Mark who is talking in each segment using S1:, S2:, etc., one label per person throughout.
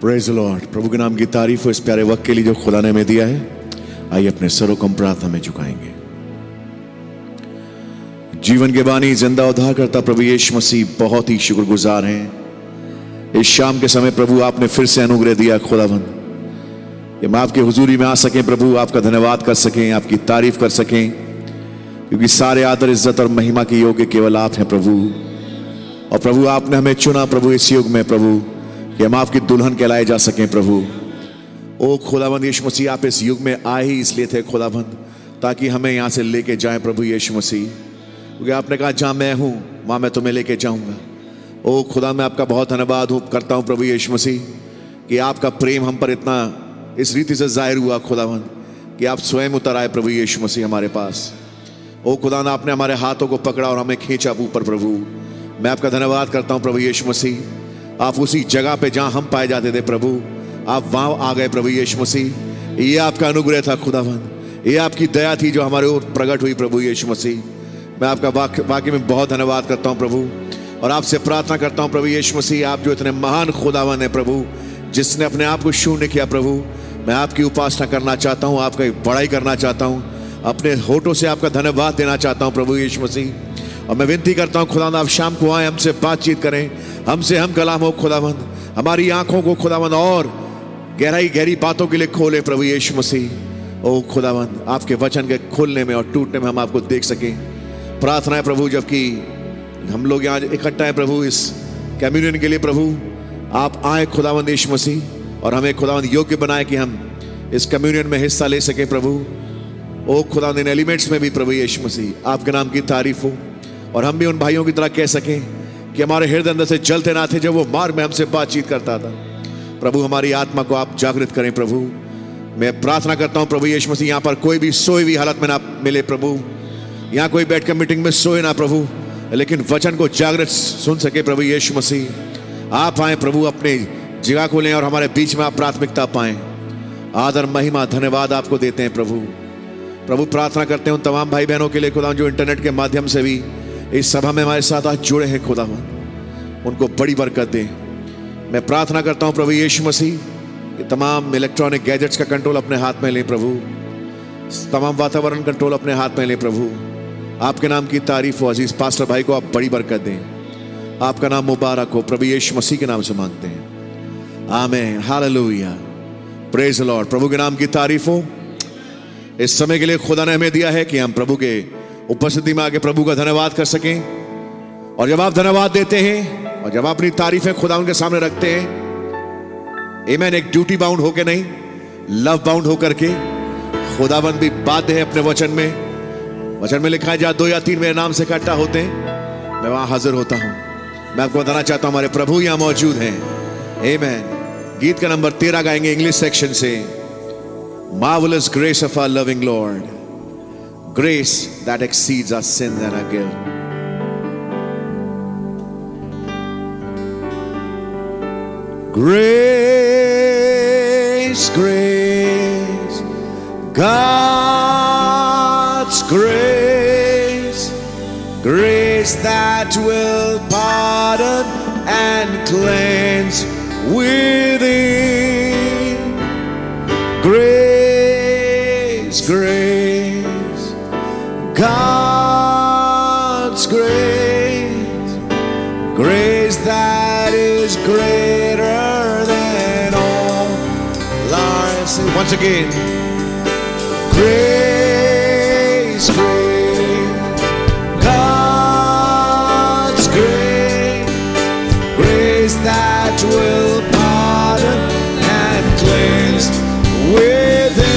S1: Praise Lord प्रभु के नाम की तारीफ हो इस प्यारे वक्त के लिए जो खुदा ने हमें दिया है आइए अपने सरों को हम प्रार्थना में झुकाएंगे जीवन के बानी जिंदा उद्धार करता प्रभु यीशु मसीह बहुत ही शुक्रगुजार हैं इस शाम के समय प्रभु आपने फिर से अनुग्रह दिया खुदावन कि हम आपके हुजूरी में आ सकें प्रभु आपका धन्यवाद कर सकें आपकी तारीफ कर सकें क्योंकि सारे आदर इज्जत और महिमा के योग्य केवल आप हैं प्रभु और प्रभु आपने हमें चुना प्रभु इस युग में प्रभु कि हम आपकी दुल्हन कहलाए जा सकें प्रभु ओ खुदाबंद यीशु मसीह आप इस युग में आए ही इसलिए थे खुदाबंद ताकि हमें यहाँ से लेके जाएं प्रभु यीशु मसीह क्योंकि आपने कहा जहाँ मैं हूँ वहाँ मैं तुम्हें लेके जाऊँगा ओ खुदा मैं आपका बहुत धन्यवाद हूँ करता हूँ प्रभु यीशु मसीह कि आपका प्रेम हम पर इतना इस रीति से जाहिर हुआ खुदाबंद कि आप स्वयं उतर आए प्रभु यीशु मसीह हमारे पास ओ खुदा ने आपने हमारे हाथों को पकड़ा और हमें खींचा ऊपर प्रभु मैं आपका धन्यवाद करता हूँ प्रभु यीशु मसीह आप उसी जगह पे जहाँ हम पाए जाते थे प्रभु आप वहाँ आ गए प्रभु यीशु मसीह ये आपका अनुग्रह था खुदावन ये आपकी दया थी जो हमारे ओर प्रकट हुई प्रभु यीशु मसीह मैं आपका वाक वाकई में बहुत धन्यवाद करता हूँ प्रभु और आपसे प्रार्थना करता हूँ प्रभु यीशु मसीह आप जो इतने महान खुदावन है प्रभु जिसने अपने आप को शून्य किया प्रभु मैं आपकी उपासना करना चाहता हूँ आपका बड़ाई करना चाहता हूँ अपने होठों से आपका धन्यवाद देना चाहता हूँ प्रभु यीशु मसीह और मैं विनती करता हूँ खुदावंद आप शाम को आए हमसे बातचीत करें हमसे हम कलाम हो खुदावंद हमारी आंखों को खुदावंद और गहराई गहरी बातों के लिए खोले प्रभु यीशु मसीह ओ खुदावंद आपके वचन के खुलने में और टूटने में हम आपको देख सकें प्रार्थना है प्रभु जबकि हम लोग यहाँ इकट्ठा है प्रभु इस कम्युनियन के लिए प्रभु आप आए खुदावंद यीशु मसीह और हमें खुदावंद योग्य बनाए कि हम इस कम्युनियन में हिस्सा ले सकें प्रभु ओ खुदा इन एलिमेंट्स में भी प्रभु यीशु मसीह आपके नाम की तारीफ हो और हम भी उन भाइयों की तरह कह सकें कि हमारे हृदय अंदर से जलते ना थे जब वो मार्ग में हमसे बातचीत करता था प्रभु हमारी आत्मा को आप जागृत करें प्रभु मैं प्रार्थना करता हूँ प्रभु यीशु मसीह यहाँ पर कोई भी सोई हुई हालत में ना मिले प्रभु यहाँ कोई बैठकर मीटिंग में सोए ना प्रभु लेकिन वचन को जागृत सुन सके प्रभु यीशु मसीह आप आए प्रभु अपने जगह को लें और हमारे बीच में आप प्राथमिकता पाएं आदर महिमा धन्यवाद आपको देते हैं प्रभु प्रभु प्रार्थना करते हैं उन तमाम भाई बहनों के लिए खुदा जो इंटरनेट के माध्यम से भी इस सभा में हमारे साथ आज जुड़े हैं खुदा उनको बड़ी बरकत दें मैं प्रार्थना करता हूँ प्रभु यीशु मसीह कि तमाम इलेक्ट्रॉनिक गैजेट्स का कंट्रोल अपने हाथ में लें प्रभु तमाम वातावरण कंट्रोल अपने हाथ में लें प्रभु आपके नाम की तारीफ हो अजीज पास्टर भाई को आप बड़ी बरकत दें आपका नाम मुबारक हो प्रभु यीशु मसीह के नाम से मांगते हैं आमेन हालेलुया प्रेज लॉर्ड प्रभु के नाम की तारीफ हो इस समय के लिए खुदा ने हमें दिया है कि हम प्रभु के उपस्थिति में आके प्रभु का धन्यवाद कर सकें और जब आप धन्यवाद देते हैं और जब आप अपनी तारीफें खुदा उनके सामने रखते हैं एमेन एक ड्यूटी बाउंड होके नहीं लव बाउंड होकर के खुदाबंद भी बाध्य है अपने वचन में वचन में लिखा है जहाँ दो या तीन मेरे नाम से इकट्ठा होते हैं मैं वहां हाजिर होता हूँ मैं आपको बताना चाहता हूँ हमारे प्रभु यहाँ मौजूद हैं आमेन गीत का नंबर तेरह गाएंगे इंग्लिश सेक्शन से marvelous grace of our loving Lord, grace that exceeds our sins and our guilt. Grace, grace, God's grace, grace that will pardon and cleanse within grace, grace, God's grace, grace that is greater than all our sin. Once again, grace, grace, God's grace, grace that will pardon and cleanse within.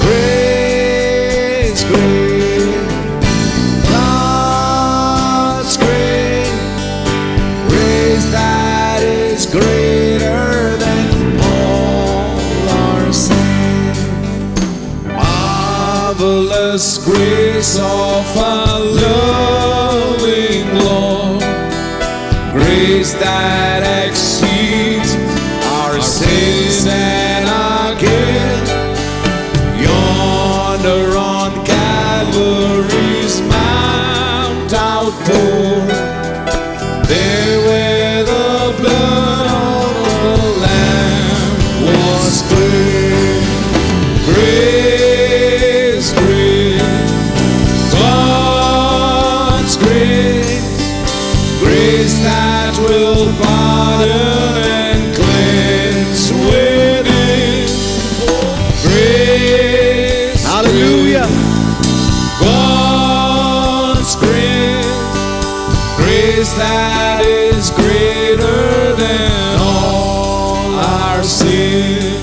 S1: Grace, grace, God's grace, grace that is greater than all our sin. Marvelous grace of a loving Lord grace that exceeds our sins and our guilt. Yonder on Calvary's mount outpour, there where the blood of Grace that will pardon and cleanse within. Grace,
S2: Hallelujah.
S1: God's grace, grace that is greater than all our sin,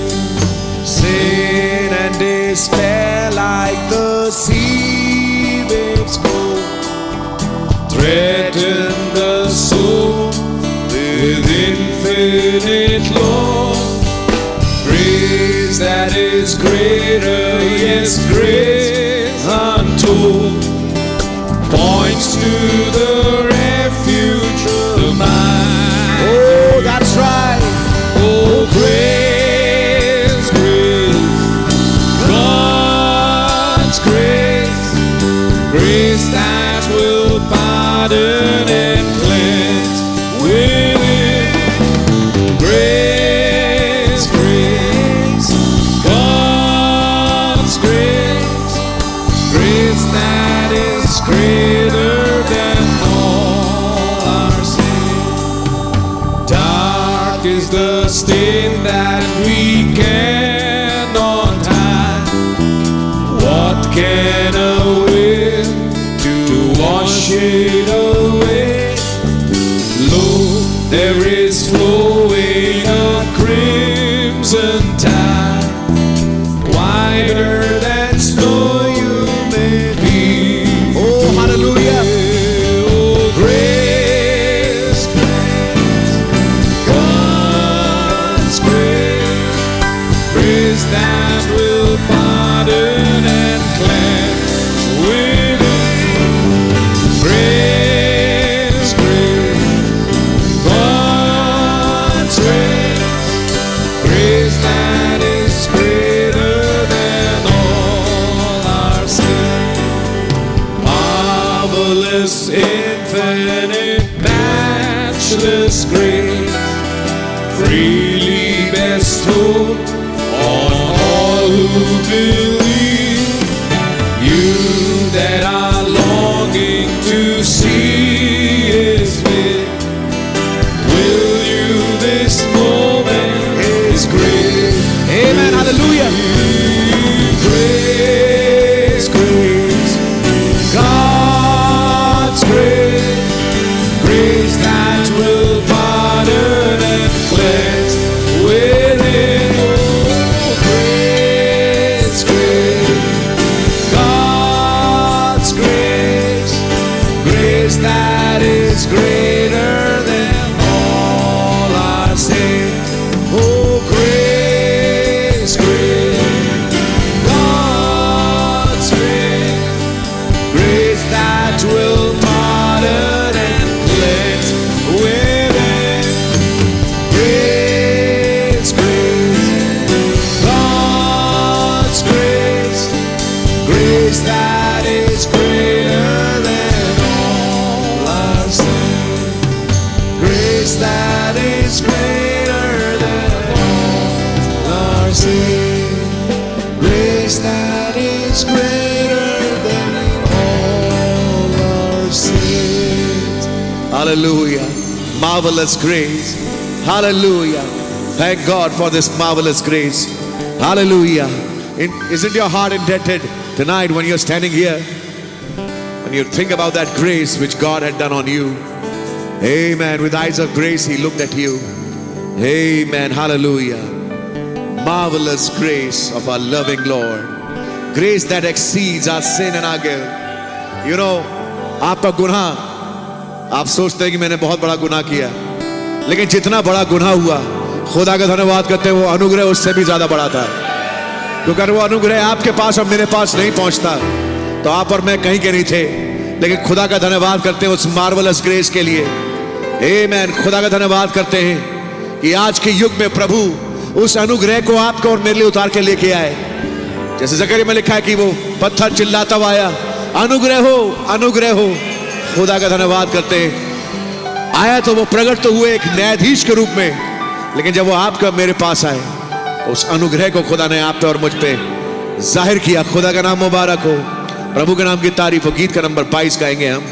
S1: sin and despair like the sea waves go, threaten the soul with infinite love. Grace that is greater, yes, grace untold points to the refuge of mine. Oh, that's right. Oh, grace, grace, God's grace, grace that will pardon and cleanse within. Grace, grace, God's grace, grace that is greater than all our sin. Dark is the stain that we cannot hide. What can a will to wash it away? Lo, there is flowing a crimson tide, whiter than snow you may be. Oh, hallelujah! Oh, grace, grace, God's grace, grace that will pardon and cleanse within. Grace, grace. God's grace, grace that is greater than all our sin. Marvelous, infinite, matchless grace, freely bestowed on all who believe. You that are longing to see His face. Will you this moment is great? Amen. Hallelujah. Grace, grace, God's grace, grace that will pardon and cleanse within. Oh, grace, grace, God's grace grace that is greater than all our sin. Oh, grace, grace, God's grace, grace that will pardon and cleanse within. Grace, grace, God's grace grace that is greater than all our sin. Grace that is greater than all our sin. Grace that is greater than all our sins. Hallelujah. Marvelous grace. Hallelujah. Thank God for this marvelous grace. Hallelujah. In, isn't your heart indebted tonight when you're standing here? When you think about that grace which God had done on you. Amen. With eyes of grace, He looked at you. Amen. Hallelujah. Marvelous grace of our loving Lord. Grace that exceeds our sin and our guilt. You know, आपका गुनाह आप सोचते हैं कि मैंने बहुत बड़ा गुनाह किया लेकिन जितना बड़ा गुनाह हुआ खुदा का धन्यवाद करते हैं वो अनुग्रह उससे भी ज्यादा बड़ा था क्योंकि तो अगर वो अनुग्रह आपके पास और मेरे पास नहीं पहुंचता तो आप और मैं कहीं के नहीं थे लेकिन खुदा का धन्यवाद करते हैं उस मार्वलस ग्रेस के लिए आमेन खुदा का धन्यवाद करते हैं कि आज के युग में प्रभु उस अनुग्रह को आपको और मेरे लिए उतार के लेके आए जैसे जकरी में लिखा है कि वो पत्थर चिल्लाता हुआ आया अनुग्रह हो अनुग्रह हो खुदा का धन्यवाद करते हैं आया तो वो प्रकट तो हुए एक न्यायाधीश के रूप में लेकिन जब वो आपका मेरे पास आए तो उस अनुग्रह को खुदा ने आप पे और मुझ पे जाहिर किया खुदा का नाम मुबारक हो प्रभु के नाम की तारीफ हो गीत का नंबर 22 गाएंगे हम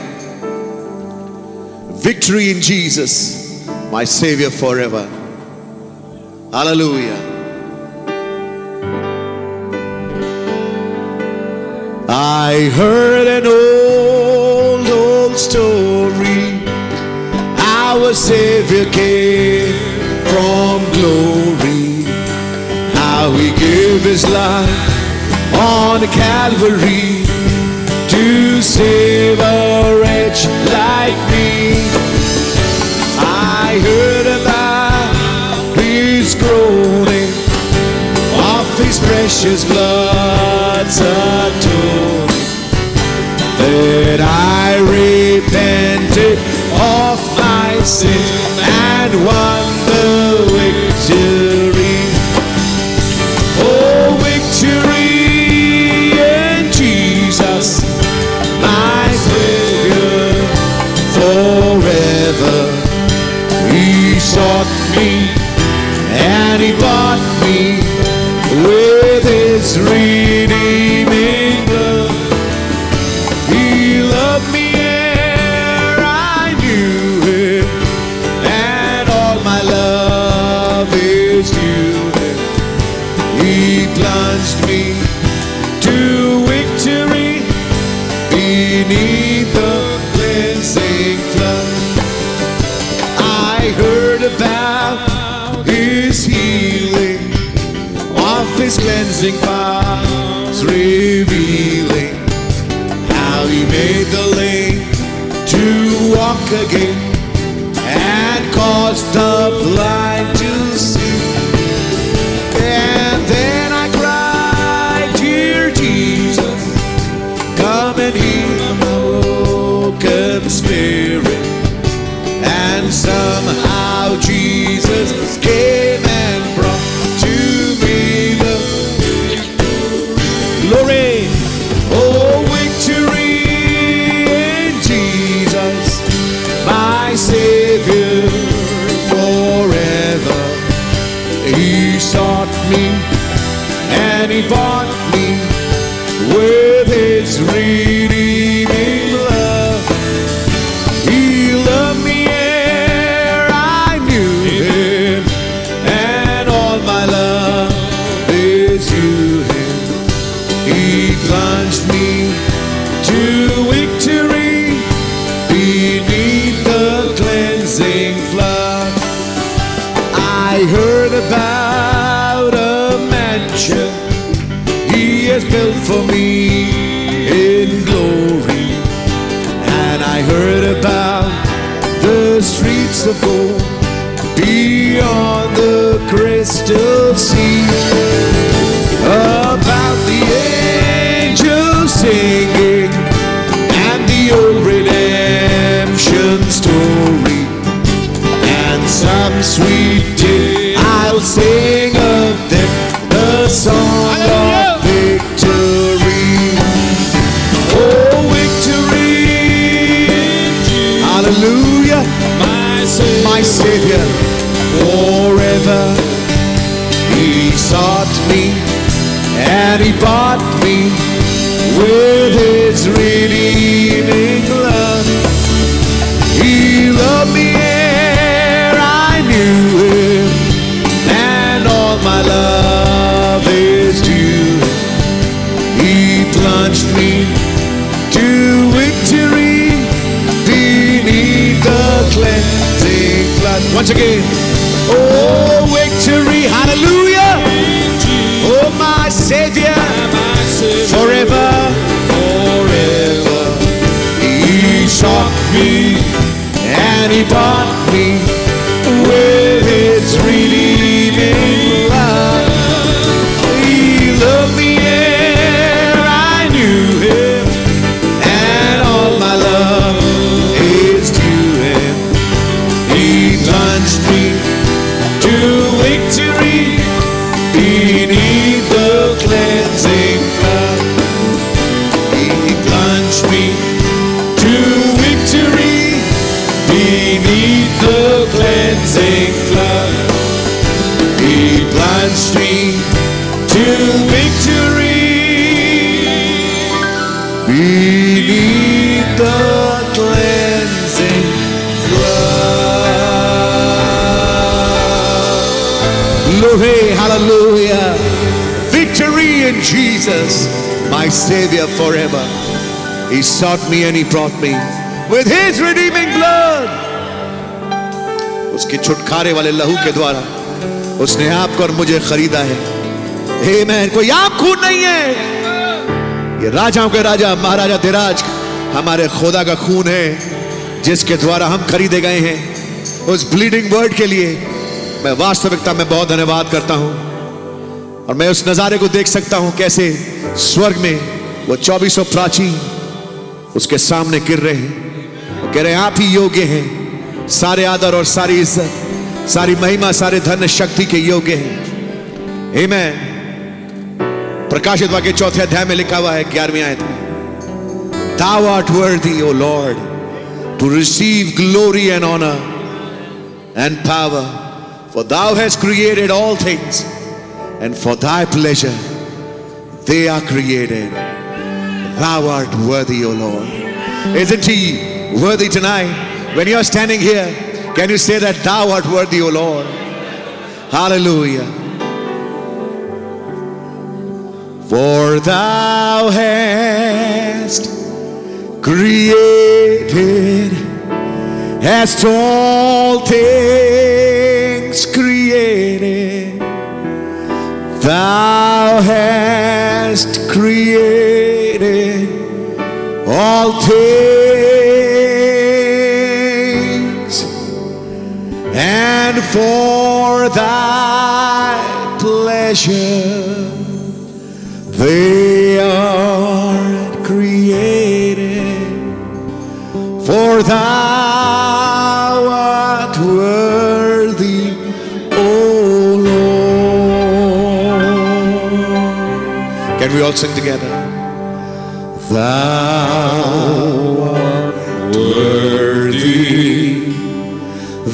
S1: Victory in Jesus, my Savior forever. Hallelujah. I heard an old, old story our Savior came from glory. How He gave His life on Calvary to save a wretch like me. I heard about His groaning, of His precious blood's atoning that I repented of my sin and won the victory. Oh, victory in Jesus, my Savior forever. He sought me and he bought me with his redeeming blood. He loved me ere I knew him, and all my love is due him. He plunged me to victory beneath the cleansing flood. I heard about his healing, of his cleansing powers revealing how he made the lame to walk again and caused the blind to see. And then I cried, Dear Jesus, come and heal the broken spirit. And somehow Jesus came and brought to me the glory. Oh, victory in Jesus, my Savior forever. He sought me and He bought me with His redeeming love. He loved me ere I knew Him, and all my love is you Him. He plunged me to victory beneath the cleansing flood. I heard about a mansion he has built for me in glory, and I heard about the streets of gold beyond the crystal sea about the angels singing and the old redemption story and some sweet day I'll sing of them the song of victory. Oh, victory! Hallelujah, my Savior, forever. He sought me and he bought me with his redeeming love. He loved me ere I knew him, and all my love is due. He plunged me to victory beneath the cleansing flood. Once again, oh victory, hallelujah! Oh, my Savior, forever, forever. He sought me and He bought me with His redeeming love. He loved me ere I knew Him, and all my love is to Him. He plunged me to victory beneath the cleansing flood. He plunged me to victory beneath the cleansing flood. He plunged me to victory beneath the cleansing flood. Glory, hallelujah. Victory in Jesus, my Savior forever. He sought me and He brought me with His redeeming blood. उसके छुटकारे वाले लहू के द्वारा उसने आपको और मुझे खरीदा है Amen. कोई आप खून नहीं है ये राजाओं के राजा महाराजा धीराज हमारे खुदा का खून है जिसके द्वारा हम खरीदे गए हैं उस ब्लीडिंग वर्ड के लिए मैं वास्तविकता में बहुत धन्यवाद करता हूँ और मैं उस नजारे को देख सकता हूं कैसे स्वर्ग में वो चौबीसों प्राचीन उसके सामने गिर रहे हैं कह रहे हैं आप ही योग्य हैं सारे आदर और सारी इज्जत सारी महिमा सारे धन शक्ति के योग्य हैं Amen. प्रकाशित वाक्य चौथे अध्याय में लिखा हुआ है ग्यारहवीं आयत में Thou art worthy, O Lord, to receive glory and honor and power, for thou hast created all things, and for thy pleasure they are created. Thou art worthy, O Lord. Isn't he worthy tonight? When you are standing here, can you say that thou art worthy, O Lord? Hallelujah. For thou hast created, hast all things created. Thou hast created all things, and for thy pleasure. They are created for thou art worthy, O Lord. Can we all sing together? Thou art worthy,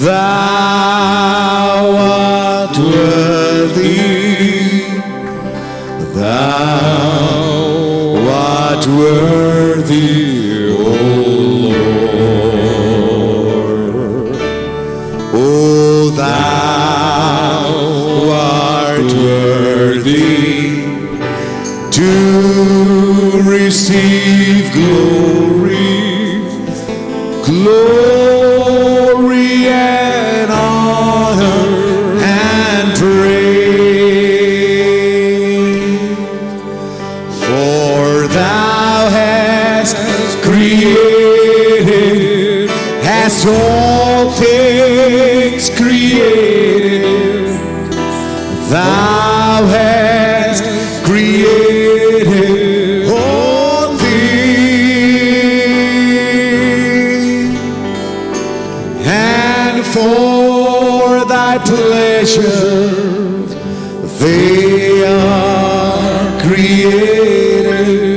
S1: thou art worthy. Thou art worthy, O Lord. O Thou art worthy to receive glory, glory and honor and praise. For thou hast created, hast all things created. Thou hast created all things, and for thy pleasure they are created.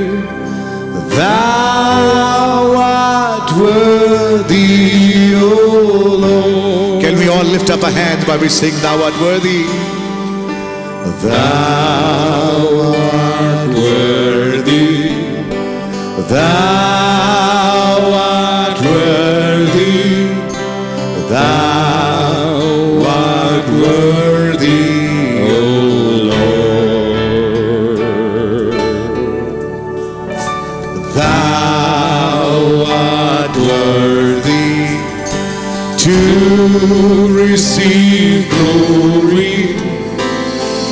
S1: Thou art worthy, O Lord. Can we all lift up a hand while we sing, Thou art worthy? Thou art worthy. Thou art worthy. Thou art worthy, O Lord. Thou art worthy to receive glory,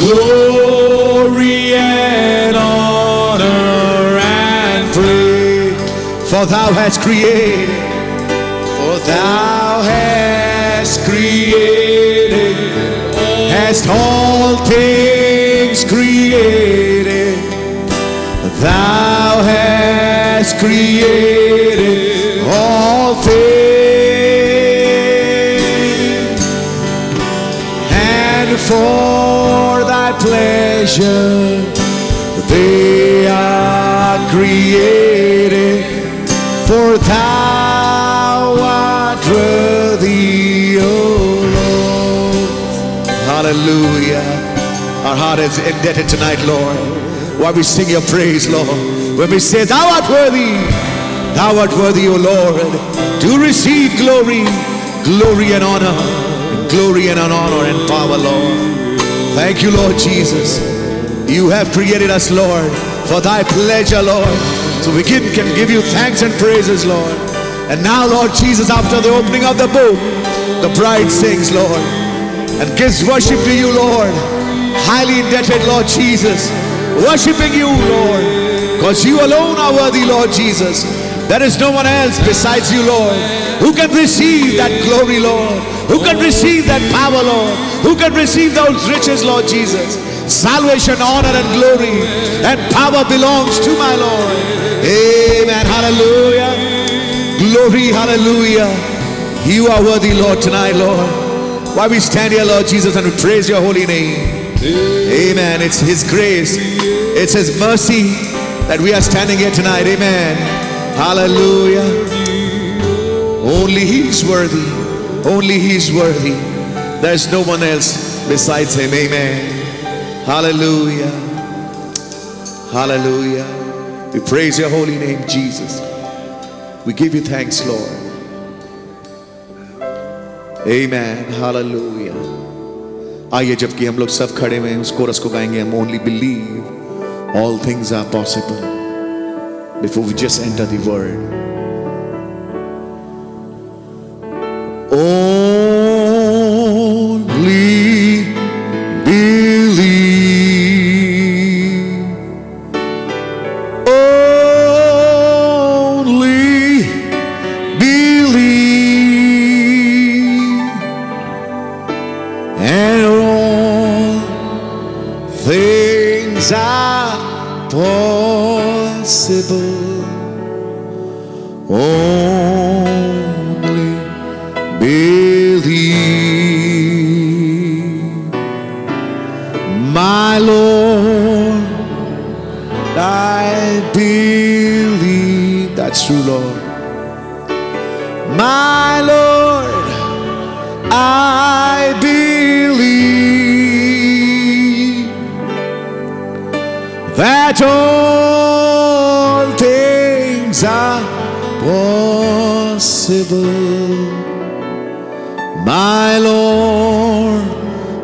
S1: glory and honor and praise. For thou hast created, for thou hast created, hast all things created. Thou hast created all things, and for thy pleasure they are created. For thou art worthy, O Lord. Hallelujah. Our heart is indebted tonight, Lord. While we sing your praise, Lord. When we say, Thou art worthy, Thou art worthy, O Lord, to receive glory, glory and honor, glory and honor and power, Lord. Thank you, Lord Jesus. You have created us, Lord, for thy pleasure, Lord. So we give, can give you thanks and praises, Lord. And now, Lord Jesus, after the opening of the book, the bride sings, Lord, and gives worship to you, Lord. Highly indebted, Lord Jesus. Worshipping you, Lord, because you alone are worthy, Lord Jesus. There is no one else besides you, Lord, who can receive that glory, Lord, who can receive that power, Lord, who can receive those riches, Lord Jesus. Salvation, honor, and glory and power belongs to my Lord. Amen. Hallelujah. Glory, hallelujah. You are worthy, Lord, tonight, Lord. Why we stand here, Lord Jesus, and we praise your holy name. Amen. It's His grace, it's His mercy that we are standing here tonight. Amen. Hallelujah. Only He is worthy. Only He is worthy. There's no one else besides Him. Amen. Hallelujah. Hallelujah. We praise your holy name, Jesus. We give you thanks, Lord. Amen. Hallelujah. आइए जबकि हम लोग सब खड़े हुए हैं उस chorus को गाएंगे हम only believe all things are possible before we just enter the world only believe only believe and all things are possible. Only believe, my Lord. I believe that's true, Lord. My Lord. I believe that all things are possible. My Lord,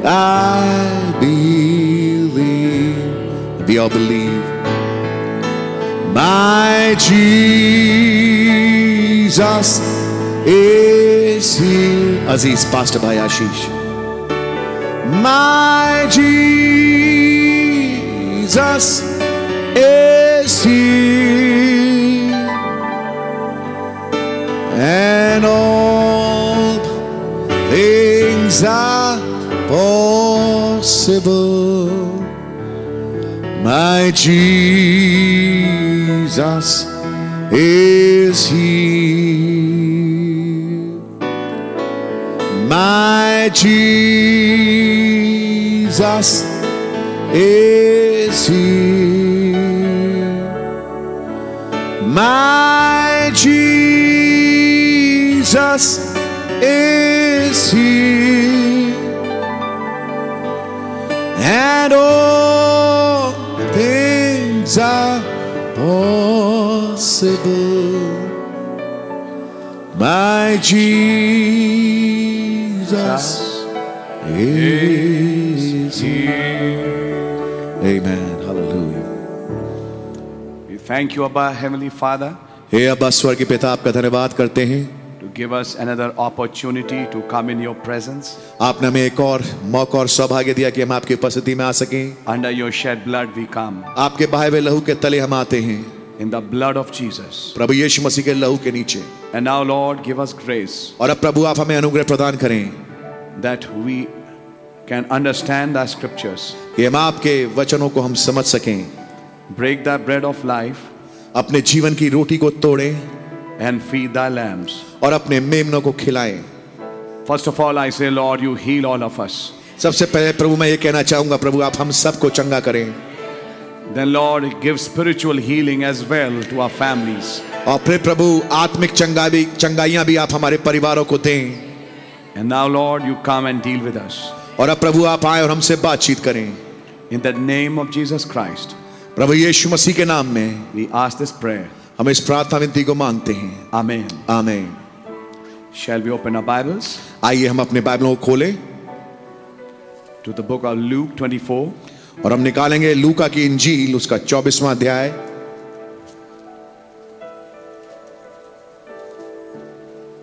S1: I believe. We all believe. My Jesus is here. Aziz, Pastor by Ashish. My Jesus is here. And all things are possible. My Jesus is here. My Jesus is here. My Jesus is here and all things are possible. My Jesus is here. Amen. Hallelujah.
S3: We thank you, Abba, Heavenly Father,
S1: हे अब स्वर के पिता आपका धन्यवाद करते हैं
S3: to give us another opportunity to come in your presence.
S1: आपने हमें एक और मौका और सौभाग्य दिया कि हम आपकी उपस्थिति में आ सकें
S3: Under your shed blood, we come.
S1: आपके बहाए हुए लहू के तले हम आते हैं
S3: In the blood of Jesus.
S1: प्रभु यीशु मसीह के लहू के नीचे
S3: And now, Lord, give us grace
S1: और अब प्रभु आप हमें अनुग्रह प्रदान करें
S3: that we can understand the scriptures,
S1: कि हम आपके वचनों को हम समझ सकें
S3: break the bread of life,
S1: अपने जीवन की रोटी को तोड़ें
S3: and feed thy lambs.
S1: और अपने मेमनों को खिलाएं
S3: First of all, I say, Lord, you heal all of us.
S1: सबसे पहले प्रभु मैं ये कहना चाहूंगा प्रभु आप हम सबको चंगा करें
S3: Then, Lord, give spiritual healing as well to our families.
S1: और फिर प्रभु आत्मिक चंगा भी चंगाइयां भी आप हमारे परिवारों को दें
S3: And now, Lord, you come and deal with us.
S1: और अब प्रभु आप आए और हमसे बातचीत करें
S3: In the name of Jesus Christ,
S1: प्रभु यीशु मसीह के नाम में
S3: we ask this prayer.
S1: हम इस प्रार्थना विनती को मांगते हैं
S3: Amen.
S1: Amen
S3: Shall we open our Bibles
S1: आइए हम अपने बाइबलों को खोलें
S3: to the book of Luke 24.
S1: और हम निकालेंगे लूका की इंजील उसका चौबीसवां अध्याय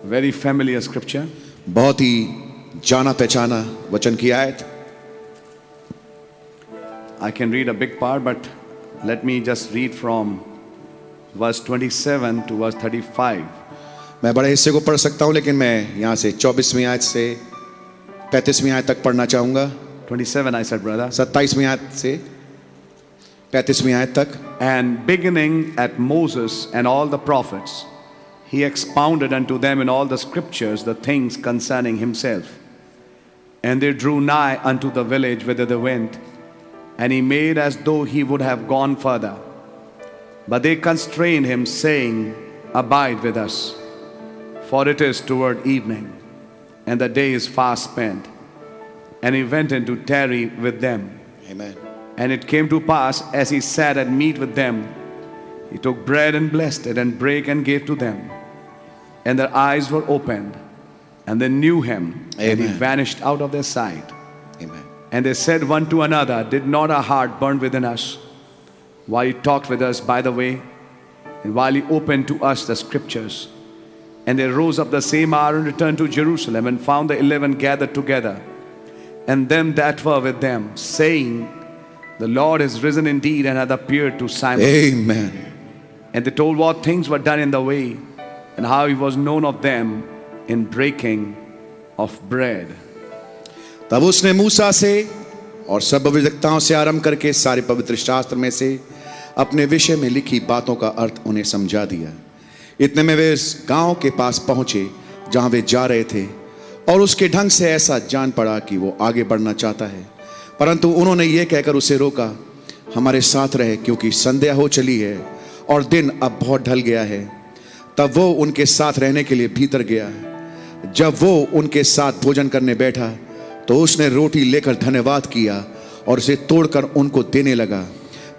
S3: Very familiar scripture.
S1: बहुत ही जाना पहचाना वचन की आयत
S3: I can read a big part, but let me just read from verse 27 to verse 35.
S1: मैं बड़े हिस्से को पढ़ सकता हूं लेकिन मैं यहां से चौबीसवीं आयत से पैंतीसवीं आयत तक पढ़ना चाहूंगा
S3: 27, I said, brother.
S1: सत्ताईसवीं आयत से पैंतीसवीं आयत तक
S3: And beginning at Moses and all the prophets, he expounded unto them in all the scriptures the things concerning himself. And they drew nigh unto the village whither they went, and he made as though he would have gone further. But they constrained him, saying, Abide with us, for it is toward evening, and the day is fast spent. And he went in to tarry with them.
S1: Amen.
S3: And it came to pass, as he sat at meat with them, he took bread and blessed it, and brake and gave to them. And their eyes were opened, and they knew him, and he
S1: Amen.
S3: vanished out of their sight.
S1: Amen.
S3: And they said one to another, Did not our heart burn within us while he talked with us by the way, and while he opened to us the scriptures? And they rose up the same hour and returned to Jerusalem, and found the eleven gathered together, and them that were with them, saying, The Lord is risen indeed, and hath appeared to Simon.
S1: Amen.
S3: And they told what things were done in the way, and how he was known of them in breaking of bread.
S1: तब उसने मूसा से और सब अभिव्यक्ताओं से आरंभ करके सारे पवित्र शास्त्र में से अपने विषय में लिखी बातों का अर्थ उन्हें समझा दिया इतने में वे उस गांव के पास पहुंचे जहां वे जा रहे थे और उसके ढंग से ऐसा जान पड़ा कि वो आगे बढ़ना चाहता है परंतु उन्होंने ये कहकर उसे रोका हमारे साथ रहे क्योंकि संध्या हो चली है और दिन अब बहुत ढल गया है तब वो उनके साथ रहने के लिए भीतर गया जब वो उनके साथ भोजन करने बैठा तो उसने रोटी लेकर धन्यवाद किया और उसे तोड़कर उनको देने लगा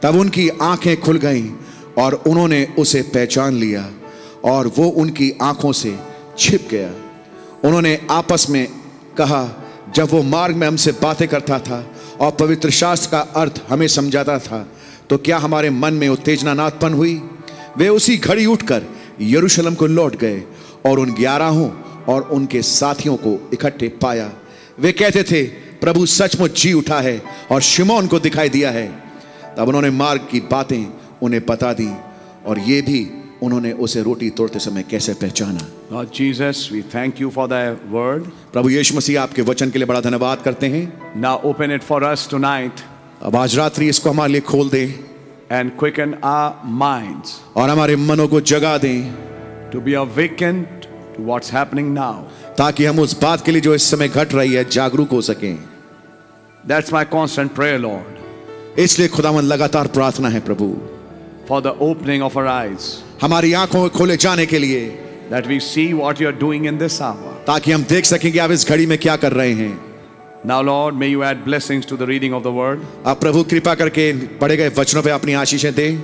S1: तब उनकी आंखें खुल गईं और उन्होंने उसे पहचान लिया और वो उनकी आंखों से छिप गया उन्होंने आपस में कहा जब वो मार्ग में हमसे बातें करता था और पवित्र शास्त्र का अर्थ हमें समझाता था तो क्या हमारे मन में उत्तेजना ना उत्पन्न हुई वे उसी घड़ी उठकर यरूशलेम को लौट गए और उन ग्यारहों और उनके साथियों को इकट्ठे पाया वे कहते थे प्रभु सचमुच जी उठा है और शिमोन को दिखाई दिया है तब उन्होंने मार्ग की बातें उन्हें बता दी और ये भी उन्होंने उसे रोटी तोड़ते समय कैसे पहचाना
S3: Lord Jesus, we thank you for thy word.
S1: प्रभु यीशु मसीह आपके वचन के लिए बड़ा धन्यवाद करते हैं
S3: Now open it for us tonight
S1: अब आज रात्रि इसको हमारे लिए खोल दें
S3: and quicken our minds
S1: और हमारे मनों को जगा दें
S3: to be awakened to what's happening now.
S1: ताकि हम उस बात के लिए जो इस समय घट रही है जागरूक हो सकें
S3: That's my constant prayer, Lord,
S1: इसलिए खुदावन लगातार प्रार्थना है प्रभु
S3: for the opening of our eyes,
S1: हमारी आंखों में खोले जाने के लिए
S3: that we see what you are doing in this hour.
S1: ताकि हम देख सकें कि आप इस घड़ी में क्या कर रहे हैं
S3: Now, Lord, may you add blessings to the reading of the word
S1: आप प्रभु कृपा करके इन पढ़े गए वचनों पे अपनी आशीषें दें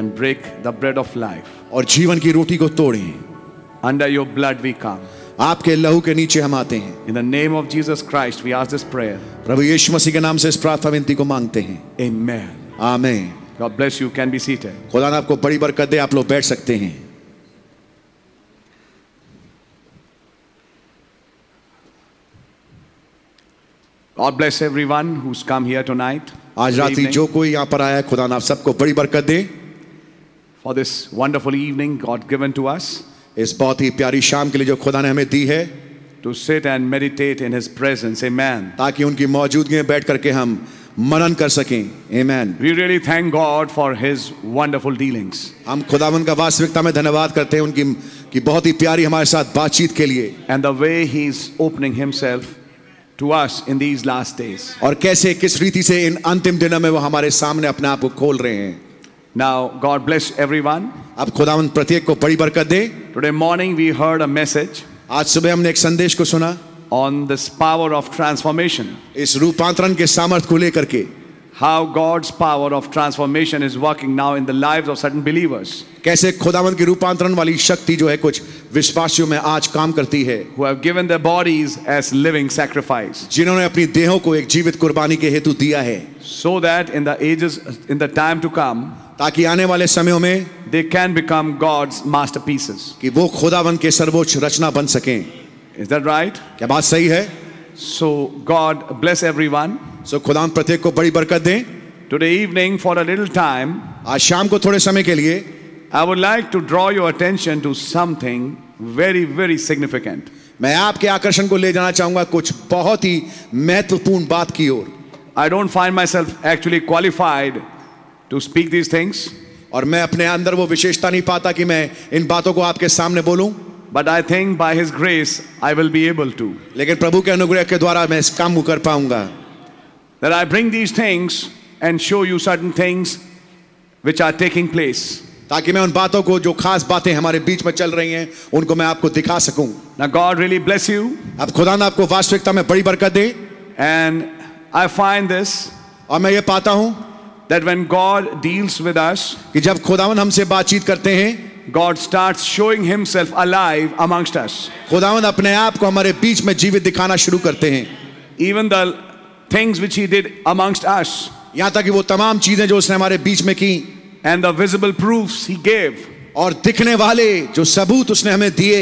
S3: and break the bread of life.
S1: और जीवन की रोटी को तोड़ें
S3: Under your blood we come.
S1: आपके लहू के नीचे हम आते हैं
S3: In the name of Jesus Christ, we ask this prayer.
S1: प्रभु यीशु मसीह के नाम से इस प्रार्थना विनती को मांगते हैं
S3: Amen.
S1: आमें
S3: God bless you. Can be seated.
S1: खुदा ने आपको बड़ी बरकत दे आप लोग बैठ सकते हैं
S3: God bless everyone who's come here tonight.
S1: आज
S3: this
S1: रात्रि
S3: evening.
S1: जो कोई यहाँ पर आया है खुदा ने आप सबको बड़ी बरकत दे
S3: for this wonderful evening God given to us
S1: इस बहुत ही प्यारी शाम के लिए जो खुदा ने हमें दी है
S3: to sit and meditate in His presence. Amen.
S1: ताकि उनकी मौजूदगी में बैठ करके हम मनन कर सकें आमेन
S3: We really thank God for His wonderful dealings.
S1: हम खुदावन का वास्तविकता में धन्यवाद करते हैं उनकी की बहुत ही प्यारी हमारे साथ बातचीत के लिए
S3: and the way he's opening himself to us in these last days.
S1: और कैसे किस रीति से इन अंतिम दिनों में वो हमारे सामने अपने आप को खोल रहे हैं
S3: Now, God bless everyone.
S1: अब खुदावन प्रत्येक को बड़ी बरकत दे
S3: Today morning, we heard a message
S1: आज सुबह हमने एक संदेश को सुना
S3: on this power of transformation,
S1: इस रूपांतरण के सामर्थ्य को लेकर के
S3: how God's power of transformation is working now in the lives of certain believers
S1: कैसे खुदावन की रूपांतरण वाली शक्ति जो है कुछ विश्वासियों में आज काम करती है
S3: who have given their bodies as living sacrifice
S1: जिन्होंने अपनी देहों को एक जीवित कुर्बानी के हेतु दिया है
S3: so that in the ages in the time to come
S1: ताकि आने वाले समयों में
S3: they can become God's masterpieces
S1: कि वो खुदावन के सर्वोच्च रचना बन सकें
S3: is that right
S1: क्या बात सही है
S3: so God bless everyone
S1: सो खुदावन प्रत्येक को बड़ी बरकत दें
S3: today evening for a little time
S1: आज शाम को थोड़े समय के लिए
S3: I would like to draw your attention to something very very significant
S1: मैं आपके आकर्षण को ले जाना चाहूंगा कुछ बहुत ही महत्वपूर्ण बात की ओर
S3: I don't find myself actually qualified to speak these things
S1: और मैं अपने अंदर वो विशेषता नहीं पाता कि मैं इन बातों को आपके सामने बोलूं
S3: but I think by his grace I will be able to
S1: लेकिन प्रभु के अनुग्रह के द्वारा मैं इस काम को कर पाऊंगा
S3: that I bring these things and show you certain things which are taking place
S1: ताकि मैं उन बातों को जो खास बातें हमारे बीच में चल रही हैं उनको मैं आपको दिखा सकूं
S3: Now, God really bless you.
S1: अब खुदा ने आपको वास्तविकता में बड़ी बरकत दे
S3: And I find this
S1: और मैं ये पाता हूं
S3: that when God deals with us,
S1: कि जब खुदावन हमसे बातचीत करते हैं
S3: God starts showing Himself alive amongst us.
S1: खुदावन अपने आप को हमारे बीच में जीवित दिखाना शुरू करते हैं
S3: Even the things which He did amongst us
S1: यहाँ तक कि वो तमाम चीजें जो उसने हमारे बीच में की
S3: and the visible proofs He gave
S1: और दिखने वाले जो सबूत उसने हमें दिए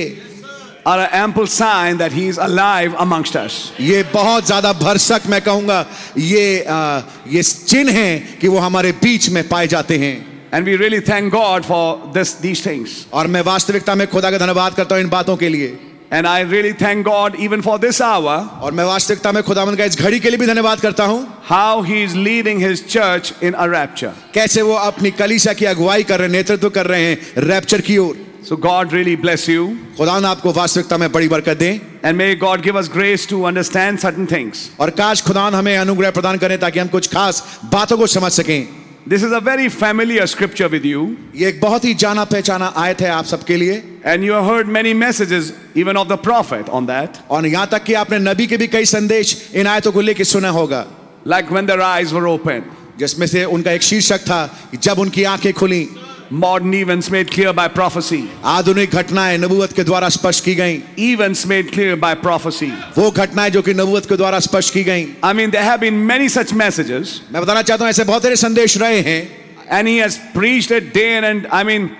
S3: are an ample sign that He is alive amongst us.
S1: ये बहुत ज्यादा भरसक मैं कहूंगा ये आ, ये चिन्ह है कि वो हमारे बीच में पाए जाते हैं
S3: And we really thank God for this, these things.
S1: और मैं वास्तविकता में खुदा का धन्यवाद करता हूँ इन बातों के लिए
S3: And I really thank God even for this hour,
S1: और मैं वास्तविकता में खुदावन का इस घड़ी के लिए भी धन्यवाद करता हूँ
S3: how He is leading His church in a rapture.
S1: कैसे वो अपनी कलीसिया की अगुवाई कर रहे हैं, नेतृत्व कर रहे हैं रैप्चर की ओर
S3: So, God really bless you.
S1: खुदा ने आपको वास्तविकता में बड़ी बरकत दें
S3: And may God give us grace to understand certain things.
S1: और काश खुदा हमें अनुग्रह प्रदान करें ताकि हम कुछ खास बातों को समझ सकें
S3: This is a very familiar scripture with you,
S1: ये एक बहुत ही जाना पहचाना आयत है आप सबके लिए
S3: and you have heard many messages, even of the prophet, on that.
S1: और यहाँ तक कि आपने नबी के भी कई संदेश इन आयतों को लेकर सुना होगा
S3: Like when their eyes were opened,
S1: जिसमें से उनका एक शीर्षक था कि जब उनकी आंखें खुली
S3: modern events made clear by prophecy,
S1: आधुनिक घटनाएं नबूवत के द्वारा स्पष्ट की गईं
S3: events made clear by prophecy.
S1: वो घटनाएं जो कि नबूवत के द्वारा स्पष्ट की गईं
S3: I mean, there have been many such messages,
S1: मैं बताना चाहता हूं ऐसे बहुत सारे संदेश रहे हैं
S3: and he has preached it day in and I mean,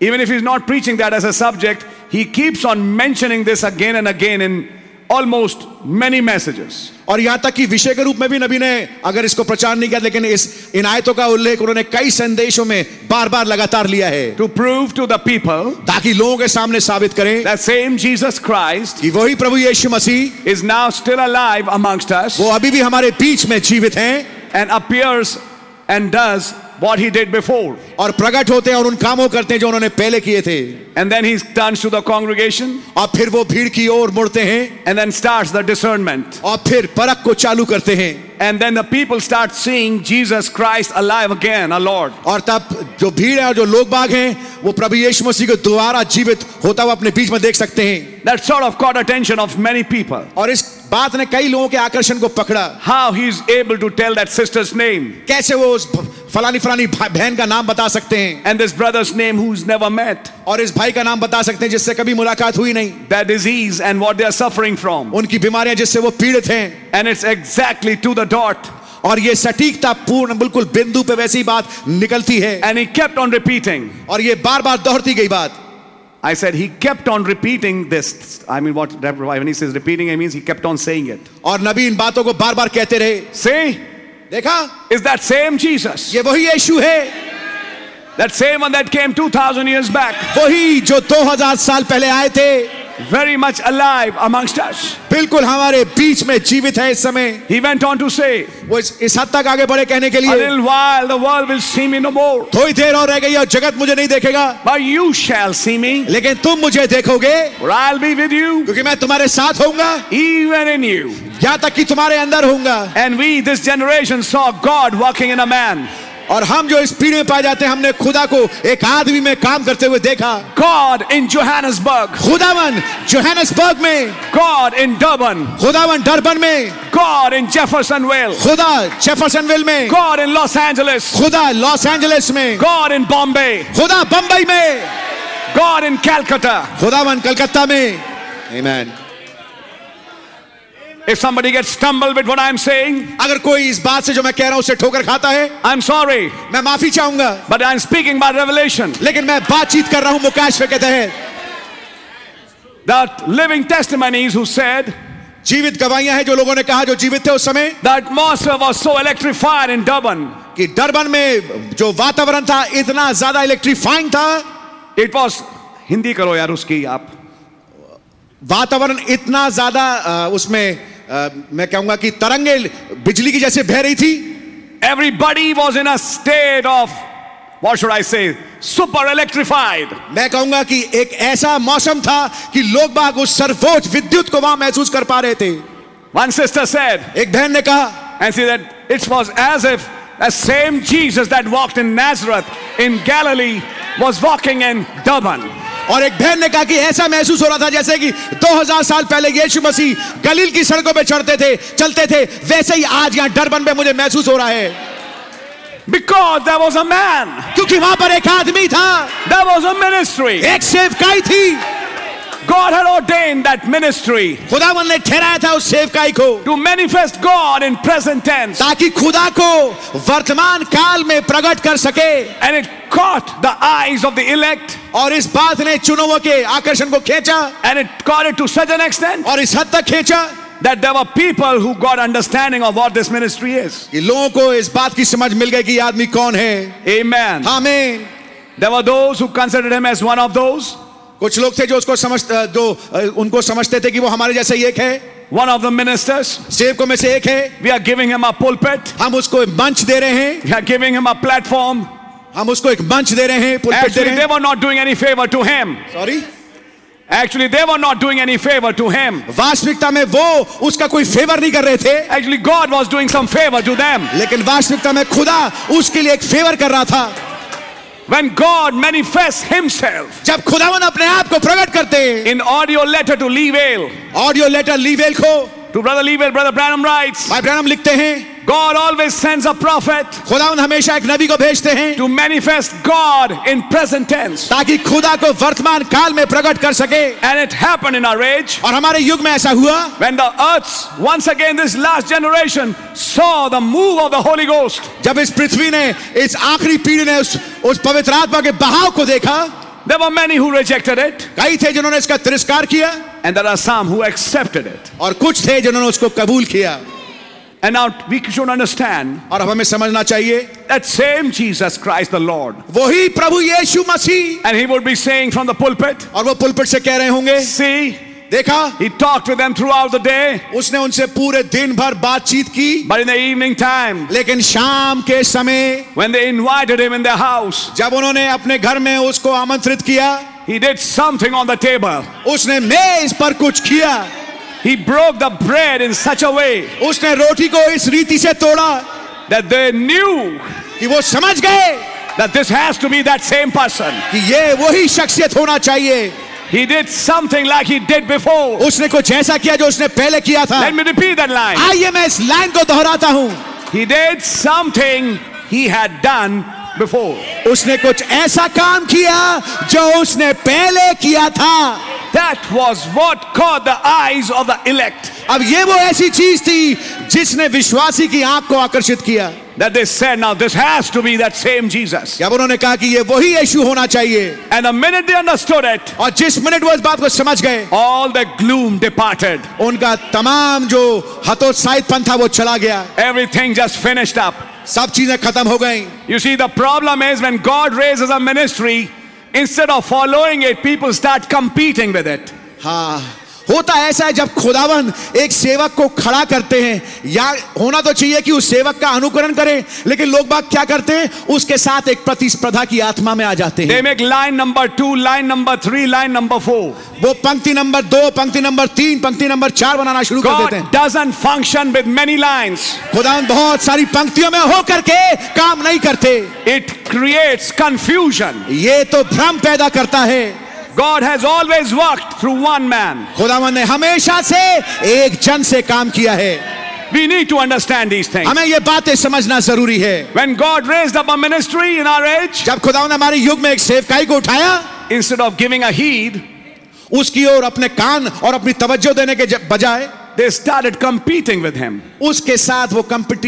S3: even if he's not preaching that as a subject, he keeps on mentioning this again and again in almost many messages.
S1: और यहां तक कि विषय के रूप में भी नबी ने अगर इसको प्रचार नहीं किया लेकिन इस इन आयतों का उल्लेख उन्होंने कई संदेशों में बार बार लगातार लिया है
S3: to prove to the people
S1: ताकि लोगों के सामने साबित करें
S3: that same Jesus Christ
S1: कि वही प्रभु यीशु Masih
S3: is now still alive amongst us
S1: वो अभी भी हमारे बीच में जीवित हैं
S3: and appears and does what he did before.
S1: और प्रकट होते हैं और उन कामों को करते हैं जो उन्होंने पहले किए थे
S3: And then he turns to the congregation
S1: और फिर वो भीड़ की ओर मुड़ते हैं
S3: and then starts the discernment.
S1: और फिर परख को चालू करते हैं
S3: And then the people start seeing Jesus Christ alive again, our Lord.
S1: और तब जो भीड़ है और जो लोग बाग हैं वो प्रभु यीशु मसीह को दोबारा जीवित होता हुआ अपने बीच में देख सकते हैं
S3: That sort of caught attention of many people.
S1: और इस बात ने कई लोगों के आकर्षण को पकड़ा
S3: How he's able to tell that sister's name
S1: कैसे वो उस भ- फलानी फलानी भा- बहन का नाम बता सकते हैं
S3: and this brother's name who's never met,
S1: और इस भाई का नाम बता सकते हैं जिससे कभी मुलाकात हुई नहीं
S3: their disease and what they are suffering from.
S1: उनकी बीमारियां जिससे वो पीड़ित हैं
S3: And it's exactly to the dot.
S1: और ये सटीकता पूर्ण बिल्कुल बिंदु पे वैसी बात निकलती है
S3: And he kept on repeating.
S1: और ये बार बार दोहरती गई बात
S3: I said he kept on repeating this. I mean, what when he says repeating, it means he kept on saying it.
S1: और नबी इन बातों को बार बार कहते रहे
S3: See,
S1: देखा
S3: is that same Jesus,
S1: ये वही यीशु है
S3: that same one that came 2,000 years back,
S1: वही जो 2000 साल पहले आए थे
S3: very much alive amongst us.
S1: बिल्कुल हमारे बीच में जीवित है इस समय
S3: He went on to say,
S1: वो इस, इस हद तक आगे बढ़े कहने के
S3: A
S1: लिए
S3: little while the world will see me no more,
S1: थोड़ी देर और रह गई और जगत मुझे नहीं देखेगा
S3: but you shall see me,
S1: लेकिन तुम मुझे देखोगे
S3: for I'll be with you,
S1: क्योंकि मैं तुम्हारे साथ होऊंगा
S3: even in you.
S1: यहाँ तक कि तुम्हारे अंदर होऊंगा
S3: And we, this generation, saw God walking in a man.
S1: और हम जो इस पीढ़ी में पाए जाते हैं हमने खुदा को एक आदमी में काम करते हुए देखा
S3: God in Johannesburg,
S1: खुदावन जोहानसबर्ग में
S3: God in Durban,
S1: खुदावन डरबन में
S3: God in Jeffersonville,
S1: खुदा जेफरसनविल में
S3: God in Los Angeles,
S1: खुदा लॉस एंजलिस में
S3: God in Bombay,
S1: खुदा बंबई में
S3: God in Calcutta.
S1: खुदावन कलकत्ता में Amen.
S3: If somebody gets stumbled with what I'm saying,
S1: अगर कोई इस बात से जो मैं कह रहा हूं उसे ठोकर खाता है
S3: I'm sorry,
S1: मैं माफी चाहूंगा
S3: but I'm speaking by revelation.
S1: लेकिन मैं बातचीत कर रहा हूं मुकाशवे के तहत
S3: That living testimonies who said
S1: जीवित गवाहियां हैं जो लोगों ने कहा जो जीवित थे उस समय
S3: the atmosphere was so electrified in Durban,
S1: कि डरबन में जो वातावरण था इतना ज्यादा इलेक्ट्रीफाइंग था
S3: it was Hindi करो यार उसकी आप
S1: वातावरण इतना ज्यादा अ, उसमें अ, मैं कहूंगा कि तरंगे बिजली की जैसे बह रही थी
S3: Everybody was in a state of, what should I say, super electrified.
S1: मैं कहूंगा कि एक ऐसा मौसम था कि लोग बाग उस सर्वोच्च विद्युत को वहां महसूस कर पा रहे थे
S3: One sister said,
S1: एक बहन ने कहा
S3: and she said, it was as if the same Jesus that walked in Nazareth in Galilee was walking in Durban.
S1: और एक बहन ने कहा कि ऐसा महसूस हो रहा था जैसे कि 2000 साल पहले यीशु मसीह गलील की सड़कों पे चढ़ते थे चलते थे वैसे ही आज यहाँ डरबन में मुझे महसूस हो रहा है
S3: Because there was a man,
S1: क्योंकि वहां पर एक आदमी था
S3: there was a ministry.
S1: एक सेवकाई थी
S3: God had ordained that ministry
S1: खुदावन ने ठहराया था उस सेवकाई को
S3: to manifest God in present tense.
S1: ताकि खुदा को वर्तमान काल में प्रकट कर सके
S3: And it caught the eyes of the elect
S1: और इस बात ने चुनावों के आकर्षण को खींचा
S3: and it caught it to such an extent
S1: और इस हद तक खींचा
S3: that there were people who got understanding of what this ministry is.
S1: कि लोगों को इस बात की समझ मिल गई कि ये आदमी कौन है
S3: Amen.
S1: आमीन
S3: There were those who considered him as one of those,
S1: कुछ लोग थे जो उसको समझ जो अ, उनको समझते थे कि वो हमारे जैसे ही एक है
S3: one of the ministers.
S1: सेवकों में से एक है
S3: We are giving him a pulpit,
S1: हम उसको मंच दे रहे हैं
S3: we are giving him a platform.
S1: हम उसको एक मंच दे रहे हैं pulpit दे
S3: Actually,
S1: रहे
S3: they
S1: हैं
S3: were not doing any favor to him.
S1: Sorry
S3: Actually, they were not doing any favor to him.
S1: वास्तविकता में वो उसका कोई फेवर नहीं कर रहे थे
S3: Actually, God was doing some favor to them.
S1: लेकिन वास्तविकता में खुदा उसके लिए एक फेवर कर रहा था
S3: When God manifests himself
S1: जब खुदावन अपने आप को प्रकट करते हैं
S3: in audio letter to Lee Vale,
S1: audio letter Lee Vale को
S3: to Brother Lee Vale, Brother Branham writes,
S1: भाई ब्रैनम लिखते हैं
S3: God always sends a prophet
S1: खुदावन हमेशा एक नबी को भेजते हैं
S3: to manifest God in present tense.
S1: ताकि खुदा को वर्तमान काल में प्रकट कर सके
S3: And it happened in our age
S1: और हमारे युग में ऐसा हुआ
S3: when the earths, once again, this last generation saw the move of the Holy Ghost.
S1: जब इस पृथ्वी ने इस आखिरी पीढ़ी ने उस उस पवित्र आत्मा के बहाव को देखा
S3: There were many who rejected it,
S1: कई थे जिन्होंने इसका तिरस्कार किया
S3: and there are some who accepted it.
S1: और कुछ थे जिन्होंने उसको कबूल किया
S3: And now we should understand
S1: और अब हमें समझना चाहिए
S3: that same Jesus Christ the Lord.
S1: वही प्रभु यीशु मसीह
S3: And he would be saying from the pulpit,
S1: और वो पुलपिट से कह रहे होंगे
S3: See,
S1: देखा
S3: he talked with them throughout the day,
S1: उसने उनसे पूरे दिन भर बातचीत की
S3: but in the evening time,
S1: लेकिन शाम के समय
S3: when they invited him in their house,
S1: जब उन्होंने अपने घर में उसको आमंत्रित किया
S3: he did something on the table.
S1: उसने मेज पर कुछ किया
S3: He broke the bread in such a way
S1: उसने रोटी को इस रीति से तोड़ा
S3: that they knew
S1: कि वो समझ गए
S3: that this has to be that same person.
S1: कि ये वही शख्सियत होना चाहिए
S3: He did something like he did before.
S1: उसने कुछ ऐसा किया जो उसने पहले किया था
S3: Let me repeat that line.
S1: आइए मैं इस लाइन को दोहराता हूं
S3: He did something he had done before.
S1: उसने कुछ ऐसा काम किया जो उसने पहले किया था
S3: That was what caught the eyes of the elect.
S1: अब ये वो ऐसी चीज थी जिसने विश्वासी की आंख को आकर्षित किया
S3: That they said, now this has to be that same Jesus.
S1: जब उन्होंने कहा कि ये वही यीशु होना चाहिए
S3: And the minute they understood it,
S1: और जिस मिनट वो इस बात को समझ गए
S3: all the gloom departed.
S1: उनका तमाम जो हतोत्साहितपन था वो चला गया
S3: Everything just finished up.
S1: सब चीजें खत्म हो गईं
S3: You see, the problem is when God raises a ministry, instead of following it, people start competing with it.
S1: हाँ होता ऐसा है जब खुदावन एक सेवक को खड़ा करते हैं या होना तो चाहिए कि उस सेवक का अनुकरण करें लेकिन लोग बाग क्या करते हैं उसके साथ एक प्रतिस्पर्धा की आत्मा में आ जाते
S3: They
S1: हैं
S3: make line number two, line number three, line number four.
S1: वो पंक्ति नंबर दो पंक्ति नंबर तीन पंक्ति नंबर चार बनाना शुरू कर देते हैं
S3: God doesn't function with many lines,
S1: खुदावन बहुत सारी पंक्तियों में होकर के काम नहीं करते
S3: it creates confusion.
S1: ये तो भ्रम पैदा करता है
S3: God has always worked through one man.
S1: खुदावन ने हमेशा से एक जन से काम किया है
S3: We need to understand these things.
S1: हमें ये बातें समझना जरूरी है
S3: When God raised up a ministry in our age,
S1: जब खुदावन ने हमारे युग में एक सेवकाई को उठाया
S3: instead of giving a heed,
S1: उसकी ओर अपने कान और अपनी तवज्जो देने के ज- बजाय
S3: they started competing with him.
S1: उसके साथ वो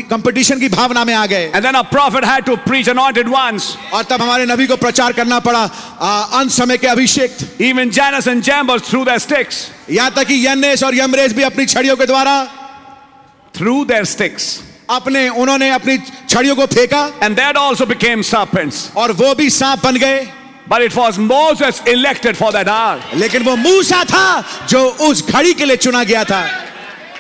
S1: कंपटीशन की भावना में आ गए
S3: And then a prophet had to preach anointed ones.
S1: और तब हमारे नबी को प्रचार करना पड़ा आ, अंत समय के अभिषेक
S3: Even Janus and Jambres threw their sticks.
S1: यहाँ तक कि यन्नेस और यमरेज भी अपनी छड़ियों के द्वारा
S3: Threw their sticks.
S1: अपने उन्होंने अपनी छड़ियों को फेंका
S3: And that also became serpents.
S1: और वो भी सांप बन गए
S3: But it was Moses elected for that hour.
S1: लेकिन वो मूसा था जो उस घड़ी के लिए चुना गया था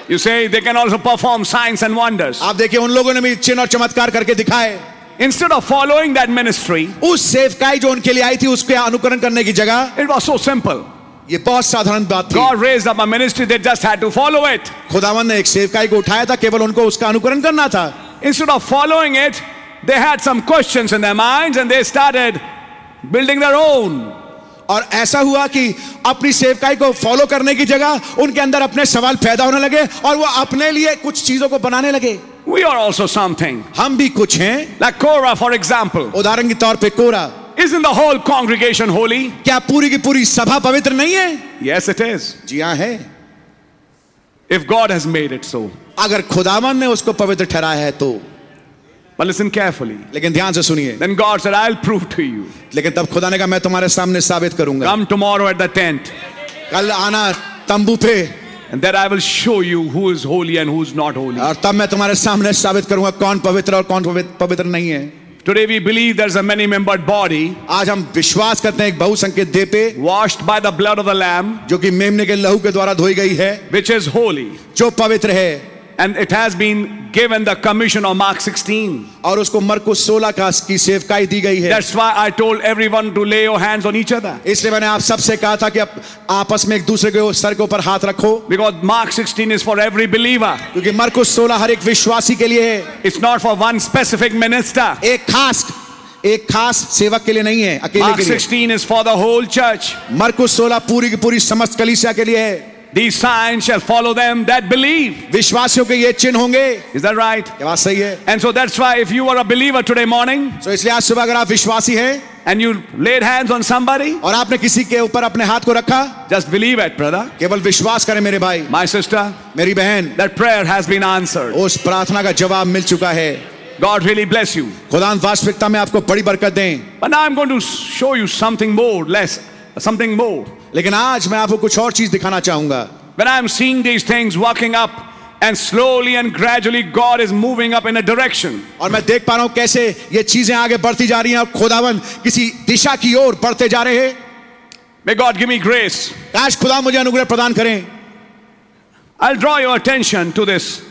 S3: You say they can also perform signs and wonders.
S1: आप देखिए उन लोगों ने भी चिन्ह और चमत्कार करके दिखाए
S3: Instead of following that ministry,
S1: उस सेवकाई जो उनके लिए आई थी उसके अनुकरण करने की जगह
S3: it was so simple.
S1: ये बहुत साधारण बात थी
S3: God raised up a ministry, they just had to follow it.
S1: खुदावन ने एक सेवकाई को उठाया था केवल उनको उसका अनुकरण करना था
S3: Instead of following it, they had some questions in their minds and they started building their own.
S1: और ऐसा हुआ कि अपनी सेवकाई को फॉलो करने की जगह उनके अंदर अपने सवाल पैदा होने लगे और वो अपने लिए कुछ चीजों को बनाने लगे
S3: We are also something.
S1: हम भी कुछ हैं
S3: Like Korah, for example.
S1: उदाहरण के तौर पे कोरा
S3: Isn't the whole congregation holy?
S1: क्या पूरी की पूरी सभा पवित्र नहीं है
S3: Yes, it is.
S1: जी हाँ है
S3: If God has made it so.
S1: अगर खुदावन ने उसको पवित्र ठहराया है तो
S3: But listen carefully.
S1: लेकिन ध्यान से सुनिए
S3: Then God said, I'll prove to you.
S1: लेकिन तब खुदा ने कहा मैं तुम्हारे सामने साबित करूंगा
S3: Come tomorrow at the tent,
S1: कल आना तंबू पे
S3: and there I will show you who is holy and who is not holy.
S1: और तब मैं तुम्हारे सामने साबित करूंगा कौन पवित्र और कौन पवित्र- पवित्र नहीं है
S3: Today we believe there's a many membered body
S1: आज हम विश्वास करते हैं एक बहुसंकेत देह पे
S3: washed by the blood of the Lamb,
S1: जो कि मेमने के लहू के द्वारा धोई गई है
S3: which is holy.
S1: जो पवित्र है
S3: And it has been given the commission of Mark 16.
S1: और उसको मरकुस 16 का की सेवकाई दी गई है
S3: That's why I told everyone to lay your hands on each other.
S1: इसलिए मैंने आप सबसे कहा था कि आप आपस में एक दूसरे के सर के ऊपर हाथ रखो
S3: Because Mark 16 is for every believer,
S1: क्योंकि मरकुस 16 हर एक विश्वासी के लिए है
S3: it's not for one specific minister.
S1: एक खास एक खास सेवक के लिए नहीं है अकेले
S3: Mark
S1: के लिए
S3: 16 is for the whole church.
S1: मरकुस 16 पूरी की पूरी समस्त कलीसिया के लिए है
S3: These signs shall follow them that believe.
S1: विश्वासियों के ये चिन्ह होंगे ये
S3: Is that right?
S1: बात सही है
S3: And so that's why if you are a believer today morning,
S1: तो इसलिए आज सुबह अगर आप विश्वासी हैं
S3: and you laid hands on somebody,
S1: और आपने किसी के ऊपर अपने हाथ को रखा
S3: just believe it, brother.
S1: केवल विश्वास करें मेरे भाई
S3: My sister,
S1: मेरी बहन
S3: that prayer has been answered.
S1: उस प्रार्थना का जवाब मिल चुका है
S3: God really bless you.
S1: खुदा वास्तविकता में आपको बड़ी बरकत दें
S3: But now I'm going to show you something more, less, something more.
S1: लेकिन आज मैं आपको कुछ और चीज दिखाना चाहूंगा
S3: When I'm seeing these things walking up, and slowly and gradually God is moving up in a direction.
S1: और मैं देख पा रहा हूं कैसे ये चीजें आगे बढ़ती जा रही हैं और खुदावन किसी दिशा की ओर बढ़ते जा रहे हैं
S3: May God give me grace.
S1: काश खुदा मुझे अनुग्रह प्रदान करें
S3: I'll draw your attention to this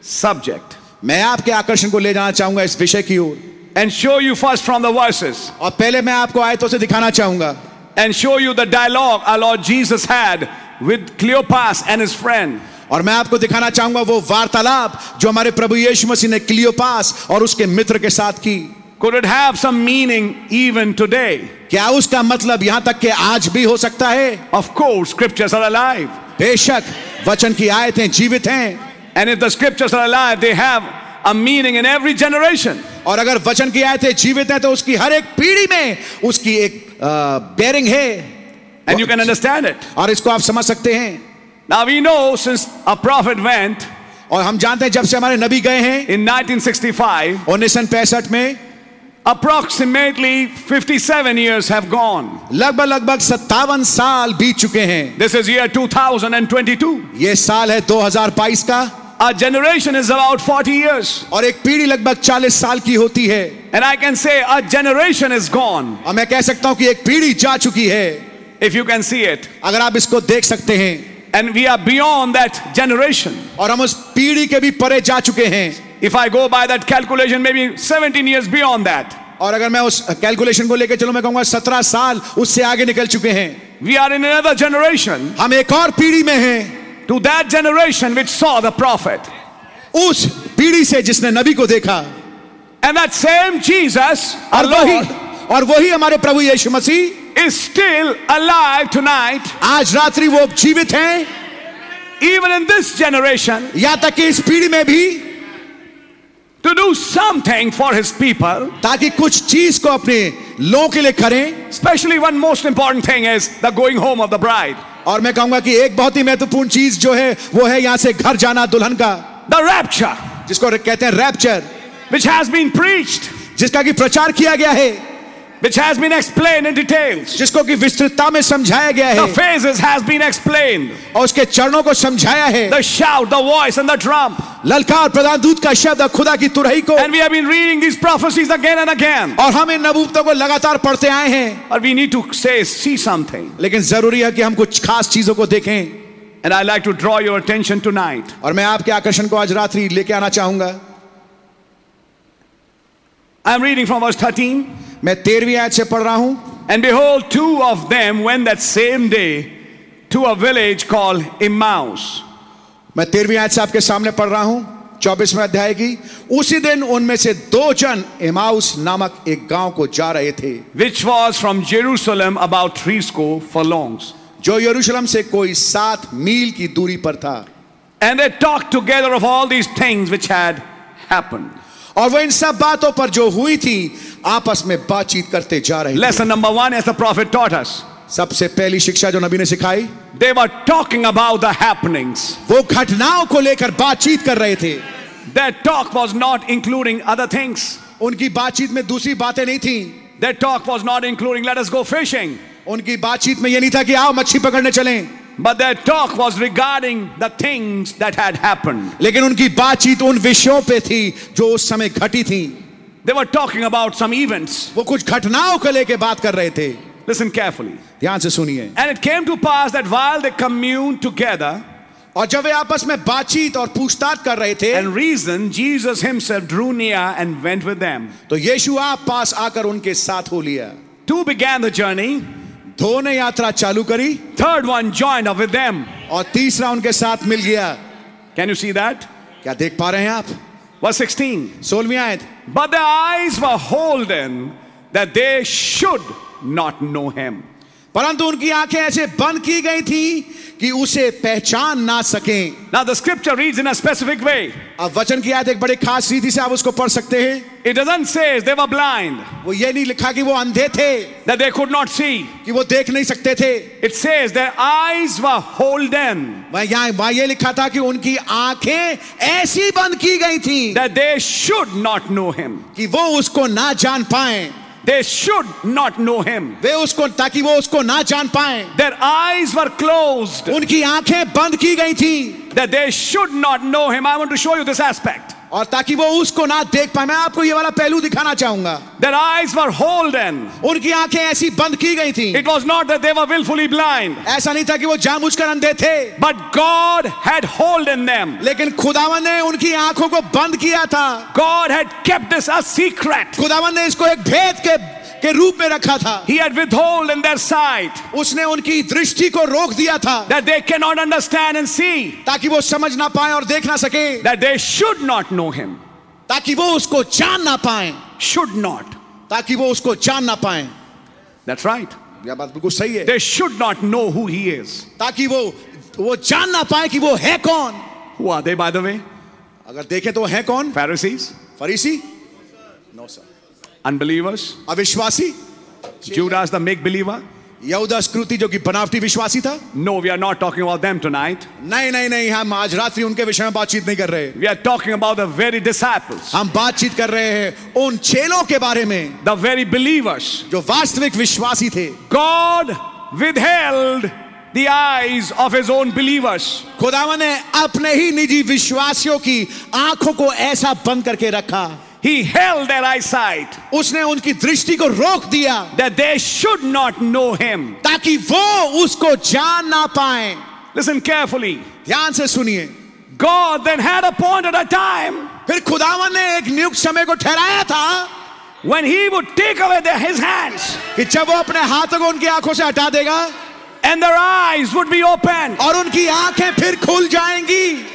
S3: subject
S1: मैं आपके आकर्षण को ले जाना चाहूंगा इस विषय की ओर
S3: and show you first from the verses
S1: और पहले मैं आपको आयतों से दिखाना चाहूंगा
S3: and show you the dialogue our Lord Jesus had with Cleopas and his friend.
S1: और मैं आपको दिखाना चाहूंगा वो वार्तालाप जो हमारे प्रभु यीशु मसीह ने क्लियोपास और उसके मित्र के साथ की
S3: Could it have some meaning even today?
S1: क्या उसका मतलब यहां तक कि आज भी हो सकता है
S3: Of course, scriptures are alive.
S1: बेशक वचन की आयतें जीवित हैं
S3: And if the scriptures are alive, they have a meaning in every generation.
S1: और अगर वचन की आयतें जीवित हैं तो उसकी हर एक पीढ़ी में उसकी एक बेरिंग है
S3: And you can understand it.
S1: और इसको आप समझ सकते हैं
S3: Now we know since a prophet went
S1: और हम जानते हैं जब से हमारे नबी गए हैं
S3: in 1965,
S1: उन्नीस में
S3: approximately 57 years have gone.
S1: लगभग लगभग सत्तावन साल बीत चुके हैं
S3: This is year 2022.
S1: ये साल है 2022 का
S3: Our generation is about 40 years.
S1: और एक पीढ़ी लगभग 40 साल की होती है
S3: And I can say our generation is gone
S1: और मैं कह सकता हूं कि एक पीढ़ी जा चुकी है
S3: if you can see it.
S1: अगर आप इसको देख सकते हैं
S3: and we are beyond that generation.
S1: और हम उस पीढ़ी के भी परे जा चुके हैं
S3: If I go by that calculation, maybe 17 years beyond that.
S1: और अगर मैं उस कैलकुलेशन को लेकर चलूं मैं कहूंगा सत्रह साल उससे आगे निकल चुके हैं
S3: We are in another generation
S1: हम एक और पीढ़ी में हैं
S3: to that generation which saw the prophet.
S1: उस पीढ़ी से जिसने नबी को देखा
S3: And that same Jesus,
S1: और
S3: although
S1: वही
S3: he
S1: और वही हमारे प्रभु यीशु Masih
S3: is still alive tonight,
S1: आज रात्रि वो जीवित हैं
S3: even in this generation,
S1: या तक कि इस पीढ़ी में भी
S3: to do something for his people.
S1: ताकि कुछ चीज को अपने लोगों के लिए करें
S3: Especially one most important thing is the going home of the bride.
S1: और मैं कहूंगा कि एक बहुत ही महत्वपूर्ण चीज जो है वो है यहाँ से घर जाना दुल्हन का
S3: The rapture,
S1: जिसको कहते हैं rapture
S3: which has been preached,
S1: जिसका कि प्रचार किया गया है
S3: which has been explained in details.
S1: जिसको कि विस्तृतता में समझाया गया
S3: The
S1: है
S3: phases has been explained.
S1: और उसके चरणों को समझाया है
S3: The shout, the voice, and the drum.
S1: ललकार प्रधान दूत का शब्द और खुदा की तुरही को
S3: And we have been reading these prophecies again and again.
S1: और हम इन नबूतों को लगातार पढ़ते आए हैं
S3: But we need to say, see something.
S1: लेकिन जरूरी है कि हम कुछ खास चीजों को देखें
S3: And I'd like to draw your attention tonight
S1: और मैं आपके आकर्षण को आज रात्रि लेके आना चाहूंगा
S3: I'm reading from verse 13.
S1: मैं तेरहवीं आयत से पढ़ रहा हूं
S3: And behold, two of them went that same day to a village called Emmaus,
S1: मैं तेरहवीं आयत से आपके सामने पढ़ रहा हूं चौबीसवें अध्याय की उसी दिन उनमें से दो जन एमाउस नामक एक गांव को जा रहे थे
S3: which was from Jerusalem about three score furlongs.
S1: जो यरूशलेम से कोई सात मील की दूरी पर था
S3: And they talked together of all these things which had happened.
S1: और वह इन सब बातों पर जो हुई थी आपस में बातचीत करते जा रहे थे
S3: Lesson number one, as the prophet taught us,
S1: सबसे पहली शिक्षा जो नबी ने सिखाई
S3: they were talking about the happenings.
S1: वो घटनाओं को लेकर बातचीत कर रहे थे
S3: Their talk was not including other things.
S1: उनकी बातचीत में दूसरी बातें नहीं थी
S3: Their talk was not including, let us go fishing.
S1: उनकी बातचीत में यह नहीं था कि आओ मच्छी पकड़ने चलें
S3: But their talk was regarding the things that had happened.
S1: लेकिन उनकी बातचीत उन विषयों पे थी जो उस समय घटी थी
S3: They were talking about some events.
S1: वो कुछ घटनाओं को लेकर बात कर रहे थे
S3: Listen carefully.
S1: ध्यान से सुनिए
S3: And it came to pass that while they communed together
S1: और जब वे आपस में बातचीत और पूछताछ कर रहे थे
S3: and reasoned, Jesus himself drew near and went with them.
S1: तो यीशु आप पास आकर उनके साथ हो लिया
S3: Two began the journey,
S1: दो ने यात्रा चालू करी
S3: third one joined up with them.
S1: और तीसरा उनके साथ मिल गया
S3: Can you see that?
S1: क्या देख पा रहे हैं आप
S3: Verse 16.
S1: सोलहवीं आयत
S3: But their eyes were holden that they should not know him.
S1: परंतु उनकी आंखें ऐसे बंद की गई थी कि उसे पहचान ना सकें
S3: Now the scripture reads in a specific way.
S1: अब वचन की आयत एक बड़े खास रीति से आप उसको पढ़ सकते हैं
S3: It doesn't say they were blind,
S1: वो ये नहीं लिखा कि वो अंधे थे
S3: that they could not see.
S1: कि वो देख नहीं सकते थे
S3: It says their eyes were holden
S1: वह यहाँ वहाँ ये लिखा था कि उनकी आंखें ऐसी बंद की गई थी
S3: that they should not know him.
S1: कि वो उसको ना जान पाए
S3: They should not know him.
S1: वे उसको ताकि वो उसको ना जान पाए
S3: Their eyes were closed
S1: उनकी आंखें बंद की गई थी
S3: that they should not know him. I want to show you this aspect.
S1: और ताकि वो उसको ना देख पाए मैं आपको ये वाला पहलू दिखाना चाहूंगा
S3: Their eyes were holden.
S1: उनकी आंखें ऐसी बंद की गई थी
S3: It was not that they were willfully blind,
S1: ऐसा नहीं था कि वो जानबूझकर अंधे थे
S3: but God had holden them.
S1: लेकिन खुदावन ने उनकी आंखों को बंद किया था
S3: God had kept this a secret.
S1: खुदावन ने इसको एक भेद के के रूप में रखा था
S3: He had withholden their sight
S1: उसने उनकी दृष्टि को रोक दिया था
S3: that they cannot understand and see,
S1: ताकि वो समझ ना पाए और देख ना सके
S3: that they should not know him.
S1: ताकि वो उसको जान ना पाए
S3: Should not.
S1: ताकि वो उसको जान ना पाए
S3: That's right.
S1: यह बात बिल्कुल सही है
S3: They should not know who he is.
S1: ताकि वो वो जान ना पाए कि वो है कौन
S3: Who are they, by the way?
S1: अगर देखें तो वो है कौन
S3: Pharisees,
S1: फरीसी नो सर
S3: unbelievers,
S1: अविश्वासी
S3: Judas the make believer.
S1: Yahuda स्क्रूति जो कि बनावटी विश्वासी था
S3: No, we are not talking about them tonight.
S1: नहीं नहीं नहीं हम आज रात्रि उनके विषय में बातचीत नहीं कर रहे
S3: We are talking about the very disciples,
S1: हम बातचीत कर रहे हैं उन चेलों के बारे में
S3: the very believers.
S1: जो वास्तविक विश्वासी थे
S3: God withheld the eyes of his own believers.
S1: खुदावन ने अपने ही निजी विश्वासियों की आंखों को ऐसा बंद करके रखा
S3: He held their eyesight
S1: उसने उनकी दृष्टि को रोक दिया
S3: that they should not know him.
S1: ताकि वो उसको जान ना पाए
S3: Listen carefully.
S1: ध्यान से सुनिए
S3: God then had appointed a time
S1: फिर खुदावन ने एक नियुक्त समय को ठहराया था
S3: when he would take away their, his hands
S1: कि जब वो अपने हाथों को उनकी आंखों से हटा देगा
S3: and their eyes would be opened.
S1: और उनकी आंखें फिर खुल जाएंगी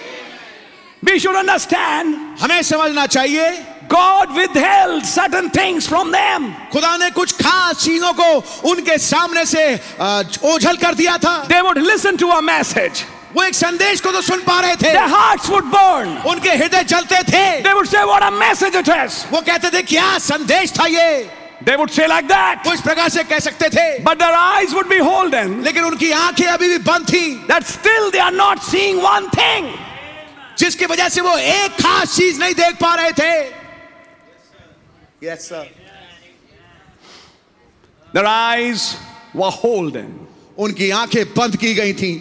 S3: We should understand
S1: हमें समझना चाहिए
S3: God withheld certain things from them.
S1: खुदा ने कुछ खास चीजों को उनके सामने से अ, ओझल कर दिया था
S3: They would listen to a message,
S1: वो एक संदेश को तो सुन पा रहे थे
S3: their hearts would burn.
S1: उनके हृदय जलते थे
S3: They would say, What a message it is.
S1: वो कहते थे क्या संदेश था ये
S3: They would say like that.
S1: वो इस प्रकार से कह सकते थे
S3: But their eyes would be holden
S1: लेकिन उनकी आंखें अभी भी बंद थी
S3: that still they are not seeing one thing.
S1: जिसकी वजह से वो एक खास चीज नहीं देख पा रहे थे yes, sir.
S3: Their eyes were holden
S1: उनकी आंखें बंद की गई थी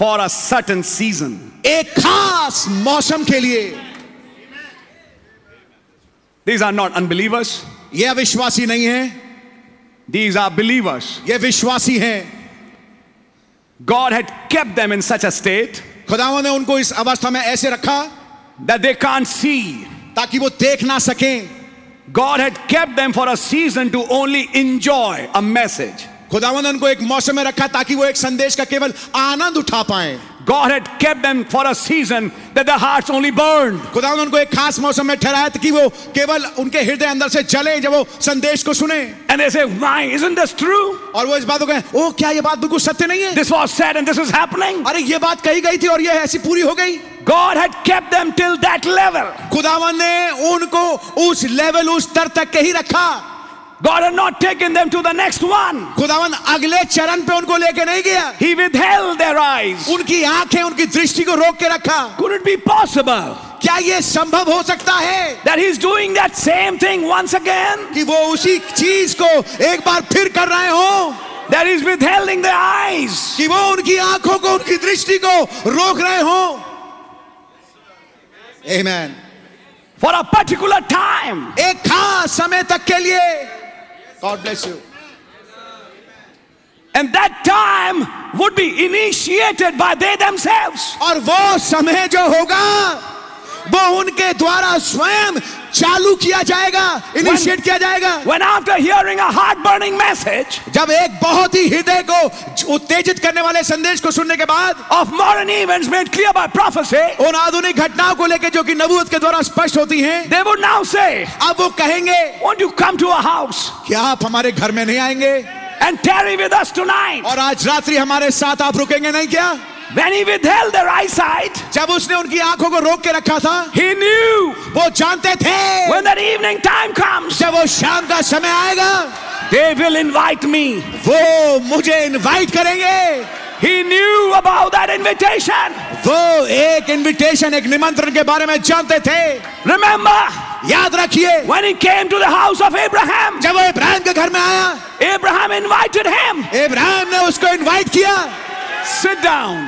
S3: for a certain season.
S1: एक खास मौसम के लिए
S3: These are not unbelievers,
S1: ये अविश्वासी नहीं है
S3: these are believers.
S1: ये विश्वासी हैं
S3: God had kept them in such a state
S1: खुदावन ने उनको इस अवस्था में ऐसे रखा
S3: that they can't see.
S1: ताकि वो देख ना सकें
S3: God had kept them for a season to only enjoy a message.
S1: खुदावन ने उनको एक मौसम में रखा ताकि वो एक संदेश का केवल आनंद उठा पाए
S3: God had kept them for a season that their hearts only burned.
S1: खुदावन ने उनको एक खास मौसम में ठहराया ताकि वो केवल उनके हृदय अंदर से जले जब वो संदेश को सुने
S3: And they say, Why? Isn't this true?
S1: और वो इस बात को कहें ओ क्या ये बात बिल्कुल सत्य नहीं है
S3: This was said and this is happening.
S1: अरे ये बात कही गई थी और ये ऐसी पूरी हो गई
S3: God had kept them till that level.
S1: खुदावन ने उनको उस लेवल उस स्तर तक के ही रखा
S3: God had not taken them to the next one.
S1: खुदावन अगले चरण पे उनको लेके नहीं गया
S3: He withheld their eyes.
S1: उनकी आंखें उनकी दृष्टि को रोक के रखा
S3: Could it be possible
S1: क्या ये संभव हो सकता है
S3: that He's doing that same thing once again?
S1: कि वो उसी चीज को एक बार फिर कर रहे हो
S3: That He's withholding their eyes.
S1: कि वो उनकी आंखों को उनकी दृष्टि को रोक रहे हो Amen.
S3: for a particular time.
S1: एक खास समय तक के लिए God bless you
S3: And that time would be initiated by they themselves.
S1: और वो समय जो होगा वो उनके द्वारा स्वयं चालू किया जाएगा इनिशिएट किया जाएगा
S3: When after hearing a heart burning message
S1: जब एक बहुत ही हृदय को उत्तेजित करने वाले संदेश को सुनने के बाद
S3: of modern events made clear by prophecy,
S1: उन आधुनिक घटनाओं को लेकर जो कि नबूत के द्वारा स्पष्ट होती हैं
S3: they would now say,
S1: अब वो कहेंगे
S3: Won't you come to our house
S1: क्या आप हमारे घर में नहीं आएंगे
S3: and tarry with us tonight?
S1: और आज रात्रि हमारे साथ आप रुकेंगे नहीं क्या
S3: When he withheld their eyesight,
S1: जब उसने उनकी आंखों को रोक के रखा था
S3: he knew
S1: वो जानते थे
S3: when that evening time comes,
S1: जब वो शाम का समय आएगा
S3: they will invite me.
S1: वो मुझे इनवाइट करेंगे
S3: He knew about that invitation.
S1: वो एक इनविटेशन एक निमंत्रण के बारे में जानते थे
S3: Remember,
S1: याद रखिए
S3: when he came to the house of Abraham,
S1: जब वो इब्राहिम के घर में आया
S3: Abraham invited him.
S1: इब्राहिम ने उसको इनवाइट किया
S3: Sit down.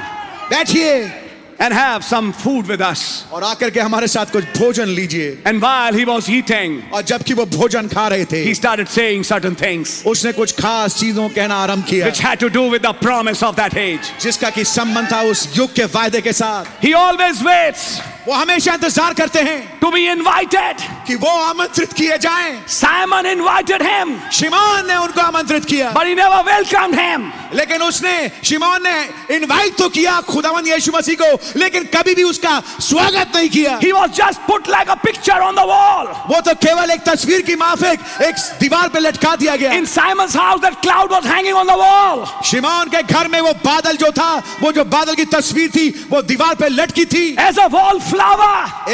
S1: बैठिए
S3: and have some food with us.
S1: और आकर के हमारे साथ कुछ भोजन लीजिए
S3: And while he was eating,
S1: और जबकि वो भोजन खा रहे थे
S3: he started saying certain things
S1: उसने कुछ खास चीजों कहना आरंभ किया
S3: which had to do with the promise of that age.
S1: जिसका कि संबंध था उस युग के वायदे के साथ
S3: He always waits
S1: वो हमेशा इंतजार करते हैं
S3: to be invited.
S1: कि वो आमंत्रित किए जाएं
S3: Simon invited him,
S1: शिमोन ने उनको आमंत्रित किया
S3: but he never welcomed him.
S1: लेकिन उसने शिमोन ने इनवाइट तो किया खुदावन यीशु मसीह को लेकिन कभी भी उसका स्वागत नहीं किया
S3: He was just put like a picture on the wall.
S1: वो तो केवल एक तस्वीर की माफिक एक दीवार पे लटका दिया गया
S3: In Simon's house, that cloud was hanging on the wall.
S1: शिमोन के घर में वो बादल जो था वो जो बादल की तस्वीर थी वो दीवार पे लटकी थी
S3: As a wallflower.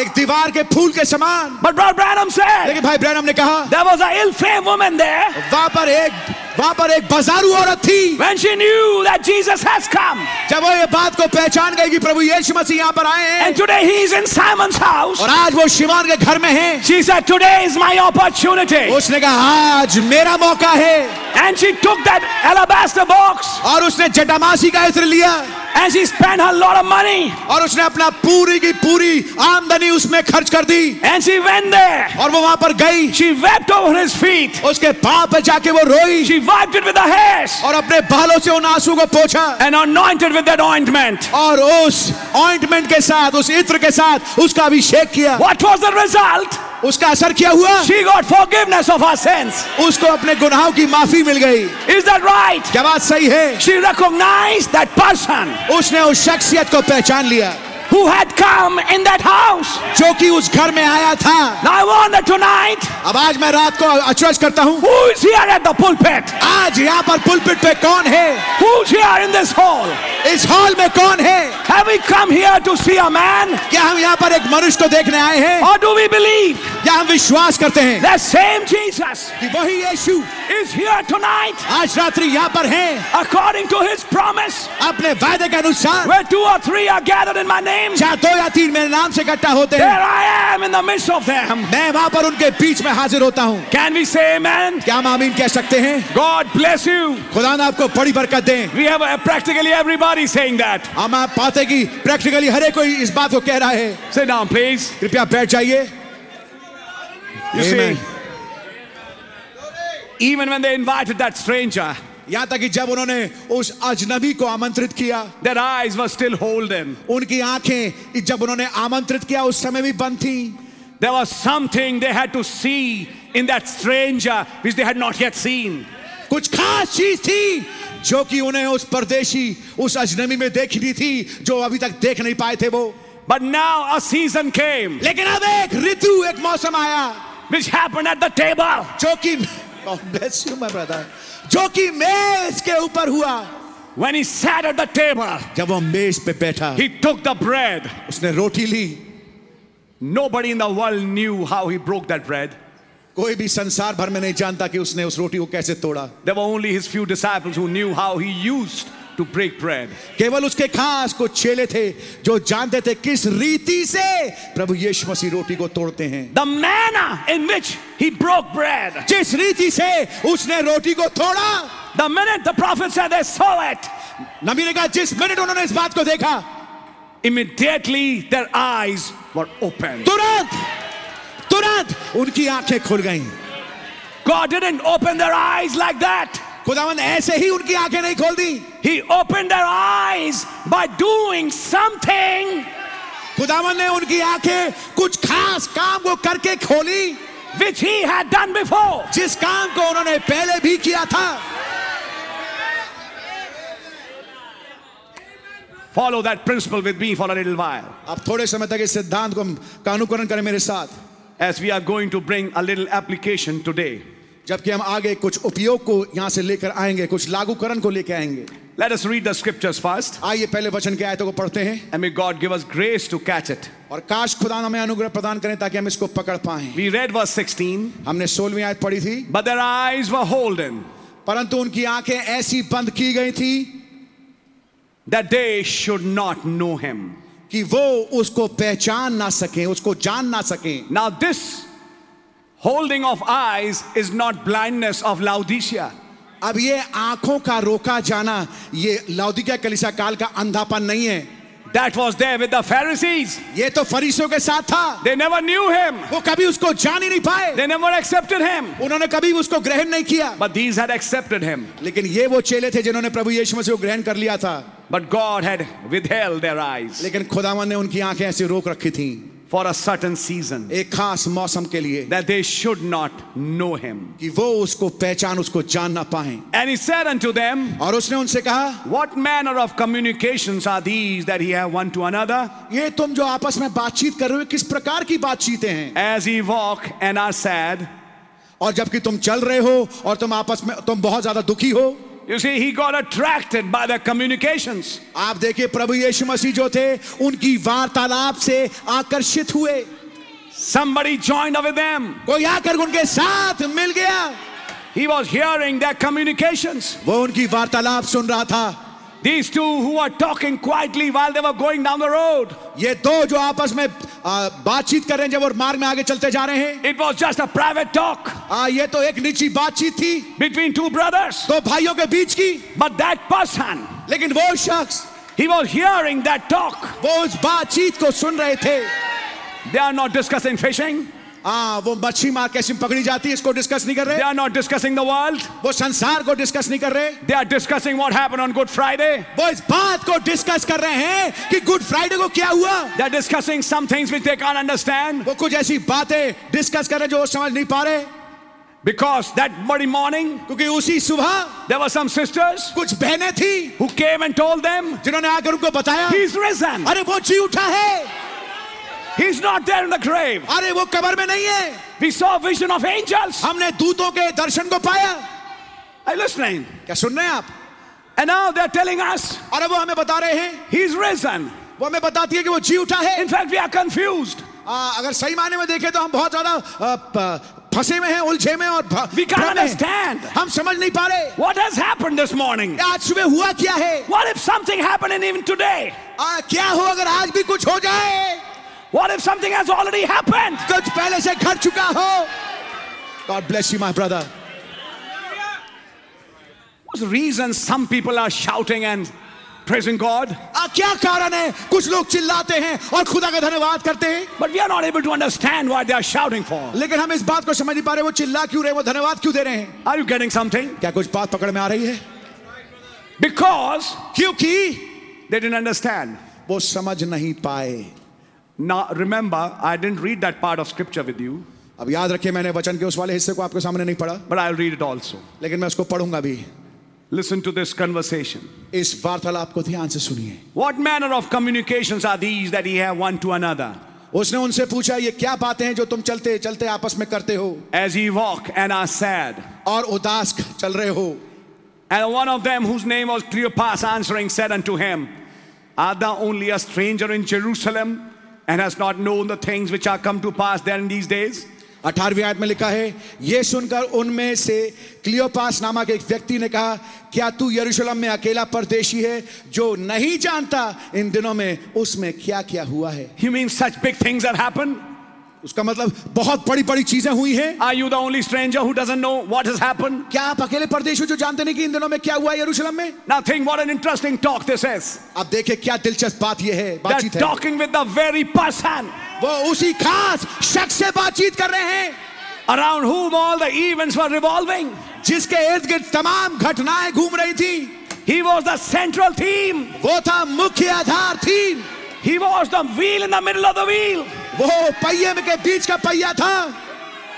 S1: एक दीवार के फूल के समान
S3: But Brother Branham said
S1: लेकिन भाई ब्रैनम ने कहा
S3: there was an ill famed woman there
S1: वहां पर एक वहां पर एक बाजारू औरत थी
S3: when she knew that Jesus has come.
S1: जब वो ये बात को पहचान गई कि प्रभु यीशु मसीह यहाँ पर आए हैं
S3: And today he is in Simon's house.
S1: और आज वो शिवान के घर में हैं
S3: She said, Today is my opportunity.
S1: उसने कहा आज मेरा मौका है
S3: And she took that alabaster box
S1: और उसने जटामासी का इत्र लिया
S3: and she spent her lot of money.
S1: और उसने अपना पूरी की पूरी आमदनी उसमें खर्च कर दी
S3: And she went there.
S1: और वो वहां पर गई
S3: She wept over his feet.
S1: उसके पाँव पर जाके वो रोई
S3: She he wiped it with the hairs
S1: और अपने बालों से उन आंसू को पोछा
S3: and anointed with that ointment.
S1: और उस ऑइंटमेंट के साथ उस इत्र के साथ उसका अभिषेक किया
S3: What was the result?
S1: उसका असर क्या हुआ
S3: She got forgiveness of her sins.
S1: उसको अपने गुनाहों की माफी मिल गई
S3: Is that right?
S1: क्या बात सही है
S3: She recognized that person
S1: उसने उस शख्सियत को पहचान लिया
S3: who had come in that house.
S1: जो कि उस घर में आया था
S3: Now I wonder tonight
S1: अब आज मैं रात को अचरज करता हूँ
S3: who is here at the pulpit?
S1: आज यहाँ पर पुलपिट पे कौन है
S3: Who's here in this hall?
S1: इस हॉल में कौन है
S3: Have we come here to see a man?
S1: क्या हम यहाँ पर एक मनुष्य को देखने आए हैं
S3: Or do we believe
S1: या हम विश्वास करते हैं
S3: that same Jesus
S1: कि वही यीशु
S3: is here tonight
S1: आज रात्रि यहाँ पर है
S3: according to his promise?
S1: अपने वायदे के अनुसार
S3: Where two or three are gathered in my name,
S1: जहाँ दो या तीन मेरे नाम से इकट्ठा होते
S3: there
S1: हैं
S3: I am in the midst of them.
S1: मैं वहाँ पर उनके बीच में हाजिर होता हूँ
S3: Can we say amen?
S1: क्या हम आमीन कह सकते हैं
S3: God bless you.
S1: खुदा ना आपको बड़ी बरकत दें
S3: We have uh, practically everybody saying that.
S1: हम आप पाते हैं कि प्रैक्टिकली हर एक कोई इस बात को कह रहा है
S3: Sit down, please.
S1: कृपया बैठ जाइए
S3: You
S1: Amen.
S3: see, even when they invited that stranger,
S1: यहाँ तक कि जब उन्होंने उस अजनबी को आमंत्रित किया
S3: their eyes were still holden.
S1: उनकी आंखें जब उन्होंने आमंत्रित किया उस समय भी बंद थी
S3: There was something they had to see in that stranger which they had not yet seen.
S1: कुछ खास चीज थी जो कि उन्हें उस परदेशी उस अजनबी में देखनी थी जो अभी तक देख नहीं पाए थे वो
S3: But now a season came
S1: लेकिन अब एक ऋतु एक मौसम आया
S3: which happened at the table.
S1: जो कि God bless you, my brother. जो कि मेज के ऊपर हुआ
S3: When he sat at the table,
S1: जब वो मेज पे बैठा
S3: he took the bread.
S1: उसने रोटी ली
S3: Nobody in the world knew how he broke that bread.
S1: कोई भी संसार भर में नहीं जानता कि उसने उस रोटी को कैसे तोड़ा
S3: There were only his few disciples who knew how he used to break bread.
S1: केवल उसके खास कुछ चेले थे जो जानते थे किस रीति से प्रभु यीशु मसीह रोटी को तोड़ते हैं
S3: The manner in which he broke bread.
S1: जिस रीति से उसने रोटी को तोड़ा
S3: The minute the prophet said they saw it,
S1: नबी ने कहा जिस मिनट उन्होंने इस बात को देखा
S3: immediately their eyes were opened.
S1: तुरंत तुरंत उनकी आंखें खुल गईं
S3: God didn't open their eyes like that.
S1: खुदावन ऐसे ही उनकी आंखें नहीं खोल दी
S3: He opened their eyes by doing something
S1: खुदावन ने उनकी आंखें कुछ खास काम को करके खोली
S3: which he had done before.
S1: जिस काम को उन्होंने पहले भी किया था
S3: Follow that principle with me for a little while
S1: अब थोड़े समय तक इस सिद्धांत को हम- का अनुकरण करें मेरे साथ
S3: as we are going to bring a little application today.
S1: जबकि हम आगे कुछ उपयोग को यहाँ से लेकर आएंगे कुछ लागूकरण को लेकर आएंगे
S3: Let us read the scriptures first
S1: आइए पहले वचन के आयतों को पढ़ते हैं
S3: and may God give us grace to catch it.
S1: और काश खुदा हमें अनुग्रह प्रदान करें ताकि हम इसको पकड़ पाए
S3: We read verse 16,
S1: हमने सोलहवीं आयत पढ़ी थी
S3: but their eyes were holden
S1: परंतु उनकी आंखें ऐसी बंद की गई थी
S3: that they should not know him.
S1: कि वो उसको पहचान ना सकें उसको जान ना सकें
S3: Now, this holding of eyes is not blindness of Laodicea.
S1: अब ये आंखों का रोका जाना ये लाउदिका कलिसा काल का अंधापन नहीं है
S3: That was there with the Pharisees.
S1: ये तो फरीसियों के साथ था
S3: They never knew him,
S1: वो कभी उसको जान ही नहीं पाए
S3: they never accepted him.
S1: उन्होंने कभी उसको ग्रहण नहीं किया
S3: But these had accepted him.
S1: लेकिन ये वो चेले थे जिन्होंने प्रभु यीशु मसीह को ग्रहण कर लिया था
S3: But God had withheld their eyes
S1: लेकिन खुदावन ने उनकी आंखें ऐसी रोक रखी थी
S3: for a certain season
S1: एक खास मौसम के लिए
S3: that they should not know him.
S1: कि वो उसको पहचान उसको जान ना पाए
S3: And he said unto them,
S1: और उसने उनसे कहा
S3: What manner of communications are these that he have one to another
S1: ये तुम जो आपस में बातचीत कर रहे हो किस प्रकार की बातचीतें हैं
S3: as ye walk and are sad?
S1: और जबकि तुम चल रहे हो और तुम आपस में तुम बहुत ज्यादा दुखी हो
S3: You see, he got attracted by the communications.
S1: आप देखिए प्रभु यीशु मसीह जो थे उनकी वार्तालाप से आकर्षित हुए
S3: Somebody joined up with them.
S1: कोई आकर उनके साथ मिल गया
S3: He was hearing their communications.
S1: वो उनकी वार्तालाप सुन रहा था
S3: These two who were talking quietly while they were going down the road.
S1: ये दो जो आपस में आ, बातचीत कर रहे हैं जब और मार्ग में आगे चलते जा रहे हैं
S3: It was just a private talk
S1: आ, ये तो एक निजी बातचीत थी
S3: between two brothers.
S1: दो भाइयों के बीच की
S3: But that person,
S1: लेकिन वो शख्स
S3: he was hearing that talk.
S1: वो उस बातचीत को सुन रहे थे
S3: They are not discussing fishing.
S1: हाँ वो मच्छी मार कैसे पकड़ी जाती है इसको डिस्कस नहीं कर
S3: They
S1: रहे
S3: are not discussing the world.
S1: वो संसार को डिस्कस नहीं कर रहे
S3: They are discussing what happened on Good Friday.
S1: वो इस बात को डिस्कस कर रहे हैं कि गुड फ्राइडे को क्या हुआ
S3: They are discussing some things which they can't understand
S1: वो कुछ ऐसी बातें डिस्कस कर रहे हैं जो वो समझ नहीं पा रहे
S3: because that Monday morning
S1: क्योंकि उसी सुबह
S3: there were some sisters
S1: कुछ बहनें थी
S3: who came and told them,
S1: जिन्होंने आकर उनको बताया
S3: He's risen.
S1: अरे वो जी उठा है
S3: He's not there in the grave.
S1: अरे वो कबर में नहीं है
S3: We saw a vision of angels.
S1: हमने दूतों के दर्शन को पाया
S3: Are you listening?
S1: क्या सुन रहे हैं आप
S3: And now they're telling us,
S1: अरे वो हमें बता रहे हैं
S3: He's risen.
S1: वो हमें बताती है कि वो जी उठा है
S3: In fact, we are confused.
S1: आ, अगर सही मायने में देखें तो हम बहुत ज्यादा आ, प- फंसे में हैं उलझे में और भ-
S3: We
S1: भ्रम
S3: can't
S1: में हैं।
S3: understand
S1: हम समझ नहीं पा रहे
S3: what has happened this morning.
S1: आज सुबह हुआ क्या है
S3: What if something happened and even today?
S1: आ, क्या हो अगर आज भी कुछ हो जाए
S3: What if something has already happened?
S1: कुछ पहले से घट चुका हो God bless you my brother
S3: What's the reason some people are shouting and praising God,
S1: क्या कारण है कुछ लोग चिल्लाते हैं और खुदा का धन्यवाद करते हैं
S3: but we are not able to understand what they are shouting for?
S1: लेकिन हम इस बात को समझ नहीं पा रहे वो चिल्ला क्यों रहे हैं, वो धन्यवाद क्यों दे रहे हैं
S3: Are you getting something?
S1: क्या कुछ बात पकड़ में आ रही है
S3: Because
S1: क्योंकि
S3: they didn't understand.
S1: वो समझ नहीं पाए
S3: Now, remember, I didn't read that part of scripture with you,
S1: अब याद रखिए मैंने वचन के उस वाले हिस्से को आपके सामने नहीं पढ़ा
S3: but I'll read it also.
S1: लेकिन मैं उसको पढ़ूंगा भी
S3: Listen to this conversation.
S1: इस वार्तालाप को ध्यान से सुनिए
S3: What manner of communications are these that ye have one to another?
S1: उसने उनसे पूछा ये क्या बातें हैं जो तुम चलते चलते आपस में करते हो
S3: As ye walk and are sad.
S1: और उदास चल रहे हो
S3: And one of them, whose name was Cleopas, answering, said unto him, Art thou only a stranger in Jerusalem, and hast not known the things which are come to pass there in these days?
S1: 18वीं आयत में लिखा है ये सुनकर उनमें से Cleopas नामक एक व्यक्ति ने कहा क्या तू यरूशलेम में अकेला परदेशी है जो नहीं जानता इन दिनों में उसमें क्या क्या हुआ है
S3: You mean such big things have happened?
S1: उसका मतलब बहुत बड़ी बड़ी चीजें हुई हैं
S3: Are you the only stranger who doesn't know what has happened?
S1: क्या आप अकेले परदेश हो जो जानते नहीं कि इन दिनों में क्या हुआ है यरूशलेम में
S3: Now think what an interesting talk this is.
S1: अब देखिए क्या दिलचस्प बात यह है
S3: They're
S1: बातचीत है
S3: talking with the very person
S1: वो उसी खास शख्स से बातचीत कर रहे हैं
S3: around whom all the events were revolving.
S1: जिसके इर्द गिर्द तमाम घटनाएं घूम रही थी
S3: He was the central theme.
S1: वो था मुख्य आधार थी
S3: He was the wheel in the middle of the wheel.
S1: वो पहिए में के बीच का पहिया था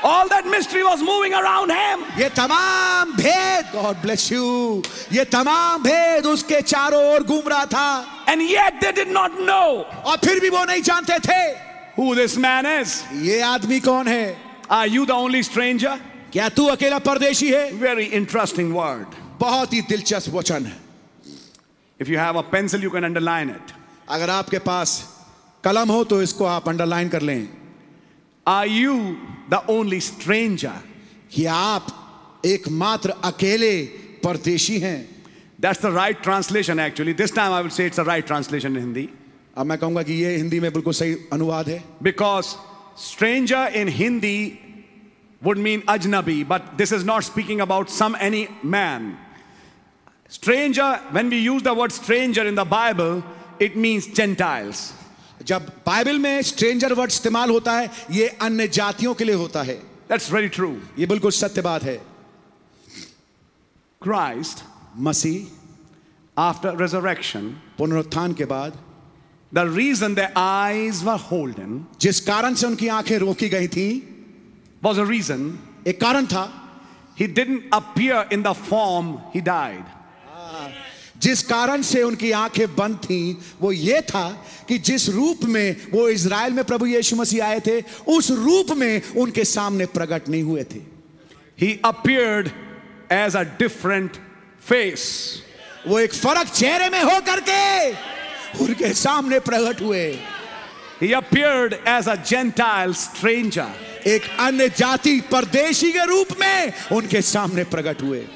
S3: All that mystery was moving around him.
S1: ये तमाम भेद गॉड ब्लेस यू ये तमाम भेद उसके चारों ओर घूम रहा था
S3: And yet they did not know
S1: और फिर भी वो नहीं जानते थे
S3: who this man is.
S1: ये आदमी कौन है
S3: Are you the only stranger?
S1: क्या तू अकेला परदेशी है
S3: Very interesting word.
S1: बहुत ही दिलचस्प वचन है
S3: If you have a pencil, you can underline it.
S1: अगर आपके पास कलम हो तो इसको आप अंडरलाइन कर लें
S3: Are you the only stranger?
S1: कि आप एकमात्र अकेले परदेशी हैं
S3: That's the right translation, actually. This time I will say it's the right translation in Hindi.
S1: अब मैं कहूंगा कि ये हिंदी में बिल्कुल सही अनुवाद है
S3: Because stranger in Hindi would mean ajnabi, but this is not speaking about some any man. Stranger, when we use the word stranger in the Bible, it means Gentiles.
S1: जब बाइबल में स्ट्रेंजर वर्ड इस्तेमाल होता है ये अन्य जातियों के लिए होता है
S3: That's very true.
S1: ये बिल्कुल सत्य बात है
S3: Christ,
S1: मसीह
S3: after resurrection,
S1: पुनरुत्थान के बाद
S3: the reason their eyes were holden
S1: जिस कारण से उनकी आंखें रोकी गई थी
S3: was a reason
S1: एक कारण था
S3: he didn't appear in the form he died.
S1: जिस कारण से उनकी आंखें बंद थी वो ये था कि जिस रूप में वो इज़राइल में प्रभु यीशु मसीह आए थे उस रूप में उनके सामने प्रकट नहीं हुए थे
S3: He appeared as a different face.
S1: वो एक फर्क चेहरे में हो करके उनके सामने प्रकट हुए
S3: He appeared as a Gentile stranger.
S1: एक अन्य जाति परदेशी के रूप में उनके सामने प्रकट हुए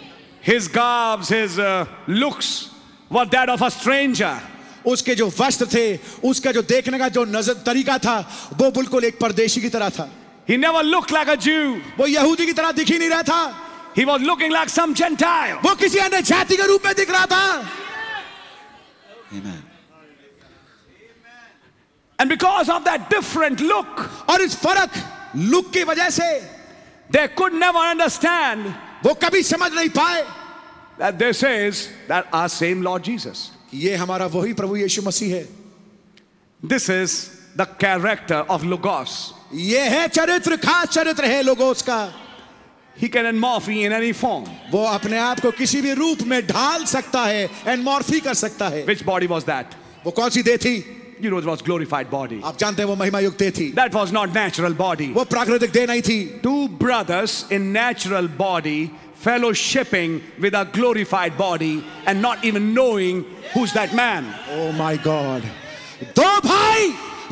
S3: His garbs, his uh, looks were that of a stranger.
S1: उसके जो वस्त्र थे उसका जो देखने का जो नजर तरीका था वो बिल्कुल एक परदेशी की तरह था
S3: He never looked like a Jew.
S1: वो यहूदी की तरह दिख ही नहीं रहा था
S3: He was looking like some Gentile.
S1: वो किसी अन्य जाति के रूप में दिख रहा था
S3: And because of that different look,
S1: और इस फर्क लुक की वजह से
S3: They could never understand
S1: वो कभी समझ नहीं पाए
S3: that this is that our same Lord Jesus.
S1: कि ये हमारा वही प्रभु यीशु मसीह है
S3: This is the character of Logos.
S1: ये है चरित्र खास चरित्र है लोगों उसका
S3: He can morph in any form.
S1: वो अपने आप को किसी भी रूप में ढाल सकता है एंड मॉर्फी कर सकता है
S3: Which body was that?
S1: वो कौन सी दे थी
S3: You know, it was glorified body.
S1: आप जानते हैं वो महिमा युक्त दे थी
S3: That was not natural body.
S1: वो प्राकृतिक दे नहीं थी
S3: Two brothers in natural body fellowshipping with a glorified body and not even knowing who's that man.
S1: Oh my God Oh दो भाई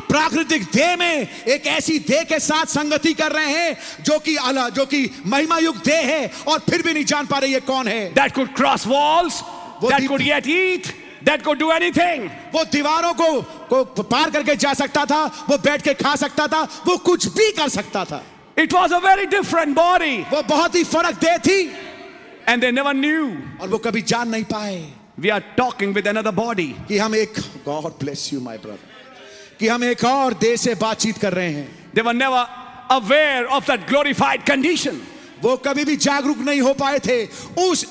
S1: प्राकृतिक देह में एक ऐसी देह के साथ संगति कर रहे हैं जो कि अला जो कि महिमा युक्त देह है और फिर भी नहीं जान पा रहे ये कौन है
S3: That could cross walls,
S1: वो
S3: that
S1: दीप-
S3: could yet eat, that could do anything.
S1: वो दीवारों को को पार करके जा सकता था वो बैठ के खा सकता था वो कुछ भी कर सकता था
S3: It was a very different body
S1: वो बहुत ही फर्क देह थी
S3: and they never knew.
S1: और वो कभी जान नहीं पाए
S3: We are talking with another body.
S1: कि हम एक God bless you my brother कि हम एक और देह से बातचीत कर रहे हैं
S3: They were never aware of that glorified condition.
S1: वो कभी भी जागरूक नहीं हो पाए थे उस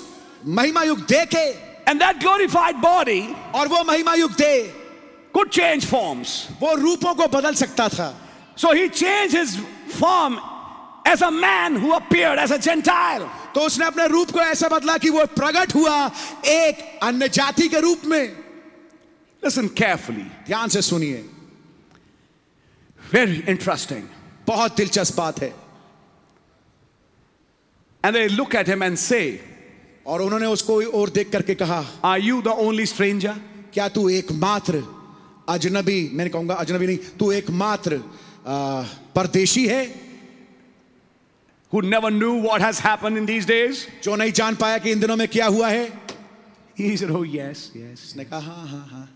S1: महिमा युग देखे
S3: And that glorified body
S1: और वो महिमा युग दे
S3: could change forms.
S1: वो रूपों को बदल सकता था
S3: So he changed his form as a man who appeared as a Gentile.
S1: तो उसने अपने रूप को ऐसा बदला कि वो प्रकट हुआ एक अन्य जाति के रूप में
S3: Listen carefully.
S1: ध्यान से सुनिए
S3: Very interesting.
S1: बहुत दिलचस्प बात है
S3: And they look at him and say,
S1: और उन्होंने उसको और देख करके कहा
S3: Are you the only stranger?
S1: क्या तू एकमात्र अजनबी मैंने कहूंगा अजनबी नहीं तू एकमात्र आ, परदेशी है
S3: Who never knew what has happened in these days?
S1: जो नहीं जान पाया कि इन दिनों में क्या हुआ है उसने
S3: He said, Oh, yes, yes.
S1: कहा हाँ हाँ हाँ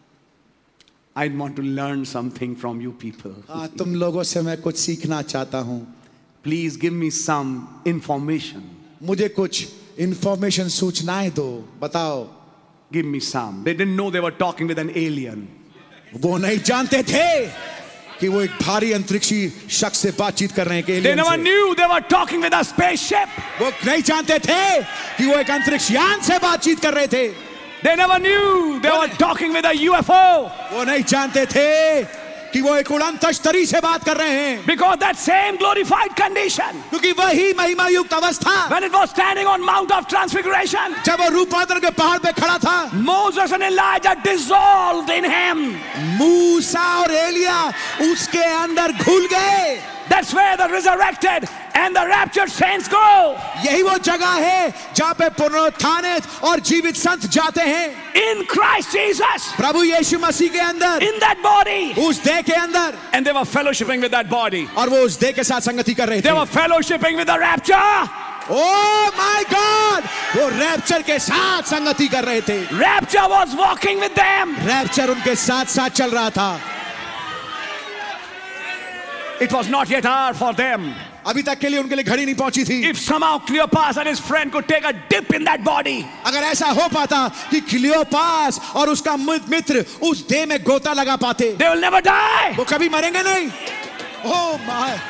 S3: I want to learn something from you people.
S1: हाँ तुम लोगों से मैं कुछ सीखना चाहता हूँ
S3: Please give me some information.
S1: मुझे कुछ इंफॉर्मेशन सूचनाएं दो बताओ
S3: Give me some. They didn't know they were talking with an alien.
S1: वो नहीं जानते थे कि वो एक भारी अंतरिक्षी शख्स से बातचीत कर रहे हैं कि
S3: They
S1: alien
S3: never
S1: से।
S3: knew they were talking with a spaceship.
S1: वो नहीं जानते थे कि वो एक अंतरिक्ष यान से बातचीत कर रहे थे
S3: They never knew they were talking with a UFO.
S1: वो नहीं जानते थे कि वो एक उड़न तश्तरी से बात कर रहे हैं
S3: Because that same glorified condition,
S1: क्योंकि वही महिमा युक्त अवस्था
S3: when it was standing on Mount of Transfiguration,
S1: जब वो रूपांतर के पहाड़ पे खड़ा था
S3: Moses and Elijah dissolved in him.
S1: मूसा और एलिया उसके अंदर घुल गए
S3: That's where the resurrected and the raptured saints go.
S1: यही वो जगह है जहाँ पे पुनरुत्थानित और जीवित संत जाते हैं
S3: In Christ Jesus,
S1: प्रभु यीशु मसीह के अंदर
S3: in that body.
S1: उस देह के अंदर
S3: And they were fellowshipping with that body.
S1: और वो उस देह के साथ संगति कर रहे
S3: They
S1: थे
S3: were fellowshipping with the rapture.
S1: Oh my God वो रैप्चर के साथ संगति कर रहे थे
S3: Rapture was walking with them.
S1: Rapture उनके साथ साथ चल रहा था
S3: It was not yet hour for them.
S1: अभी तक के लिए उनके लिए घड़ी नहीं पहुंची थी
S3: If somehow Cleopas and his friend could take a dip in that body,
S1: अगर ऐसा हो पाता कि क्लियोपास और उसका मि- मित्र उस देह में गोता लगा पाते
S3: they will never die.
S1: वो कभी मरेंगे नहीं oh my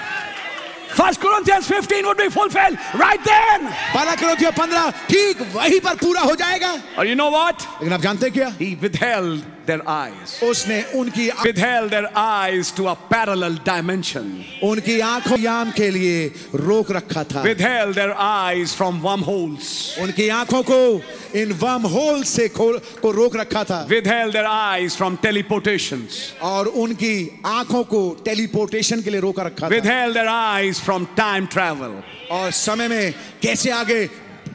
S3: 1 Corinthians 15 would be fulfilled right then.
S1: बारह करोड़ पंद्रह ठीक वहीं पर पूरा हो जाएगा
S3: Or Oh, you know what?
S1: लेकिन आप जानते हैं क्या
S3: He withheld their eyes.
S1: उसने उनकी
S3: Withheld their eyes to a parallel dimension.
S1: उनकी आंखों याम के लिए रोक रखा था
S3: Withheld their eyes from wormholes.
S1: उनकी आंखों को इन वर्म होल से खोल को रोक रखा था
S3: Withheld their eyes from teleportations.
S1: और उनकी आंखों को टेलीपोर्टेशन के लिए रोका रखा था
S3: Withheld their eyes from time travel.
S1: और समय में कैसे आगे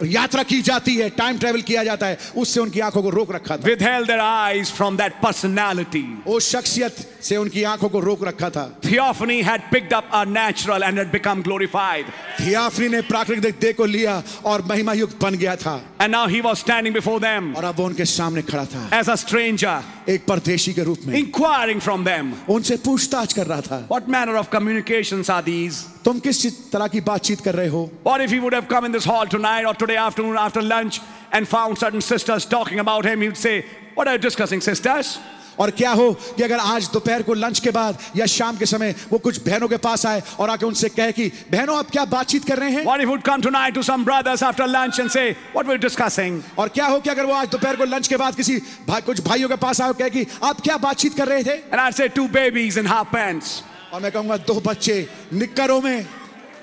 S1: यात्रा की जाती है टाइम ट्रेवल किया जाता है उससे उनकी आंखों को रोक रखा था
S3: Withheld their eyes from that personality.
S1: उस शख्सियत से उनकी आंखों को रोक रखा था
S3: Theophany had picked up a natural and had become glorified.
S1: थियाफ्री ने प्राकृतिक देह को लिया और महिमा युक्त बन गया था
S3: And now he was standing before them
S1: और अब वो उनके सामने खड़ा था
S3: as a stranger,
S1: एक परदेशी के रूप में
S3: inquiring from them,
S1: उनसे पूछताछ कर रहा था
S3: What manner of communications are these?
S1: तुम किस चीज- तरह की बातचीत कर रहे हो
S3: What if he would have come in this hall tonight or today afternoon after lunch and found certain sisters talking about him? He would say, What are you discussing, sisters?
S1: और क्या हो कि अगर आज दोपहर को लंच के बाद या शाम के समय वो कुछ बहनों के पास आए और आके उनसे कहे कि बहनों आप क्या बातचीत कर रहे हैं
S3: What if would come tonight to some brothers after lunch and say, What we're discussing?
S1: और क्या हो कि अगर वो आज दोपहर को लंच के बाद किसी भाई कुछ भाइयों के पास आए और कहे कि आप क्या बातचीत कर रहे थे
S3: And I'd say, Two babies in half pants
S1: और मैं कहूंगा दो बच्चे निक्करों में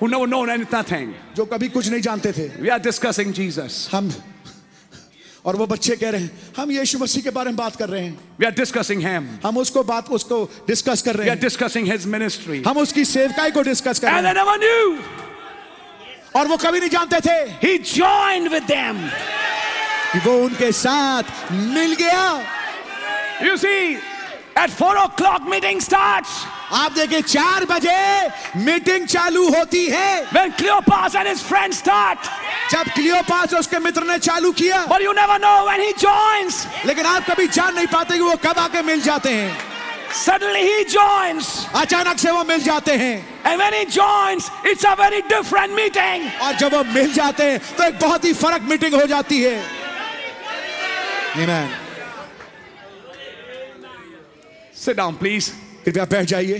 S3: who never known anything.
S1: जो कभी कुछ नहीं जानते थे
S3: We are discussing Jesus.
S1: हम और वो बच्चे कह रहे हैं हम यीशु मसीह के बारे में बात कर रहे हैं
S3: We are discussing Him.
S1: हम उसको बात उसको डिस्कस कर
S3: We
S1: रहे
S3: are
S1: हैं
S3: discussing His ministry.
S1: हम उसकी सेवकाई को डिस्कस कर
S3: And
S1: रहे
S3: they never knew.
S1: हैं और वो कभी नहीं जानते थे
S3: He joined with them.
S1: कि वो उनके साथ मिल गया
S3: You see, at four o'clock meeting starts.
S1: आप देखिए चार बजे मीटिंग चालू होती है
S3: When Cleopas and his friends start.
S1: जब क्लियोपास और उसके मित्र ने चालू किया
S3: But you never know when he joins.
S1: लेकिन आप कभी जान नहीं पाते कि वो कब आके मिल जाते हैं
S3: Suddenly he joins.
S1: अचानक से वो मिल जाते हैं
S3: And when he joins, it's a very different meeting.
S1: और जब वो मिल जाते हैं तो एक बहुत ही फर्क मीटिंग हो जाती है Amen.
S3: Sit down, please.
S1: कृपया बैठ जाइए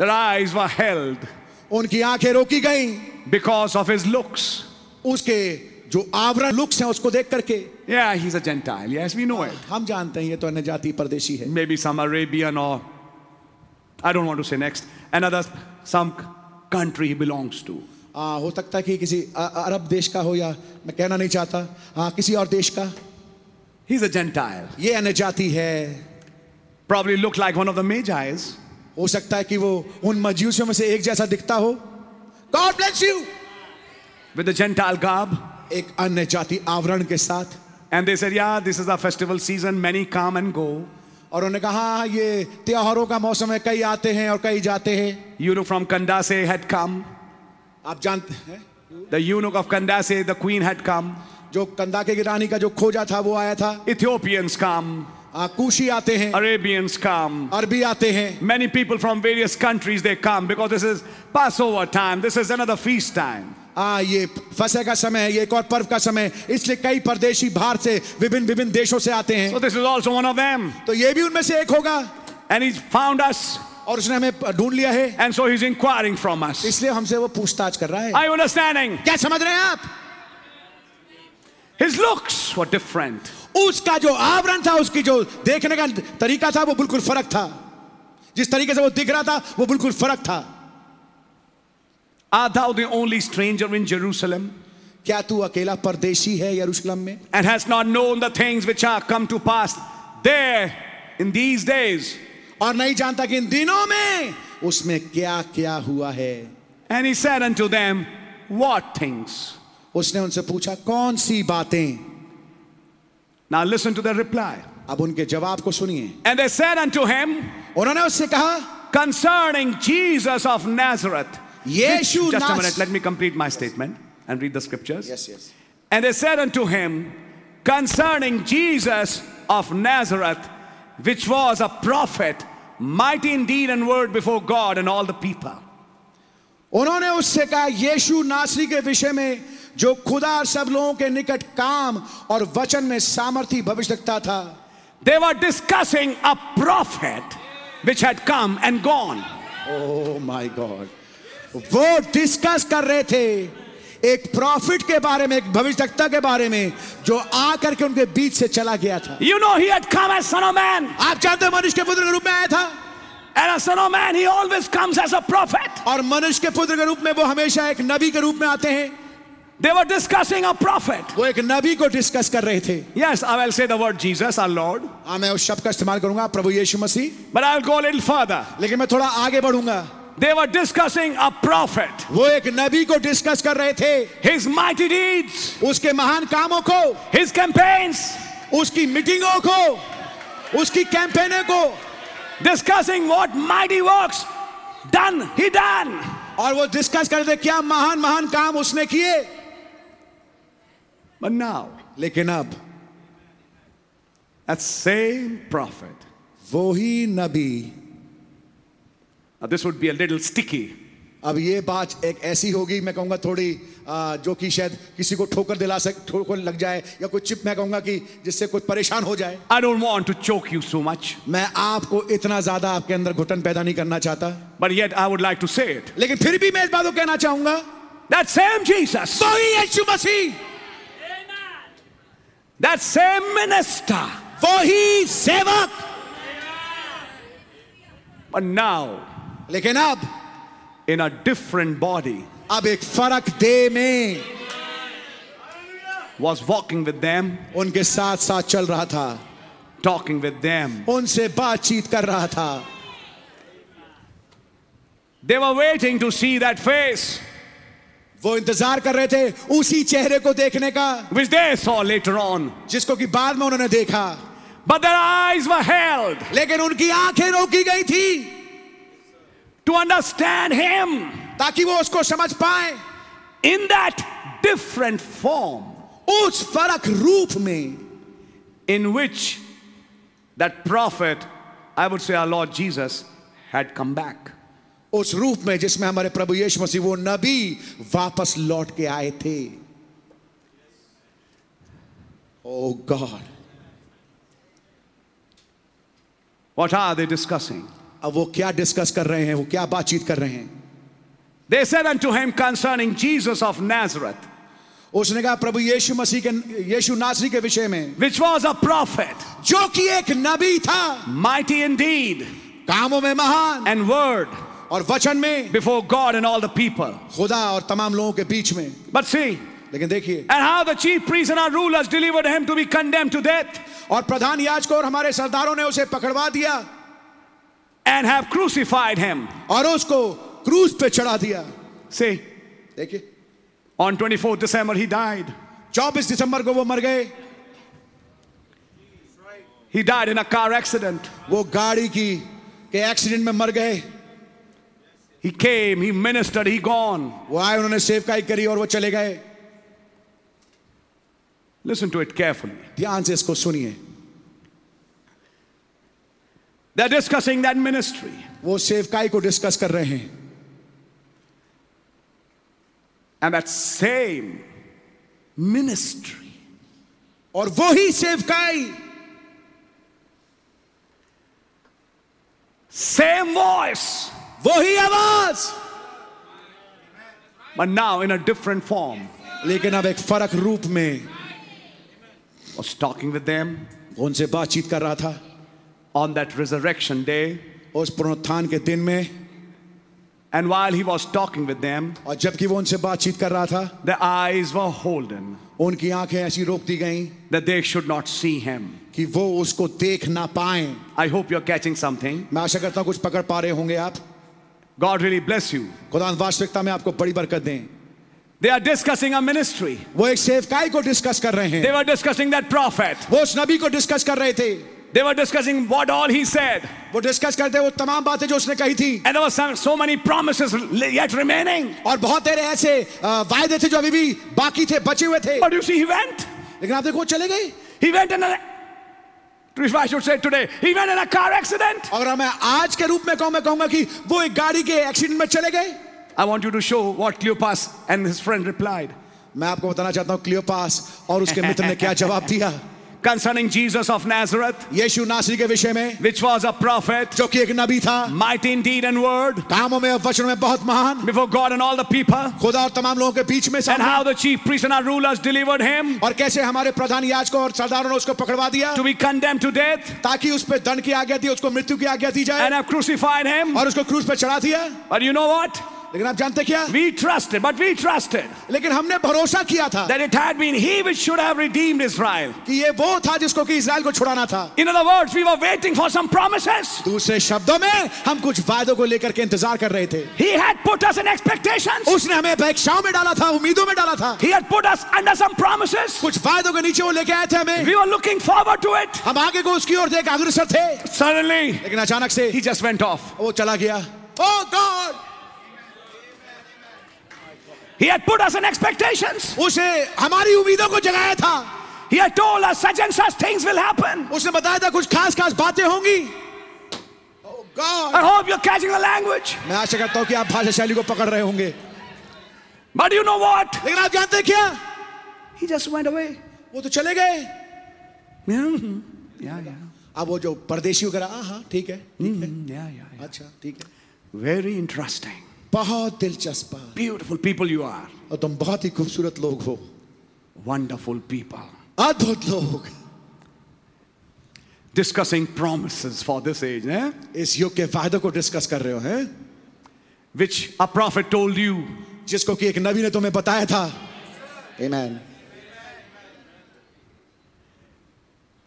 S3: Their eyes were held
S1: उनकी आंखें रोकी गईं
S3: because of his looks.
S1: उसके जो आवरण लुक्स हैं उसको देख करके
S3: Yeah, he's a Gentile. Yes, we know it.
S1: हम जानते हैं ये तो अन्य जाति परदेशी है
S3: Maybe some Arabian or I don't want to say next. Another some c- country he belongs to.
S1: आ, हो सकता है कि किसी अ- अरब देश का हो या मैं कहना नहीं चाहता हाँ किसी और देश का
S3: He's a Gentile.
S1: ये अन्य जाति है
S3: Probably looked like one of the Magi's.
S1: हो सकता है कि वो उन मजूसियों में से एक जैसा दिखता हो God bless you
S3: with the Gentile garb.
S1: एक अन्य जाति आवरण के साथ
S3: And they said, Yeah, this is our festival season. Many come and go.
S1: और उन्होंने कहा हाँ ये त्योहारों का मौसम है कई आते हैं और कई जाते हैं
S3: Eunuch from Kandase had come.
S1: आप जानते हैं
S3: The eunuch of Kandase, the queen had come.
S1: जो कंदाके की रानी का जो खोजा था वो आया था
S3: Ethiopians come.
S1: आ, कुशी आते हैं
S3: Arabians come.
S1: अरबी आते हैं
S3: Many people from various countries they come because this is Passover time. This is another feast time.
S1: आ, हाँ, ये फसह का समय है ये एक और पर्व का समय है। इसलिए कई परदेशी बाहर से विभिन्न विभिन्न देशों से आते
S3: So
S1: हैं
S3: this is also one of them.
S1: तो ये भी उनमें से एक होगा
S3: And he's found us,
S1: और उसने हमें ढूंढ लिया है
S3: and so he's inquiring from us.
S1: इसलिए हमसे वो पूछताछ कर रहा है
S3: Are you understanding?
S1: क्या समझ रहे हैं आप
S3: His looks were different.
S1: उसका जो आवरण था उसकी जो देखने का तरीका था वो बिल्कुल फर्क था जिस तरीके से वो दिख रहा था वो बिल्कुल फर्क था
S3: Art thou the only stranger in Jerusalem?
S1: क्या तू अकेला परदेशी है यरूशलेम में
S3: and has not known the things which are come to pass there in these days.
S1: और नहीं जानता कि इन दिनों में उसमें क्या क्या हुआ है
S3: And he said unto them, What things?
S1: उसने उनसे पूछा कौन सी बातें
S3: Now listen to their reply.
S1: अब उनके जवाब को सुनिए
S3: And they said unto him,
S1: उन्होंने उससे कहा
S3: Concerning Jesus of Nazareth.
S1: Yeshu
S3: Just a
S1: नास-
S3: minute, let me complete my statement and read the scriptures.
S1: Yes, yes.
S3: And they said unto him, Concerning Jesus of Nazareth, which was a prophet, mighty in deed and word before God and all the people.
S1: उन्होंने उससे कहा यीशु नासरी के विषय में जो खुदा और सब लोगों के निकट काम और वचन में सामर्थी भविष्य रखता था
S3: They were discussing a prophet which had come and gone.
S1: Oh my God Oh वो डिस्कस कर रहे थे एक प्रॉफिट के बारे में एक भविष्यवक्ता के बारे में जो आकर के उनके बीच से चला गया था
S3: You know, he had come as Son of Man,
S1: आप जानते हैं मनुष्य के पुत्र के रूप में आया था
S3: and as Son of Man, he always comes as a prophet.
S1: और मनुष्य के पुत्र के रूप में वो हमेशा एक नबी के रूप में आते हैं
S3: They were discussing a prophet.
S1: वो एक नबी को डिस्कस कर रहे थे
S3: Yes, I will say the word Jesus, our Lord,
S1: हाँ मैं उस शब्द का इस्तेमाल करूंगा प्रभु यीशु मसीह
S3: but I'll go a little further.
S1: लेकिन मैं थोड़ा आगे बढ़ूंगा
S3: They were discussing a prophet,
S1: वो एक नबी को डिस्कस कर रहे थे
S3: his mighty deeds,
S1: उसके महान कामों को
S3: his campaigns,
S1: उसकी मीटिंगों को उसकी कैंपेनों को
S3: discussing what mighty works done he done.
S1: और वो डिस्कस कर रहे थे क्या महान महान काम उसने किए
S3: But now,
S1: लेकिन अब
S3: that same prophet,
S1: वो ही नबी
S3: now this would be a little sticky.
S1: अब ये बात एक ऐसी होगी मैं कहूँगा थोड़ी आ, जो कि शायद किसी को ठोकर दिला सक ठोकर लग जाए या कोई चिप मैं कहूँगा कि जिससे कुछ परेशान हो जाए
S3: I don't want to choke you so much,
S1: मैं आपको इतना ज्यादा आपके अंदर घुटन पैदा नहीं करना चाहता
S3: but yet I would like to say it.
S1: लेकिन फिर भी मैं इस बात को कहना चाहूंगा
S3: That same Jesus,
S1: तो ही Yeshu Masih
S3: that same minister,
S1: वो ही सेवक
S3: but now
S1: लेकिन अब
S3: in a different body,
S1: अब एक फर्क दे में
S3: was walking with them,
S1: उनके साथ साथ चल रहा था
S3: talking with them.
S1: उनसे बातचीत कर रहा था
S3: They were waiting to see that face,
S1: वो इंतजार कर रहे थे उसी चेहरे को देखने का
S3: which they saw later on.
S1: जिसको कि बाद में उन्होंने देखा
S3: But their eyes were held
S1: लेकिन उनकी आंखें रोकी गई थी
S3: to understand Him
S1: ताकि वो उसको समझ पाए
S3: in that different form
S1: उस फर्क रूप में
S3: in which that prophet, I would say our Lord Jesus, had come back.
S1: उस रूप में जिसमें हमारे प्रभु यीशु मसीह वो नबी वापस लौट के आए थे oh God
S3: What are they discussing?
S1: अब वो क्या डिस्कस कर रहे हैं वो क्या बातचीत कर रहे हैं
S3: They said unto him concerning Jesus of Nazareth,
S1: उसने कहा प्रभु यीशु मसीह के यीशु नासरी के विषय में
S3: which was a prophet,
S1: जो कि एक नबी था
S3: mighty indeed,
S1: कामों में महान
S3: and word
S1: और वचन में
S3: before God and all the people.
S1: खुदा और तमाम लोगों के बीच में
S3: But see,
S1: लेकिन देखिए
S3: and how the chief priests and our rulers delivered him to be condemned to death
S1: और प्रधान याजकों और हमारे सरदारों ने उसे पकड़वा दिया
S3: and have crucified him.
S1: और उसको क्रूज पे चढ़ा दिया
S3: See,
S1: देखिए
S3: on 24th December he died.
S1: 24 दिसंबर को वो मर गए
S3: He died in a car accident.
S1: वो गाड़ी की के एक्सीडेंट में मर गए
S3: He came, he ministered, he gone.
S1: वो आए उन्होंने सेवकाई करी और वो चले गए
S3: Listen to it carefully.
S1: ध्यान से इसको सुनिए
S3: They're discussing that ministry.
S1: वो सेवकाई को डिस्कस कर रहे हैं
S3: And that same ministry
S1: और वो ही सेवकाई
S3: same voice,
S1: वो ही आवाज
S3: but now in a different form.
S1: लेकिन अब एक फर्क रूप में
S3: Was talking with them
S1: उनसे बातचीत कर रहा था
S3: on that resurrection day.
S1: उस पुनरुत्थान के दिन में
S3: And while he was talking with them,
S1: और जबकि वो उनसे बातचीत कर रहा था
S3: their eyes were holden
S1: उनकी आंखें ऐसी रोक दी गईं
S3: that they should not see him.
S1: कि वो उसको देख ना पाए
S3: I hope you're catching something.
S1: मैं आशा करता हूं कुछ पकड़ पा रहे होंगे आप
S3: God really bless you.
S1: खुदा वास्तविकता में आपको बड़ी बरकत दें
S3: They are discussing a ministry.
S1: वो एक सेवकाई को डिस्कस कर रहे
S3: They
S1: हैं
S3: were discussing that prophet.
S1: वो उस नबी को डिस्कस कर रहे थे
S3: They were discussing what all he said.
S1: वो डिस्कस करते वो तमाम बातें जो उसने कही थी
S3: And there were some, so many promises yet remaining.
S1: और बहुत तेरे ऐसे अ, वायदे थे जो अभी भी बाकी थे बचे हुए थे
S3: But you see, he went.
S1: लेकिन आप देखो वो चले गए
S3: He went in a, if I should say today, he went in a car accident.
S1: अगर मैं आज के रूप में कहूं मैं कहूंगा कि वो एक गाड़ी के एक्सीडेंट में चले गए
S3: I want you to show what Cleopas and his friend replied
S1: मैं आपको बताना चाहता हूं क्लियोपास और उसके मित्र ने क्या जवाब दिया
S3: concerning Jesus of Nazareth,
S1: यीशु नासरी के विषय में
S3: which was a prophet,
S1: जो कि एक नबी था
S3: mighty in deed and word,
S1: कामों में और वचनों में बहुत महान
S3: before God and all the people,
S1: खुदा और तमाम लोगों के बीच में
S3: and
S1: सामने
S3: how the chief priests and our rulers delivered him
S1: और कैसे हमारे प्रधान याजकों और सरदारों ने उसको पकड़वा दिया
S3: to be condemned to death
S1: ताकि उस पर दंड की आज्ञा दी उसको मृत्यु की आज्ञा दी जाए
S3: and have crucified him.
S1: और उसको क्रूज पर चढ़ा दिया
S3: But you know what?
S1: लेकिन आप जानते क्या
S3: We trusted, but we trusted
S1: लेकिन हमने भरोसा किया था
S3: that it had been he which should have redeemed Israel.
S1: कि ये वो था जिसको कि इसराइल को छुड़ाना था
S3: In other words, we were waiting for some promises.
S1: दूसरे शब्दों में हम कुछ वायदों को लेकर के इंतजार कर रहे थे
S3: He had put us in expectations.
S1: उसने हमें परीक्षाओं में डाला था उम्मीदों में डाला था
S3: He had put us under some promises.
S1: कुछ वायदों के नीचे वो लेके आए थे हमें
S3: We were looking forward to it.
S1: हम आगे को उसकी ओर देख अग्रसर थे
S3: Suddenly,
S1: लेकिन अचानक से
S3: he just went off.
S1: वो चला गया oh God
S3: He had put us in expectations.
S1: उसे हमारी उम्मीदों को जगाया था
S3: He had told us such and such things will happen.
S1: उसने बताया था कुछ खास खास बातें होंगी Oh God.
S3: I hope you're catching the language.
S1: मैं आशा करता हूँ कि आप भाषा शैली को पकड़ रहे होंगे
S3: But you know what?
S1: लेकिन आप जानते हैं क्या
S3: He just went away.
S1: वो तो चले गए
S3: Yeah, yeah, yeah.
S1: अब वो जो परदेशी वगैरह हाँ हाँ ठीक है ठीक है
S3: Mm, yeah, yeah, yeah.
S1: अच्छा ठीक है
S3: Very interesting.
S1: बहुत दिलचस्प बात।
S3: Beautiful people you are.
S1: और तुम बहुत ही खूबसूरत लोग हो
S3: Wonderful people.
S1: अद्भुत लोग
S3: Discussing promises for this age, eh?
S1: इस युग के वायदों को डिस्कस कर रहे हो हैं
S3: Which a prophet told you.
S1: जिसको कि एक नबी ने तुम्हें बताया था Amen.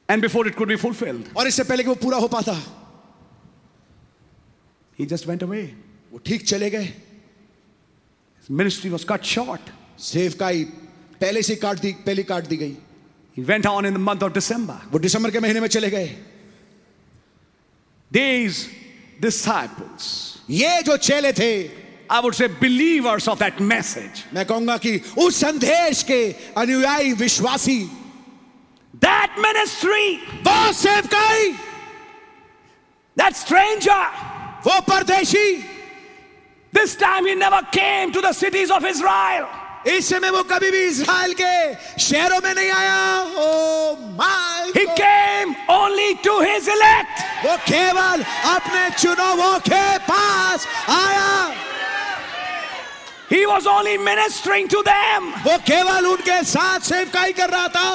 S3: And before it could be fulfilled,
S1: और इससे पहले कि वो पूरा हो पाता
S3: he just went away.
S1: वो ठीक चले गए
S3: His ministry was cut short.
S1: सेवकाई पहले से ही काट दी पहली काट दी गई
S3: He went on in the month of December.
S1: वो दिसंबर के महीने में चले गए
S3: These disciples,
S1: ये जो चेले थे
S3: I would say believers of that message,
S1: मैं कहूंगा कि उस संदेश के अनुयायी विश्वासी
S3: that ministry,
S1: वो सेवकाई
S3: that stranger,
S1: वो परदेशी
S3: this time he never came to the cities of Israel.
S1: इस समय वो कभी भी इसराइल के शहरों में नहीं आया oh my
S3: He came only to his elect.
S1: वो केवल अपने चुनावों के पास आया
S3: He was only ministering to them.
S1: वो केवल उनके साथ सेवकाई कर रहा था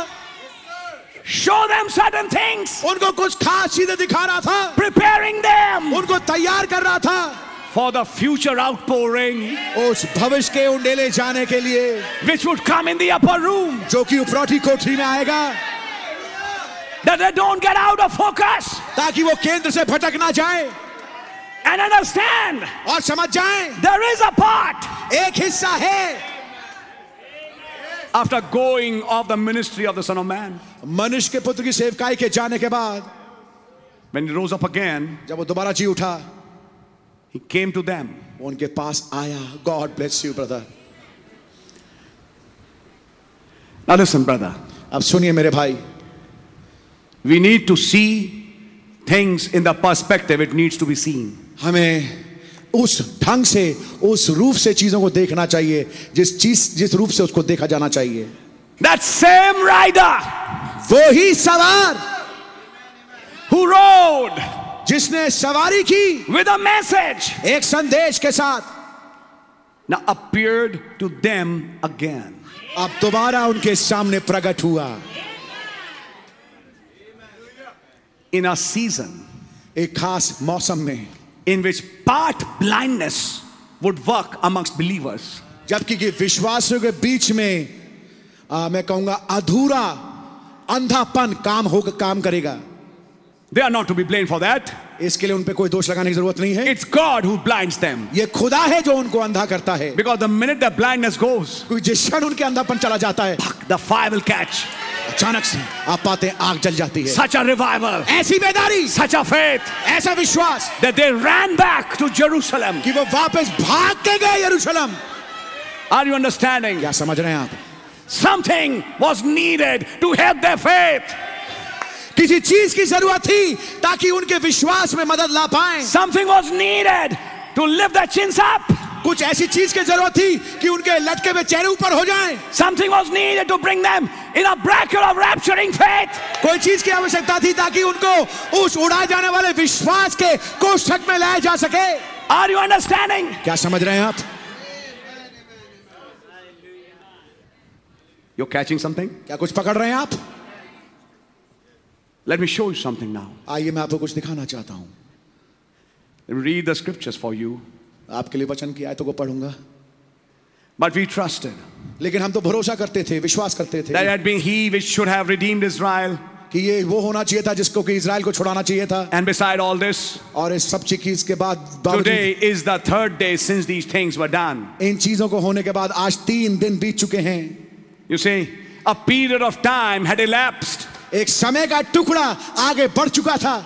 S3: show them certain things,
S1: उनको कुछ खास चीजें दिखा रहा था
S3: preparing them
S1: उनको तैयार कर रहा था
S3: for the future outpouring
S1: उस भविष्य के उंडेले जाने के लिए
S3: which would come in the upper room,
S1: जो कि उपरौठी कोठरी में आएगा
S3: that they don't get out of focus
S1: ताकि वो केंद्र से भटक ना जाए
S3: and understand
S1: और समझ जाए
S3: there is a part
S1: एक हिस्सा है
S3: after going of the ministry of the Son of Man.
S1: मनुष्य के पुत्र की सेवकाई के जाने के बाद
S3: When he rose up again,
S1: जब वो दोबारा जी उठा
S3: he came to them.
S1: वो उनके पास आया God bless you brother
S3: Now, listen, brother,
S1: अब सुनिए मेरे भाई
S3: we need to see things in the perspective it needs to be seen.
S1: हमें उस ढंग से उस रूप से चीजों को देखना चाहिए जिस चीज जिस रूप से उसको देखा जाना चाहिए
S3: That same rider
S1: वो ही सवार
S3: who rode
S1: जिसने सवारी की
S3: with a message
S1: एक संदेश के साथ
S3: now appeared to them again.
S1: अब दोबारा उनके सामने प्रकट हुआ
S3: in a season
S1: एक खास मौसम में
S3: in which part blindness would work amongst believers.
S1: जबकि कि विश्वासियों के बीच में आ, मैं कहूंगा अधूरा अंधापन काम होगा काम करेगा
S3: They are not to be blamed for that.
S1: इसके लिए उन पे कोई दोष लगाने की जरूरत नहीं है
S3: It's God who blinds them.
S1: ये खुदा है जो उनको अंधा करता है
S3: Because the minute that blindness goes,
S1: क्योंकि जिस क्षण उनके अंधापन चला जाता है
S3: the fire will catch.
S1: अचानक से आप पाते हैं आग जल जाती है
S3: Such a revival,
S1: ऐसी बेदारी
S3: such a faith
S1: ऐसा विश्वास
S3: that they ran back to Jerusalem.
S1: कि वो वापस भाग के गए यरूशलेम
S3: Are you understanding?
S1: क्या समझ रहे हैं आप
S3: Something was needed to help their faith.
S1: किसी चीज की जरूरत थी ताकि उनके विश्वास में मदद ला पाए
S3: Something was needed to lift their chins up.
S1: कुछ ऐसी चीज की जरूरत थी कि उनके लटके हुए चेहरे ऊपर हो जाएं
S3: Something was needed to bring them in a bracket of rapturing faith.
S1: कोई चीज की आवश्यकता थी ताकि उनको उस उड़ाए जाने वाले विश्वास के कोष्ठक में लाया जा सके
S3: Are you understanding?
S1: क्या समझ रहे हैं आप
S3: You're catching something?
S1: क्या कुछ पकड़ रहे हैं आप
S3: Let me show you something now.
S1: आइए मैं आपको कुछ दिखाना चाहता हूँ
S3: Let me read the scriptures for you.
S1: आपके लिए वचन की आयतों को पढ़ूंगा
S3: But we trusted
S1: लेकिन हम तो भरोसा करते थे विश्वास करते
S3: that
S1: थे
S3: had been he which should have redeemed Israel.
S1: कि ये वो होना चाहिए था जिसको कि इसराइल को छुड़ाना चाहिए था
S3: And beside all this,
S1: और इस सब चीज के बाद
S3: today
S1: बावजूद
S3: is the third day since these things were done.
S1: इन चीजों को होने के बाद आज तीन दिन बीत चुके हैं
S3: You see, a period of time had elapsed
S1: एक समय का टुकड़ा आगे बढ़ चुका था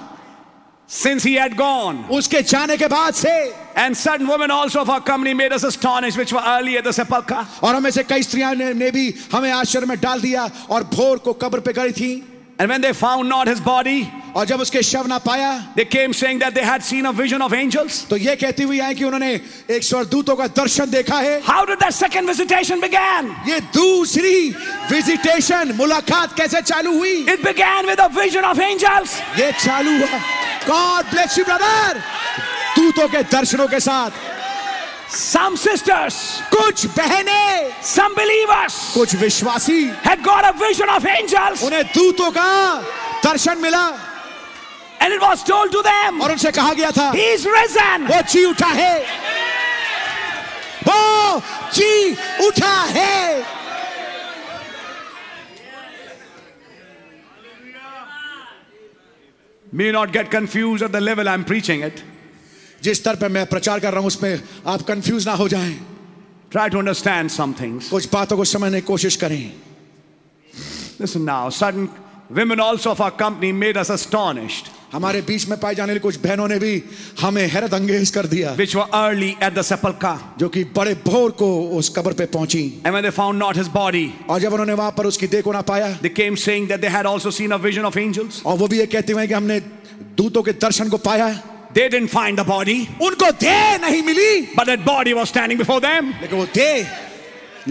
S3: since he had gone.
S1: उसके जाने के बाद से
S3: And certain women also of our company made us astonished, which were early at the sepulchre.
S1: और हमें से कई स्त्रियां ने, ने भी हमें आश्चर्य में डाल दिया और भोर को कब्र पे गई थी
S3: And when they found not his body,
S1: और जब उसके शव ना पाया
S3: They came saying that they had seen a vision of angels.
S1: तो ये कहती हुई आई कि उन्होंने एक स्वर्गदूतों का दर्शन देखा है
S3: How did that second visitation began?
S1: ये दूसरी विजिटेशन मुलाकात कैसे चालू हुई
S3: It began with a vision of angels.
S1: ये चालू हुआ गॉड ब्लेस यू ब्रदर दूतों के दर्शनों के साथ
S3: Some sisters,
S1: कुछ बहने
S3: some believers
S1: कुछ विश्वासी
S3: had got a vision of angels
S1: उन्हें दूतों का दर्शन मिला
S3: and it was told to them,
S1: और उनसे कहा गया था
S3: He's risen.
S1: वो जी उठा है वो जी उठा है
S3: May not get confused at the level I'm preaching it.
S1: जिस स्तर पे मैं प्रचार कर रहा हूं उसमें आप कंफ्यूज ना हो जाएं
S3: Try to understand some things.
S1: कुछ बातों को समझने की कोशिश करें
S3: Listen now, certain women also of our company made us astonished,
S1: हमारे बीच में पाई जाने वाली कुछ बहनों ने भी हमें हैरत अंगेज कर दिया
S3: which were early at the sepulchre.
S1: जो कि बड़े भोर को उस कब्र पे पहुंची
S3: And when they found not his body,
S1: और जब उन्होंने वहां पर उसकी देखो ना पाया
S3: they came saying that they had also seen a vision of angels.
S1: और वो भी ये कहते हुए कि हमने दूतों के दर्शन को पाया
S3: They didn't find the body,
S1: उनको दे नहीं मिली
S3: but that body was standing before them.
S1: लेकिन वो दे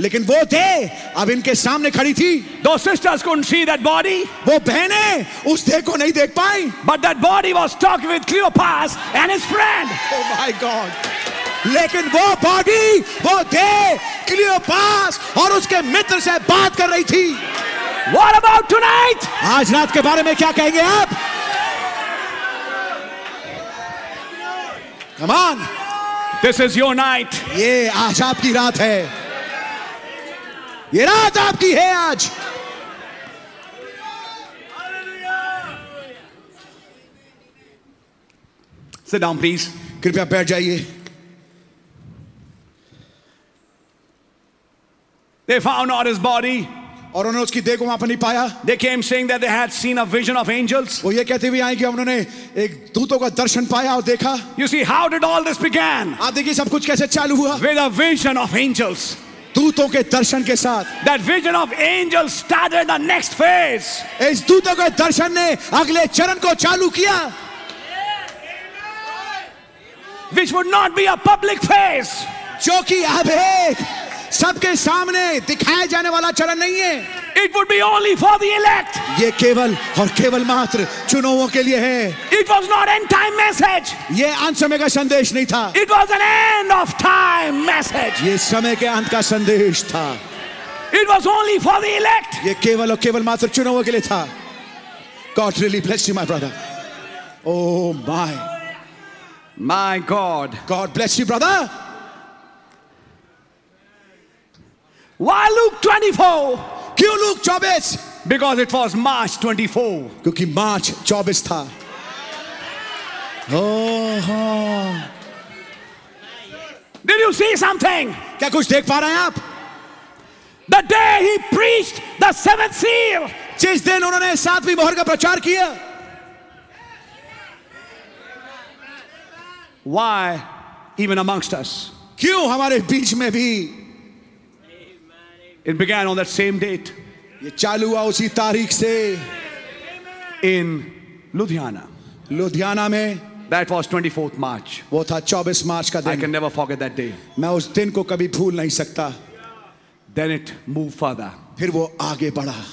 S1: लेकिन वो दे अब इनके सामने खड़ी थी
S3: Those sisters couldn't see that body,
S1: वो बहने उस दे को नहीं देख पाई
S3: but that body was stuck with Cleopas and his friend.
S1: Oh my God Oh लेकिन वो बॉडी वो दे क्लियोपास और उसके मित्र से बात कर रही थी
S3: What about tonight?
S1: आज रात के बारे में क्या कहेंगे आप come on
S3: This is your night.
S1: ये आज आपकी रात है ये रात आपकी है आज
S3: Sit down, please.
S1: कृपया बैठ जाइए
S3: They found not his body.
S1: और उन्होंने उसकी देह को वहां पर नहीं पाया
S3: They came saying that they had seen a vision of angels.
S1: वो ये कहते हुए आए कि उन्होंने एक दूतों का दर्शन पाया और देखा
S3: You see, how did all this began?
S1: आप देखिए सब कुछ कैसे चालू हुआ
S3: With a vision of angels.
S1: दूतों के दर्शन के साथ
S3: That vision of angels started the next phase.
S1: इस दूतों के दर्शन ने अगले चरण को चालू किया
S3: which would not be a public phase.
S1: जो कि अब एक सबके सामने दिखाया जाने वाला चरण नहीं है
S3: It would be only for the elect.
S1: ये केवल और केवल मात्र चुनावों के लिए है
S3: It was not end time message.
S1: ये अंत समय का संदेश नहीं था
S3: It was an end of time message.
S1: ये समय के अंत का संदेश था
S3: It was only for the elect.
S1: ये केवल और केवल मात्र चुनावों के लिए था God really bless you my brother oh my
S3: My God.
S1: God bless you brother
S3: Why Luke 24?
S1: क्यों Luke 24
S3: Because it was March 24.
S1: क्योंकि मार्च 24 था ओह
S3: Did you see something?
S1: क्या कुछ देख पा रहे हैं आप
S3: The day he preached the seventh seal,
S1: जिस दिन उन्होंने सातवीं मोहर का प्रचार किया
S3: why even amongst us?
S1: क्यों हमारे बीच में भी
S3: It began on that same date
S1: ये चालू हुआ उसी तारीख से
S3: in Ludhiana.
S1: लुधियाना में
S3: That was 24th March.
S1: वो था 24 मार्च का
S3: I
S1: दिन
S3: can never forget that day.
S1: मैं उस दिन को कभी भूल नहीं सकता
S3: Then it moved further.
S1: फिर वो आगे बढ़ा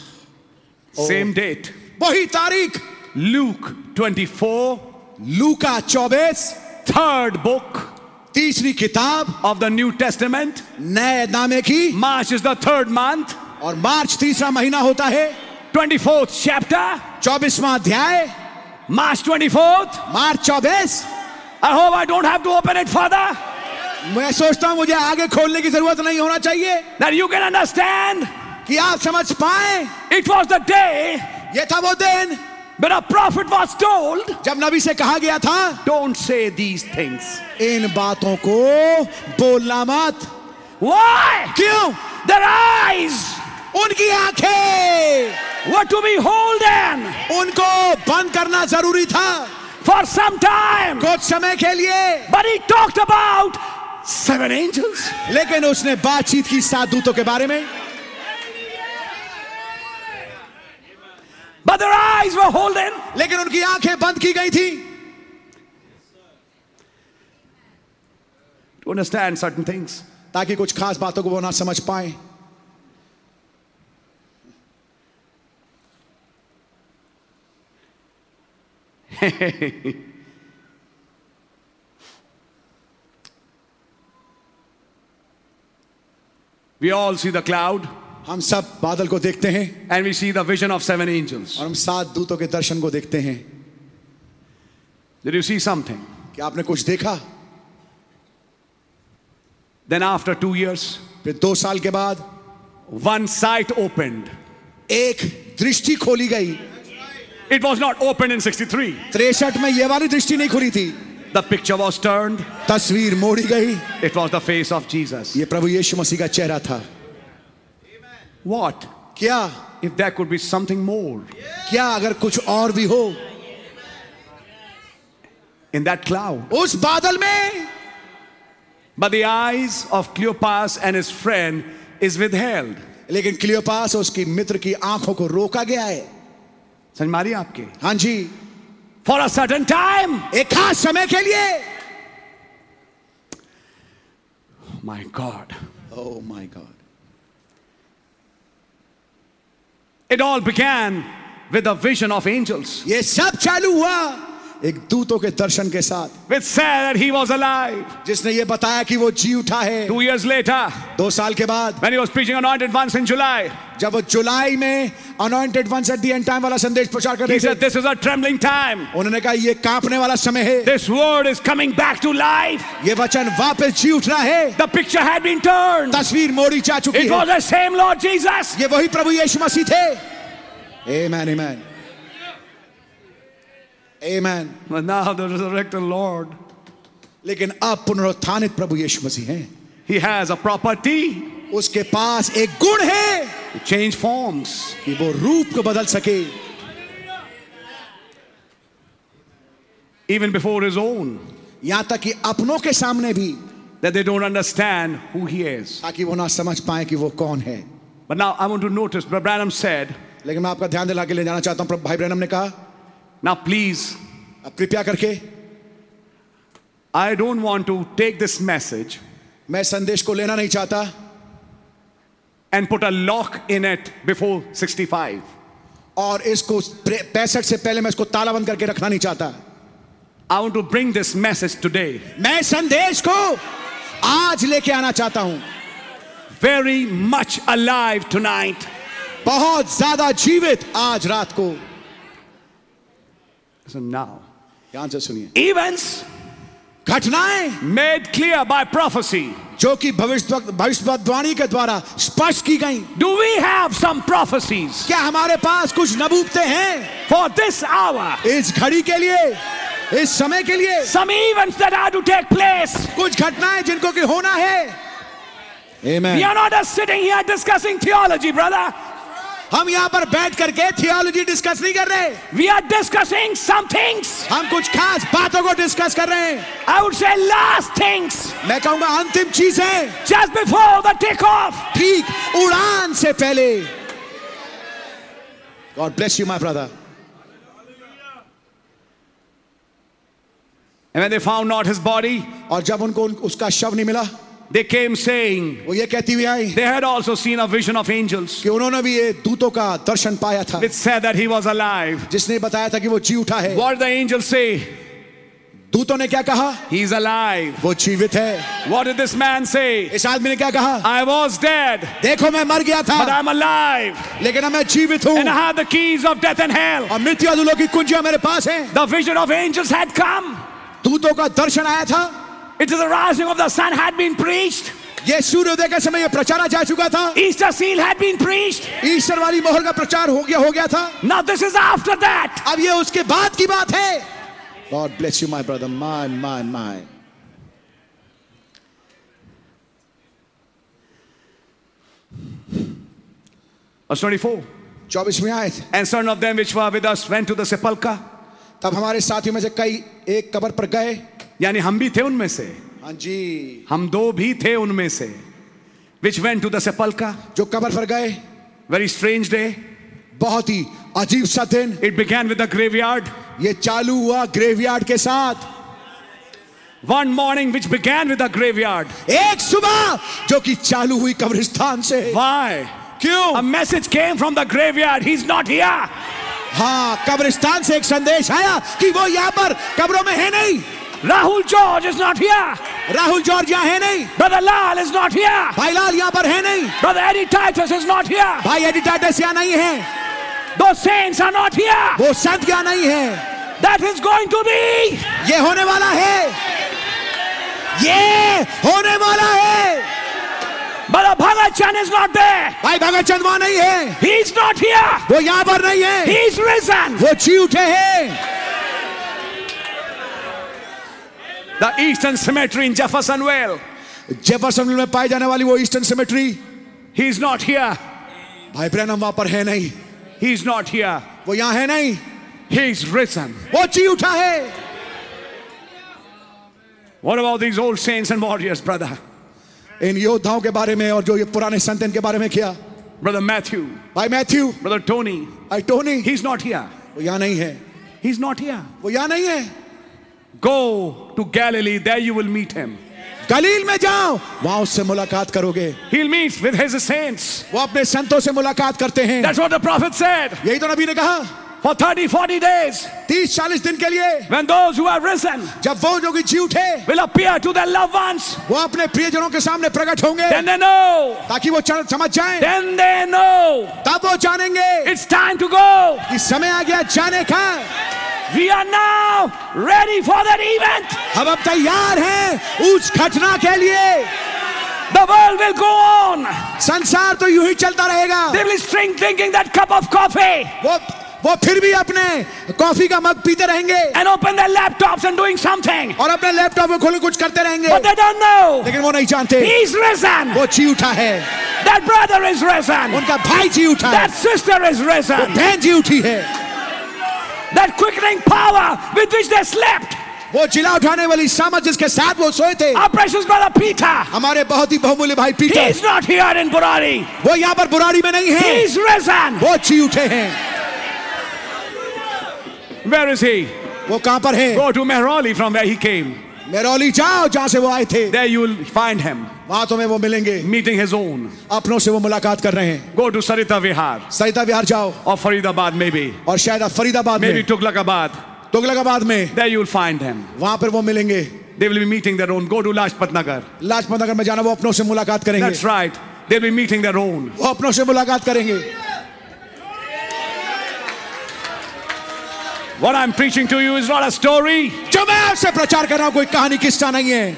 S3: Same date.
S1: वही तारीख
S3: Luke 24,
S1: लूका 24
S3: third book
S1: तीसरी किताब
S3: of the New Testament.
S1: नए नामे की
S3: March is the third month.
S1: और मार्च तीसरा महीना होता है
S3: 24th chapter.
S1: 24वां अध्याय
S3: March 24th.
S1: March 24
S3: I hope I don't have to open it further.
S1: मैं सोचता हूं मुझे आगे खोलने की जरूरत नहीं होना चाहिए
S3: That you can understand.
S1: कि आप समझ पाए
S3: It was the day
S1: ये था वो दिन
S3: when a prophet was told,
S1: जब नबी से कहा गया था
S3: Don't say these things.
S1: इन बातों को बोलना मत
S3: Why?
S1: क्यों
S3: Their eyes
S1: उनकी आंखें
S3: were to be holden
S1: उनको बंद करना जरूरी था
S3: for some time.
S1: कुछ समय के लिए
S3: But he talked about seven angels.
S1: लेकिन उसने बातचीत की सात दूतों के बारे में
S3: But their eyes were holding.
S1: लेकिन उनकी आंखें बंद की गई थी
S3: to understand certain things.
S1: ताकि कुछ खास बातों को वो ना समझ पाए
S3: We all see the cloud
S1: हम सब बादल को देखते हैं
S3: and we see the vision of seven angels.
S1: और हम सात दूतों के दर्शन को देखते हैं
S3: Did you see something?
S1: क्या आपने कुछ देखा
S3: Then, after two years,
S1: फिर दो साल के बाद
S3: one sight opened.
S1: एक दृष्टि खोली गई
S3: It was not opened in 63.
S1: तिरसठ में ये वाली दृष्टि नहीं खुली थी
S3: The picture was turned.
S1: तस्वीर मोड़ी गई
S3: It was the face of Jesus.
S1: ये प्रभु यीशु मसीह का चेहरा था
S3: What
S1: क्या
S3: if there could be something more
S1: क्या अगर कुछ और भी हो
S3: in that cloud?
S1: उस बादल में
S3: But the eyes of Cleopas and his friend is withheld.
S1: लेकिन क्लियोपास और उसकी मित्र की आंखों को रोका गया है
S3: समझ मारी आपके?
S1: हाँ जी
S3: For a certain time.
S1: एक खास समय के लिए
S3: My God.
S1: Oh my God
S3: It all began with the vision of angels,
S1: ये सब चालू हुआ एक दूतों के दर्शन के साथ
S3: which said that he was alive.
S1: जिसने ये बताया कि वो जी उठा है
S3: Two years later,
S1: दो साल के बाद
S3: when he was preaching anointed once in July,
S1: जब वो जुलाई में anointed once at the end time वाला संदेश प्रचार कर
S3: he
S1: रहे थे
S3: said, This is a trembling time.
S1: उन्होंने कहा ये कांपने वाला समय है
S3: This word is coming back to life.
S1: ये वचन वापस जी उठना है
S3: The picture had been turned.
S1: तस्वीर मोड़ी जा चुकी
S3: It was
S1: है
S3: the same Lord Jesus.
S1: ये वही प्रभु यीशु मसीह थे आमेन आमेन आमेन
S3: But now the resurrected Lord,
S1: लेकिन अब पुनरुत्थानित प्रभु यीशु मसीह हैं
S3: he has a property
S1: उसके पास एक गुण है
S3: to change forms.
S1: कि वो रूप को बदल सके
S3: Even before his own,
S1: यहाँ तक कि अपनों के सामने भी
S3: that they don't understand who he is.
S1: ताकि वो ना समझ पाए कि वो कौन है
S3: But now I want to notice, Brother Branham said,
S1: लेकिन मैं आपका ध्यान दिला के ले जाना चाहता हूँ भाई ब्रैनम ने कहा
S3: Now please,
S1: अब कृपया करके
S3: I don't want to take this message
S1: मैं संदेश को लेना नहीं चाहता
S3: and put a lock in it before 65.
S1: और इसको पैंसठ से पहले मैं इसको तालाबंद करके रखना नहीं चाहता
S3: I want to bring this message today
S1: मैं संदेश को आज लेके आना चाहता हूं
S3: very much alive tonight.
S1: बहुत ज्यादा जीवित आज रात को
S3: So now,
S1: ध्यान से सुनिए
S3: events
S1: घटनाएं
S3: made clear by prophecy.
S1: जो कि भविष्य भविष्यवाणी के द्वारा स्पष्ट की गई
S3: Do we have some prophecies
S1: क्या हमारे पास कुछ नबूबते हैं
S3: for this hour?
S1: इस घड़ी के लिए इस समय के लिए
S3: Some events that are to take place.
S1: कुछ घटनाएं जिनको कि होना है
S3: We
S1: Amen.
S3: are not just sitting here discussing theology, brother.
S1: हम यहाँ पर बैठ करके थियोलॉजी डिस्कस नहीं कर रहे
S3: We are discussing some things.
S1: हम कुछ खास बातों को डिस्कस कर रहे हैं
S3: I would say last things
S1: मैं कहूंगा अंतिम चीज है
S3: just before the takeoff.
S1: ठीक उड़ान से पहले God bless you my brother
S3: And when they found not his body,
S1: और जब उनको उन, उसका शव नहीं मिला
S3: they came saying,
S1: वो ये कहती हुई आई
S3: They had also seen a vision of angels
S1: कि उन्होंने भी ये दूतों का दर्शन पाया था
S3: which said that he was alive.
S1: जिसने बताया था कि वो जी उठा है
S3: What did the angels say?
S1: दूतों ने क्या कहा
S3: He's alive.
S1: वो जीवित है
S3: What did this man say?
S1: इस आदमी ने क्या कहा
S3: I was dead,
S1: देखो मैं मर गया
S3: but
S1: था
S3: I'm alive.
S1: लेकिन अब मैं जीवित हूँ
S3: And I have the keys of death and hell.
S1: और मृत्यु और दुलों की कुंजियां मेरे पास हैं
S3: The vision of angels had come.
S1: दूतों का दर्शन आया था
S3: It is the rising of the sun had been preached.
S1: ये सूर्योदय के समय ये प्रचारा जा चुका था
S3: Easter seal had been preached.
S1: ईश्वर वाली मोहर का प्रचार हो गया हो गया था
S3: Now this is after that.
S1: अब ये उसके बाद की बात है God bless you my brother my my my
S3: Verse 24.
S1: चौबीसवीं आयत
S3: And certain of them which were with us went to the sepulchre.
S1: तब हमारे साथियों में से कई एक कब्र पर गए
S3: यानी हम भी थे उनमें से
S1: हाँ जी
S3: हम दो भी थे उनमें से which went to the sepulchre
S1: जो कब्र पर गए
S3: वेरी स्ट्रेंज डे
S1: बहुत ही अजीब सा दिन
S3: It began with the graveyard.
S1: ये चालू हुआ ग्रेवयार्ड के साथ
S3: One morning, which began with the graveyard.
S1: एक सुबह जो कि चालू हुई कब्रिस्तान से
S3: Why? A
S1: क्यों
S3: message came from the graveyard. He's not here.
S1: हाँ कब्रिस्तान से एक संदेश आया कि वो यहाँ पर कब्रों में है नहीं
S3: Rahul George is not here.
S1: Rahul George यहाँ है नहीं
S3: Brother Lal is not here.
S1: भाई लाल यहाँ पर है नहीं
S3: Brother Eddie Titus is not here.
S1: भाई एडिटाटस यहाँ नहीं है
S3: Those saints are not here.
S1: वो संत यहाँ नहीं है
S3: That is going to be.
S1: ये होने वाला है ये होने वाला है
S3: Brother Bhagat Chan is not there.
S1: भाई भगत चंद वहाँ नहीं है
S3: He's not here.
S1: वो यहाँ पर नहीं है
S3: He's risen.
S1: वो जी उठे हैं
S3: The Eastern Cemetery in Jeffersonville.
S1: Jefferson में पाई जाने वाली वो eastern cemetery
S3: He's not here.
S1: भाई ब्रैनम वहां पर है नहीं
S3: He's not here.
S1: वो यहाँ है नहीं
S3: He's risen.
S1: वो जी उठा है
S3: What about these old saints and warriors, brother?
S1: इन योद्धाओं के बारे में और जो ये पुराने संत इनके बारे में किया
S3: Brother Matthew,
S1: भाई मैथ्यू
S3: brother Tony.
S1: भाई टोनी
S3: He's not here.
S1: वो यहाँ नहीं है
S3: He's not here.
S1: वो यहाँ नहीं है
S3: Go to Galilee. There you will meet him.
S1: Galil में जाओ वहां उससे मुलाकात करोगे
S3: He'll meet with his saints.
S1: वो अपने संतों से मुलाकात करते हैं
S3: That's what the prophet said.
S1: यही तो नबी ने कहा
S3: For 30, 40 days,
S1: तीस चालीस दिन के लिए
S3: when those who are risen
S1: जब वो जो कि जी उठे
S3: will appear to their loved ones,
S1: वो अपने प्रियजनों के सामने प्रकट होंगे
S3: then they know.
S1: ताकि वो चल- समझ जाए
S3: Then they know.
S1: तब वो जानेंगे
S3: It's time to go.
S1: कि समय आ गया जाने का
S3: We are now ready for that event.
S1: हम अब तैयार हैं उस घटना के लिए
S3: The world will go on.
S1: संसार तो यूं ही चलता रहेगा
S3: They will string drinking that cup of coffee
S1: वो वो फिर भी अपने कॉफी का मग पीते रहेंगे
S3: and open their laptops and doing something.
S1: और अपने लैपटॉप में खोले कुछ करते रहेंगे
S3: But they don't know.
S1: लेकिन वो नहीं जानते
S3: He's risen.
S1: वो जी उठा है
S3: That brother is risen.
S1: उनका भाई जी उठा है
S3: That sister is
S1: वो
S3: risen.
S1: बहन जी उठी है
S3: That quickening power with which they slept.
S1: वो जिला उठाने वाली सामर्थ जिसके साथ वो सोए थे
S3: Our precious brother Peter.
S1: हमारे बहुत ही बहुमूल्य भाई Peter
S3: He's not here in Burari.
S1: वो यहाँ पर बुराड़ी में नहीं है
S3: He's risen.
S1: वो जी उठे हैं
S3: Where is he?
S1: वो कहाँ पर है
S3: Go to Mehrali from where he came.
S1: मेरौली जाओ जहाँ से वो आए थे
S3: There you will find him
S1: वहां तुम्हें वो मिलेंगे
S3: meeting his own.
S1: अपनों से वो मुलाकात कर रहे हैं
S3: Go to Sarita Vihar
S1: सरिता विहार जाओ
S3: or Faridabad maybe.
S1: और शायद आप फरीदाबाद
S3: Maybe
S1: में
S3: Tughlaqabad.
S1: तुगलकाबाद में
S3: There you will find him.
S1: वहां पर वो मिलेंगे
S3: They will be meeting their own. Go to Lajpat Nagar.
S1: Lajpat Nagar में जाना वो अपनों से मुलाकात करेंगे
S3: That's right. They'll be meeting their own.
S1: वो अपनों से मुलाकात करेंगे
S3: What I'm preaching to you is not a story.
S1: जो मैं आपसे प्रचार कर रहा हूँ कोई कहानी किस्सा नहीं है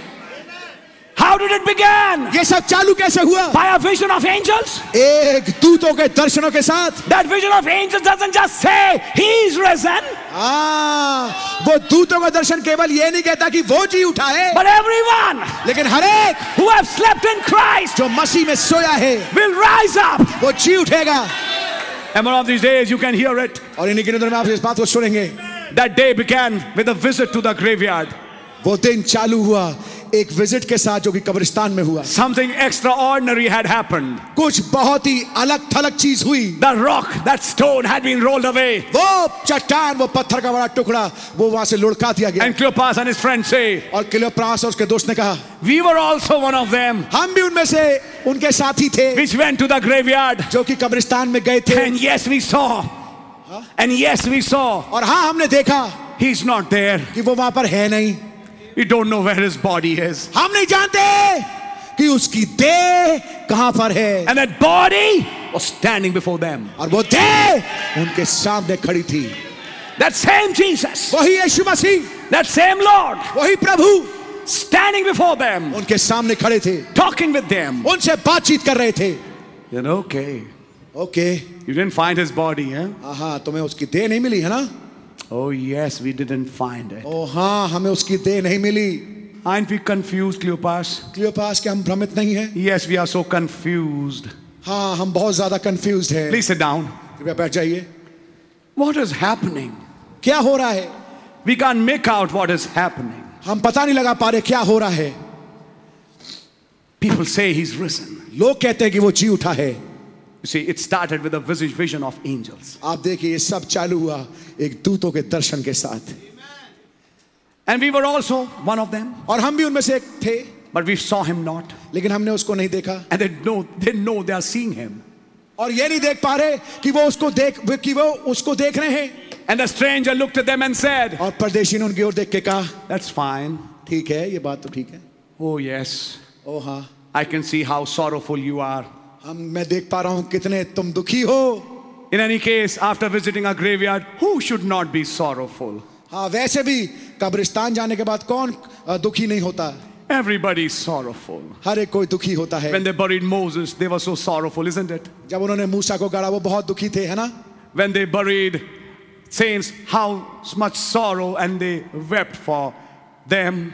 S3: How did it begin?
S1: ये सब चालू कैसे हुआ
S3: By a vision of angels?
S1: एक दूतों के दर्शनों के साथ
S3: That vision of angels doesn't just say he's risen,
S1: आ, वो दूतों का दर्शन केवल ये नहीं कहता कि वो जी उठा है
S3: but everyone
S1: लेकिन हर एक
S3: who have slept in Christ
S1: जो मसीह में सोया है
S3: will rise up.
S1: वो जी उठेगा
S3: And one of these days you can hear it.
S1: और इन्हीं दिनों में आप इस बात को सुनेंगे
S3: That day began with a visit to the graveyard.
S1: वो दिन चालू हुआ एक विजिट के साथ जो कि कब्रिस्तान में हुआ
S3: Something extraordinary had happened.
S1: कुछ बहुत ही अलग थलग चीज हुई
S3: The rock, that stone had been rolled away.
S1: वो चट्टान वो पत्थर का बड़ा टुकड़ा वो वहां से लुढ़का दिया गया
S3: And Cleopas and his friends say,
S1: और क्लियोपास और उसके दोस्त ने कहा
S3: We were also one of them
S1: हम भी उनमें से उनके साथी थे
S3: which went to the graveyard.
S1: जो कि कब्रिस्तान में गए थे
S3: And yes, we saw. And yes, we saw.
S1: और हाँ हमने देखा
S3: He's not there.
S1: कि वो वहां पर है नहीं
S3: We don't know where his body is.
S1: हम नहीं जानते कि उसकी देह कहां पर है
S3: And that body was standing before them.
S1: और वो देह उनके सामने खड़ी थी
S3: That same Jesus,
S1: वही यीशु मसीह
S3: that same Lord,
S1: वही प्रभु
S3: standing before them,
S1: उनके सामने खड़े थे
S3: talking with them.
S1: उनसे बातचीत कर रहे थे
S3: Then, okay.
S1: Okay
S3: You didn't find his body, huh?
S1: हाँ तुम्हें उसकी देह नहीं मिली है ना
S3: Oh, yes, we didn't find it.
S1: ओ हाँ हमें उसकी देह नहीं मिली
S3: Aren't we confused, Cleopas?
S1: Cleopas के हम भ्रमित नहीं हैं
S3: Yes, we are so confused.
S1: हाँ हम बहुत ज्यादा कंफ्यूज हैं
S3: Please sit down.
S1: कृपया बैठ जाइए
S3: What is happening?
S1: क्या हो रहा है
S3: We can't make out what is happening.
S1: हम पता नहीं लगा पा रहे क्या हो रहा है
S3: People say he's risen.
S1: लोग कहते हैं कि वो जी उठा है
S3: You see, it started with a vis- vision of angels.
S1: आप देखिए ये सब चालू हुआ एक दूतों के दर्शन के साथ
S3: And we were also one of them,
S1: और हम भी उनमें से एक थे
S3: but we saw him not.
S1: लेकिन हमने उसको नहीं देखा
S3: And they know they know they are seeing him.
S1: और ये नहीं देख पा रहे कि वो उसको देख कि वो उसको देख रहे हैं
S3: And the stranger looked at them and said,
S1: और परदेशी ने उनकी ओर देख के कहा
S3: That's fine.
S1: ठीक है ये बात तो ठीक है
S3: Oh yes.
S1: ओ हाँ
S3: I can see how sorrowful you are.
S1: हम मैं देख पा रहा हूँ कितने तुम दुखी हो
S3: In any case, after visiting a graveyard, who should not be sorrowful?
S1: हाँ वैसे भी कब्रिस्तान जाने के बाद कौन अ, दुखी नहीं होता
S3: Everybody is sorrowful.
S1: हर एक कोई दुखी होता है
S3: When they buried Moses, they were so sorrowful, isn't it?
S1: जब उन्होंने मूसा को गाड़ा वो बहुत दुखी थे है ना
S3: When they buried saints, how much sorrow and they wept for them.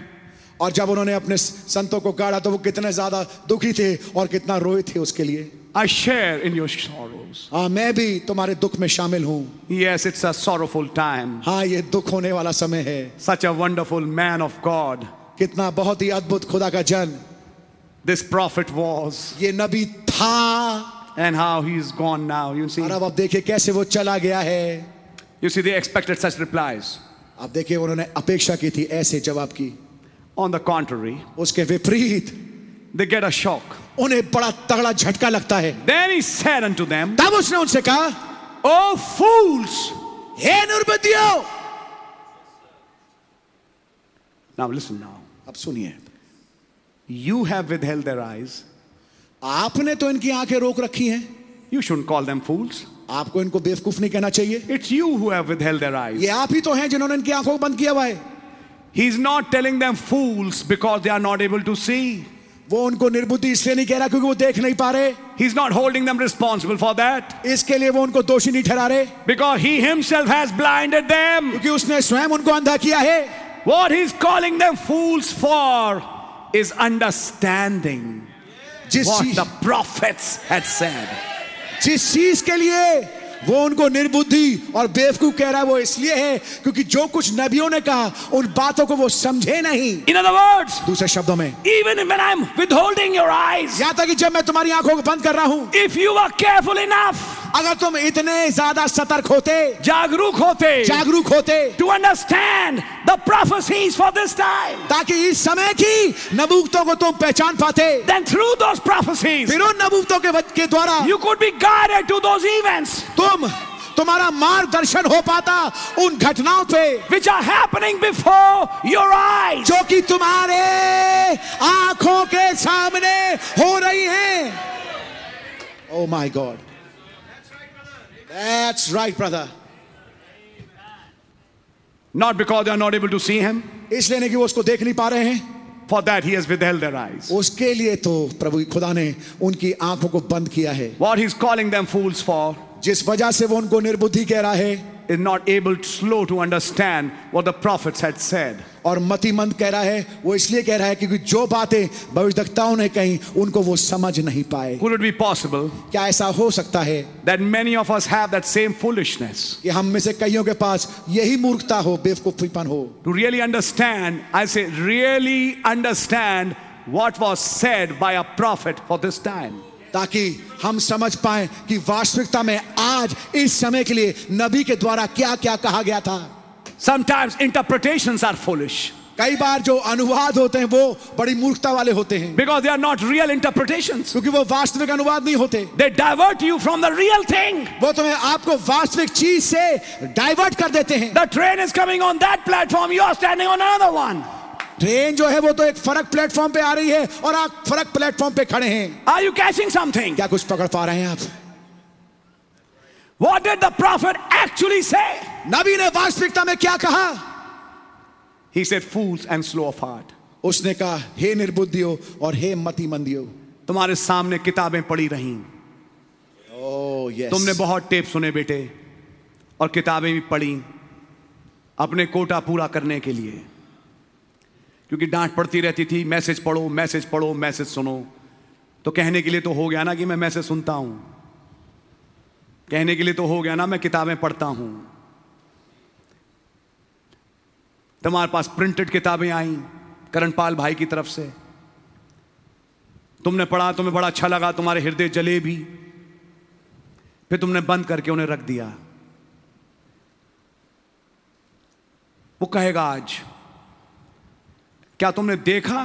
S1: और जब उन्होंने अपने संतों को गाड़ा तो वो कितने ज्यादा दुखी थे और कितना रोए थे उसके लिए
S3: I share in your sorrows.
S1: हाँ मैं भी तुम्हारे दुख में शामिल हूँ
S3: Yes, it's a sorrowful time.
S1: हाँ ये दुख होने वाला समय है
S3: Such a wonderful man of God.
S1: कितना बहुत ही अद्भुत खुदा का जन
S3: This prophet was,
S1: ये नबी था
S3: and how he is gone now. You see,
S1: और अब आप देखिए कैसे वो चला गया है
S3: you see, they expected such replies.
S1: आप देखिए उन्होंने अपेक्षा की थी ऐसे जवाब की
S3: On the contrary,
S1: उसके विपरीत
S3: they get a shock.
S1: उन्हें बड़ा तगड़ा झटका लगता है
S3: Then he said unto them,
S1: तब उसने उनसे कहा
S3: O fools!
S1: हे निर्बुद्धियों
S3: Now listen now.
S1: अब सुनिए
S3: You have withheld their eyes.
S1: आपने तो इनकी आंखें रोक रखी हैं
S3: You shouldn't call them fools.
S1: आपको इनको बेवकूफ नहीं कहना चाहिए
S3: It's you who have withheld their eyes.
S1: ये आप ही तो हैं जिन्होंने इनकी आंखों को बंद किया हुआ है
S3: He's not telling them fools because they are not able to see.
S1: वो उनको निर्बुद्धि इसलिए नहीं कह रहा क्योंकि वो देख नहीं पा रहे
S3: He's not holding them responsible for that
S1: इसके लिए वो उनको दोषी नहीं ठहरा रहे
S3: because he himself has blinded them.
S1: क्योंकि उसने स्वयं उनको अंधा किया है
S3: What he's calling them fools for is understanding
S1: जिस
S3: what
S1: चीज-
S3: the prophets had said.
S1: जिस चीज के लिए वो उनको निर्बुद्धि और बेवकूफ कह रहा है वो इसलिए है क्योंकि जो कुछ नबियों ने कहा उन बातों को वो समझे नहीं
S3: In other words,
S1: दूसरे शब्दों में
S3: even when I'm withholding your eyes,
S1: यहाँ तक कि जब मैं तुम्हारी आंखों को बंद कर रहा हूँ
S3: if you were careful enough,
S1: अगर तुम इतने ज्यादा सतर्क होते
S3: जागरूक होते,
S1: जागरूक होते
S3: to understand the prophecies for this time,
S1: ताकि इस समय की नबूवतों को तुम पहचान पाते
S3: then through those prophecies,
S1: फिर उन नबूवतों के, वच- के द्वारा
S3: you could be guided to those events
S1: तुम तुम्हारा मार्गदर्शन हो पाता उन घटनाओं पे
S3: which are happening before your eyes.
S1: जो कि तुम्हारे आंखों के सामने हो रही हैं Oh oh my God that's right brother
S3: Not because they are not able to see him,
S1: इसलिए नहीं कि वो उसको देख नहीं पा रहे हैं
S3: for that he has withheld their eyes.
S1: उसके लिए तो प्रभु खुदा ने उनकी आंखों को बंद किया है
S3: What he's calling them fools for
S1: जिस वजह से वो उनको निर्बुद्धि कह रहा है
S3: is not able to slow to understand what the prophets had said.
S1: और मतिमंद कह रहा है वो इसलिए कह रहा है क्योंकि जो बातें भविष्यवक्ताओं ने कही उनको वो समझ नहीं पाए
S3: Could it be possible
S1: क्या ऐसा हो सकता है
S3: that many of us have that same foolishness?
S1: कि हम में से कईयों के पास यही मूर्खता हो बेवकूफीपन हो
S3: to really understand, I say, really understand what was said by a prophet for this time.
S1: ताकि हम समझ पाए कि वास्तविकता में आज इस समय के लिए नबी के द्वारा क्या क्या कहा गया था
S3: Sometimes interpretations are foolish
S1: कई बार जो अनुवाद होते हैं वो बड़ी मूर्खता वाले होते हैं
S3: because they are not real interpretations.
S1: क्योंकि वो वास्तविक अनुवाद नहीं होते
S3: They divert you from the real thing.
S1: वो तुम्हें आपको वास्तविक चीज से डाइवर्ट कर देते हैं
S3: The train is coming on that platform, you are standing on another one.
S1: Train जो है वो तो एक फर्क प्लेटफॉर्म पे आ रही है और आप फर्क प्लेटफॉर्म पे खड़े हैं
S3: Are you catching something?
S1: क्या कुछ पकड़ पा रहे हैं आप
S3: What did the prophet actually say?
S1: नबी ने वास्तविकता में क्या कहा
S3: He said, Fools and slow of heart.
S1: उसने कहा हे निर्बुद्धियों और हे मतिमंदियों
S3: तुम्हारे सामने किताबें पड़ी रहीं
S1: ओ
S3: तुमने
S1: यस
S3: बहुत टेप सुने बेटे और किताबें भी पढ़ी अपने कोटा पूरा करने के लिए क्योंकि डांट पड़ती रहती थी मैसेज पढ़ो मैसेज पढ़ो मैसेज सुनो तो कहने के लिए तो हो गया ना कि मैं मैसेज सुनता हूँ कहने के लिए तो हो गया ना मैं किताबें पढ़ता हूँ तुम्हारे पास प्रिंटेड किताबें आई करणपाल भाई की तरफ से तुमने पढ़ा तुम्हें बड़ा अच्छा लगा तुम्हारे हृदय जले भी फिर तुमने बंद करके उन्हें रख दिया वो कहेगा आज क्या तुमने देखा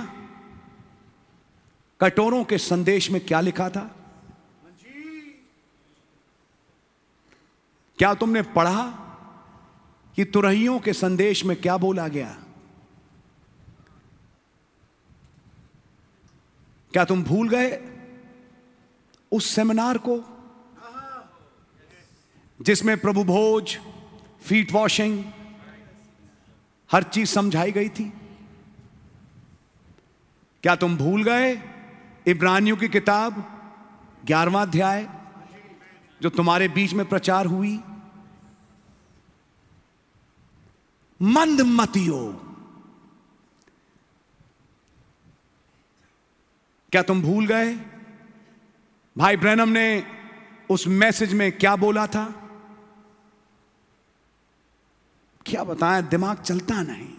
S3: कटोरों के संदेश में क्या लिखा था क्या तुमने पढ़ा कि तुरहियों के संदेश में क्या बोला गया क्या तुम भूल गए उस सेमिनार को जिसमें प्रभु भोज फीट वॉशिंग हर चीज समझाई गई थी क्या तुम भूल गए इब्रानियों की किताब ग्यारहवा अध्याय जो तुम्हारे बीच में प्रचार हुई मंद मतियो क्या तुम भूल गए भाई ब्रैनम ने उस मैसेज में क्या बोला था क्या बताएं दिमाग चलता नहीं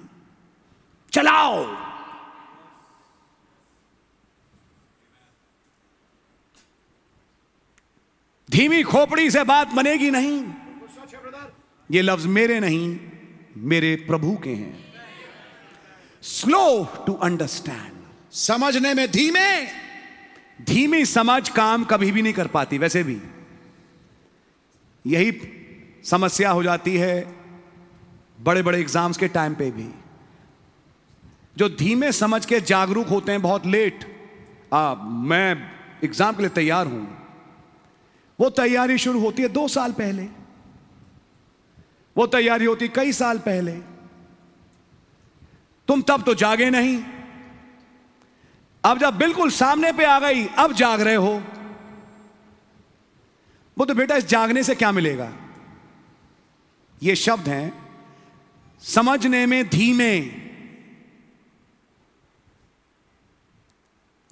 S3: चलाओ धीमी खोपड़ी से बात बनेगी नहीं ये लफ्ज मेरे नहीं मेरे प्रभु के हैं स्लो टू अंडरस्टैंड
S1: समझने में धीमे
S3: धीमी समझ काम कभी भी नहीं कर पाती वैसे भी यही समस्या हो जाती है बड़े बड़े एग्जाम्स के टाइम पे भी जो धीमे समझ के जागरूक होते हैं बहुत लेट आ, मैं एग्जाम के लिए तैयार हूं वो तैयारी शुरू होती है दो साल पहले वो तैयारी होती है कई साल पहले तुम तब तो जागे नहीं अब जब बिल्कुल सामने पे आ गई अब जाग रहे हो वो तो बेटा इस जागने से क्या मिलेगा ये शब्द हैं समझने में धीमे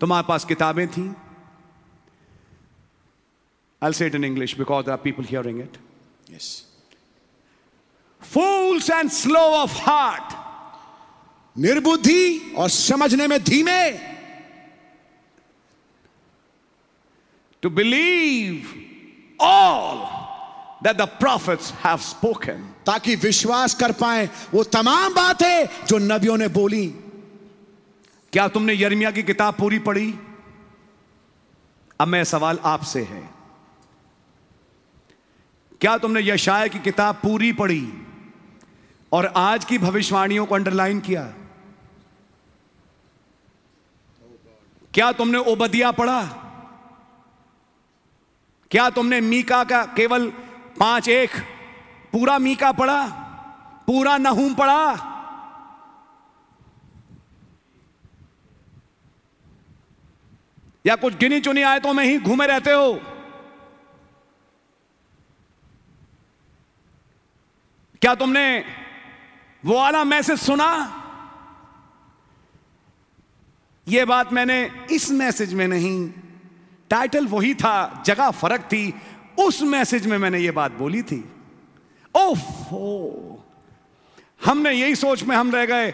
S3: तुम्हारे पास किताबें थी I'll say it in English because there are people hearing it.
S1: yes.
S3: Fools and slow of heart.
S1: निर्बुद्धि और समझने में धीमे
S3: to believe all that the prophets have spoken.
S1: ताकि विश्वास कर पाए वो तमाम बातें जो नबियों ने बोली
S3: क्या तुमने यर्मिया की किताब पूरी पढ़ी अब मेरा सवाल आपसे है क्या तुमने यशाया की किताब पूरी पढ़ी और आज की भविष्यवाणियों को अंडरलाइन किया क्या तुमने ओबदिया पढ़ा क्या तुमने मीका का केवल पांच एक पूरा मीका पढ़ा पूरा नहूम पढ़ा या कुछ गिनी चुनी आयतों में ही घूमे रहते हो क्या तुमने वो वाला मैसेज सुना ये बात मैंने इस मैसेज में नहीं टाइटल वही था जगह फर्क थी उस मैसेज में मैंने ये बात बोली थी ओफो हमने यही सोच में हम रह गए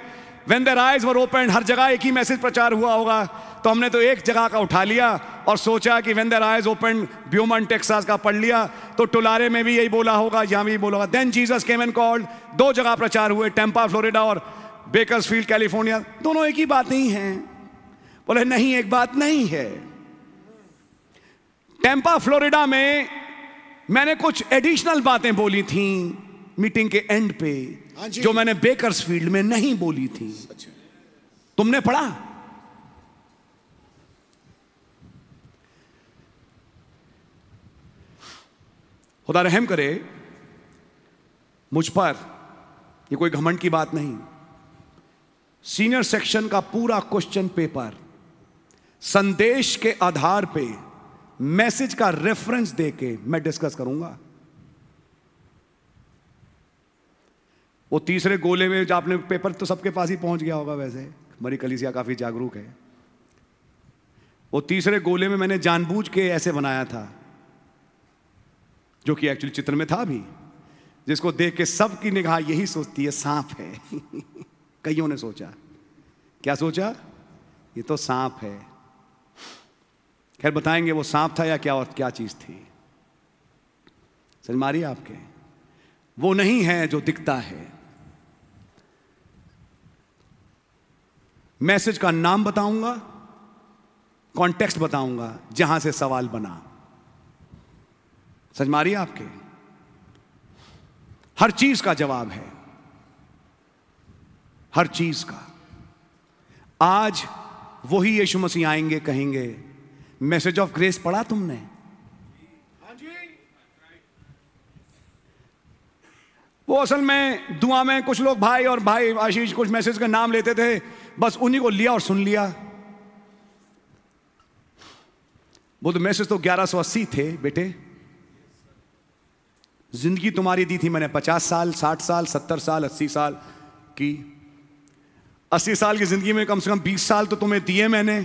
S3: when their eyes were open हर जगह एक ही मैसेज प्रचार हुआ होगा तो हमने तो एक जगह का उठा लिया और सोचा कि when their eyes open Beaumont Texas का पढ़ लिया तो टुलारे में भी यही बोला होगा यहाँ भी यही बोला होगा then Jesus came and called दो जगह प्रचार हुए टेम्पा फ्लोरिडा और बेकर्सफील्ड कैलिफोर्निया दोनों एक ही बात नहीं है बोले नहीं एक बात नहीं है टेम्पा फ्लोरिडा में मैंने कुछ एडिशनल बातें बोली थी मीटिंग के एंड पे
S1: हाँ जी। अच्छा।
S3: जो मैंने बेकर्स फील्ड में नहीं बोली थी तुमने पढ़ा खुदा रहम करे मुझ पर ये कोई घमंड की बात नहीं सीनियर सेक्शन का पूरा क्वेश्चन पेपर संदेश के आधार पे मैसेज का रेफरेंस देके मैं डिस्कस करूंगा वो तीसरे गोले में जो आपने पेपर तो सबके पास ही पहुंच गया होगा वैसे मरी कलिसिया काफी जागरूक है वो तीसरे गोले में मैंने जानबूझ के ऐसे बनाया था जो कि एक्चुअली चित्र में था भी जिसको देख के सबकी निगाह यही सोचती है सांप है कईयों ने सोचा क्या सोचा ये तो सांप है खैर बताएंगे वो सांप था या क्या और क्या चीज थी समझ मारिए आपके वो नहीं है जो दिखता है मैसेज का नाम बताऊंगा कॉन्टेक्स्ट बताऊंगा जहां से सवाल बना समझ मारिए आपके हर चीज का जवाब है हर चीज का आज वही यीशु मसीह आएंगे कहेंगे मैसेज ऑफ ग्रेस पढ़ा तुमने वो असल में दुआ में कुछ लोग भाई और भाई आशीष कुछ मैसेज का नाम लेते थे बस उन्हीं को लिया और सुन लिया वो तो मैसेज तो 1180 थे बेटे जिंदगी तुम्हारी दी थी मैंने 50 साल 60 साल 70 साल 80 साल की 80 साल की जिंदगी में कम से कम 20 साल तो तुम्हें दिए मैंने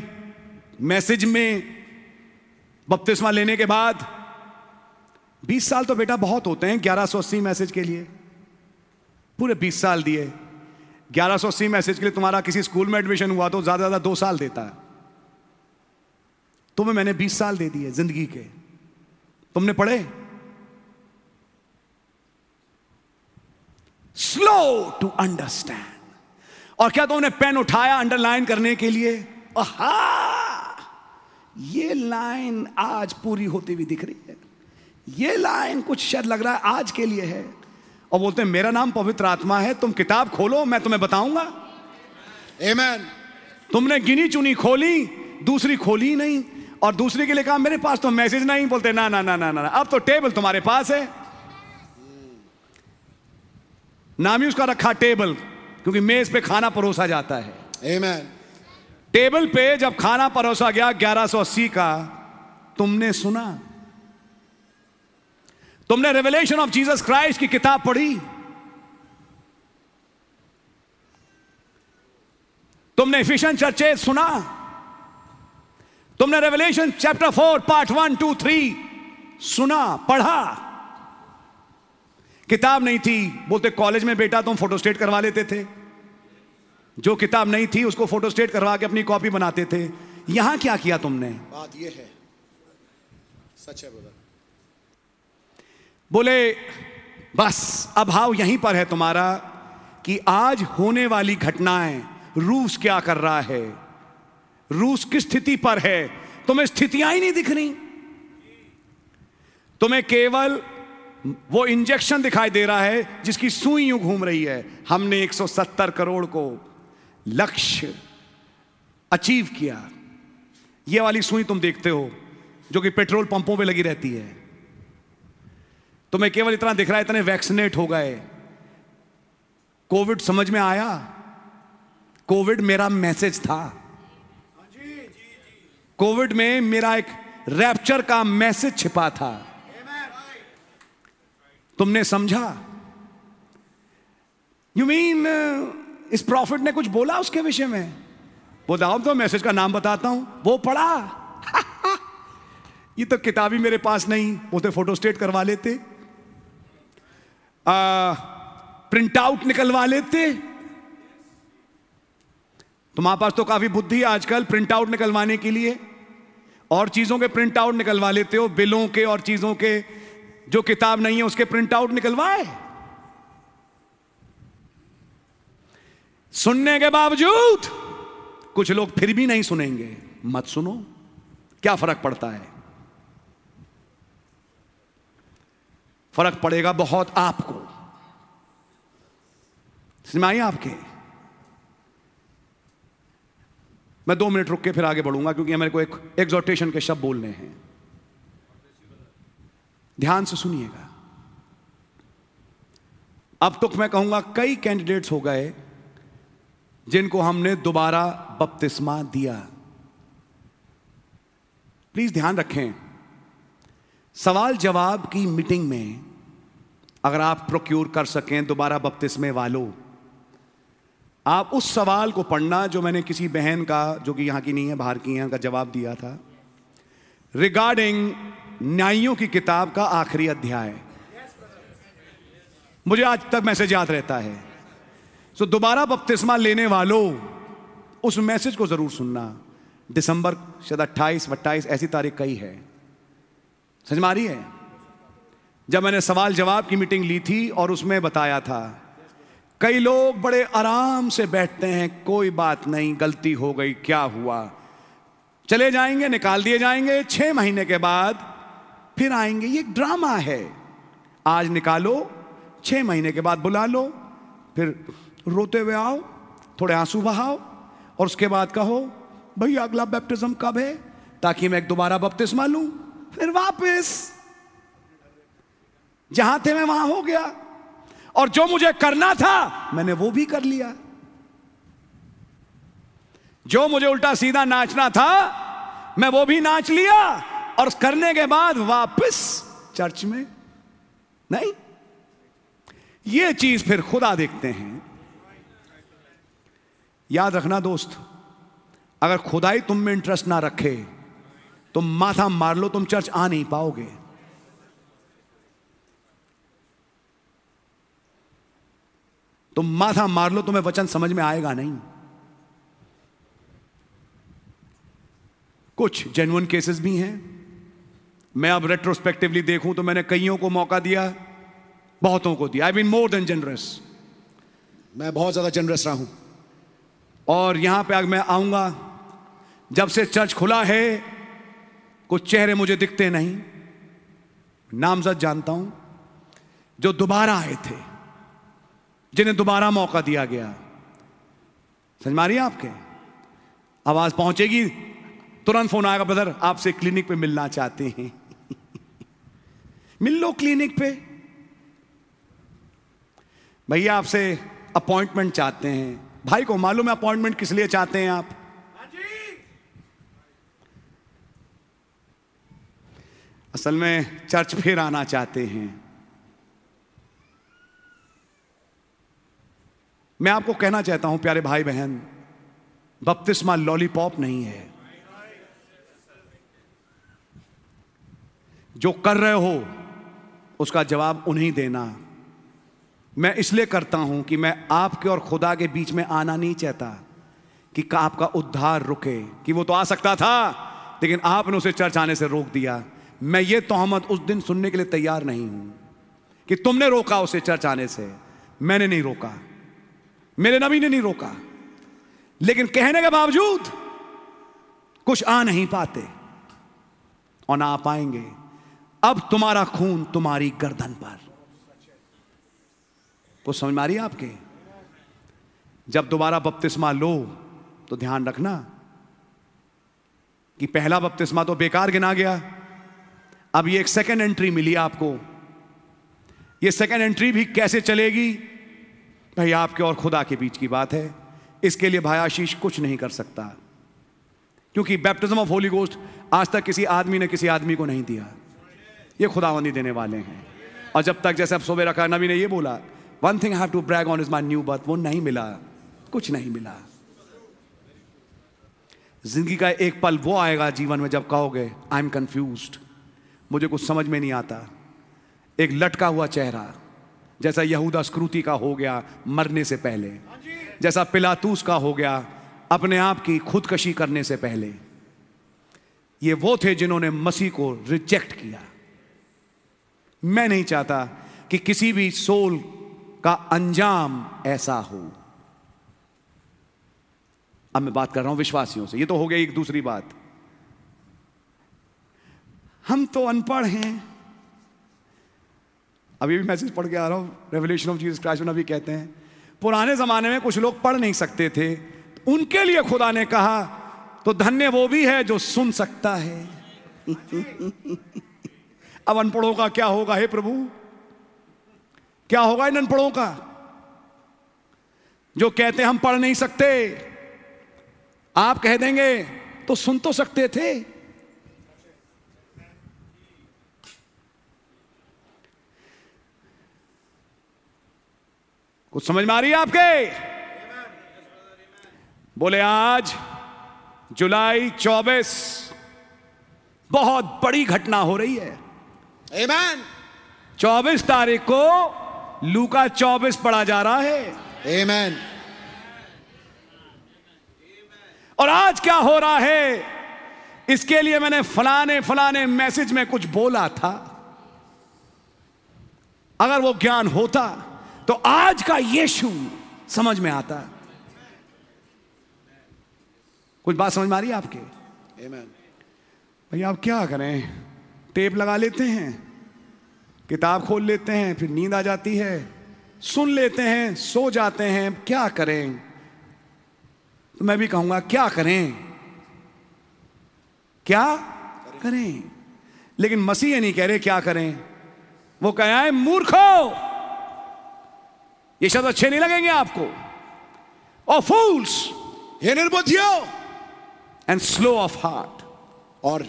S3: मैसेज में बपतिस्मा लेने के बाद 20 साल तो बेटा बहुत होते हैं 1180 मैसेज के लिए पूरे 20 साल दिए 1180 मैसेज के लिए तुम्हारा किसी स्कूल में एडमिशन हुआ तो ज्यादा ज्यादा दो साल देता है तुम्हें मैंने 20 साल दे दिए जिंदगी के तुमने पढ़े स्लो टू अंडरस्टैंड और क्या तुमने पेन उठाया अंडरलाइन करने के लिए आहा ये लाइन आज पूरी होती हुई दिख रही है ये लाइन कुछ शायद लग रहा है आज के लिए है और बोलते हैं मेरा नाम पवित्र आत्मा है तुम किताब खोलो मैं तुम्हें बताऊंगा
S1: Amen.
S3: तुमने गिनी चुनी खोली दूसरी खोली ही नहीं और दूसरी के लिए कहा मेरे पास तो मैसेज नहीं बोलते ना ना ना ना ना ना, अब तो टेबल तुम्हारे पास है नाम ही उसका रखा टेबल क्योंकि मेज पे खाना परोसा जाता है
S1: Amen.
S3: टेबल पे जब खाना परोसा गया 1180 का तुमने सुना तुमने रेवलेशन ऑफ जीसस क्राइस्ट की किताब पढ़ी तुमने फिशन चर्चे सुना तुमने revelation chapter four part one two three सुना पढ़ा किताब नहीं थी बोलते कॉलेज में बेटा तुम फोटोस्टेट करवा लेते थे जो किताब नहीं थी उसको फोटोस्टेट करवा के अपनी कॉपी बनाते थे यहां क्या किया तुमने
S1: बात ये है सच है brother.
S3: बोले बस अभाव यहीं पर है तुम्हारा कि आज होने वाली घटनाएं रूस क्या कर रहा है रूस किस स्थिति पर है तुम्हें स्थितियां ही नहीं दिख रही तुम्हें केवल वो इंजेक्शन दिखाई दे रहा है जिसकी सुई यूं घूम रही है हमने 170 करोड़ को लक्ष्य अचीव किया ये वाली सुई तुम देखते हो जो कि पेट्रोल पंपों पे लगी रहती है तुम्हें केवल इतना दिख रहा है इतने वैक्सीनेट हो गए कोविड समझ में आया कोविड मेरा मैसेज था कोविड में मेरा एक रैप्चर का मैसेज छिपा था तुमने समझा यू मीन uh, इस प्रॉफिट ने कुछ बोला उसके विषय में बताओ तो मैसेज का नाम बताता हूं वो पढ़ा ये तो किताब ही मेरे पास नहीं वो तो फोटोस्टेट करवा लेते प्रिंट आउट निकलवा लेते तुम्हारे पास तो काफी बुद्धि है आजकल प्रिंट आउट निकलवाने के लिए और चीजों के प्रिंट आउट निकलवा लेते हो बिलों के और चीजों के जो किताब नहीं है उसके प्रिंट आउट निकलवाए सुनने के बावजूद कुछ लोग फिर भी नहीं सुनेंगे मत सुनो क्या फर्क पड़ता है फर्क पड़ेगा बहुत आपको समझ में आई आपके मैं दो मिनट रुक के फिर आगे बढ़ूंगा क्योंकि मेरे को एक एग्जॉर्टेशन के शब्द बोलने हैं ध्यान से सुनिएगा अब तक मैं कहूंगा कई कैंडिडेट्स हो गए जिनको हमने दोबारा बपतिस्मा दिया प्लीज ध्यान रखें सवाल जवाब की मीटिंग में अगर आप प्रोक्योर कर सकें दोबारा बपतिस्मे वालों आप उस सवाल को पढ़ना जो मैंने किसी बहन का जो कि यहाँ की नहीं है बाहर की है उनका जवाब दिया था रिगार्डिंग न्यायियों की किताब का आखिरी अध्याय मुझे आज तक मैसेज याद रहता है सो दोबारा बपतिस्मा लेने वालों उस मैसेज को जरूर सुनना दिसंबर शायद 28 अट्ठाईस ऐसी तारीख कई है समझ मारी है जब मैंने सवाल जवाब की मीटिंग ली थी और उसमें बताया था कई लोग बड़े आराम से बैठते हैं कोई बात नहीं गलती हो गई क्या हुआ चले जाएंगे निकाल दिए जाएंगे छह महीने के बाद फिर आएंगे ये ड्रामा है आज निकालो छह महीने के बाद बुला लो फिर रोते हुए आओ थोड़े आंसू बहाओ और उसके बाद कहो भैया अगला बैप्टिज्म कब है ताकि मैं एक दोबारा बपतिस्मा लूं फिर वापस जहां थे मैं वहां हो गया और जो मुझे करना था मैंने वो भी कर लिया जो मुझे उल्टा सीधा नाचना था मैं वो भी नाच लिया और करने के बाद वापस चर्च में नहीं ये चीज फिर खुदा देखते हैं याद रखना दोस्त अगर खुदा ही तुम में इंटरेस्ट ना रखे तुम माथा मार लो तुम चर्च आ नहीं पाओगे तुम तो माथा मार लो तुम्हें वचन समझ में आएगा नहीं कुछ जेन्युइन केसेस भी हैं मैं अब रेट्रोस्पेक्टिवली देखूं तो मैंने कईयों को मौका दिया बहुतों को दिया I been more than generous
S1: मैं बहुत ज्यादा जनरस रहा हूं
S3: और यहां पे आज मैं आऊंगा जब से चर्च खुला है कुछ चेहरे मुझे दिखते नहीं नामजद जानता हूं जो दोबारा आए थे जिन्हें दोबारा मौका दिया गया समझ मारी आपके आवाज पहुंचेगी तुरंत फोन आएगा ब्रदर आपसे क्लिनिक पे मिलना चाहते हैं मिल लो क्लिनिक पे भैया आपसे अपॉइंटमेंट चाहते हैं भाई को मालूम है अपॉइंटमेंट किस लिए चाहते हैं आप असल में चर्च फिर आना चाहते हैं मैं आपको कहना चाहता हूं प्यारे भाई बहन बपतिस्मा लॉलीपॉप नहीं है जो कर रहे हो उसका जवाब उन्हें देना मैं इसलिए करता हूं कि मैं आपके और खुदा के बीच में आना नहीं चाहता कि का आपका उद्धार रुके कि वो तो आ सकता था लेकिन आपने उसे चर्च आने से रोक दिया मैं ये तोहमत उस दिन सुनने के लिए तैयार नहीं हूं कि तुमने रोका उसे चर्च आने से मैंने नहीं रोका मेरे नबी ने नहीं रोका लेकिन कहने के बावजूद कुछ आ नहीं पाते और ना आ पाएंगे अब तुम्हारा खून तुम्हारी गर्दन पर कुछ समझ मारी आपके जब दोबारा बपतिस्मा लो तो ध्यान रखना कि पहला बपतिस्मा तो बेकार गिना गया अब ये एक सेकेंड एंट्री मिली आपको ये सेकेंड एंट्री भी कैसे चलेगी भाई आपके और खुदा के बीच की बात है इसके लिए भाई आशीष कुछ नहीं कर सकता क्योंकि बैप्टिज्म ऑफ होली गोस्ट आज तक किसी आदमी ने किसी आदमी को नहीं दिया ये खुदावंदी देने वाले हैं और जब तक जैसे अब सुबह रखा नबी ने ये बोला one thing have to brag on is my new birth वो नहीं मिला कुछ नहीं मिला जिंदगी का एक पल वो आएगा जीवन में जब कहोगे आई एम कंफ्यूज मुझे कुछ समझ में नहीं आता एक लटका हुआ चेहरा जैसा यहूदा स्क्रूति का हो गया मरने से पहले जैसा पिलातूस का हो गया अपने आप की खुदकशी करने से पहले ये वो थे जिन्होंने मसीह को रिजेक्ट किया मैं नहीं चाहता कि किसी भी सोल का अंजाम ऐसा हो अब मैं बात कर रहा हूं विश्वासियों से ये तो हो गई एक दूसरी बात हम तो अनपढ़ हैं अभी भी मैसेज पढ़ के आ रहा हूँ रेवोल्यूशन ऑफ जीसस क्राइस्ट में अभी कहते हैं पुराने ज़माने में कुछ लोग पढ़ नहीं सकते थे उनके लिए खुदा ने कहा तो धन्य वो भी है जो सुन सकता है अब अनपढ़ों का क्या होगा हे प्रभु क्या होगा इन अनपढ़ों का जो कहते हम पढ़ नहीं सकते आप कह देंगे तो सुन तो सकते थे कुछ समझ में आ रही है आपके बोले आज जुलाई 24 बहुत बड़ी घटना हो रही है
S1: Amen.
S3: 24 तारीख को लू का 24 पढ़ा जा रहा है
S1: Amen.
S3: और आज क्या हो रहा है इसके लिए मैंने फलाने फलाने मैसेज में कुछ बोला था अगर वो ज्ञान होता तो आज का यीशु समझ में आता कुछ बात समझ में आ रही है आपके
S1: Amen.
S3: भैया आप क्या करें टेप लगा लेते हैं किताब खोल लेते हैं फिर नींद आ जाती है सुन लेते हैं सो जाते हैं क्या करें तो मैं भी कहूंगा क्या करें क्या करें लेकिन मसीह ये नहीं कह रहे क्या करें वो कह आए मूर्खो ये शब्द अच्छे नहीं लगेंगे आपको "Oh, और फूल्स
S1: हे निर्बुद्धियों
S3: एंड स्लो ऑफ हार्ट
S1: और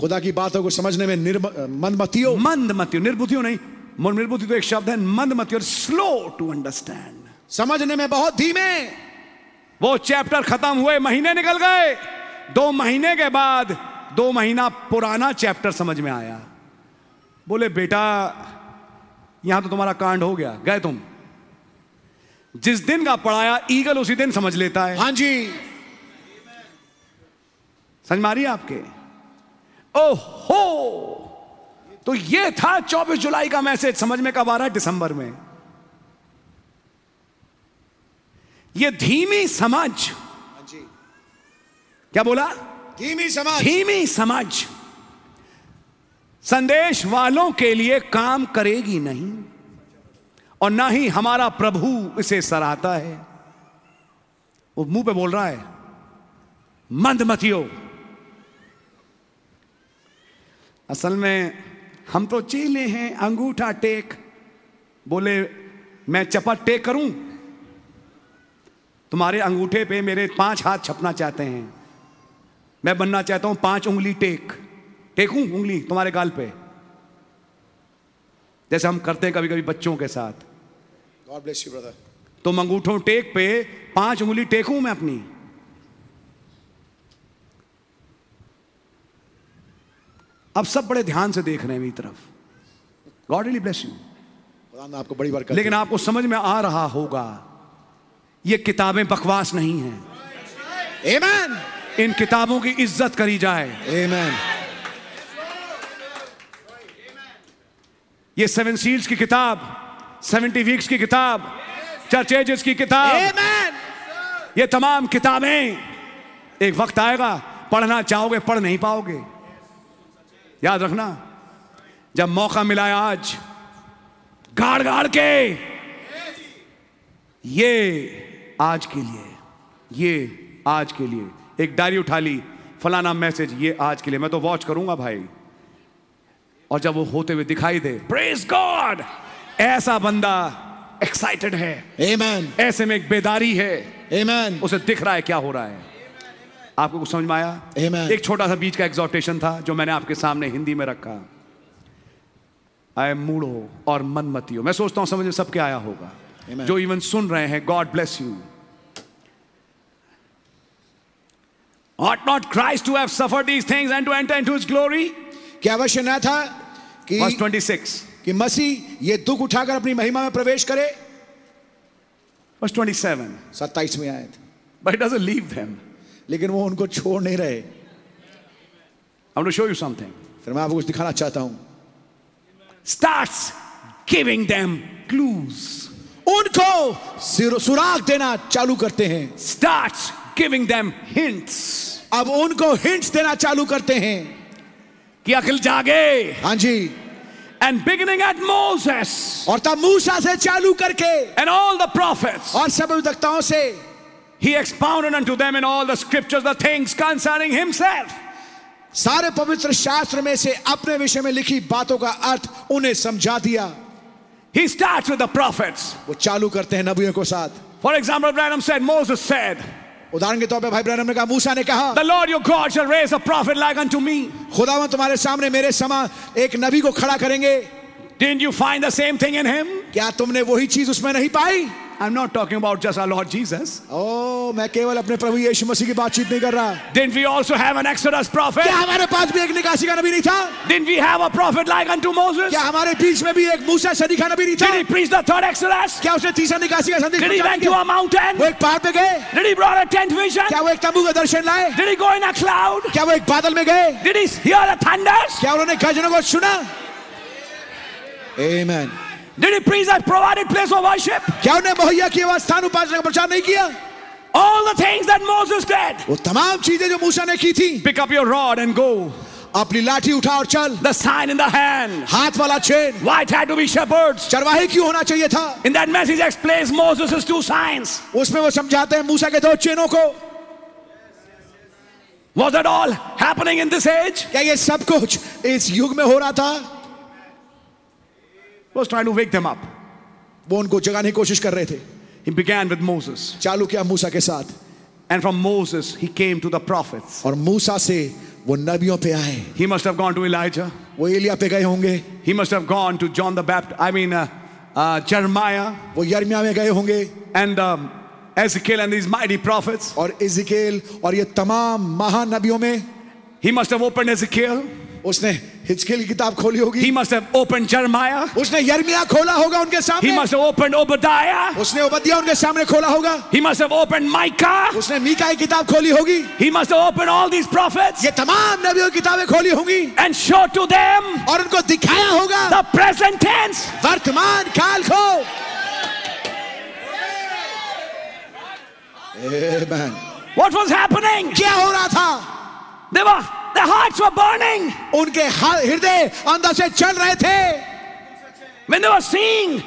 S1: खुदा की बातों को समझने में निर्म- मंद मतियो
S3: मंद मती निर्बुद्धियों नहीं मन- निर्बुद्धि तो एक शब्द है मंद मती और स्लो टू अंडरस्टैंड
S1: समझने में बहुत धीमे
S3: वो चैप्टर खत्म हुए महीने निकल गए दो महीने के बाद दो महीना पुराना चैप्टर समझ में आया बोले बेटा यहां तो तुम्हारा कांड हो गया गए तुम जिस दिन का पढ़ाया ईगल उसी दिन समझ लेता है
S1: हाँ जी
S3: समझ मारिए आपके ओहो तो ये था 24 जुलाई का मैसेज समझ में कब आ रहा है दिसंबर में ये धीमी समझ क्या बोला
S1: हाँ धीमी समाज
S3: धीमी समझ संदेश वालों के लिए काम करेगी नहीं और ना ही हमारा प्रभु इसे सराहता है वो मुंह पे बोल रहा है मंद मतियो असल में हम तो चेले हैं अंगूठा टेक बोले मैं चपट टेक करूं तुम्हारे अंगूठे पे मेरे पांच हाथ छपना चाहते हैं मैं बनना चाहता हूं पांच उंगली टेक टेकूं उंगली तुम्हारे गाल पे जैसे हम करते हैं कभी कभी बच्चों के साथ
S1: गॉड ब्लेस यू ब्रदर
S3: तुम अंगूठों टेक पे पांच उंगली टेकूं मैं अपनी अब सब बड़े ध्यान से देख रहे हैं मेरी तरफ गॉड रियली ब्लेस यू
S1: खुदा ने आपको बड़ी बरकत
S3: लेकिन आपको समझ में आ रहा होगा ये किताबें बकवास नहीं हैं
S1: आमेन
S3: इन किताबों की इज्जत करी जाए
S1: आमेन
S3: ये सेवन सील्स की किताब सेवेंटी वीक्स की किताब चर्च एजेस की किताब
S1: आमेन
S3: ये तमाम किताबें एक वक्त आएगा पढ़ना चाहोगे पढ़ नहीं पाओगे याद रखना जब मौका मिला है आज गाड़ गाड़ के ये आज के लिए ये आज के लिए एक डायरी उठा ली फलाना मैसेज ये आज के लिए मैं तो वॉच करूंगा भाई और जब वो होते हुए दिखाई दे प्रेज गॉड ऐसा बंदा एक्साइटेड है
S1: आमेन
S3: ऐसे में एक बेदारी है
S1: आमेन
S3: उसे दिख रहा है क्या हो रहा है आपको कुछ समझ में आया
S1: Amen.
S3: एक छोटा सा बीच का एग्जॉर्टेशन था जो मैंने आपके सामने हिंदी में रखा आए मूढ़ो और मन मतियो मैं सोचता हूं समझ में सबके आया होगा
S1: Amen.
S3: जो इवन सुन रहे हैं God bless you Ought not Christ to have suffered these things and to enter into his glory?
S1: क्या अवश्य न था कि
S3: Verse 26.
S1: कि मसीह ये दुख उठाकर अपनी महिमा में प्रवेश करे
S3: Verse 27.
S1: 27वीं आयत
S3: But it doesn't leave them.
S1: लेकिन वो उनको छोड़ नहीं रहे
S3: I want to show you something.
S1: फिर मैं आपको कुछ दिखाना चाहता हूं
S3: Starts giving them clues.
S1: उनको सिर- सुराग देना चालू करते हैं
S3: starts giving them hints
S1: अब उनको हिंट्स देना चालू करते हैं
S3: कि अखिल जागे
S1: हाँ जी
S3: and beginning at Moses
S1: और तब मूसा से चालू करके
S3: and all the prophets
S1: और सब अभिवक्ताओं से
S3: he expounded unto them in all the scriptures the things concerning himself
S1: सारे पवित्र शास्त्र में से अपने विषय में लिखी बातों का अर्थ उन्हें समझा दिया
S3: he starts with the prophets
S1: वो चालू करते हैं नबियों को साथ
S3: for example Branham said Moses said
S1: उदाहरण के तौर पे भाई ब्रैनम ने कहा मूसा ने कहा
S3: the Lord your God shall raise a prophet like unto me
S1: खुदावन तुम्हारे सामने मेरे समा एक नबी को खड़ा करेंगे
S3: didn't you find the same thing in him
S1: क्या तुमने वही चीज उसमें नहीं पाई
S3: I'm not talking about just our Lord Jesus
S1: ओ मैं केवल अपने प्रभु यीशु मसीह की बातचीत नहीं कर रहा
S3: didn't we also have an Exodus prophet
S1: क्या हमारे पास भी एक निकासी का नबी नहीं था
S3: didn't we have a prophet like unto Moses
S1: क्या हमारे बीच में भी एक मूसा सदी का नबी नहीं था
S3: did he preach the third Exodus
S1: क्या उसने तीसरा निकासी का संदेश
S3: did he
S1: प्रचार
S3: went to
S1: किया?
S3: a mountain
S1: वो एक पहाड़ पे गए
S3: Did he brought a tent vision?
S1: क्या वो एक तंबू का दर्शन लाए
S3: Did he go in a cloud?
S1: क्या वो एक बादल में गए
S3: Did he hear the thunders?
S1: क्या उन्होंने गर्जनों को सुना Amen.
S4: Did he preach that provided place of worship?
S1: क्या उन्हें मुहैया किया हुआ स्थान उपासना का प्रचार नहीं किया
S4: All the things that Moses did.
S1: वो तमाम चीजें जो मूसा ने की थी
S4: Pick up your rod and go.
S1: अपनी लाठी उठा और चल
S4: The sign in the hand.
S1: हाथ वाला chain
S4: Why it had to be shepherds?
S1: चरवाहे क्यों होना चाहिए था
S4: In that message explains Moses' two signs.
S1: उसमें वो समझाते हैं मूसा के दो चेनों को
S4: Was that all happening in this age?
S1: क्या ये सब कुछ इस युग में हो रहा था
S3: was trying to wake them up.
S1: वो उनको जगाने की कोशिश कर रहे थे
S3: He began with Moses.
S1: चालू किया मूसा के साथ
S3: And from Moses, he came to the prophets.
S1: और मूसा से वो नबियों पे आए
S3: He must have gone to Elijah.
S1: वो एलिया पे गए होंगे
S3: He must have gone to John the Baptist. I mean, uh, uh, Jeremiah
S1: वो यर्मिया में गए होंगे
S3: and um, Ezekiel and these mighty prophets.
S1: और इजिकेल और ये तमाम महानबियों में
S3: He must have opened Ezekiel.
S1: उसने हिजकेल की किताब खोली
S3: He
S1: होगी
S3: must have opened Jeremiah.
S1: उसने यर्मिया खोला होगा उनके
S4: He
S1: सामने
S4: must have opened Obadiah.
S1: उसने उबदिया उनके सामने खोला होगा
S4: He must have opened Micah.
S1: उसने मीका की किताब खोली होगी
S4: He must have opened all these prophets
S1: ये तमाम नबियों की किताबें खोली होंगी
S4: and showed to them
S1: और उनको दिखाया होगा
S4: the present tense.
S1: वर्तमान काल को Amen.
S4: What was happening?
S1: क्या हो रहा था
S4: They were, their hearts were burning
S1: उनके हर- हृदय अंदर से चल रहे थे
S4: when they were seeing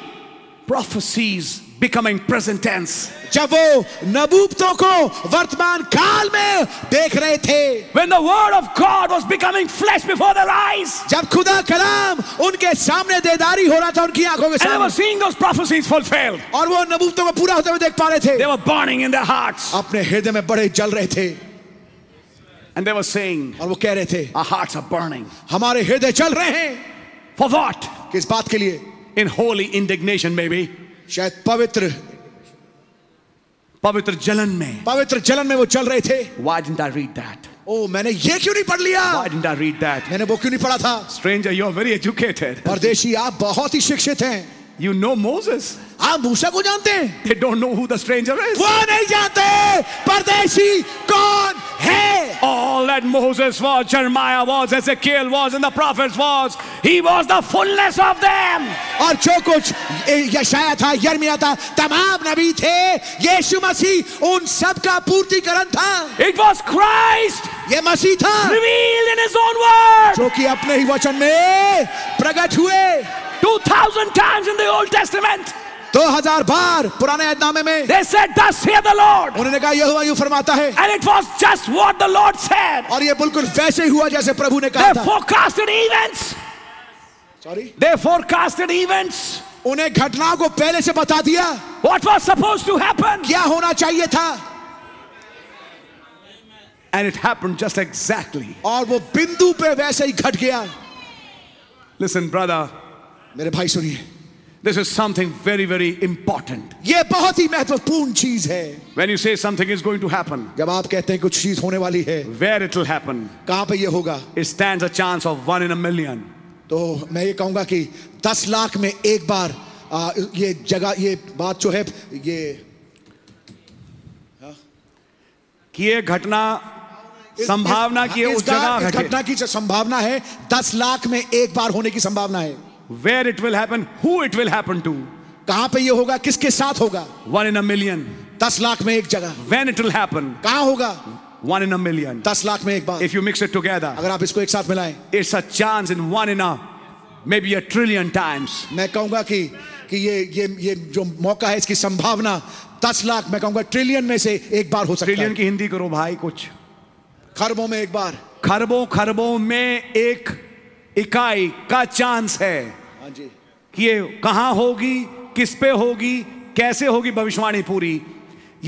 S4: prophecies becoming present tense.
S1: जब वो नबूबतों को वर्तमान काल में देख रहे थे
S4: When the word of God was becoming flesh before their eyes.
S1: जब खुदा कलाम उनके सामने देदारी हो रहा था उनकी आंखों के
S4: And they were
S1: सामने
S4: seeing those prophecies fulfilled.
S1: और वो नबूबतों को पूरा होते हुए देख पा रहे
S4: They
S1: थे
S4: were burning in their hearts.
S1: अपने हृदय में बड़े जल रहे थे
S4: And they were saying,
S1: और वो कह रहे थे
S4: Our hearts are burning.
S1: हमारे हृदय चल रहे हैं
S4: For what?
S1: किस बात के लिए
S4: In holy indignation, maybe.
S1: शायद पवित्र
S4: Pavitra Jalan mein.
S1: पवित्र जलन में वो चल रहे थे
S4: Why didn't I read that?
S1: ओ मैंने ये क्यों नहीं पढ़ लिया
S4: Why didn't I read that?
S1: मैंने वो क्यों नहीं पढ़ा था
S3: Stranger, you're very educated.
S1: परदेशी आप बहुत ही शिक्षित हैं
S3: You know Moses.
S1: आप मूसा को जानते हैं
S3: They don't know who the stranger is.
S1: वो नहीं जानते परदेशी कौन है
S4: All that Moses was, Jeremiah was, Ezekiel was, and the prophets was, he was the fullness of them.
S1: और जो कुछ यशाया था यर्मिया था तमाम नबी थे यीशु मसीह उन सब का पूर्तिकरण था
S4: It was Christ
S1: ये मसीह था
S4: revealed in his own word.
S1: जो कि अपने ही वचन में प्रकट हुए
S4: 2000 times in the Old Testament,
S1: 2000 बार पुराने ऐतनामे में
S4: they said, Thus saith the Lord.
S1: उन्होंने कहा यह हुआ यूं फरमाता है
S4: And it was just what the Lord said.
S1: और ये बिल्कुल वैसे ही हुआ जैसे प्रभु ने कहा
S4: They
S1: था
S4: forecasted events.
S1: Sorry
S4: They forecasted events.
S1: उन्हें घटनाओं को पहले से बता दिया
S4: What was supposed to happen?
S1: क्या होना चाहिए था
S3: And it happened just exactly.
S1: और वो बिंदु पे वैसे ही घट गया
S3: Listen, brother,
S1: मेरे भाई सुनिए
S3: this is something very, very important.
S1: ये बहुत ही महत्वपूर्ण चीज है
S3: When you say something is going to happen,
S1: जब आप कहते हैं कुछ चीज होने वाली है
S3: where it will happen,
S1: कहाँ पे ये होगा
S3: it stands a chance of one in a million.
S1: तो मैं ये कहूंगा कि दस लाख में एक बार आ, ये जगह ये बात जो है ये
S3: कि ये घटना संभावना की
S1: इस- इस
S3: उस
S1: घट-
S3: जगह
S1: इस
S3: घटे
S1: घटना की जो संभावना है दस लाख में एक बार होने की संभावना है
S3: where it will happen who it will happen to
S1: कहाँ पे ये होगा किसके साथ होगा
S3: one in a million
S1: दस लाख में एक जगह
S3: when it will happen
S1: कहाँ होगा
S3: one in a million
S1: दस लाख में एक बार
S3: if you mix it together
S1: अगर आप इसको एक साथ मिलाएं
S3: it's a chance in one in a maybe a trillion times
S1: मैं कहूंगा कि कि ये ये ये जो मौका है इसकी संभावना दस लाख मैं कहूंगा ट्रिलियन में से एक बार हो सकता
S3: ट्रिलियन
S1: है
S3: की हिंदी करो भाई कुछ
S1: खरबों में एक बार
S3: खरबों खरबों में एक इकाई का चांस है
S1: हाँ जी
S3: कि ये कहाँ होगी किस पे होगी कैसे होगी भविष्यवाणी पूरी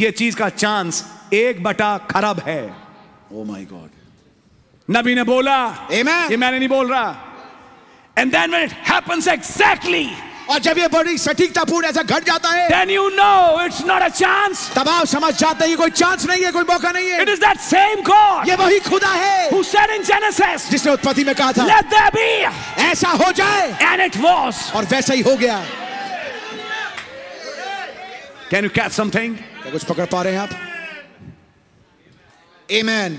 S3: ये चीज का चांस एक बटा खरब है
S1: ओ माय गॉड
S3: नबी ने बोला
S1: Amen.
S3: ये मैंने नहीं बोल रहा
S4: And then when it happens exactly,
S1: और जब ये बड़ी सटीकता पूर्ण ऐसा घट जाता है
S4: then you know it's not a chance.
S1: तब आप समझ जाते हैं कि कोई चांस नहीं है कोई मौका नहीं
S4: It
S1: है
S4: is that same God
S1: ये वही खुदा है
S4: who said in Genesis,
S1: जिसने उत्पत्ति में कहा था
S4: Let there be,
S1: ऐसा हो जाए
S4: and it was.
S1: और वैसा ही हो गया क्या
S3: कैन यू कैच समथिंग
S1: कुछ पकड़ पा रहे हैं आप Amen.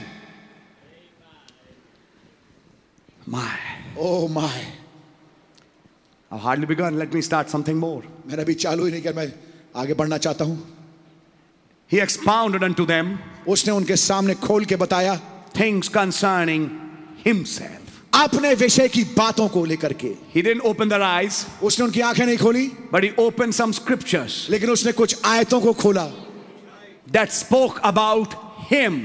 S3: My.
S1: Oh my.
S3: I've hardly begun. Let me start something more.
S1: मैंने अभी चालू ही नहीं किया मैं आगे बढ़ना चाहता हूँ
S3: He expounded unto them
S1: उसने उनके सामने खोल के बताया
S3: things concerning himself.
S1: अपने विषय की बातों को लेकर के
S3: He didn't open their eyes,
S1: उसने उनकी आंखें नहीं खोली
S3: but he opened some scriptures
S1: लेकिन उसने कुछ आयतों को खोला
S3: that spoke about him,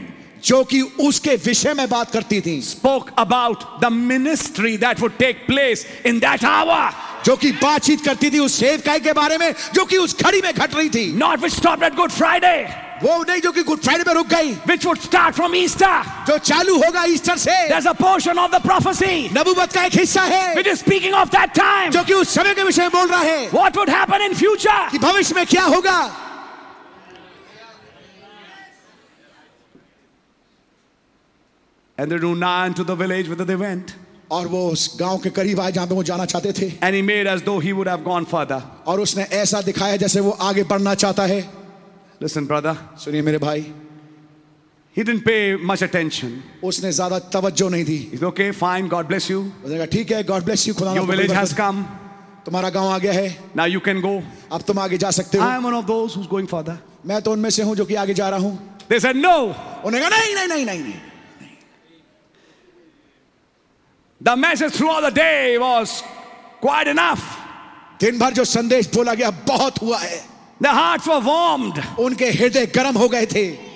S1: जो कि उसके विषय में बात करती थी
S3: spoke about the ministry that would take place in that hour.
S1: जो कि बातचीत करती थी उस सेवकाई के बारे में जो कि उस घड़ी में घट रही थी
S3: Not which stopped at Good Friday,
S1: वो नहीं जो कि गुड फ्राइडे में रुक गई
S3: which would start from Easter.
S1: जो चालू होगा ईस्टर से
S4: There's a portion of the prophecy
S1: नबूवत का एक हिस्सा है
S4: which is speaking of that time.
S1: जो कि उस समय के विषय में बोल रहा है
S4: What would happen in future?
S1: कि भविष्य में क्या होगा
S3: And they drew nigh unto the village whither they went.
S1: और वो उस गांव के करीब आए जहां पे वो जाना चाहते थे
S3: And he made as though he would have gone further.
S1: और उसने ऐसा दिखाया जैसे वो आगे बढ़ना चाहता है
S3: Listen, brother,
S1: सुनिए मेरे भाई
S3: he didn't pay much attention.
S1: उसने ज्यादा तवज्जो नहीं दी
S3: He said, Okay, fine, God bless you.
S1: उसने कहा ठीक है गॉड ब्लेस यू खुदा
S3: Your
S1: आपको
S3: village has
S1: बरकत दे।
S3: come.
S1: तुम्हारा गांव आ गया है
S3: Now you can go.
S1: अब तुम आगे जा सकते हो
S3: I am one of those who's going further.
S1: मैं तो उनमें से हूं जो कि आगे जा रहा हूं
S3: They said, No,
S1: उन्होंने कहा नहीं नहीं नहीं नहीं नहीं
S4: The message throughout the day was quite enough.
S1: दिन भर जो संदेश बोला गया बहुत हुआ है
S4: Their hearts were warmed.
S1: उनके हृदय गर्म हो गए थे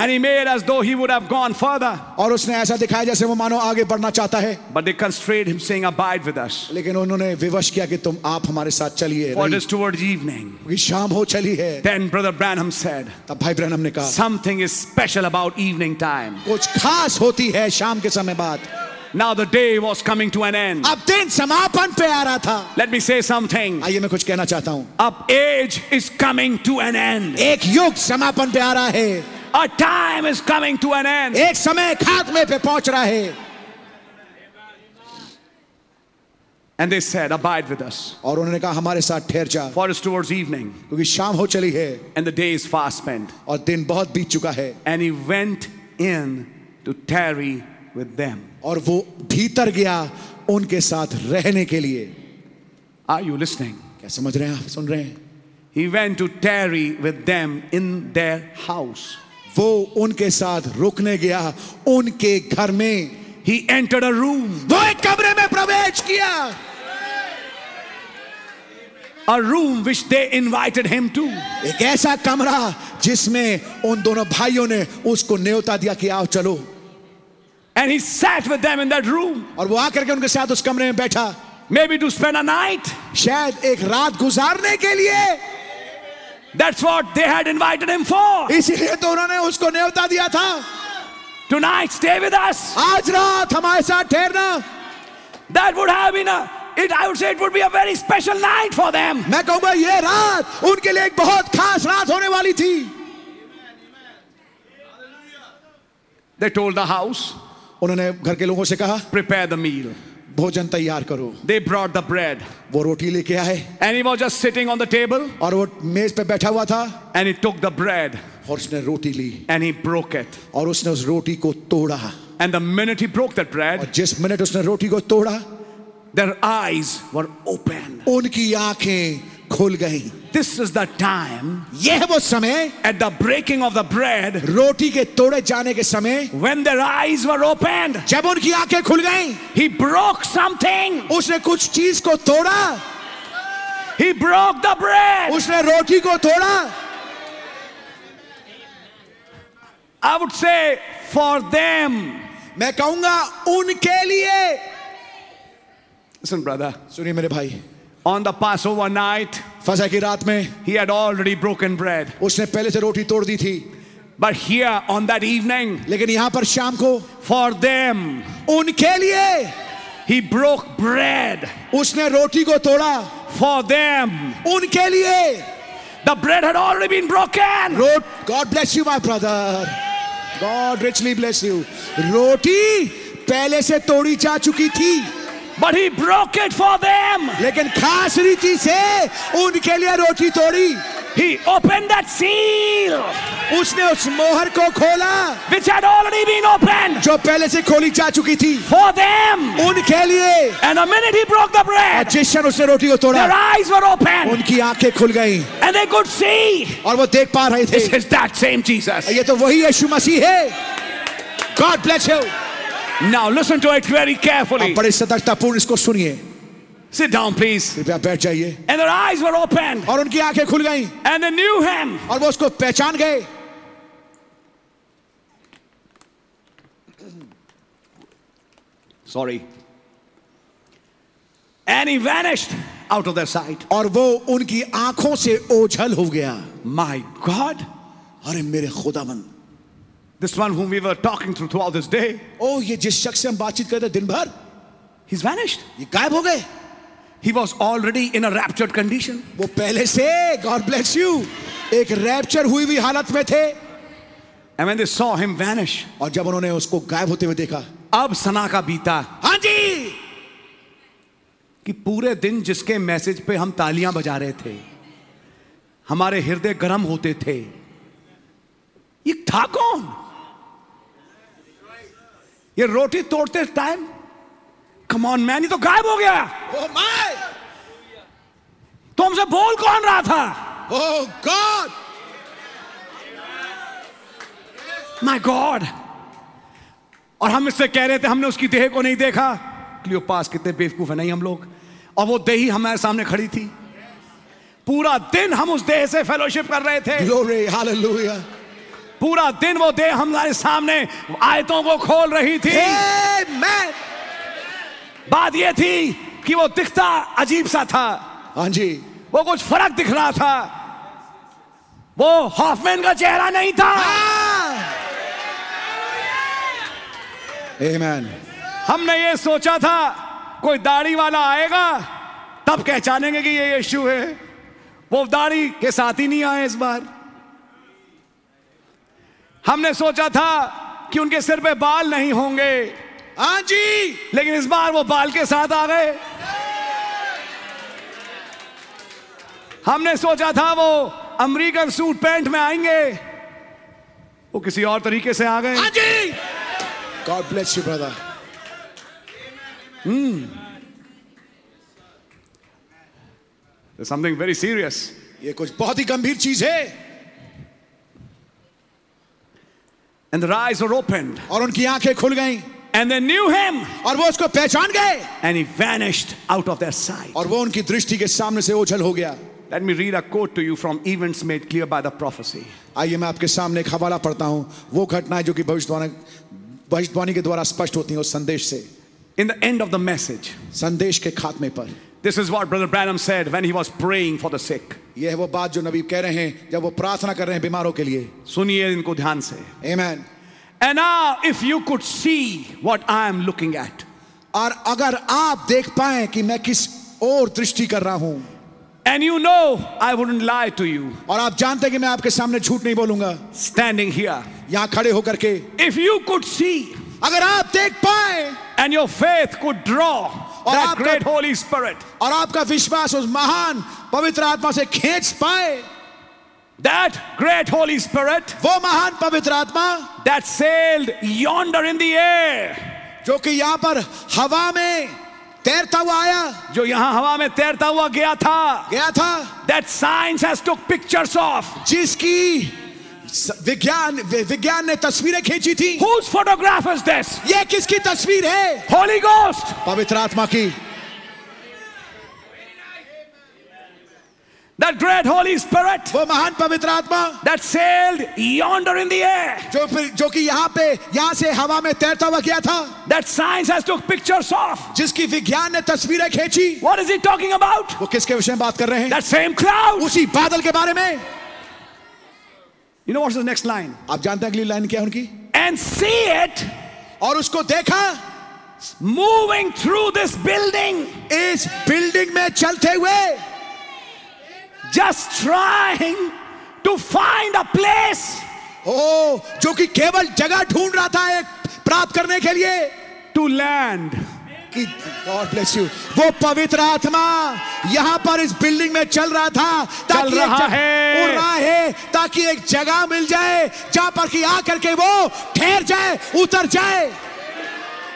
S4: And he made as though he would have gone further.
S1: और उसने ऐसा दिखाया जैसे वो मानो आगे बढ़ना चाहता है
S3: but they constrained him, saying, Abide with us.
S1: लेकिन उन्होंने विवश किया कि तुम आप हमारे साथ चलिए
S3: For it
S1: रहिए,
S3: is towards evening.
S1: क्योंकि शाम हो चली है
S3: Then Brother Branham said,
S1: तब भाई ब्रहणम ने कहा
S3: Something is special about evening time.
S1: कुछ खास होती है शाम के समय बाद
S3: Now the day was coming to an end.
S1: अब दिन समापन पे आ रहा था
S3: Let me say something.
S1: आइए मैं कुछ कहना चाहता हूँ
S4: Up age is coming to an end.
S1: एक युग समापन पे आ रहा है
S4: A time is coming to an end.
S1: एक समय खात्मे पे पहुंच रहा है
S3: And they said, Abide with us.
S1: और उन्होंने कहा हमारे साथ ठहर जा
S3: For it is towards evening,
S1: क्योंकि शाम हो चली है
S3: and the day is fast spent.
S1: और दिन बहुत बीत चुका है
S3: And he went in to tarry with them.
S1: और वो भीतर गया उनके साथ रहने के लिए
S3: Are you listening?
S1: क्या समझ रहे हैं आप सुन रहे हैं
S3: He went to tarry with them in their house.
S1: वो उनके साथ रुकने गया उनके घर में
S3: He entered a room,
S1: वो एक कमरे में प्रवेश किया
S3: a room which they invited him to.
S1: एक ऐसा कमरा जिसमें उन दोनों भाइयों ने उसको न्योता दिया कि आओ चलो
S4: And he sat with them in that room,
S1: और वो आकर के उनके साथ उस कमरे में बैठा
S4: maybe to spend a night.
S1: शायद एक रात गुजारने के लिए
S4: That's what they had invited him for.
S1: इसीलिए तो उन्होंने उसको न्योता दिया था
S4: Tonight, stay with us.
S1: आज रात हमारे साथ ठहरना
S4: That would have been a, it, I would say it would be a very special night for them.
S1: मैं कहूंगा ये रात उनके लिए एक बहुत खास रात होने वाली थी
S3: They told the house,
S1: उन्होंने घर के लोगों से कहा
S3: Prepare the meal.
S1: भोजन तैयार करो
S3: They brought the bread,
S1: वो रोटी लेके आए
S3: and he was just sitting on the table,
S1: और वो मेज पे बैठा हुआ था
S3: and he took the bread
S1: और उसने रोटी ली
S3: and he broke it.
S1: और उसने उस रोटी को तोड़ा
S3: And the minute he broke that
S1: और
S3: bread,
S1: जिस मिनट उसने रोटी को तोड़ा
S3: their eyes were open.
S1: उनकी आंखें खुल गईं
S3: This is the time
S1: यह वो समय
S4: At the breaking of the bread,
S1: रोटी के तोड़े जाने के समय
S4: when their eyes were opened,
S1: जब उनकी आंखें खुल गईं
S4: he broke something.
S1: उसने कुछ चीज को तोड़ा
S4: He broke the bread.
S1: उसने रोटी को तोड़ा
S4: I would say for them,
S1: मैं कहूंगा उनके लिए
S3: Listen, brother,
S1: सुनिए मेरे भाई
S3: on the Passover night,
S1: फसा की रात में
S3: he had already broken bread.
S1: उसने पहले से रोटी तोड़ दी थी
S3: But here on that evening,
S1: लेकिन यहाँ पर शाम को
S3: for them,
S1: उनके लिए
S3: he broke bread.
S1: उसने रोटी को तोड़ा
S3: For them,
S1: उनके लिए
S4: the bread had already been broken.
S1: रोट God bless you my brother God richly bless you रोटी पहले से तोड़ी जा चुकी थी
S4: But he broke it for them.
S1: लेकिन खास रीति से उनके लिए रोटी तोड़ी
S4: He opened that seal
S1: उसने उस मोहर को खोला
S4: which had already been opened.
S1: जो पहले से खोली जा चुकी थी
S4: for them.
S1: उनके लिए
S4: And the minute he broke the
S1: और
S4: bread,
S1: जिस क्षण उसने रोटी को तोड़ा
S4: their eyes were open
S1: उनकी आंखें खुल गईं
S4: and they could see.
S1: और वो देख पा रहे
S4: This
S1: थे
S4: is that same Jesus.
S1: ये तो वही यीशु मसीह है God bless you
S4: Now listen to it very carefully.
S1: आप बड़े सतर्कतापूर्ण इसको सुनिए
S4: Sit down, please.
S1: कृपया बैठ जाइए
S4: And their eyes were open
S1: और उनकी आंखें खुल गईं
S4: and they knew him.
S1: और वो उसको पहचान गए
S3: Sorry.
S4: And he vanished out of their sight.
S1: और वो उनकी आंखों से ओझल हो गया
S4: My God,
S1: अरे मेरे खुदावन
S4: this one whom we were talking through throughout this day,
S1: ओ ये जिस शख्स से हम बातचीत करते दिन भर
S4: he's vanished.
S1: ये गायब हो गए
S4: He was already in a raptured condition.
S1: वो पहले से गॉड ब्लेस यू एक रैप्चर हुई हुई हालत में थे
S4: And when they saw him vanish,
S1: और जब उन्होंने उसको गायब होते हुए देखा
S4: अब सना का बीता
S1: हाँ जी
S4: कि पूरे दिन जिसके मैसेज पे हम तालियां बजा रहे थे हमारे हृदय गर्म होते थे ये था कौन ये रोटी तोड़ते टाइम कम ऑन मैन ये तो गायब हो गया
S1: ओ माय
S4: तुमसे बोल कौन रहा था
S1: ओ गॉड
S4: माय गॉड और हम इससे कह रहे थे हमने उसकी देह को नहीं देखा क्लियोपास कितने बेवकूफ है नहीं हम लोग और वो देही हमारे सामने खड़ी थी पूरा दिन हम उस देह से फेलोशिप कर रहे थे
S1: ग्लोरी हालेलुया
S4: पूरा दिन वो देह हमारे सामने आयतों को खोल रही थी
S1: आमेन
S4: बात ये थी कि वो दिखता अजीब सा था
S1: हाँ जी
S4: वो कुछ फर्क दिख रहा था वो हॉफमैन का चेहरा नहीं था
S1: आमेन
S4: हमने ये सोचा था कोई दाढ़ी वाला आएगा तब पहचानेंगे कि ये यीशु है वो दाढ़ी के साथ ही नहीं आए इस बार हमने सोचा था कि उनके सिर पे बाल नहीं होंगे
S1: हाँ जी
S4: लेकिन इस बार वो बाल के साथ आ गए हमने सोचा था वो अमेरिकन सूट पैंट में आएंगे वो किसी और तरीके से आ गए
S1: हाँ जी God bless you brother
S4: something very serious
S1: ये कुछ बहुत ही गंभीर चीज है
S4: and the eyes are opened
S1: और उनकी आंखें खुल गईं
S4: एंड दे न्यू हिम
S1: और वो उसको पहचान गए
S4: and he vanished out of their sight
S1: और वो उनकी दृष्टि के सामने से ओझल हो गया
S4: let me read a quote to you from events made clear by the prophecy
S1: आइए मैं आपके सामने एक हवाला पढ़ता हूं वो घटनाएं जो कि भविष्यवाणी भविष्यवाणी के द्वारा स्पष्ट होती हैं उस संदेश से
S4: in the end of the message
S1: संदेश के खात्मे पर
S4: this is what brother branham said when he was praying for the sick
S1: यह है वो बात जो नबी कह रहे हैं जब वो प्रार्थना कर रहे हैं बीमारों के लिए
S4: suniye inko dhyan se
S1: amen
S4: And now, if you could see what I am looking at,
S1: और अगर आप देख पाए कि मैं किस और दृष्टि कर रहा हूं
S4: and you know I wouldn't lie to you,
S1: और आप जानते हैं कि मैं आपके सामने झूठ नहीं बोलूंगा
S4: standing here,
S1: यहां खड़े होकर के
S4: if you could see
S1: अगर आप देख पाए
S4: and your faith could draw that
S1: aapka-
S4: great Holy Spirit,
S1: और आपका विश्वास उस महान पवित्र आत्मा से खींच पाए
S4: that great Holy Spirit
S1: वो महान पवित्र आत्मा
S4: that sailed yonder in the air,
S1: जो कि यहाँ पर हवा में तैरता हुआ आया
S4: जो यहाँ हवा में तैरता हुआ गया था,
S1: गया था
S4: that science has took pictures of,
S1: जिसकी स- विज्ञान वि- विज्ञान ने तस्वीरें खींची थी
S4: whose photograph is this?
S1: ये किसकी तस्वीर है
S4: Holy Ghost.
S1: पवित्र आत्मा की
S4: That great Holy Spirit
S1: वो महान पवित्र आत्मा
S4: that sailed yonder in the air,
S1: जो फिर- जो कि यहाँ पे यहाँ से हवा में तैरता हुआ गया था
S4: that science has took pictures of.
S1: जिसकी विज्ञान ने तस्वीरें खींची
S4: What is he talking about?
S1: वो किसके विषय में बात कर रहे हैं
S4: That same crowd.
S1: उसी बादल के बारे में
S4: You know what's the next line?
S1: आप जानते हैं अगली लाइन क्या है उनकी
S4: And see it
S1: और उसको देखा
S4: moving through this building,
S1: इस बिल्डिंग में चलते हुए
S4: just trying to find a place
S1: ओ जो कि केवल जगह ढूंढ रहा था एक प्राप्त करने के लिए
S4: to land.
S1: कि गॉड ब्लेस यू वो पवित्र आत्मा यहाँ पर इस बिल्डिंग में चल रहा था ताकि एक
S4: रहा
S1: जग-
S4: है।
S1: उड़ रहा है ताकि एक जगह मिल जाए जहाँ पर कि आकर के वो ठहर जाए उतर जाए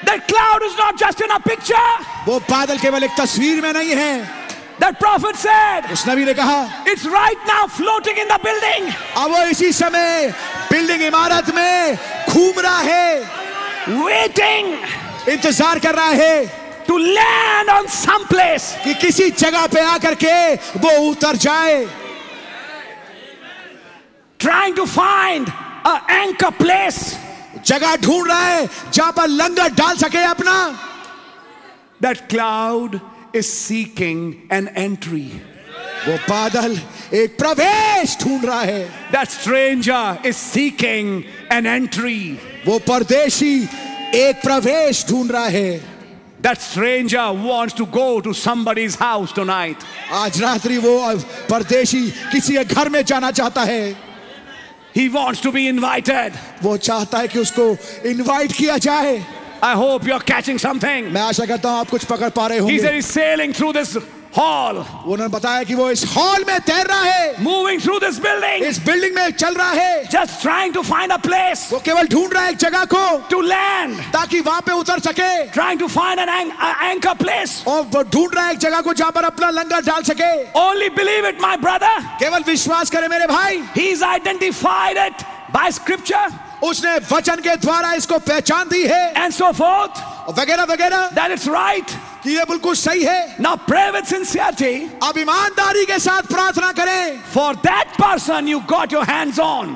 S4: That cloud is not just in a picture.
S1: वो बादल केवल एक तस्वीर में नहीं है
S4: That prophet said,
S1: उस नबी ने कहा
S4: it's right now floating in the building.
S1: अब वो इसी समय बिल्डिंग इमारत में घूम रहा है
S4: waiting
S1: इंतजार कर रहा है
S4: to land on some place.
S1: कि किसी जगह पे आकर के वो उतर जाए
S4: trying to find an anchor place.
S1: जगह ढूंढ रहा है जहां पर लंगर डाल सके अपना
S4: That cloud is seeking an entry.
S1: वो बादल एक प्रवेश ढूंढ रहा है
S4: That stranger is seeking an entry.
S1: वो परदेशी एक प्रवेश ढूंढ रहा है
S4: That stranger wants to go to somebody's house tonight.
S1: आज रात्रि वो परदेशी किसी के घर में जाना चाहता है
S4: He wants to be invited.
S1: वो चाहता है कि उसको इनवाइट किया जाए
S4: I hope you're catching something.
S1: मैं आशा करता हूँ आप कुछ पकड़ पा रहे
S4: He said
S1: होंगे
S4: he's sailing through this hall,
S1: उन्होंने बताया कि वो इस हॉल में तैर रहा है
S4: moving through this building,
S1: इस बिल्डिंग में चल रहा है
S4: just trying to find a place
S1: वो केवल ढूंढ रहा है एक जगह को
S4: to land,
S1: ताकि वहां पे उतर सके
S4: trying to find an an- a anchor place.
S1: और वो ढूंढ रहा है एक जगह को जहां पर अपना लंगर डाल सके
S4: Only believe it, my brother.
S1: केवल विश्वास करे मेरे भाई
S4: He's identified it by scripture
S1: उसने वचन के द्वारा इसको पहचान दी है
S4: and so forth
S1: और वगैरह वगैरह
S4: that it's right.
S1: कि ये बिल्कुल सही है
S4: Now pray with sincerity
S1: अब ईमानदारी के साथ प्रार्थना करें
S4: for that person you got your hands on.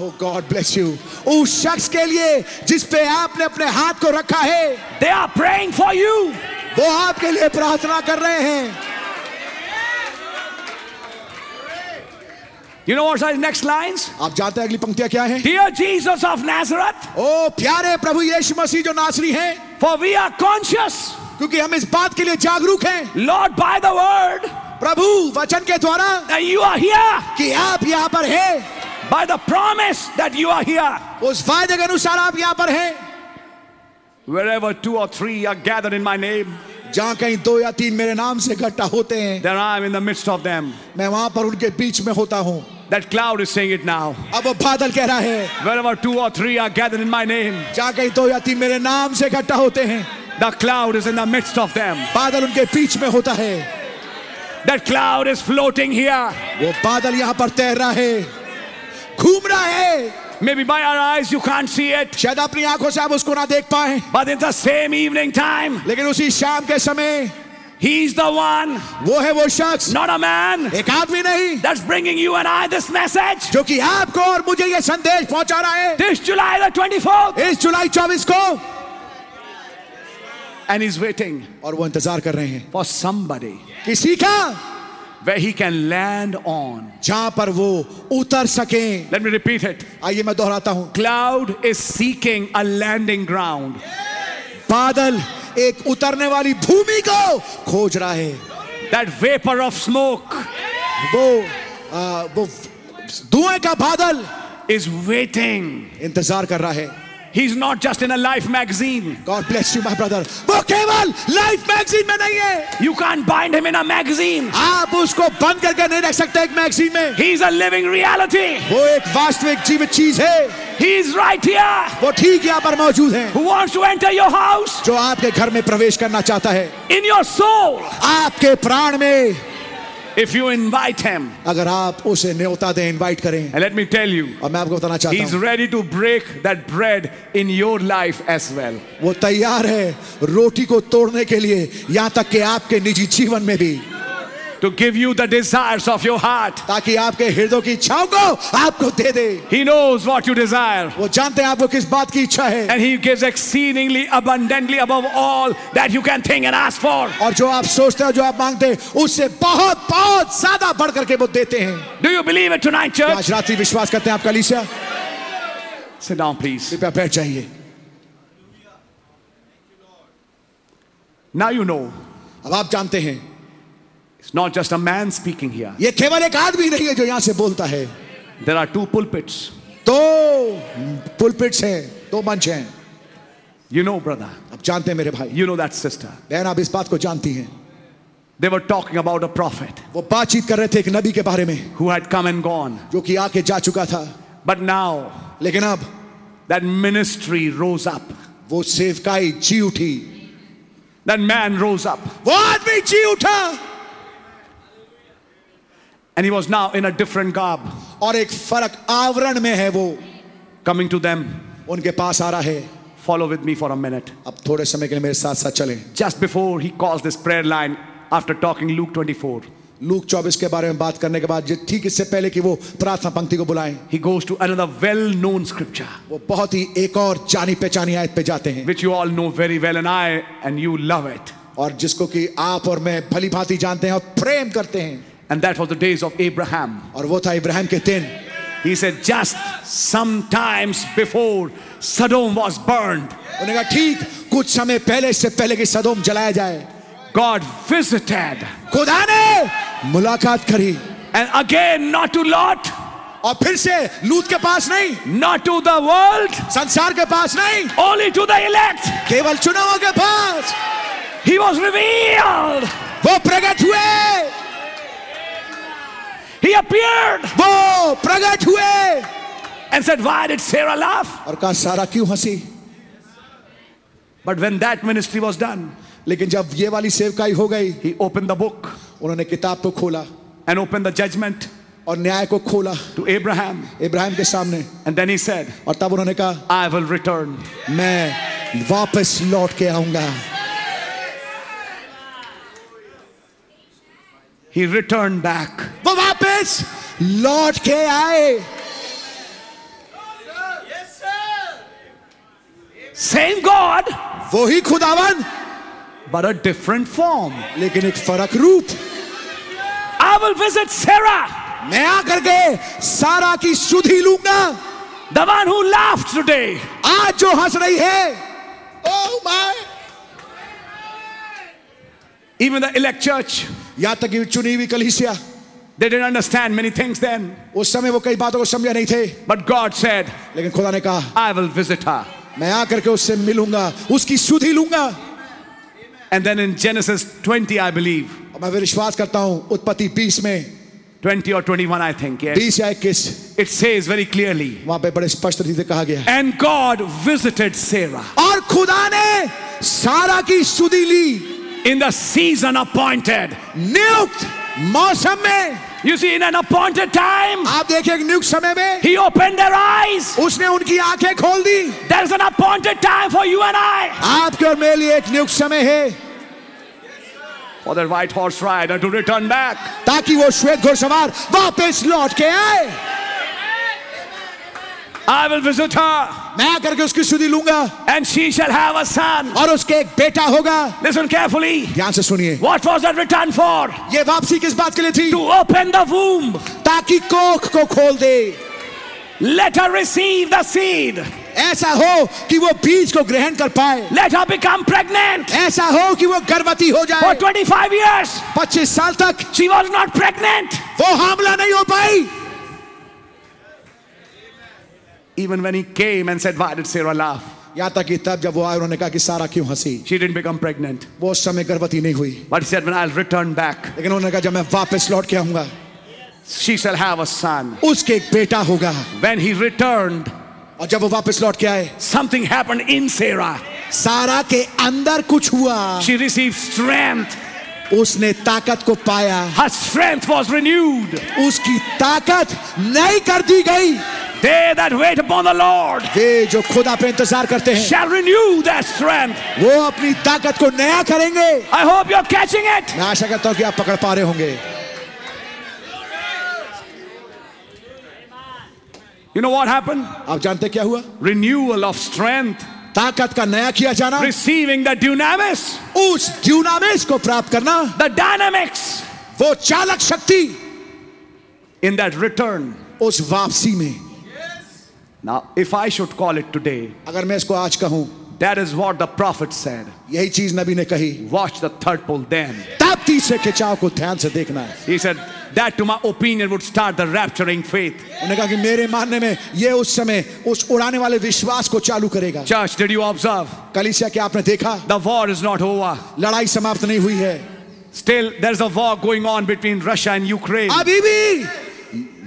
S1: Oh God bless you उस शख्स के लिए जिस पे आपने अपने हाथ को रखा है
S4: They are praying for you.
S1: वो आपके लिए प्रार्थना कर रहे हैं
S4: You know what's our next lines?
S1: आप जानते हैं अगली पंक्तियां क्या हैं
S4: Dear Jesus of Nazareth,
S1: ओ प्यारे प्रभु यीशु मसीह जो नासरी हैं
S4: for we are conscious,
S1: क्योंकि हम इस बात के लिए जागरूक हैं
S4: Lord, by the word
S1: प्रभु वचन के द्वारा
S4: that you are here,
S1: कि आप यहाँ पर हैं
S4: by the promise that you are here.
S1: उस वायदे के अनुसार आप यहाँ पर हैं
S4: Wherever two or three are gathered in my name,
S1: जहाँ कहीं दो या तीन मेरे नाम से इकट्ठा होते हैं
S4: then I am in the midst of them.
S1: मैं वहां पर उनके बीच में होता हूँ
S4: That cloud is saying it now.
S1: अब वो बादल कह रहा है
S4: Wherever two or three are gathered in my name,
S1: जहाँ कहीं दो या तीन मेरे नाम से इकट्ठा होते हैं
S4: The cloud is in the midst of them.
S1: बादल उनके बीच में होता है
S4: That cloud is floating here.
S1: वो बादल यहाँ पर तैर रहा है घूम रहा है
S4: Maybe by our eyes you can't see it,
S1: शायद अपनी आंखों से आप उसको ना देख पाए
S4: but in the same evening time,
S1: लेकिन उसी शाम के समय
S4: he's the one,
S1: वो है वो शख्स
S4: not a man,
S1: एक आदमी नहीं
S4: that's bringing you and I this message.
S1: जो कि आपको और मुझे ये संदेश पहुंचा रहा है
S4: This July the 24th,
S1: इस जुलाई चौबीस को
S4: and he's waiting
S1: और वो इंतजार कर रहे हैं
S4: for somebody
S1: किसी का
S4: where he can land on.
S1: जहां पर वो उतर सके
S4: Let me repeat it.
S1: आइए मैं दोहराता हूँ
S4: Cloud is seeking a landing ground.
S1: बादल एक उतरने वाली भूमि को खोज रहा है
S4: That vapor of smoke
S1: वो आ, वो धुएं का बादल
S4: is waiting.
S1: इंतजार कर रहा है
S4: He's not just in a life magazine.
S1: God bless you my brother वो केवल लाइफ मैगजीन में नहीं है
S4: You can't bind him in a magazine.
S1: आप उसको बंद करके नहीं रख सकते एक मैगजीन में
S4: He's a living reality.
S1: वो एक वास्तविक जीवित चीज है
S4: He's right here.
S1: वो ठीक यहाँ पर मौजूद है
S4: Who wants to enter your house
S1: जो आपके घर में प्रवेश करना चाहता है
S4: in your soul
S1: आपके प्राण में
S4: if you invite him?
S1: अगर आप उसे न्योता दें इनवाइट करें
S4: And let me tell you,
S1: और मैं आपको बताना चाहता
S4: he's
S1: हूँ
S4: ready to break that bread in your life as well.
S1: वो तैयार है रोटी को तोड़ने के लिए यहाँ तक कि आपके निजी जीवन में भी
S4: To give you the desires of your heart.
S1: ताकि आपके हृदय की इच्छाओं को आपको दे दे
S4: He knows what you desire.
S1: वो जानते हैं आपको किस बात की इच्छा है
S4: And he gives exceedingly abundantly above all that you can think and ask for.
S1: और जो आप सोचते हो जो आप मांगते हैं उससे बहुत बहुत ज्यादा बढ़ करके वो देते हैं
S4: Do you believe it tonight,
S1: तो
S4: church?
S1: आज रात्रि विश्वास करते हैं आपका लिसिया
S4: Sit down, please.
S1: कृपया बैठ जाइए
S4: Now you know
S1: अब आप जानते हैं
S4: it's not just a man speaking here,
S1: ये केवल एक आदमी नहीं है जो यहाँ से बोलता है
S4: there are two pulpits.
S1: दो पुलपिट्स हैं दो मंच हैं
S3: You know, brother,
S1: आप जानते हैं मेरे भाई
S3: you know that sister.
S1: बहन आप इस बात को जानती हैं
S3: They were talking about a prophet
S1: वो बातचीत कर रहे थे एक नबी के बारे में
S3: who had come and gone.
S1: जो कि आके जा चुका था
S3: But now
S1: लेकिन अब
S3: that ministry rose up.
S1: वो सेवकाई जी उठी
S3: That man rose up.
S1: वो आदमी जी उठा
S3: And he was now in a different garb
S1: और एक फर्क आवरण में है वो
S3: coming to them.
S1: उनके पास आ रहा है
S3: Follow with me for a minute.
S1: अब थोड़े समय के लिए मेरे साथ साथ चलें
S3: Just before he calls this prayer line, after talking Luke 24,
S1: Luke 24 के बारे में बात करने के बाद ये ठीक इससे पहले कि वो प्रार्थना पंक्ति को बुलाएं
S3: he goes to another well known scripture,
S1: वो बहुत ही एक और जानी पहचानी आयत पे जाते हैं
S3: which you all know very well, and I and you love it.
S1: और जिसको कि आप और मैं भली भांति जानते हैं और प्रेम करते हैं
S3: And that was the days of Abraham.
S1: और वो था इब्राहिम के दिन
S3: He said, Just sometimes before Sodom was burned,
S1: उन्होंने कहा ठीक कुछ समय पहले इससे पहले कि सदोम जलाया जाए
S3: God visited.
S1: खुदा ने मुलाकात करी
S3: And again, not to Lot,
S1: और फिर से लूत के पास नहीं
S3: not to the world,
S1: संसार के पास नहीं
S3: only to the elect.
S1: केवल चुनावों के पास
S3: He was revealed.
S1: वो प्रकट हुए
S3: He appeared
S1: वो प्रकट हुए
S3: and said, Why did Sarah laugh?
S1: और कहा सारा क्यों हंसी
S3: But when that ministry was done,
S1: लेकिन जब ये वाली सेवकाई हो गई
S3: he opened the book
S1: उन्होंने किताब को खोला
S3: and opened the judgment
S1: और न्याय को खोला
S3: to Abraham.
S1: इब्राहिम के सामने
S3: And then he said,
S1: और तब उन्होंने कहा
S3: I will return.
S1: मैं वापस लौट के आऊंगा
S3: He returned back.
S1: वो वापस लौट के आए
S3: Same God,
S1: वो ही खुदावन
S3: but a different form.
S1: लेकिन एक फर्क रूप
S3: I will visit Sarah,
S1: मैं आकर के सारा की सुधि लूंगा
S3: the one who laughed today.
S1: आज जो हंस रही है oh my
S3: Even the elect church,
S1: यहाँ तक कि चुनी हुई कलीसिया
S3: they didn't understand many things then.
S1: उस समय वो कई बातों को समझे नहीं थे
S3: But God said,
S1: लेकिन खुदा ने कहा
S3: I will visit her.
S1: मैं आकर के उससे मिलूंगा उसकी सुधि लूंगा
S3: And then in Genesis 20, I believe,
S1: और मैं विश्वास करता हूँ उत्पत्ति 20 में
S3: 20 or 21, I think, yes,
S1: 20 या 21
S3: it says very clearly,
S1: वहां पे बड़े स्पष्ट रीति से कहा गया है
S3: and God visited Sarah
S1: और खुदा ने सारा की सुधि ली
S3: in the season appointed.
S1: नियुक्त मौसम में
S3: You see, in an appointed time,
S1: आप देखिए एक नियुक्त समय में
S3: He opened their eyes.
S1: उसने उनकी आंखें खोल दी
S3: There's an appointed time for you and I.
S1: आपके और मेरे लिए एक नियुक्त समय है
S3: For that white horse rider to return back.
S1: ताकि वो श्वेत घुड़सवार वापस लौट के आए
S3: I will visit her,
S1: मैं आकर के उसकी सुधि लूंगा
S3: and she shall have a son.
S1: और उसके एक बेटा होगा
S3: Listen carefully.
S1: ध्यान से सुनिए
S3: What was that return for?
S1: ये वापसी किस बात के लिए थी
S3: To open the womb.
S1: ताकि कोख को खोल दे
S3: Let her receive the seed.
S1: ऐसा हो कि वो बीज को ग्रहण कर पाए
S3: Let her become pregnant.
S1: ऐसा हो कि वो गर्भवती हो
S3: For
S1: जाए
S3: 25 years,
S1: 25 साल तक
S3: she was not pregnant.
S1: वो हमला नहीं हो पाई
S3: Even when he came and said, Why did Sarah laugh?
S1: यहाँ तक तो कि तब जब वो आए उन्होंने कहा कि सारा क्यों हंसी
S3: She didn't become pregnant.
S1: वो उस समय गर्भवती नहीं हुई
S3: But he said, When I'll return back,
S1: लेकिन उन्होंने कहा जब मैं वापस लौट के आऊंगा
S3: she shall have a son.
S1: उसके एक बेटा होगा
S3: When he returned,
S1: और जब वो वापस लौट के आए
S3: something happened in Sarah.
S1: Sarah के अंदर कुछ हुआ
S3: She received strength.
S1: उसने ताकत को पाया
S3: Her strength was renewed.
S1: उसकी ताकत नहीं कर दी गई
S3: They that wait upon the Lord
S1: वे जो खुदा पे इंतजार करते हैं
S3: shall renew their strength.
S1: वो अपनी ताकत को नया करेंगे
S3: I hope you're catching it.
S1: मैं आशा करता हूँ कि आप पकड़ पा रहे होंगे
S3: You know what happened?
S1: आप जानते क्या हुआ
S3: Renewal of strength,
S1: ताकत का नया किया जाना
S3: receiving the dynamis,
S1: उस ड्यूनामेस को प्राप्त करना
S3: the dynamics
S1: वो चालक शक्ति
S3: in that return.
S1: उस वापसी में
S3: Now, if I should call it today,
S1: अगर मैं इसको आज कहूं
S3: that is what the prophet said.
S1: यही चीज नबी ने कही
S3: Watch the third pole then.
S1: तब तीसरे खिंचाव को ध्यान से देखना है
S3: He said, that to my opinion would start the rapturing faith.
S1: उन्होंने कहा कि मेरे मानने में ये उस समय उस उड़ाने वाले विश्वास को चालू करेगा
S3: Church, did you observe?
S1: कलिसिया क्या आपने देखा
S3: The war is not over.
S1: लड़ाई समाप्त नहीं हुई है
S3: Still, there's a war going on between Russia and Ukraine.
S1: अभी भी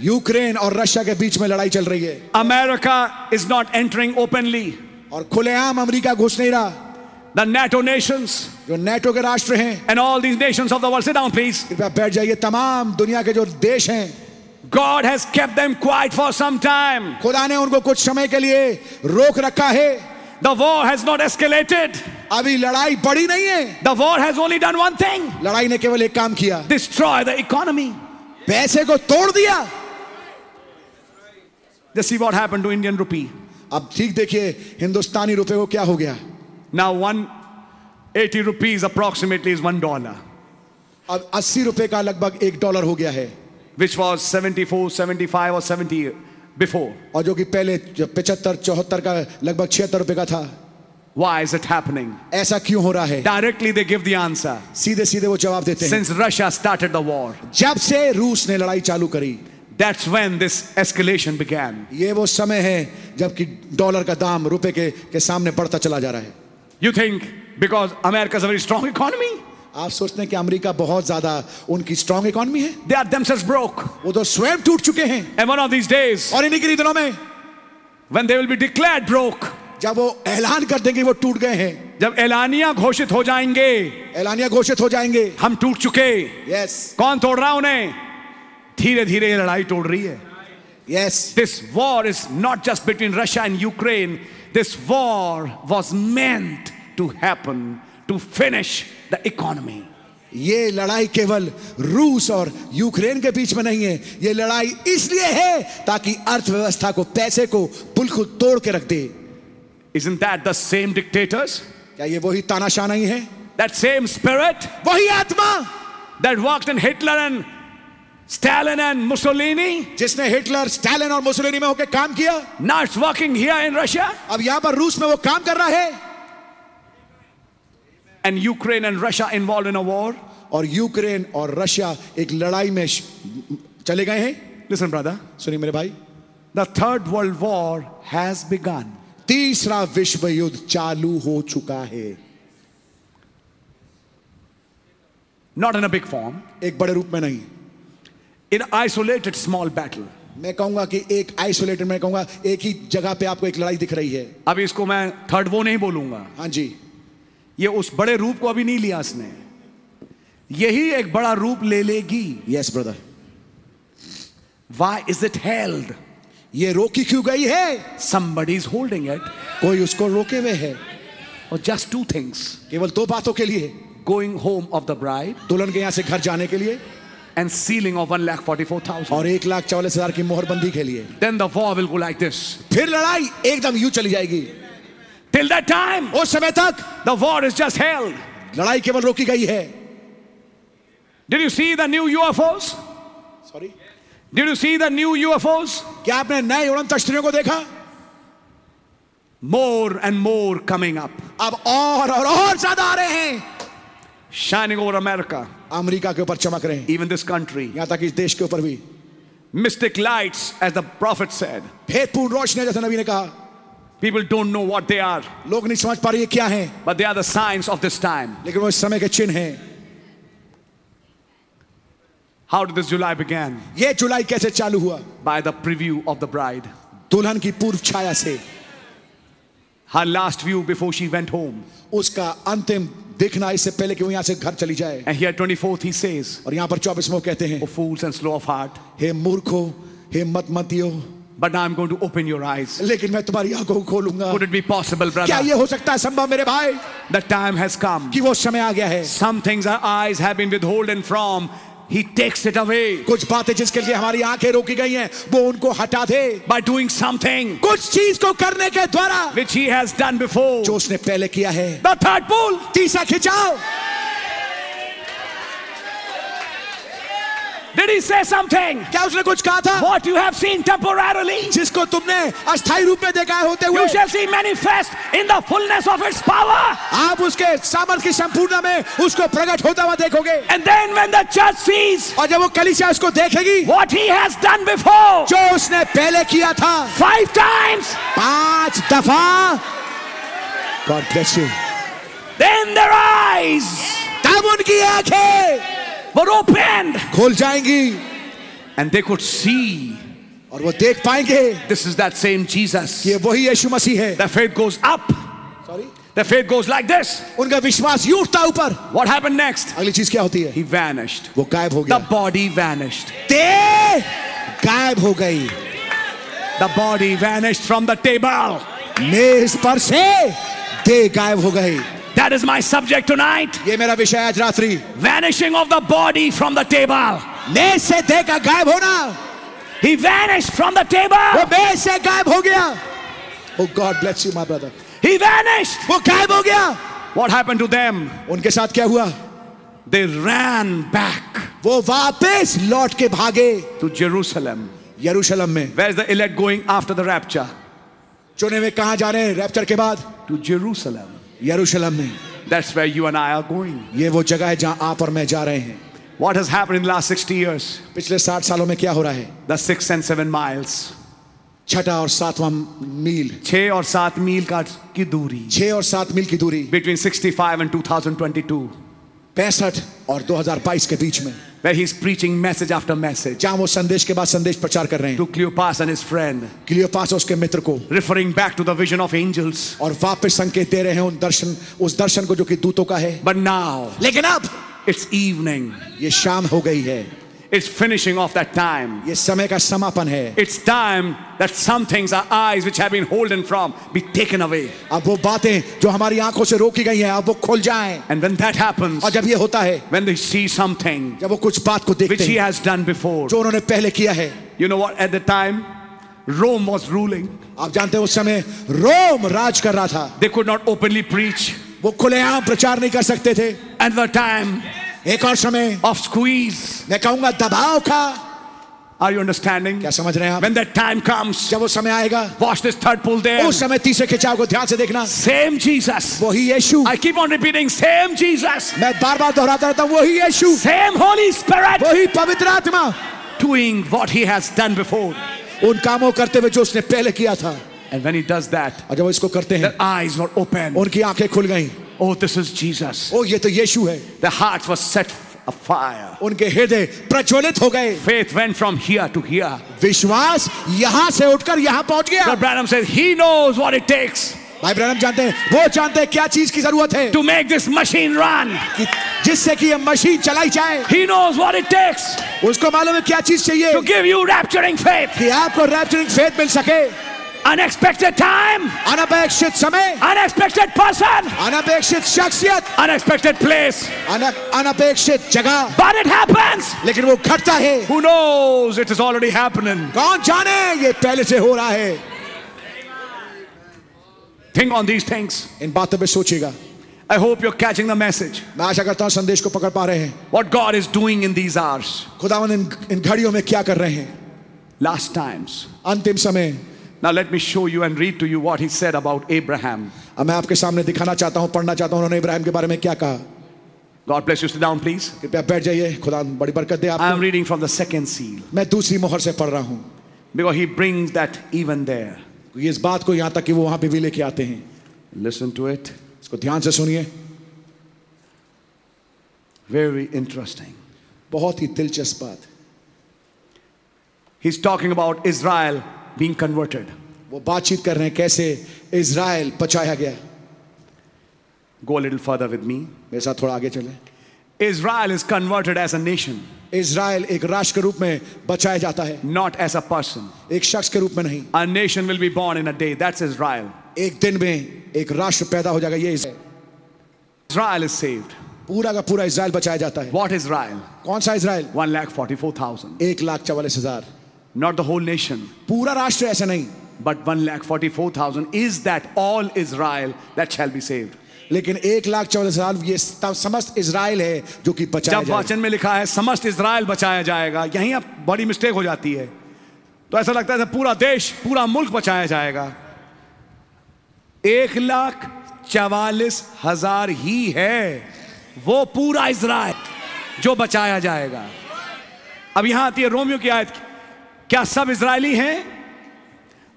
S1: यूक्रेन और रशिया के बीच में लड़ाई चल रही है
S3: America is not entering openly.
S1: और खुलेआम अमेरिका घुस नहीं रहा
S3: The NATO nations
S1: जो नेटो के राष्ट्र हैं
S3: and all these nations of the world, sit down, please.
S1: कृपया बैठ जाइए तमाम दुनिया के जो देश हैं
S3: God has kept them quiet for some time.
S1: खुदा ने उनको कुछ समय के लिए रोक रखा है
S3: The war has not escalated.
S1: अभी लड़ाई बड़ी नहीं है
S3: The war has only done one thing
S1: लड़ाई ने केवल एक काम किया
S3: destroy the economy.
S1: पैसे को तोड़ दिया
S3: Just see what happened to Indian rupee.
S1: अब ठीक देखिए हिंदुस्तानी रुपए को क्या हो गया
S3: Now, 180 rupees approximately is one dollar,
S1: अब 80 रुपए का लगभग एक डॉलर हो गया है
S3: which was 74, 75, or 70 before.
S1: और जो कि पहले पचहत्तर चौहत्तर का लगभग छिहत्तर रुपए का था
S3: Why is it happening?
S1: ऐसा क्यों हो रहा है
S3: Directly they give the answer.
S1: सीधे सीधे वो जवाब देते हैं
S3: Since Russia started the war,
S1: जब से रूस ने लड़ाई चालू करी
S3: that's when this escalation began.
S1: ये वो समय है जबकि डॉलर का दाम रुपए के के सामने बढ़ता चला जा रहा है
S3: You think because America's a very strong economy,
S1: आप सोचते हैं कि अमेरिका बहुत ज्यादा उनकी स्ट्रांग इकोनॉमी है
S3: they are themselves broke.
S1: वो तो स्वयं टूट चुके हैं
S3: And one of these days,
S1: और इन्हीं के दिनों में
S3: when they will be declared broke,
S1: जब वो ऐलान कर देंगे वो टूट गए हैं
S3: जब एलानिया घोषित हो जाएंगे
S1: ऐलानिया घोषित हो जाएंगे
S3: हम टूट चुके
S1: यस
S3: कौन तोड़ रहा उन्हें धीरे धीरे ये लड़ाई तोड़ रही है
S1: yes
S3: This war is not just between Russia and Ukraine. This war was meant to happen to finish the economy.
S1: ये लड़ाई केवल रूस और यूक्रेन के बीच में नहीं है ये लड़ाई इसलिए है ताकि अर्थव्यवस्था को पैसे को बिल्कुल तोड़ के रख दे
S3: Isn't that the same dictators?
S1: क्या ये वही तानाशाह नहीं है
S3: That same spirit
S1: वही आत्मा
S3: that worked in Hitler and Stalin and Mussolini?
S1: जिसने हिटलर स्टालिन और मुसोलिनी में होकर काम किया
S3: Now it's working here in Russia
S1: अब यहाँ पर रूस में वो काम कर रहा है
S3: and Ukraine and Russia involved in a war?
S1: और यूक्रेन और रशिया एक लड़ाई में श- चले गए हैं
S3: Listen, brother,
S1: सुनिए मेरे भाई
S3: the Third World War has begun.
S1: तीसरा विश्व युद्ध चालू हो चुका है
S3: Not in a big form,
S1: एक बड़े रूप में नहीं
S3: in isolated small battle.
S1: मैं कहूंगा कि एक आइसोलेटेड मैं कहूंगा एक ही जगह पे आपको एक लड़ाई दिख रही है
S3: अभी इसको मैं थर्ड वो नहीं बोलूंगा
S1: हाँ जी
S3: ये उस बड़े रूप को अभी नहीं लिया इसने यही एक बड़ा रूप ले लेगी
S1: yes brother
S3: why is it held
S1: ये रोकी क्यों गई है
S3: somebody is holding it
S1: कोई उसको रोके हुए है
S3: or just two things
S1: केवल दो बातों के लिए
S3: going home of the bride
S1: दुल्हन के यहाँ से घर जाने के लिए
S3: and sealing of 1,44,000.
S1: और एक लाख चौवालीस हजार की मोहरबंदी के लिए
S3: Then the war will go like this.
S1: फिर लड़ाई एकदम यूं चली जाएगी
S3: Till that time,
S1: उस समय तक
S3: the war is just held.
S1: लड़ाई केवल रोकी गई है
S3: Did you see the new UFOs?
S1: Sorry
S3: Did you see the new UFOs?
S1: क्या आपने नए उड़न तश्तरियों को देखा
S3: More and more coming up,
S1: अब और और और ज्यादा आ रहे हैं
S3: shining over America,
S1: अमेरिका के ऊपर चमक रहे हैं
S3: even this country.
S1: यहाँ तक इस देश के ऊपर भी
S3: Mystic lights, as the prophet said.
S1: भेदपूर्ण रोशनी जैसे नबी ने कहा
S3: People don't know what they are,
S1: लोग नहीं समझ पा रहे ये क्या है
S3: but they are the signs of this time.
S1: लेकिन वो इस समय के चिन्ह हैं
S3: How did this July begin?
S1: ये जुलाई कैसे चालू हुआ
S3: By the preview of the bride.
S1: दुल्हन की पूर्व छाया से
S3: Her last view before she went home.
S1: उसका अंतिम देखना इससे पहले कि वो यहाँ से घर चली जाए
S3: And here, 24th, he says,
S1: और यहाँ पर चौबीस में वो कहते हैं
S3: O fools and slow of heart,
S1: हे मूर्खो हे मत मतियो
S3: But now I'm going to open your eyes.
S1: लेकिन मैं तुम्हारी आंखों को खोलूंगा
S3: Could it be possible,
S1: क्या
S3: brother?
S1: ये हो सकता है संभव मेरे भाई
S3: The time has come.
S1: कि वो समय आ गया है
S3: Some things our eyes have been withholden from, He takes it away
S1: कुछ बातें जिसके लिए हमारी आंखें रोकी गई हैं वो उनको हटा दे
S3: by doing something
S1: कुछ चीज को करने के द्वारा
S3: which He has done before.
S1: जो उसने पहले किया है
S3: The third pull.
S1: तीसरा खिंचाव
S3: Did merely say something?
S1: क्या उसने कुछ कहा था
S3: What you have seen temporarily,
S1: जिसको तुमने अस्थायी रूप में देखा होते हुए
S3: you shall see manifest in the fullness of its power.
S1: आप उसके सामर्थ की संपूर्ण में उसको प्रकट होता हुआ देखोगे
S3: And then when the church sees
S1: और जब वो कलिसिया उसको देखेगी
S3: what he has done before,
S1: जो उसने पहले किया था
S3: five times,
S1: पांच दफा God bless you
S3: then their eyes
S1: तब उनकी आंखें
S3: were opened
S1: खोल जाएंगी
S3: and they could see
S1: और वो देख पाएंगे
S3: this is that same
S1: कि ये
S3: Jesus.
S1: वही यीशु मसीह है
S3: Their faith goes up.
S1: Sorry
S3: Their faith goes like this.
S1: उनका विश्वास यूं उठता ऊपर
S3: What happened next?
S1: अगली चीज क्या होती है
S3: He vanished.
S1: वो गायब हो
S3: The
S1: गया
S3: body vanished.
S1: देह गायब हो गई
S3: The body vanished from the table.
S1: मेज पर से देह गायब हो गई
S3: That is my subject tonight.
S1: ये मेरा विषय है आज रात्रि
S3: Vanishing of the body from the table.
S1: मेज से देह का गायब होना
S3: He vanished from the
S1: वो
S3: table.
S1: मेज से गायब हो गया Oh oh God bless you my brother
S3: He vanished.
S1: वो गायब हो गया
S3: What happened to them?
S1: उनके साथ क्या हुआ
S3: They ran back
S1: वो वापस लौट के भागे
S3: to Jerusalem.
S1: यरूशलेम में
S3: Where's the elect going after the rapture?
S1: चुने में कहा जा रहे हैं रैप्चर के बाद
S3: To Jerusalem.
S1: यरूशलेम में
S3: That's where you and I are going.
S1: ये वो जगह है जहां आप और मैं जा रहे हैं
S3: What has happened in the last 60 years?
S1: पिछले साठ सालों में क्या हो रहा है
S3: The six and seven miles.
S1: छठा और सातवां मील
S3: छः और सात मील का की दूरी.
S1: छह और सात मील की दूरी
S3: Between 65 and 2022.
S1: पैंसठ और 2022 के बीच में
S3: Where he's preaching message after message.
S1: जहां वो संदेश के बाद संदेश प्रचार कर रहे हैं
S3: To Cleopas and his friend.
S1: Cleopas और उसके मित्र को
S3: Referring back to the vision of angels.
S1: और वापस संकेत दे रहे हैं उन दर्शन उस दर्शन को जो कि दूतों का है
S3: But now,
S1: लेकिन अब
S3: it's evening.
S1: ये शाम हो गई है
S3: It's finishing off that time.
S1: ये समय का समापन है
S3: It's time that some things, our eyes which have been holden from, be taken away.
S1: अब वो बातें जो हमारी आंखों से रोकी गई हैं अब वो खुल जाएं
S3: And when that happens,
S1: और जब ये होता है
S3: when they see something
S1: जब वो कुछ बात को
S3: which
S1: देखते
S3: he
S1: हैं
S3: has done before,
S1: जो उन्होंने पहले किया है
S3: you know what? At the time, Rome was ruling.
S1: आप जानते हैं उस समय रोम राज कर रहा था
S3: They could not openly preach.
S1: वो खुलेआम प्रचार नहीं कर सकते थे
S3: At the time
S1: एक और समय
S3: of squeeze,
S1: मैं कहूंगा दबाव का
S3: are you understanding?
S1: क्या समझ रहे हैं आप
S3: When that time comes,
S1: जब वो समय आएगा
S3: watch this third pull there.
S1: उस समय तीसरे खिंचाव को ध्यान से देखना
S3: Same Jesus.
S1: वही यीशु
S3: I keep on repeating, same Jesus,
S1: मैं बार बार दोहराता रहता हूँ वही यीशु
S3: same Holy Spirit,
S1: वही पवित्र आत्मा
S3: doing what he has done before.
S1: उन कामों करते हुए जो उसने पहले किया था
S3: And when he does that,
S1: और जब वो इसको करते हैं
S3: their eyes were open.
S1: उनकी आंखें खुल गईं
S3: Oh, this is Jesus.
S1: ओ ये तो यीशु है
S3: Their hearts were set afire.
S1: उनके हृदय प्रज्वलित हो गए
S3: Faith went from here to here.
S1: विश्वास यहाँ से उठकर यहाँ पहुंच गया
S3: Brother Branham says he knows what it takes
S1: भाई ब्रम जानते हैं वो जानते हैं क्या चीज की जरूरत है
S3: to make this machine run.
S1: कि जिससे कि ये मशीन चलाई जाए
S3: He knows what it takes
S1: उसको मालूम है क्या चीज चाहिए
S3: to give you rapturing faith.
S1: कि आपको रैप्चरिंग फेथ मिल सके
S3: Unexpected time,
S1: अनपेक्षित समय
S3: unexpected person,
S1: अनपेक्षित शख्सियत
S3: unexpected place.
S1: अन- अनपेक्षित जगह
S3: But it happens.
S1: लेकिन वो घटता है
S3: Who knows it is already happening?
S1: कौन जाने ये पहले से हो रहा है
S3: Think on these things.
S1: इन बातों पे सोचिएगा
S3: I hope you're catching the message.
S1: मैं आशा करता हूँ संदेश को पकड़ पा रहे हैं
S3: What God is doing in these hours,
S1: खुदावन इन इन घड़ियों में क्या कर रहे हैं
S3: last times.
S1: अंतिम समय
S3: Now let me show you and read to you what he said about Abraham.
S1: अब मैं आपके सामने दिखाना चाहता हूँ पढ़ना चाहता हूँ उन्होंने इब्राहिम के बारे में क्या कहा
S3: God bless you. Sit down, please.
S1: कृपया बैठ जाइए खुदा बड़ी बरकत दे
S3: I am
S1: आपको
S3: reading from the second seal
S1: मैं दूसरी मोहर से पढ़ रहा हूँ
S3: because he brings that even there.
S1: ये इस बात को यहाँ तक कि वो वहाँ पे भी लेके आते हैं
S3: Listen to it.
S1: इसको ध्यान से सुनिए
S3: Very interesting.
S1: बहुत ही दिलचस्प बात
S3: He's talking about Israel being converted.
S1: वो बातचीत कर रहे हैं कैसे इसराइल पचाया गया
S3: Go a little further with me.
S1: मेरे साथ थोड़ा आगे चले
S3: Israel is converted as a nation,
S1: Israel एक राष्ट्र के रूप में बचाया जाता है
S3: not as a person.
S1: एक शख्स के रूप में नहीं
S3: A nation will be born in a day. That's Israel.
S1: एक दिन में एक राष्ट्र पैदा हो जाएगा ये इसराइल।
S3: Israel is saved.
S1: पूरा का पूरा इसराइल बचाया जाता है
S3: What Israel?
S1: कौन सा Israel
S3: One lakh forty-four thousand.
S1: एक लाख चवालीस हजार
S3: Not the whole nation,
S1: पूरा राष्ट्र ऐसा नहीं
S3: but one lakh forty-four thousand is that all Israel that shall be saved.
S1: लेकिन एक लाख चौदह साल ये तब समस्त इसराइल है जो कि बचाया
S3: जब
S1: जाएगा
S3: वाचन में लिखा है समस्त इसराइल बचाया जाएगा यहीं अब बड़ी मिस्टेक हो जाती है तो ऐसा लगता है जैसे पूरा देश पूरा मुल्क बचाया जाएगा एक लाख चवालीस हजार ही है वो पूरा इसराइल जो बचाया जाएगा अब यहां आती है रोमियो की आयत क्या सब इसराइली हैं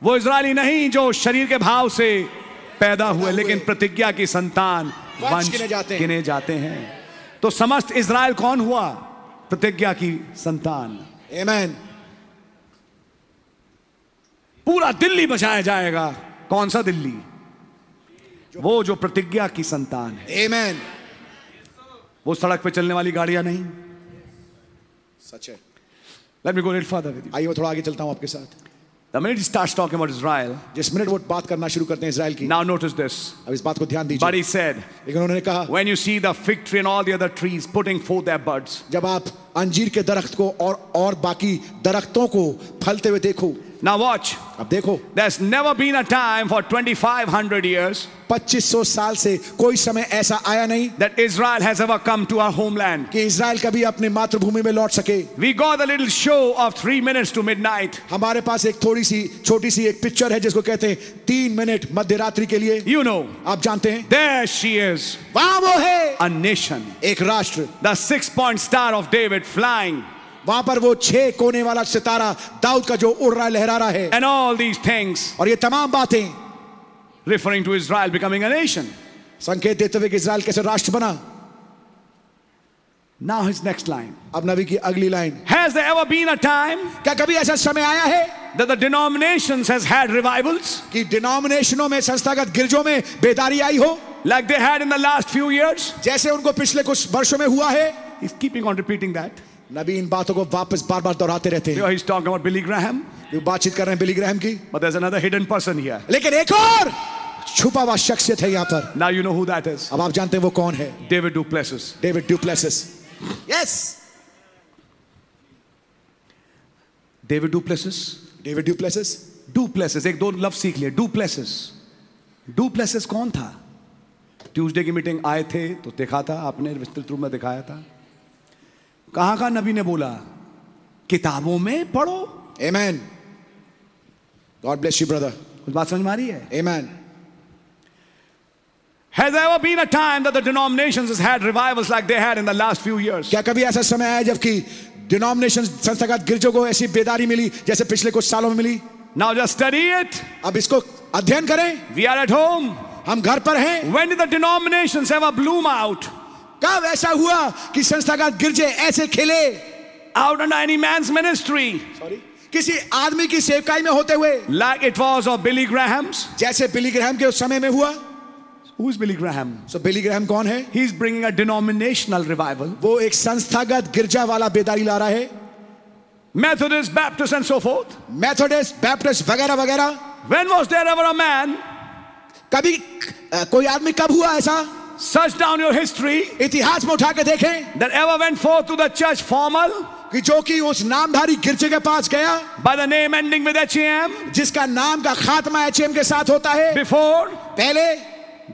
S3: वो इसराइली नहीं जो शरीर के भाव से पैदा हुए लेकिन प्रतिज्ञा की संतान
S1: वंश गिने जाते हैं।
S3: गिने जाते हैं तो समस्त इसराइल कौन हुआ प्रतिज्ञा की संतान
S1: Amen.
S3: पूरा दिल्ली बचाया जाएगा कौन सा दिल्ली वो जो प्रतिज्ञा की संतान है
S1: Amen.
S3: वो सड़क पे चलने वाली गाड़ियां नहीं
S1: सच है
S3: let me go red father with
S1: आइए मैं थोड़ा आगे चलता हूं आपके साथ
S3: the minute start talking about Israel
S1: जिस मिनट वो बात करना शुरू करते हैं इसराइल की
S3: नाउ नोटिस दिस
S1: अब इस बात को ध्यान दीजिए
S3: बट ही सेड
S1: लेकिन उन्होंने कहा
S3: When you see the fig tree and all the other trees putting forth their buds,
S1: जब आप अंजीर के दरख्त को और और बाकी दरख्तों को फलते हुए देखो
S3: now watch.
S1: अब देखो
S3: There's never been a time for 2,500 years
S1: 2500 साल से कोई समय ऐसा आया नहीं
S3: that Israel has ever come to our homeland.
S1: कि इसराइल कभी अपनी मातृभूमि में लौट सके
S3: We got a little show of three minutes to midnight.
S1: हमारे पास एक थोड़ी सी छोटी सी एक पिक्चर है जिसको कहते हैं तीन मिनट मध्य रात्रि के लिए
S3: You know,
S1: आप जानते हैं
S3: there she is,
S1: वहां वो है
S3: a nation.
S1: एक राष्ट्र
S3: The six point star of David flying,
S1: वहां पर वो छह कोने वाला सितारा दाऊद का जो उड़ रहा लहरा रहा है
S3: and all these things
S1: और ये तमाम बातें
S3: referring to Israel becoming a nation.
S1: संकेत देते हुए कि इसराइल कैसे राष्ट्र बना
S3: Now, his next line
S1: अब नबी की अगली line
S3: Has there ever been a time
S1: क्या कभी ऐसा समय आया है
S3: that the denominations has had revivals
S1: कि डिनोमिनेशनों में संस्थागत गिरजों में बेदारी आई हो
S3: like they had in the last few years?
S1: जैसे उनको पिछले कुछ वर्षों में हुआ है
S3: He's keeping on repeating that.
S1: नबी इन बातों को वापस बार बार दोहराते रहते हैं
S3: Here he's talking about Billy Graham,
S1: जो बातचीत कर रहे हैं बिली ग्रैहम की
S3: but there's another hidden person here.
S1: लेकिन एक और छुपा हुआ शख्सियत है यहाँ पर
S3: Now you know who that is
S1: अब आप जानते हैं वो कौन है
S3: David Duplessis.
S1: David Duplessis yes
S3: David Duplessis?
S1: David Duplessis
S3: Duplessis. एक दो लफ्ज सीख लिए Duplessis. Duplessis कौन था ट्यूसडे की मीटिंग आए थे तो देखा था आपने विस्तृत रूप में दिखाया था कहाँ का नबी ने बोला किताबों में पढ़ो
S1: amen god bless you brother
S3: कुछ बात समझ में आ रही है
S1: amen
S3: Has there ever been a time that the denominations has had revivals like they had in the last few years?
S1: क्या कभी ऐसा समय आया जबकि डिनोमिनेशन संस्थागत गिरजों को ऐसी बेदारी मिली जैसे पिछले कुछ सालों में मिली
S3: Now just study it.
S1: अब इसको अध्ययन करें
S3: We are at home.
S1: हम घर पर हैं
S3: When did the denominations ever bloom out?
S1: कब ऐसा हुआ कि संस्थागत गिरजे ऐसे खिले
S3: Out under any man's ministry,
S1: sorry किसी आदमी की सेवकाई में होते हुए
S3: like it was of Billy Graham's.
S1: जैसे बिली ग्रहम के उस समय में हुआ
S3: Who's Billy Graham?
S1: So Billy Graham कौन है
S3: He's bringing a denominational revival.
S1: वो एक संस्थागत गिरजा वाला बेदारी ला रहा है
S3: Methodist, Baptist, and so forth.
S1: Methodist Baptist वगैरह वगैरह
S3: When was there ever a man?
S1: कभी अ, कोई आदमी कब हुआ ऐसा
S3: Search down your history
S1: इतिहास में उठा के देखें
S3: that ever went forth to the church formal
S1: कि जो कि उस नामधारी गिरजे के पास गया
S3: by the name ending with HAM
S1: जिसका नाम का खात्मा एच के साथ होता है
S3: before.
S1: पहले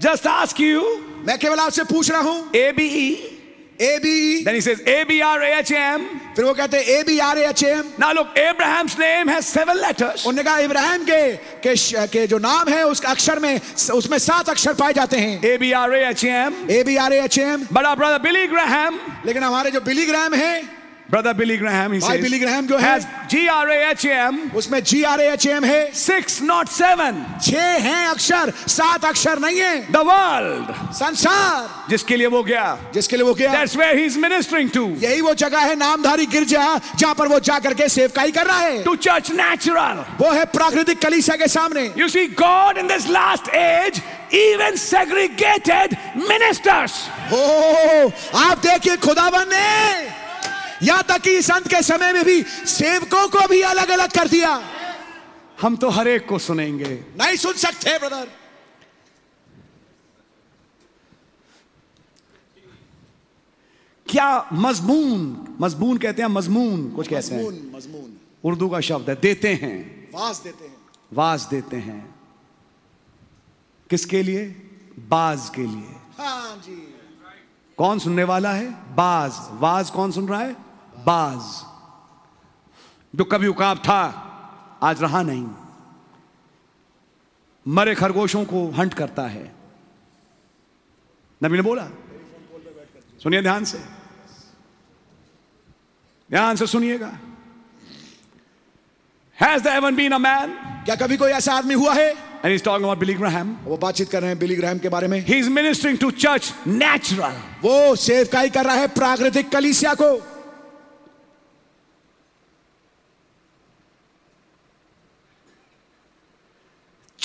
S3: Just ask you
S1: मैं केवल आपसे पूछ रहा हूँ
S3: ABE.
S1: A B
S3: Then he says ABRAHAM.
S1: फिर वो कहते A B R H M
S3: Now look, Abraham's name has seven letters.
S1: उन्होंने कहा इब्राहिम के के, श- के जो नाम है उसका अक्षर में उसमें सात अक्षर पाए जाते हैं
S3: ABRAHAM.
S1: A B R H M
S3: But our brother Billy Graham
S1: लेकिन हमारे जो बिली ग्राम है
S3: Brother Billy Graham, he
S1: भाई
S3: says,
S1: बिली ग्राम जो है
S3: has G R A H M
S1: उसमें जी आर एच एम है
S3: six, not seven.
S1: छह हैं अक्षर सात अक्षर नहीं है
S3: The world,
S1: संसार
S3: जिसके लिए वो गया.
S1: जिसके लिए वो क्या
S3: That's where he's ministering to.
S1: यही वो जगह है नामधारी गिरजा जहाँ पर वो जा करके सेवकाई कर रहा है
S3: To church natural.
S1: वो है प्राकृतिक कलीसिया के सामने
S3: You see, God in this last age even segregated ministers.
S1: ओ आप देखिए खुदावन ने यहाँ तक कि इस अंत के समय में भी सेवकों को भी अलग अलग कर दिया
S3: हम तो हर एक को सुनेंगे.
S1: नहीं सुन सकते ब्रदर
S3: क्या मजमून मजमून कहते हैं मजमून कुछ कहते हैं
S1: मजमून
S3: उर्दू का शब्द है देते हैं
S1: वास देते हैं
S3: वाज देते हैं किसके लिए बाज के लिए
S1: on, हाँ जी
S3: कौन सुनने वाला है बाज वाज कौन सुन रहा है बाज जो कभी उकाब था आज रहा नहीं मरे खरगोशों को हंट करता है नबी ने बोला सुनिए ध्यान से ध्यान से सुनिएगा has there ever been a man
S1: क्या कभी कोई ऐसा आदमी हुआ है
S3: and is talking about Billy Graham
S1: वो बातचीत कर रहे हैं बिली ग्राहम के बारे में
S3: he is ministering to church natural
S1: वो सेवकाई कर रहा है प्राकृतिक कलीसिया को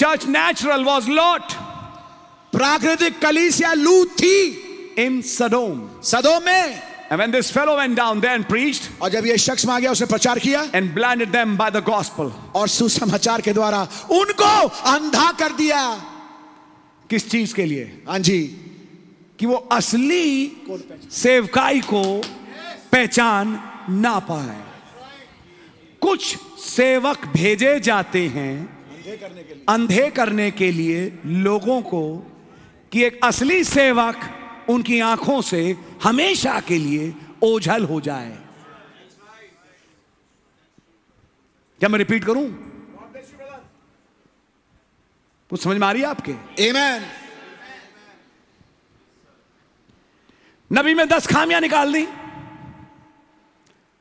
S3: चर्च नेचुरल वॉज लॉट
S1: प्राकृतिक कलीसिया लूत थी
S3: in Sodom.
S1: सदोम में
S3: And when this fellow went down there and preached
S1: और जब ये शख्स वहां गया उसने प्रचार किया
S3: and blinded them by the gospel,
S1: और सुसमाचार के द्वारा उनको अंधा कर दिया
S3: किस चीज के लिए
S1: हाँ जी
S3: कि वो असली सेवकाई को पहचान ना पाए कुछ सेवक भेजे जाते हैं अंधे करने के लिए लोगों को कि एक असली सेवक उनकी आंखों से हमेशा के लिए ओझल हो जाए क्या मैं रिपीट करूं कुछ समझ में आ रही है आपके
S1: Amen.
S3: नबी में दस खामियां निकाल दी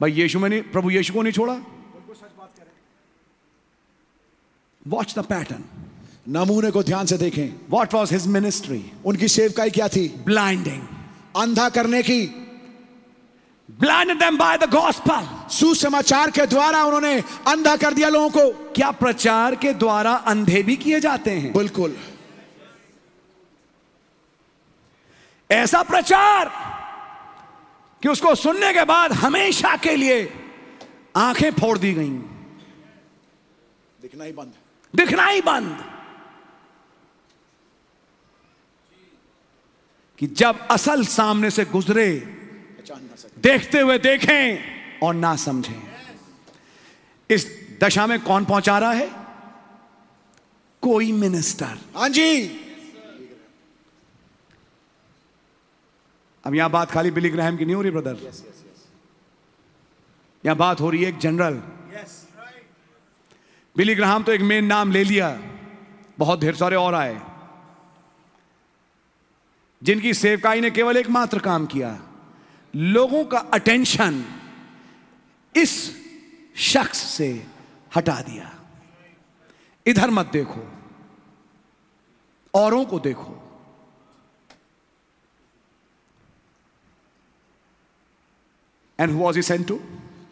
S3: भाई यीशु में नहीं प्रभु यीशु को नहीं छोड़ा वॉच द पैटर्न
S1: नमूने को ध्यान से देखें
S3: वॉट वॉज हिज मिनिस्ट्री
S1: उनकी सेवकाई क्या थी
S3: ब्लाइंडिंग
S1: अंधा करने की
S3: blind them by the gospel
S1: सुसमाचार के द्वारा उन्होंने अंधा कर दिया लोगों को
S3: क्या प्रचार के द्वारा अंधे भी किए जाते हैं
S1: बिल्कुल
S3: ऐसा प्रचार कि उसको सुनने के बाद हमेशा के लिए आंखें फोड़ दी गईं
S1: दिखना ही बंद
S3: दिखना ही बंद कि जब असल सामने से गुजरे
S1: पहचान ना सके
S3: देखते हुए देखें और ना समझें इस दशा में कौन पहुंचा रहा है कोई मिनिस्टर
S1: हाँ जी
S3: अब यहां बात खाली बिली ग्राहम की नहीं हो रही ब्रदर यहां बात हो रही है एक जनरल बिली ग्राहम तो एक मेन नाम ले लिया बहुत ढेर सारे और आए जिनकी सेवकाई ने केवल एकमात्र काम किया लोगों का अटेंशन इस शख्स से हटा दिया इधर मत देखो औरों को देखो and who was sent to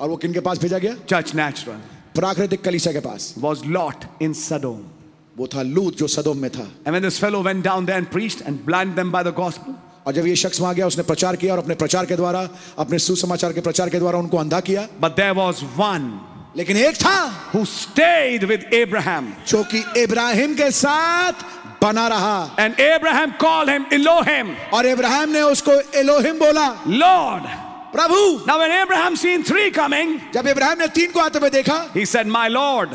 S1: और वो किन के पास भेजा गया
S3: चर्च नेचुरल
S1: प्राकृतिक कलीसिया के पास
S3: was Lot in Sodom.
S1: वो था लूत जो सदोम में था
S3: And when this fellow went down there and preached and blinded them by the gospel,
S1: और जब ये शख्स वहां गया उसने प्रचार किया और अपने प्रचार के द्वारा अपने सुसमाचार के प्रचार के द्वारा उनको अंधा किया
S3: but there was one
S1: लेकिन एक था
S3: who stayed with Abraham.
S1: जो कि इब्राहिम के साथ बना रहा
S3: And Abraham called him Elohim,
S1: और इब्राहिम ने उसको एलोहिम बोला
S3: Lord.
S1: Prabhu
S3: Now, when Abraham seen three coming,
S1: जब इब्राहिम ने तीन को आते हुए देखा
S3: he said, My Lord.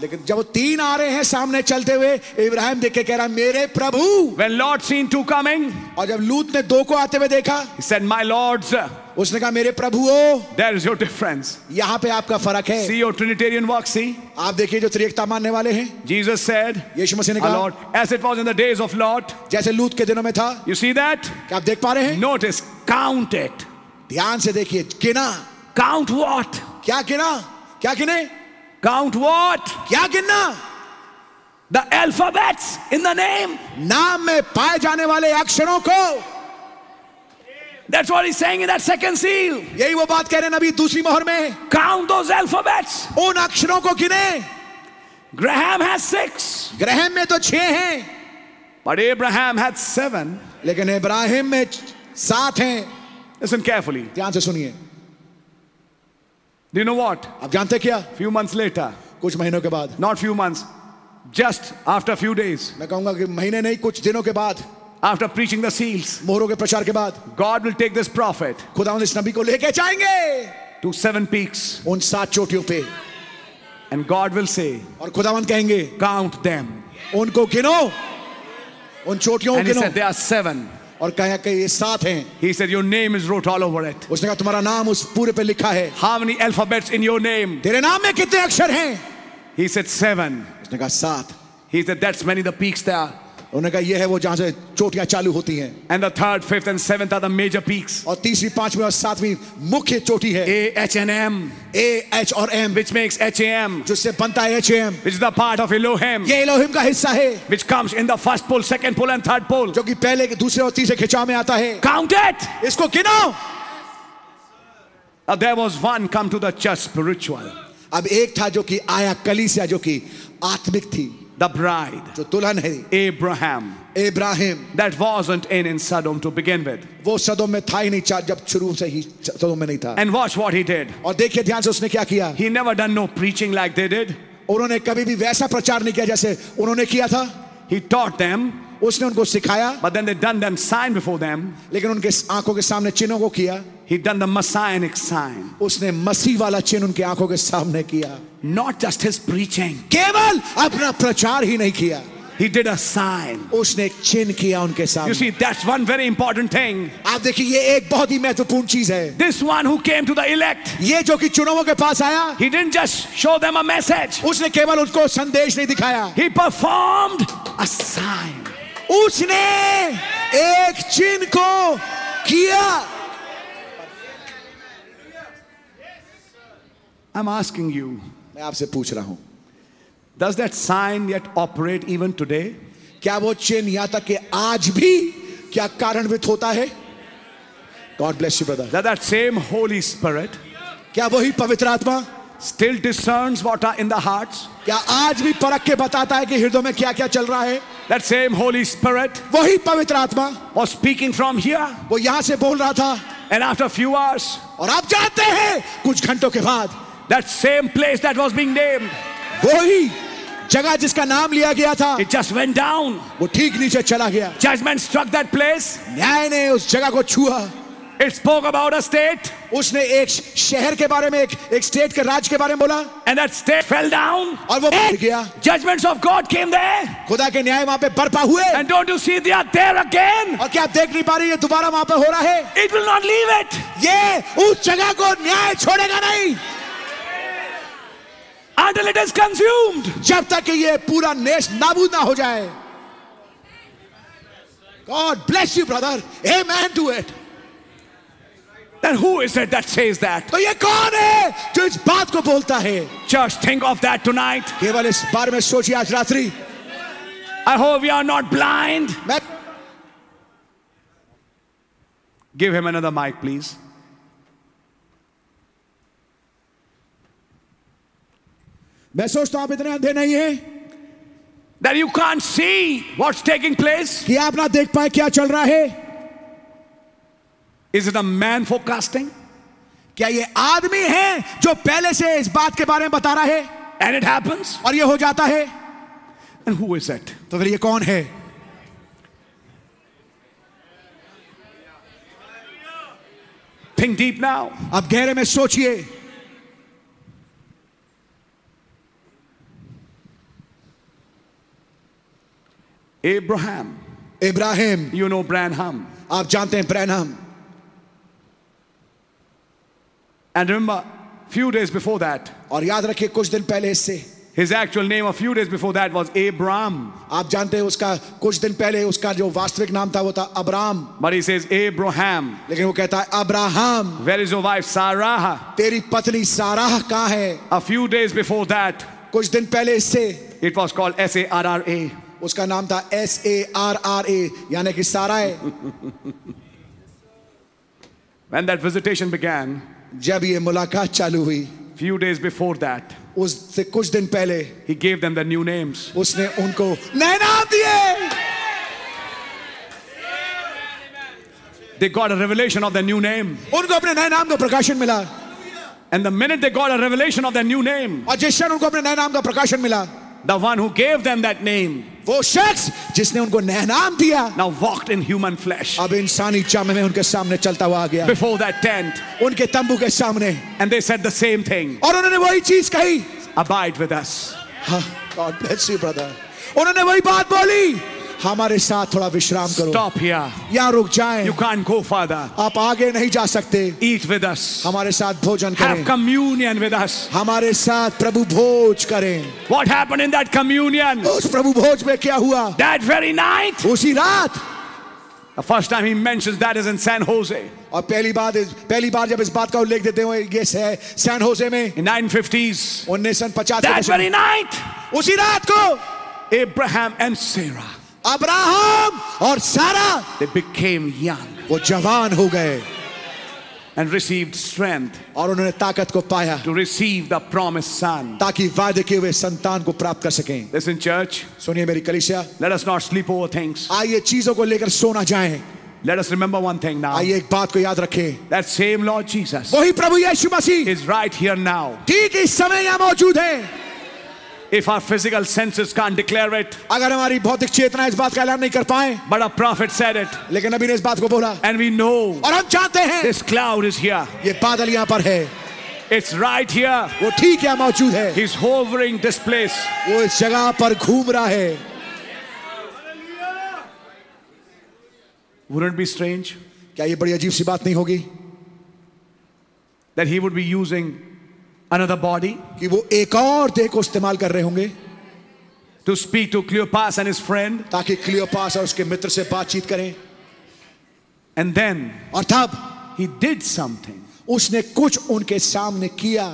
S1: लेकिन जब वो तीन आ रहे हैं सामने चलते हुए इब्राहिम देख के कह रहा मेरे प्रभु
S3: When Lot seen two coming,
S1: और जब लूत ने दो को आते हुए देखा
S3: he said, My Lords,
S1: उसने कहा मेरे प्रभु ओ
S3: there is your difference.
S1: यहाँ पे आपका फर्क है
S3: See your Trinitarian work, see?
S1: आप देखिए जो त्रिएकता मानने वाले हैं
S3: Jesus said,
S1: यीशु मसीह ने
S3: Our
S1: कहा
S3: Lord, as it was in the days of Lot.
S1: जैसे लूत के दिनों में था
S3: You see that?
S1: क्या आप देख पा रहे हैं
S3: Notice, count it.
S1: ध्यान से देखिए गिना
S3: Count what?
S1: क्या गिना क्या गिने
S3: Count what?
S1: क्या गिनना
S3: the alphabets in the name.
S1: नाम में पाए जाने वाले अक्षरों को
S3: That's what he's saying in that second seal.
S1: यही वो बात कह रहे हैं नबी दूसरी मोहर में
S3: Count those alphabets.
S1: उन अक्षरों को गिने
S3: Graham has six,
S1: ग्रहम में तो छह हैं
S3: but Abraham had seven.
S1: लेकिन इब्राहिम में सात हैं
S3: Listen carefully.
S1: ध्यान से सुनिए
S3: Do you know what?
S1: आप जानते क्या
S3: Few months later,
S1: कुछ महीनों के बाद
S3: not few months, just after a few days,
S1: मैं कहूंगा कि महीने नहीं कुछ दिनों के बाद
S3: after preaching the seals,
S1: मोहरों के प्रचार के बाद
S3: God will take this prophet
S1: खुदा इस नबी को लेके जाएंगे
S3: to seven peaks,
S1: उन सात चोटियों पे
S3: and God will say,
S1: और खुदावंद कहेंगे
S3: Count them.
S1: उनको गिनो उन चोटियों को
S3: And he
S1: गिनो
S3: said, There are seven.
S1: और कहा कि ये साथ हैं
S3: He said, Your name is wrote all over it.
S1: उसने कहा तुम्हारा नाम उस पूरे पे लिखा है
S3: How many alphabets in your name?
S1: तेरे नाम में कितने अक्षर हैं
S3: He said, Seven.
S1: उसने कहा सात
S3: He said, That's many the peaks there.
S1: उन्होंने कहा यह है वो जहां से चोटियां चालू होती हैं
S3: And the third, fifth, and seventh are the major peaks.
S1: और तीसरी पांचवी और सातवीं मुख्य चोटी है
S3: A, H, and M,
S1: A H और M
S3: which makes H A M,
S1: जिससे बनता है H M
S3: which is the part of Elohim,
S1: ये इलोहिम का हिस्सा है
S3: which comes in the first pole, second pole, and third pole.
S1: जो कि पहले के दूसरे और तीसरे खिंचाव में आता है
S3: Count it!
S1: इसको गिनो
S3: Now, Uh, there was one come to the church spiritual,
S1: अब एक था जो कि आया कलीसिया जो कि आत्मिक थी
S3: the bride,
S1: जो दुल्हन है
S3: Abraham.
S1: Ibrahim
S3: That wasn't in in Sodom to begin with.
S1: वो सदों में था ही नहीं चा- जब शुरू से ही सदों में नहीं था
S3: And watch what he did.
S1: और देखिए ध्यान से उसने क्या किया
S3: He never done no preaching like they did.
S1: उन्होंने कभी भी वैसा प्रचार नहीं किया जैसे उन्होंने किया था
S3: He taught them,
S1: उसने उनको सिखाया
S3: But then they done them sign before them.
S1: लेकिन उनके आंखों के सामने चिन्हों को किया
S3: He done the messianic sign.
S1: उसने मसीह वाला चिन्ह उनके आंखों के सामने किया
S3: Not just his preaching.
S1: केवल अपना प्रचार ही नहीं किया
S3: He did a sign.
S1: उसने एक चिन्ह किया उनके
S3: You
S1: सामने
S3: see, that's one very important thing.
S1: आप देखिए ये एक बहुत ही महत्वपूर्ण चीज है
S3: This one who came to the elect,
S1: ये जो कि चुनावों के पास आया
S3: he didn't just show them a message.
S1: उसने केवल उनको संदेश नहीं दिखाया
S3: He performed a sign.
S1: उसने एक चिन्ह को किया
S3: I'm asking you,
S1: मैं आपसे पूछ रहा हूं
S3: does that sign yet operate even today?
S1: क्या वो चिन्ह यहां तक कि आज भी क्या कारणवित होता है God bless you brother
S3: That that same Holy Spirit
S1: क्या वही पवित्र आत्मा
S3: still discerns what are in the hearts?
S1: क्या आज भी परख के बताता है कि हृदय में क्या क्या चल रहा है
S3: That same Holy Spirit
S1: वही पवित्र आत्मा
S3: was speaking from here,
S1: वो यहां से बोल रहा था
S3: and after a few hours,
S1: और आप जानते हैं कुछ घंटों के बाद
S3: That same place that was being named,
S1: वही जगह जिसका नाम लिया गया था
S3: it just went down.
S1: वो ठीक नीचे चला गया
S3: Judgment struck that place.
S1: न्याय ने उस जगह को छुआ
S3: It spoke about a state,
S1: उसने एक शहर के बारे में एक, एक स्टेट के राज्य के बारे में बोला
S3: and that state fell down.
S1: और वो गिर गया
S3: Judgments of God came there,
S1: खुदा के न्याय वहां पे बरपा हुए
S3: and don't you see they are there again?
S1: और क्या आप देख नहीं पा रहे ये दोबारा वहां पे हो रहा है
S3: It will not leave it.
S1: ये उस जगह को न्याय छोड़ेगा नहीं
S3: Until it is consumed.
S1: जब तक कि ये पूरा नेश नाबूद ना हो जाए God bless you brother amen to it
S3: Then who is it that says that?
S1: तो ये कौन है जो इस बात को बोलता है
S3: Church, think of that tonight.
S1: केवल इस बारे में सोचिए आज रात्रि
S3: I hope Oh, we are not blind.
S1: मैं
S3: Give him another mic, please.
S1: मैं सोचता हूं आप इतने अंधे नहीं हैं
S3: That you can't see what's taking place.
S1: कि आप ना देख पाए क्या चल रहा है
S3: Is it a man forecasting?
S1: क्या ये आदमी है जो पहले से इस बात के बारे में बता रहा है
S3: And it happens.
S1: और ये हो जाता है
S3: And who is it?
S1: तो फिर ये कौन है
S3: Think deep now.
S1: आप गहरे में सोचिए
S3: Abraham,
S1: Ibrahim
S3: you know Branham.
S1: आप जानते हैं Branham
S3: And remember, few days before that,
S1: और याद रखिए कुछ दिन पहले इससे
S3: his actual name a few days before that was Abram.
S1: आप जानते हैं उसका कुछ दिन पहले उसका जो वास्तविक नाम था वो था Abram
S3: But he says Abraham.
S1: लेकिन वो कहता है Abraham
S3: Where is your wife Sarah?
S1: तेरी पत्नी साराह कहाँ है
S3: A few days before that,
S1: कुछ दिन पहले इससे
S3: it was called S A R R A.
S1: उसका नाम था S A R R A यानी कि साराय
S3: When that visitation began,
S1: जब ये मुलाकात चालू हुई
S3: few days before that,
S1: उससे कुछ दिन पहले
S3: he gave them the new names.
S1: उसने उनको नए नाम दिए
S3: They got a revelation of their new name.
S1: उनको अपने नए नाम का प्रकाशन मिला
S3: And the minute they got a revelation of their new name,
S1: और जिस क्षण उनको अपने नए नाम का प्रकाशन मिला
S3: the one who gave them that name
S1: वो शख्स जिसने उनको नया नाम दिया
S3: now walked in human flesh
S1: अब इंसानी चामे में उनके सामने चलता हुआ आ गया
S3: before that tent.
S1: उनके तंबू के सामने
S3: And they said the same thing
S1: और उन्होंने वही चीज कही "हाँ,
S3: Abide with us.
S1: God bless you brother उन्होंने वही बात बोली हमारे साथ थोड़ा विश्राम करो
S3: Stop here.
S1: यहाँ रुक जाएं
S3: You can't go further.
S1: आप आगे नहीं जा सकते
S3: Eat with us.
S1: हमारे साथ भोजन
S3: Have
S1: करें
S3: communion with us.
S1: हमारे साथ प्रभु भोज करें
S3: What happened in that communion?
S1: उस प्रभु भोज में क्या हुआ
S3: That very night.
S1: उसी रात
S3: The first time he mentions that is in San Jose.
S1: और पहली बार पहली बार जब इस बात का उल्लेख देते हुए ये है सैन होसे में
S3: In 950s.
S1: उन्नीस सौ
S3: That
S1: पचास
S3: very night.
S1: उसी रात को
S3: Abraham and Sarah.
S1: अब्राहम और सारा
S3: They became young
S1: वो जवान हो गए
S3: and received strength
S1: और उन्होंने ताकत को पाया
S3: to receive the promised son.
S1: ताकि वायदे किए हुए संतान को प्राप्त कर सकें
S3: Listen, church.
S1: सुनिए मेरी कलिसिया
S3: Let us not sleep over things.
S1: आइए चीजों को लेकर सोना जाएं
S3: Let us remember one thing now.
S1: आइए एक बात को याद रखें
S3: That same Lord Jesus
S1: वही प्रभु यीशु Masih
S3: is right here now.
S1: ठीक इस समय यहाँ मौजूद है
S3: If our physical senses can't declare it,
S1: अगर हमारी भौतिक चेतना इस बात का ऐलान नहीं कर पाए
S3: but a prophet said it,
S1: लेकिन नबी ने इस बात को बोला
S3: and we know
S1: और हम जानते हैं
S3: this cloud is here.
S1: ये बादल यहाँ पर है
S3: It's right here.
S1: वो ठीक यहाँ मौजूद है
S3: He's hovering this place.
S1: वो इस जगह पर घूम रहा है
S3: Wouldn't it be strange
S1: क्या ये बड़ी अजीब सी बात नहीं होगी
S3: that he would be using another body
S1: कि वो एक और देह को इस्तेमाल कर रहे होंगे
S3: to speak to Cleopas and his friend,
S1: ताकि क्लियोपास और उसके मित्र से बातचीत करें
S3: and then
S1: और तब
S3: he did something.
S1: उसने कुछ उनके सामने किया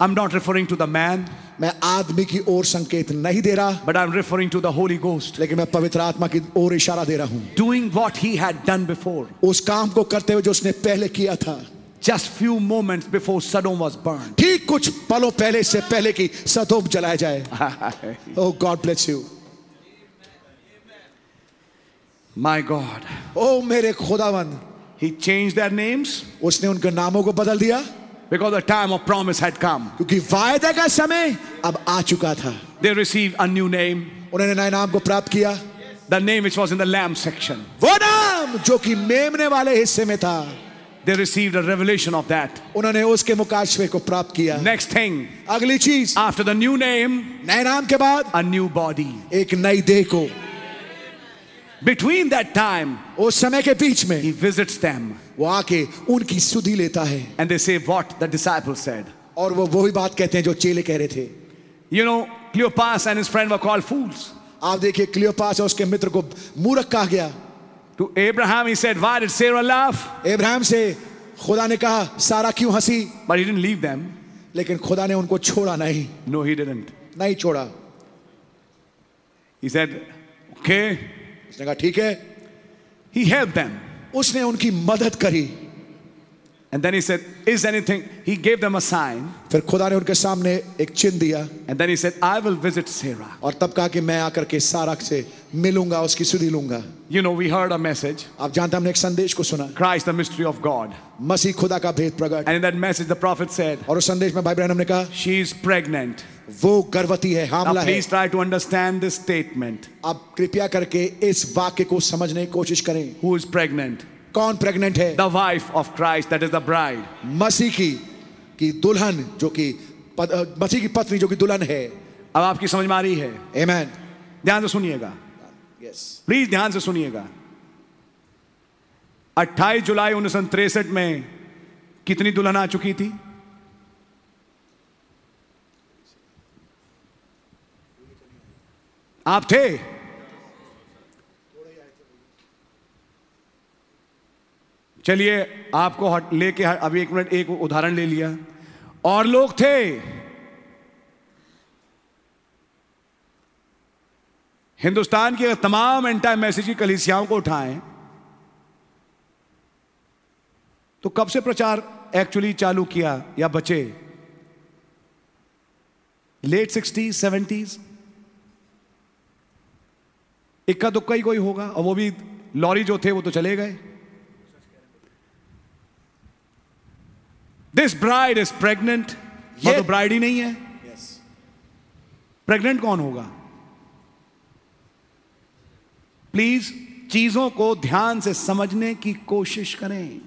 S3: I'm not referring to the man,
S1: मैं आदमी की ओर संकेत नहीं दे रहा
S3: but I'm referring to the Holy Ghost
S1: लेकिन मैं पवित्र आत्मा की ओर इशारा दे रहा हूं
S3: doing what he had done before,
S1: उस काम को करते हुए जो उसने पहले किया था
S3: just few moments before Sodom was burned.
S1: ठीक कुछ पलों पहले से पहले की सदोम जलाया जाए Oh, oh God bless you
S3: My God.
S1: Oh Oh, मेरे खुदावन
S3: He changed their names
S1: उसने उनके नामों को बदल दिया
S3: because the time of promise had come.
S1: क्योंकि वायदा का समय अब आ चुका था
S3: They received a new name,
S1: उन्होंने नए नाम को प्राप्त किया
S3: the name which was in the lamb section.
S1: वो नाम जो कि मेमने वाले हिस्से में था
S3: They received a revelation of that.
S1: उन्होंने उसके मुकाशफे को प्राप्त किया
S3: Next thing,
S1: अगली चीज
S3: after the new name,
S1: नए नाम के बाद
S3: a new body.
S1: एक नई देह को
S3: Between that time,
S1: उस समय के बीच में
S3: he visits them
S1: वो आके उनकी सुधि लेता है
S3: and they say what the disciples said.
S1: और वो वही बात कहते हैं जो चेले कह रहे थे
S3: You know, Cleopas and his friend were called fools.
S1: आप देखिए क्लियोपास और उसके मित्र को मूर्ख कहा गया
S3: To Abraham, he said, Why did Sarah laugh?
S1: Ibrahim से खुदा ने कहा सारा क्यों हंसी
S3: But he didn't leave them.
S1: लेकिन खुदा ने उनको छोड़ा नहीं
S3: No, he didn't.
S1: नहीं छोड़ा
S3: He said, Okay.
S1: उसने कहा ठीक है
S3: He helped them.
S1: उसने उनकी मदद करी
S3: And then he said, Is anything? He gave them a sign.
S1: फिर खुदा ने उनके सामने एक चिन्ह दिया
S3: And then he said, I will visit Sarah.
S1: और तब कहा कि मैं आकर के सारा से मिलूंगा उसकी सुधि लूंगा
S3: You know, we heard a message
S1: आप जानते हैं, हमने एक संदेश को सुना
S3: Christ, the mystery of God.
S1: मसीह खुदा का भेद प्रकट
S3: And in that message, the prophet said,
S1: और उस संदेश में भाई ब्रहण ने कहा
S3: She is pregnant.
S1: वो गर्भवती है
S3: Now,
S1: हामला है
S3: please try to understand this statement.
S1: आप कृपया करके इस वाक्य को समझने की कोशिश करें
S3: Who is pregnant?
S1: कौन प्रेग्नेंट है
S3: The wife of Christ, that is the bride.
S1: मसीह की की दुल्हन जो कि पद- अ, मसीह की पत्नी जो कि दुल्हन है
S3: अब आपकी समझ में आ रही है
S1: आमेन
S3: ध्यान से सुनिएगा
S1: यस
S3: प्लीज ध्यान से सुनिएगा 28 जुलाई उन्नीस में कितनी दुल्हन आ चुकी थी आप थे चलिए आपको हट लेके हट- अभी एक मिनट एक उदाहरण ले लिया और लोग थे हिंदुस्तान की अगर तमाम एंटा मैसेज की कलिसियाओं को उठाएं तो कब से प्रचार एक्चुअली चालू किया या बचे लेट सिक्सटीज सेवेंटीज इक्का दुक्का ही कोई होगा और वो भी लॉरी जो थे वो तो चले गए दिस ब्राइड इज प्रेग्नेंट ये
S1: ये-
S3: तो ब्राइड ही नहीं है प्रेग्नेंट कौन होगा प्लीज चीजों को ध्यान से समझने की कोशिश करें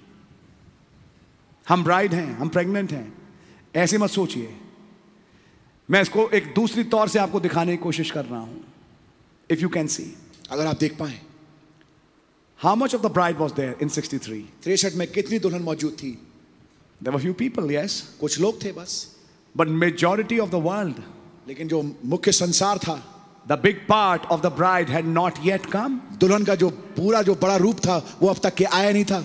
S3: हम ब्राइड हैं हम प्रेग्नेंट हैं ऐसे मत सोचिए मैं इसको एक दूसरी तौर से आपको दिखाने की कोशिश कर रहा हूं इफ यू कैन सी
S1: अगर आप देख पाए
S3: How much of the bride was there in 63?
S1: तिरसठ में कितनी दुल्हन मौजूद थी
S3: There were few people, yes.
S1: कुछ लोग थे बस
S3: But majority of the world,
S1: लेकिन जो मुख्य संसार था
S3: the big part of the bride had not yet come.
S1: दुल्हन का जो पूरा जो बड़ा रूप था वो अब तक के आया नहीं था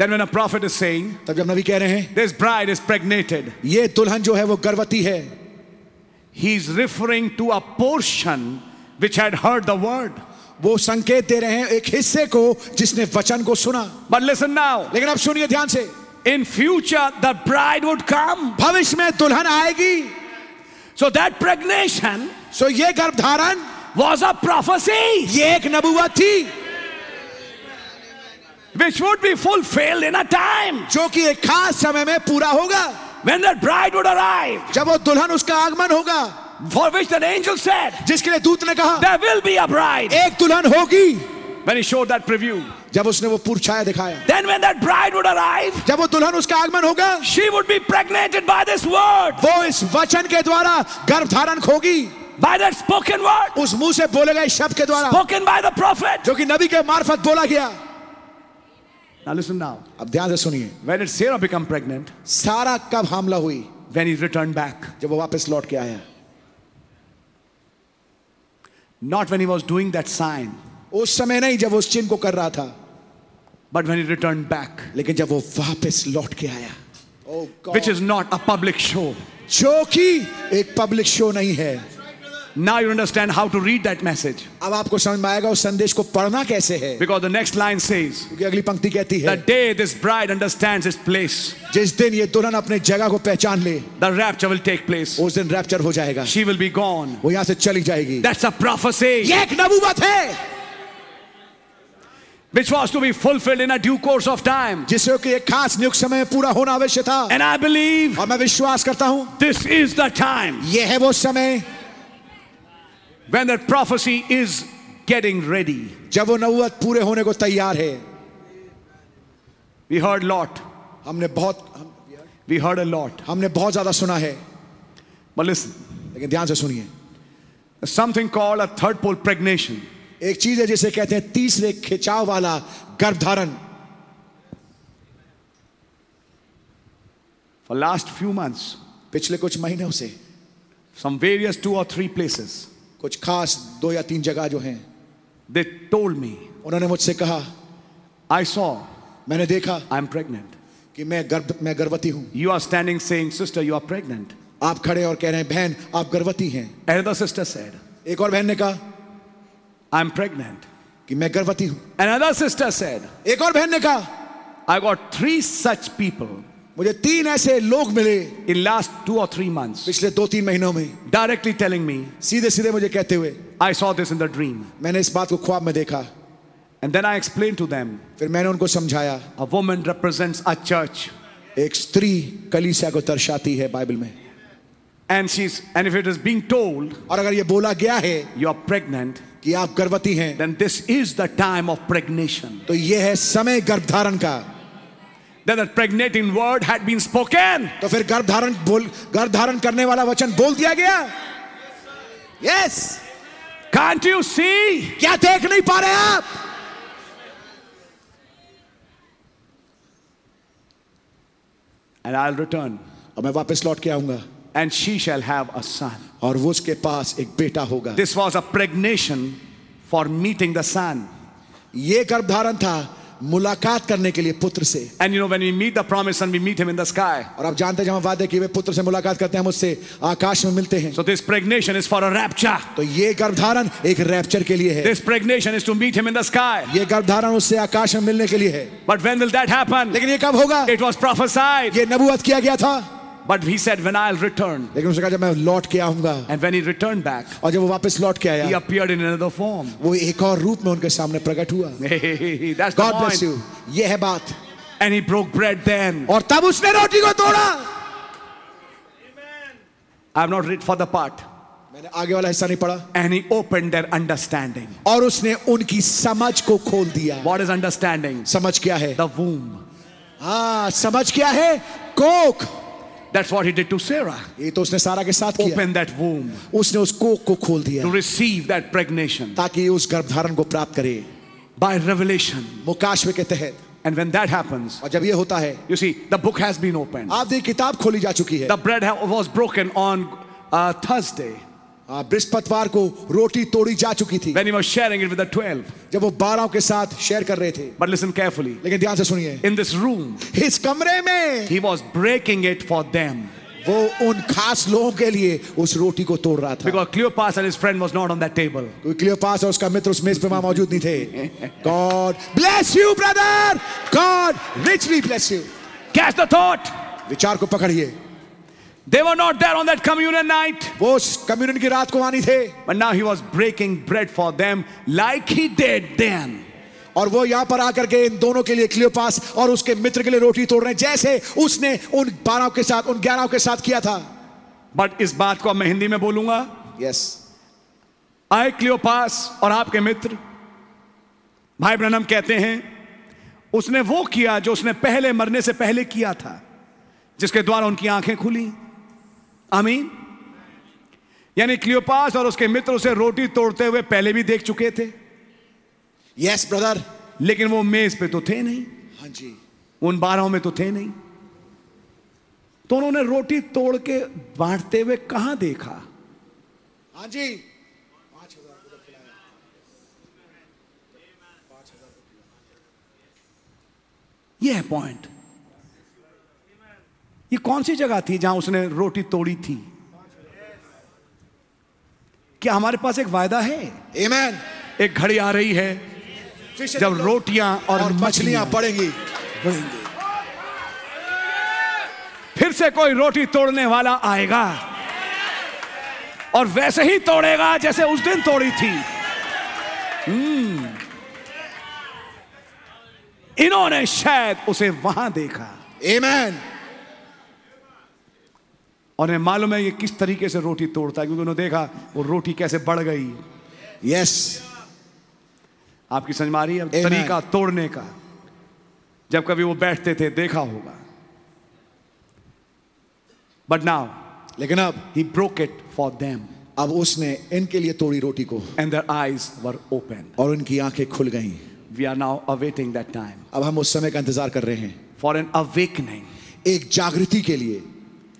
S3: Then when a prophet is saying,
S1: तब जब नबी कह रहे हैं
S3: this bride is pregnated,
S1: ये दुल्हन जो है वो गर्भवती है
S3: he's referring to a portion which had heard the word.
S1: वो संकेत दे रहे हैं एक हिस्से को जिसने वचन को सुना
S3: But listen now,
S1: लेकिन अब सुनिए ध्यान से
S3: in future the bride would come.
S1: भविष्य में दुल्हन आएगी
S3: So that pregnation
S1: सो ये गर्भधारण
S3: was a prophecy
S1: ये एक नबुवत थी
S3: which would be fulfilled in a time
S1: जो कि एक खास समय में पूरा होगा
S3: when that bride would arrive,
S1: जब वो दुल्हन उसका आगमन होगा
S3: for which that angel said,
S1: जिसके लिए दूत ने कहा
S3: There will be a bride.
S1: एक दुल्हन होगी
S3: When he showed that preview,
S1: जब उसने वो पूर्छाया दिखाया
S3: then when that bride would arrive,
S1: जब वो दुल्हन उसका आगमन होगा
S3: she would be pregnated by this word,
S1: वो इस वचन के द्वारा गर्भधारण खोगी
S3: by that spoken word,
S1: उस मुंह से बोले गए शब्द के द्वारा
S3: spoken by the prophet.
S1: जो कि नबी के मार्फत बोला गया
S3: Now listen now.
S1: अब ध्यान से सुनिए
S3: When did Sarah become pregnant?
S1: सारा कब हमला हुई
S3: When he returned back.
S1: जब वो वापस लौट के आया
S3: Not when he was doing that sign,
S1: उस समय नहीं जब वो उस चिन्ह को कर रहा था
S3: but when he returned back,
S1: लेकिन जब वो वापस लौट के आया Oh God.
S3: which is not a public show.
S1: जो कि एक पब्लिक शो नहीं है
S3: Now you understand how to read that message.
S1: अब आपको समझ में आएगा उस संदेश को पढ़ना कैसे है
S3: Because the next line says,
S1: क्योंकि अगली पंक्ति कहती है
S3: The day this bride understands its place,
S1: जिस दिन ये दुल्हन अपने जगह को पहचान ले
S3: the rapture will take place.
S1: उस दिन रैप्चर हो जाएगा
S3: She will be gone.
S1: वो यहाँ से चली जाएगी
S3: That's a prophecy
S1: ये एक नबूवत है
S3: which was to be fulfilled in a due course of time.
S1: जिसे कि एक खास नियुक्त समय में पूरा होना अवश्य था
S3: And I believe
S1: और मैं विश्वास करता हूँ
S3: this is the time
S1: यह है वो समय
S3: when that prophecy is getting ready.
S1: जब वो नबूवत पूरे होने को तैयार है
S3: We heard lot.
S1: हमने बहुत हम,
S3: We heard a lot.
S1: हमने बहुत ज्यादा सुना है
S3: But listen,
S1: लेकिन ध्यान से सुनिए
S3: there's something called a third pole pregnation.
S1: एक चीज है जिसे कहते हैं तीसरे खिंचाव वाला गर्भधारण
S3: For last few months,
S1: पिछले कुछ महीनों से
S3: some various two or three places,
S1: कुछ खास दो या तीन जगह जो हैं
S3: they told me,
S1: उन्होंने मुझसे कहा
S3: I saw
S1: मैंने देखा
S3: I'm pregnant.
S1: कि मैं गर्भ मैं गर्भवती हूँ
S3: You are standing saying, Sister, you are pregnant.
S1: आप खड़े और कह रहे हैं बहन आप गर्भवती हैं
S3: Another sister said,
S1: एक और बहन ने कहा
S3: I'm pregnant.
S1: कि मैं गर्भवती हूँ
S3: Another sister said,
S1: एक और बहन ने कहा
S3: I got three such people
S1: मुझे तीन ऐसे लोग मिले
S3: in last two or three months
S1: पिछले दो तीन महीनों में
S3: directly telling me
S1: सीधे सीधे मुझे कहते हुए
S3: I saw this in the dream.
S1: मैंने इस बात को ख्वाब में देखा
S3: And then I explained to them
S1: फिर मैंने उनको समझाया
S3: a woman represents a church.
S1: एक स्त्री कलीसिया को दर्शाती है बाइबल में
S3: And she's and if it is being told
S1: और अगर ये बोला गया है
S3: you are pregnant,
S1: कि आप गर्भवती हैं
S3: then this is the time of pregnation.
S1: तो यह है समय गर्भधारण का
S3: Then that pregnating word had been spoken.
S1: तो फिर गर्भधारण बोल गर्भधारण करने वाला वचन बोल दिया गया यस
S3: Can't you see?
S1: क्या देख नहीं पा रहे आप
S3: And I'll return.
S1: और मैं वापस लौट के आऊंगा
S3: And she shall have a son.
S1: और वो उसके पास एक बेटा होगा
S3: This was a pregnation for meeting the son.
S1: ये गर्भधारण था मुलाकात करने के लिए पुत्र से
S3: And you know, when we meet the promised son, we meet him in the sky.
S1: और आप जानते हैं जब हम वादे किए हुए पुत्र से मुलाकात करते हैं हम उससे आकाश में मिलते हैं
S3: So this pregnation is for a rapture.
S1: तो ये गर्भधारण एक रैप्चर के लिए है
S3: This pregnation is to meet him in the sky.
S1: ये गर्भधारण उससे आकाश में मिलने के लिए है
S3: But when will that happen?
S1: लेकिन ये कब होगा
S3: It was prophesied.
S1: ये नबूवत किया गया था
S3: But he said, When I'll return.
S1: लेकिन उसने कहा जब मैं लौट के आऊंगा
S3: And when he returned back,
S1: और जब वो वापस लौट के
S3: he
S1: आया
S3: appeared in another form.
S1: वो एक और रूप में उनके सामने प्रकट हुआ
S3: That's the
S1: God bless
S3: point.
S1: You ये है बात
S3: And he broke bread then.
S1: और तब उसने रोटी को तोड़ा
S3: I've not read for the part.
S1: मैंने आगे वाला हिस्सा नहीं पढ़ा
S3: And he opened their understanding.
S1: और उसने उनकी समझ को खोल दिया
S3: What is understanding?
S1: समझ क्या है
S3: The womb.
S1: हाँ समझ क्या है कोक
S3: That's what he did to Sarah.
S1: ये तो उसने सारा के साथ किया
S3: Open that womb
S1: उसने उस कोख को खोल
S3: to
S1: दिया
S3: receive that pregnation
S1: ताकि उस गर्भधारण को प्राप्त करे
S3: by revelation.
S1: मुकाशवे के तहत
S3: And when that happens,
S1: और जब ये होता है
S3: you see, the book has been opened.
S1: आप देखिए किताब खोली जा चुकी है
S3: The bread ha- was broken on uh, Thursday
S1: हाँ, बृहस्पतिवार को रोटी तोड़ी जा चुकी थी
S3: when he was sharing it with the 12.
S1: जब वो बारह के साथ शेयर कर रहे थे
S3: But listen carefully.
S1: लेकिन ध्यान से सुनिए
S3: In this room,
S1: इस कमरे में
S3: he was breaking it for them
S1: वो उन खास लोगों के लिए उस रोटी को तोड़ रहा था
S3: because Cleopas and his friend was not on that table.
S1: क्योंकि क्लियोपास और उसका मित्र उस मेज पे वहां मौजूद नहीं थे God bless you brother God richly bless you
S3: Catch the thought.
S1: विचार को पकड़िए
S3: They were not there on that communion night,
S1: वो उस कम्युनिटी की रात को आनी थे
S3: but now he was breaking bread for them like he did then.
S1: और वो यहाँ पर आकर के इन दोनों के लिए क्लियोपास और उसके मित्र के लिए रोटी तोड़ रहे हैं जैसे उसने उन बारह के साथ उन ग्यारह के साथ किया था
S3: But इस बात को अब मैं हिंदी में बोलूंगा
S1: यस
S3: आए क्लियोपास और आपके मित्र भाई ब्रनम कहते हैं उसने वो किया जो उसने पहले मरने से पहले किया था जिसके द्वारा उनकी आंखें खुली आमीन यानी क्लियोपास और उसके मित्र उसे रोटी तोड़ते हुए पहले भी देख चुके थे
S1: यस ब्रदर
S3: लेकिन वो मेज पे तो थे नहीं
S1: हाँ जी
S3: उन बारहों में तो थे नहीं तो उन्होंने रोटी तोड़ के बांटते हुए कहां देखा
S1: हाँ जी
S3: ये है पॉइंट ये कौन सी जगह थी जहां उसने रोटी तोड़ी थी क्या हमारे पास एक वायदा है
S1: Amen.
S3: एक घड़ी आ रही है
S1: फिश
S3: जब रोटियां तो और,
S1: और मछलियां पड़ेंगी
S3: फिर से कोई रोटी तोड़ने वाला आएगा और वैसे ही तोड़ेगा जैसे उस दिन तोड़ी थी हम्म। इन्होंने शायद उसे वहां देखा
S1: Amen.
S3: और इन्हें मालूम है ये किस तरीके से रोटी तोड़ता है क्योंकि उन्होंने देखा वो रोटी कैसे बढ़ गई
S1: Yes.
S3: आपकी समझ में आ रही है
S1: Amen.
S3: तरीका तोड़ने का जब कभी वो बैठते थे देखा होगा बट नाउ
S1: लेकिन अब
S3: he broke it for them
S1: अब उसने इनके लिए तोड़ी रोटी को
S3: and their eyes were open
S1: और उनकी आंखें खुल गईं
S3: we are now awaiting that time
S1: अब हम उस समय का इंतजार कर रहे हैं
S3: फॉर एन awakening
S1: एक जागृति के लिए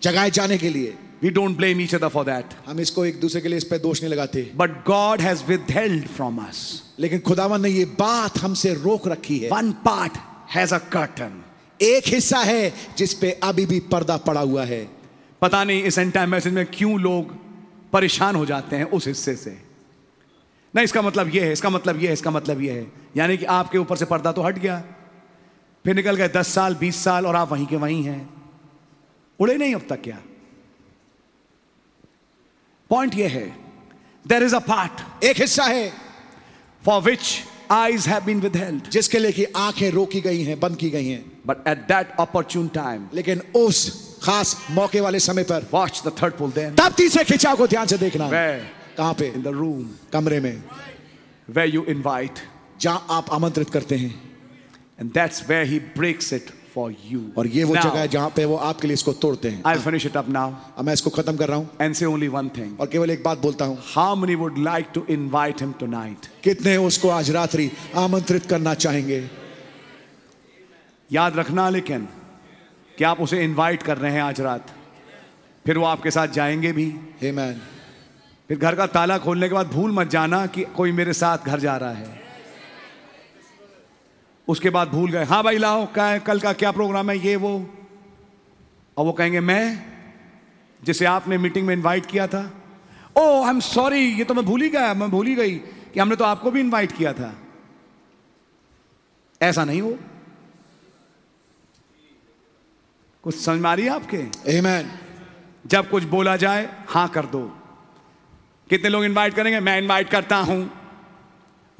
S1: जगाए जाने के लिए
S3: we don't blame each other for that
S1: हम इसको एक दूसरे के लिए इस पर दोष नहीं लगाते
S3: but god has withheld from us
S1: लेकिन खुदावन ने ये बात हमसे रोक रखी है
S3: one part has a curtain
S1: एक हिस्सा है जिस पे अभी भी पर्दा पड़ा हुआ है
S3: पता नहीं इस एंड टाइम मैसेज में क्यों लोग परेशान हो जाते हैं उस हिस्से से नहीं इसका मतलब यह है इसका मतलब यह है इसका मतलब यह है यानी कि आपके ऊपर से पर्दा तो हट गया फिर निकल गए दस साल बीस साल और आप वहीं के वहीं हैं उड़े नहीं अब तक क्या पॉइंट यह है देर इज अ पार्ट
S1: एक हिस्सा है
S3: for which eyes have been withheld
S1: जिसके लिए कि आंखें रोकी गई हैं बंद की गई हैं
S3: but at that opportune time
S1: लेकिन उस खास मौके वाले समय पर
S3: watch the third pull then
S1: तब तीसरे खिंचाव को ध्यान से देखना
S3: Where?
S1: कहां पे
S3: इन द रूम
S1: कमरे में
S3: वे यू इन्वाइट
S1: जहां आप आमंत्रित करते हैं
S3: And that's where he breaks it for you.
S1: और ये वो
S3: now,
S1: जगह है जहां पे वो आपके लिए इसको तोड़ते हैं
S3: I'll finish it up now
S1: अब मैं इसको खत्म कर रहा हूं
S3: and say only one thing.
S1: और केवल एक बात बोलता हूं
S3: How many would like to invite him tonight?
S1: कितने उसको आज रात्रि आमंत्रित करना चाहेंगे
S3: याद रखना लेकिन कि आप उसे इनवाइट कर रहे हैं आज रात फिर वो आपके साथ जाएंगे भी
S1: हे मैन
S3: फिर घर का ताला खोलने के बाद भूल मत जाना कि कोई मेरे साथ घर जा रहा है उसके बाद भूल गए हाँ भाई लाओ क्या है कल का क्या प्रोग्राम है ये वो और वो कहेंगे मैं जिसे आपने मीटिंग में इनवाइट किया था ओ आई एम सॉरी ये तो मैं भूल ही गया मैं भूल ही गई कि हमने तो आपको भी इनवाइट किया था ऐसा नहीं हो कुछ समझ में आ रही है आपके
S1: हे मैन
S3: जब कुछ बोला जाए हाँ कर दो कितने लोग इनवाइट करेंगे मैं इनवाइट करता हूं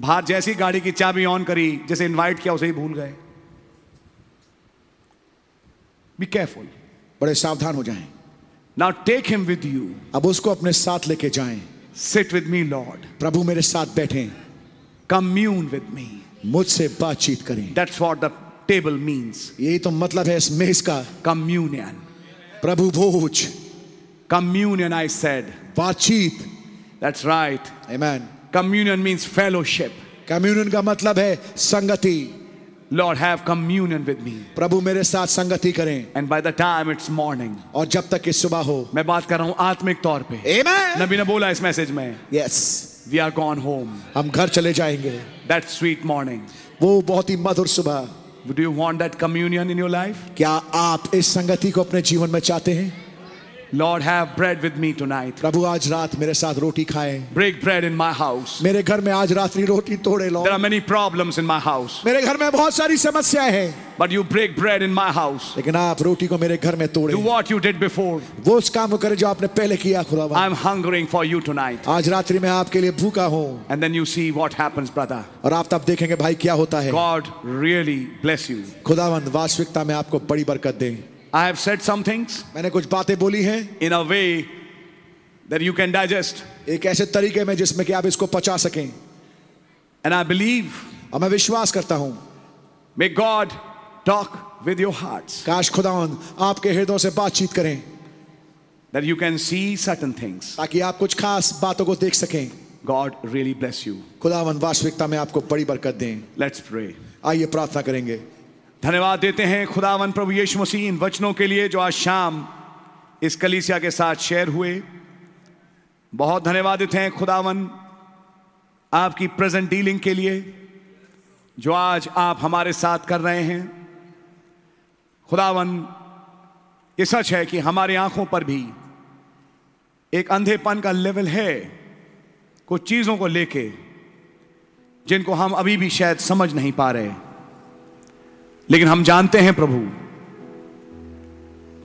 S3: बाहर जैसी गाड़ी की चाबी ऑन करी जैसे इनवाइट किया उसे ही भूल गए बी केयरफुल
S1: बड़े सावधान हो जाएं
S3: now take him with you
S1: अब उसको अपने साथ लेके जाएं
S3: सिट विद मी लॉर्ड
S1: प्रभु मेरे साथ बैठें
S3: कम्यून विद मी
S1: मुझसे बातचीत करें
S3: that's what the table means
S1: यही तो मतलब है इस मेज का
S3: कम्यूनियन
S1: प्रभु भोज
S3: Communion, I said.
S1: बातचीत
S3: That's right.
S1: Amen.
S3: Communion means fellowship.
S1: Communion का मतलब है संगति
S3: Lord, have communion with me.
S1: प्रभु मेरे साथ संगति करें
S3: And by the time it's morning,
S1: और जब तक कि सुबह हो
S3: मैं बात कर रहा हूं आत्मिक तौर पे
S1: Amen.
S3: नबी ने बोला इस मैसेज में
S1: Yes.
S3: We are gone home
S1: हम घर चले जाएंगे
S3: दैट स्वीट मॉर्निंग
S1: वो बहुत ही मधुर सुबह
S3: do you want that communion in your life
S1: क्या आप इस संगति को अपने जीवन में चाहते हैं
S3: Lord have bread with me tonight
S1: प्रभु आज रात मेरे साथ रोटी खाएं
S3: break bread in my house
S1: मेरे घर में आज रात्रि रोटी तोड़े लो
S3: there are many problems in my house
S1: मेरे घर में बहुत सारी समस्याएं हैं
S3: but you break bread in my house
S1: लेकिन आप रोटी को मेरे घर में तोड़े
S3: do what you did before
S1: वो उस काम को करें जो आपने पहले किया खुदा
S3: I am hungering for you tonight
S1: आज रात्रि में आपके लिए भूखा हूं
S3: and then you see what happens brother
S1: और आप तब देखेंगे भाई क्या होता है
S3: गॉड रियली ब्लेस यू
S1: खुदावन वास्तविकता में आपको बड़ी बरकत दें
S3: I have said some things
S1: मैंने कुछ बातें बोली हैं
S3: in a way that you can digest
S1: एक ऐसे तरीके में जिसमें कि आप इसको पचा सकें
S3: एंड आई बिलीव
S1: और मैं विश्वास करता हूं
S3: may God talk with your hearts
S1: काश खुदावन आपके हृदयों से बातचीत करें
S3: that you can see certain things.
S1: ताकि आप कुछ खास बातों को देख सकें
S3: God really bless you.
S1: खुदावन वास्तविकता में आपको बड़ी बरकत दें
S3: Let's pray.
S1: आइए प्रार्थना करेंगे
S3: धन्यवाद देते हैं खुदावन प्रभु यीशु मसीह इन वचनों के लिए जो आज शाम इस कलीसिया के साथ शेयर हुए बहुत धन्यवाद देते हैं खुदावन आपकी प्रेजेंट डीलिंग के लिए जो आज आप हमारे साथ कर रहे हैं खुदावन ये सच है कि हमारी आंखों पर भी एक अंधेपन का लेवल है कुछ चीज़ों को लेके जिनको हम अभी भी शायद समझ नहीं पा रहे लेकिन हम जानते हैं प्रभु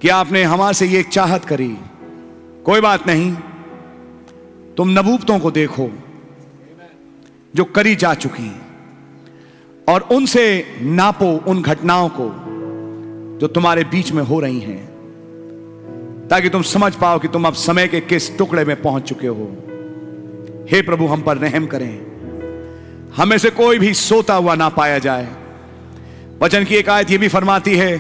S3: कि आपने हमारे से ये एक चाहत करी कोई बात नहीं तुम नबूबतों को देखो जो करी जा चुकी हैं और उनसे नापो उन घटनाओं को जो तुम्हारे बीच में हो रही हैं ताकि तुम समझ पाओ कि तुम अब समय के किस टुकड़े में पहुंच चुके हो हे प्रभु हम पर रहम करें हमें से कोई भी सोता हुआ ना पाया जाए वचन की एक आयत ये भी फरमाती है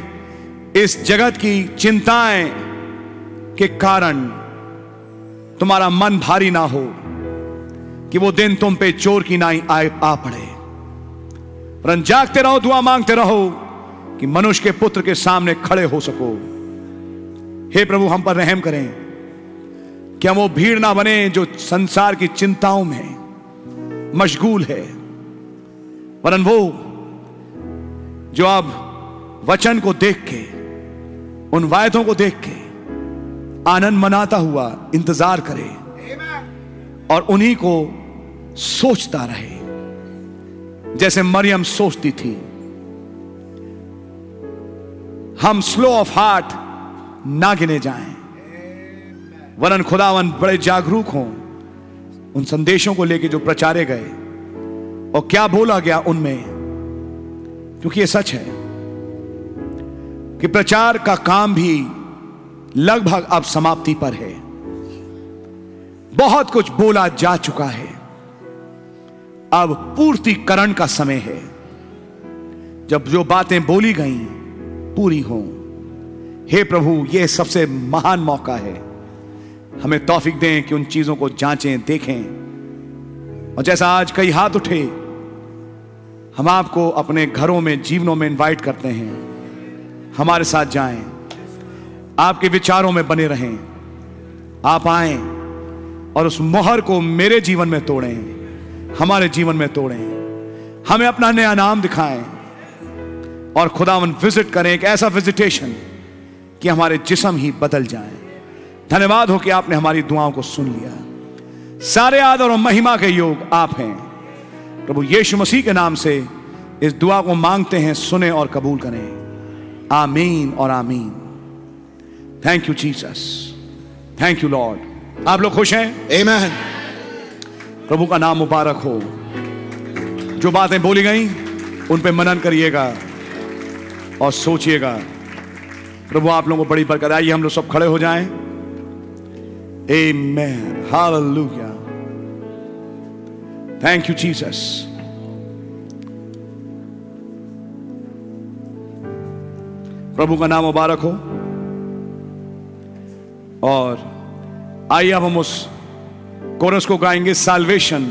S3: इस जगत की चिंताएं के कारण तुम्हारा मन भारी ना हो कि वो दिन तुम पे चोर की नाई आए आ पड़े परं जागते रहो दुआ मांगते रहो कि मनुष्य के पुत्र के सामने खड़े हो सको हे प्रभु हम पर रहम करें कि हम वो भीड़ ना बने जो संसार की चिंताओं में मशगूल है वरन वो जो अब वचन को देख के उन वायदों को देख के आनंद मनाता हुआ इंतजार करे और उन्हीं को सोचता रहे जैसे मरियम सोचती थी हम स्लो ऑफ हार्ट ना गिने जाएं वरन खुदावन बड़े जागरूक हों उन संदेशों को लेके जो प्रचारे गए और क्या बोला गया उनमें क्योंकि ये सच है कि प्रचार का काम भी लगभग अब समाप्ति पर है बहुत कुछ बोला जा चुका है अब पूर्तिकरण का समय है जब जो बातें बोली गई पूरी हों हे प्रभु यह सबसे महान मौका है हमें तौफीक दें कि उन चीजों को जांचें देखें और जैसा आज कई हाथ उठे हम आपको अपने घरों में जीवनों में इनवाइट करते हैं हमारे साथ जाएं आपके विचारों में बने रहें आप आए और उस मोहर को मेरे जीवन में तोड़ें हमारे जीवन में तोड़ें हमें अपना नया नाम दिखाएं और खुदावन विजिट करें एक ऐसा विजिटेशन कि हमारे जिसम ही बदल जाएं धन्यवाद हो कि आपने हमारी दुआओं को सुन लिया सारे आदर और महिमा के योग आप हैं प्रभु यीशु मसीह के नाम से इस दुआ को मांगते हैं सुने और कबूल करें आमीन और आमीन thank you Jesus thank you Lord आप लोग खुश हैं
S1: Amen.
S3: प्रभु का नाम मुबारक हो जो बातें बोली गई उन पे मनन करिएगा और सोचिएगा प्रभु आप लोगों को बड़ी बरकत आइए हम लोग सब खड़े हो जाएं Amen. Hallelujah. Thank you, Jesus. प्रभु का नाम मुबारक हो और आइए अब हम उस कोरस को गाएंगे salvation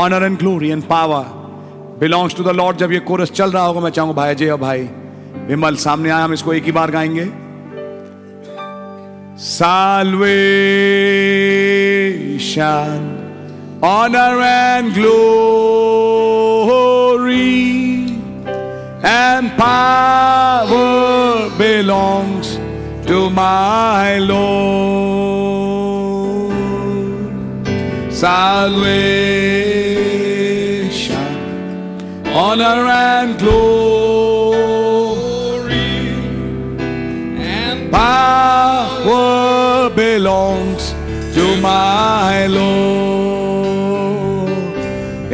S3: honour and glory and power belongs to the Lord जब ये कोरस चल रहा होगा मैं चाहूंगा भाई अजय और भाई विमल सामने आया हम इसको एक ही बार गाएंगे salvation honor and glory and power belongs to my Lord. Salvation, honor and glory and power belongs to my Lord.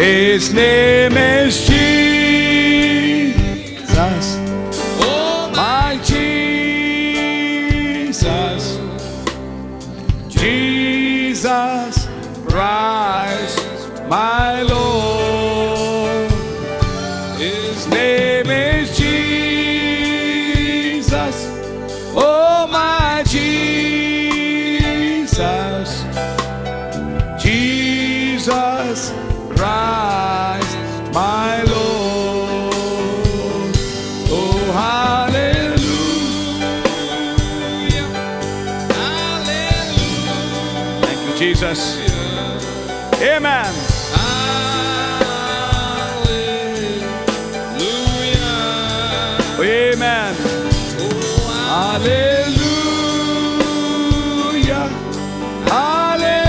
S3: His name is Jesus. Oh, my Jesus. Jesus Christ, my Lord. His name is Jesus. Oh, my Jesus. Jesus Christ, my Lord. Oh, hallelujah. Hallelujah. Thank you, Jesus. Amen. Amen. Hallelujah. Hallelujah.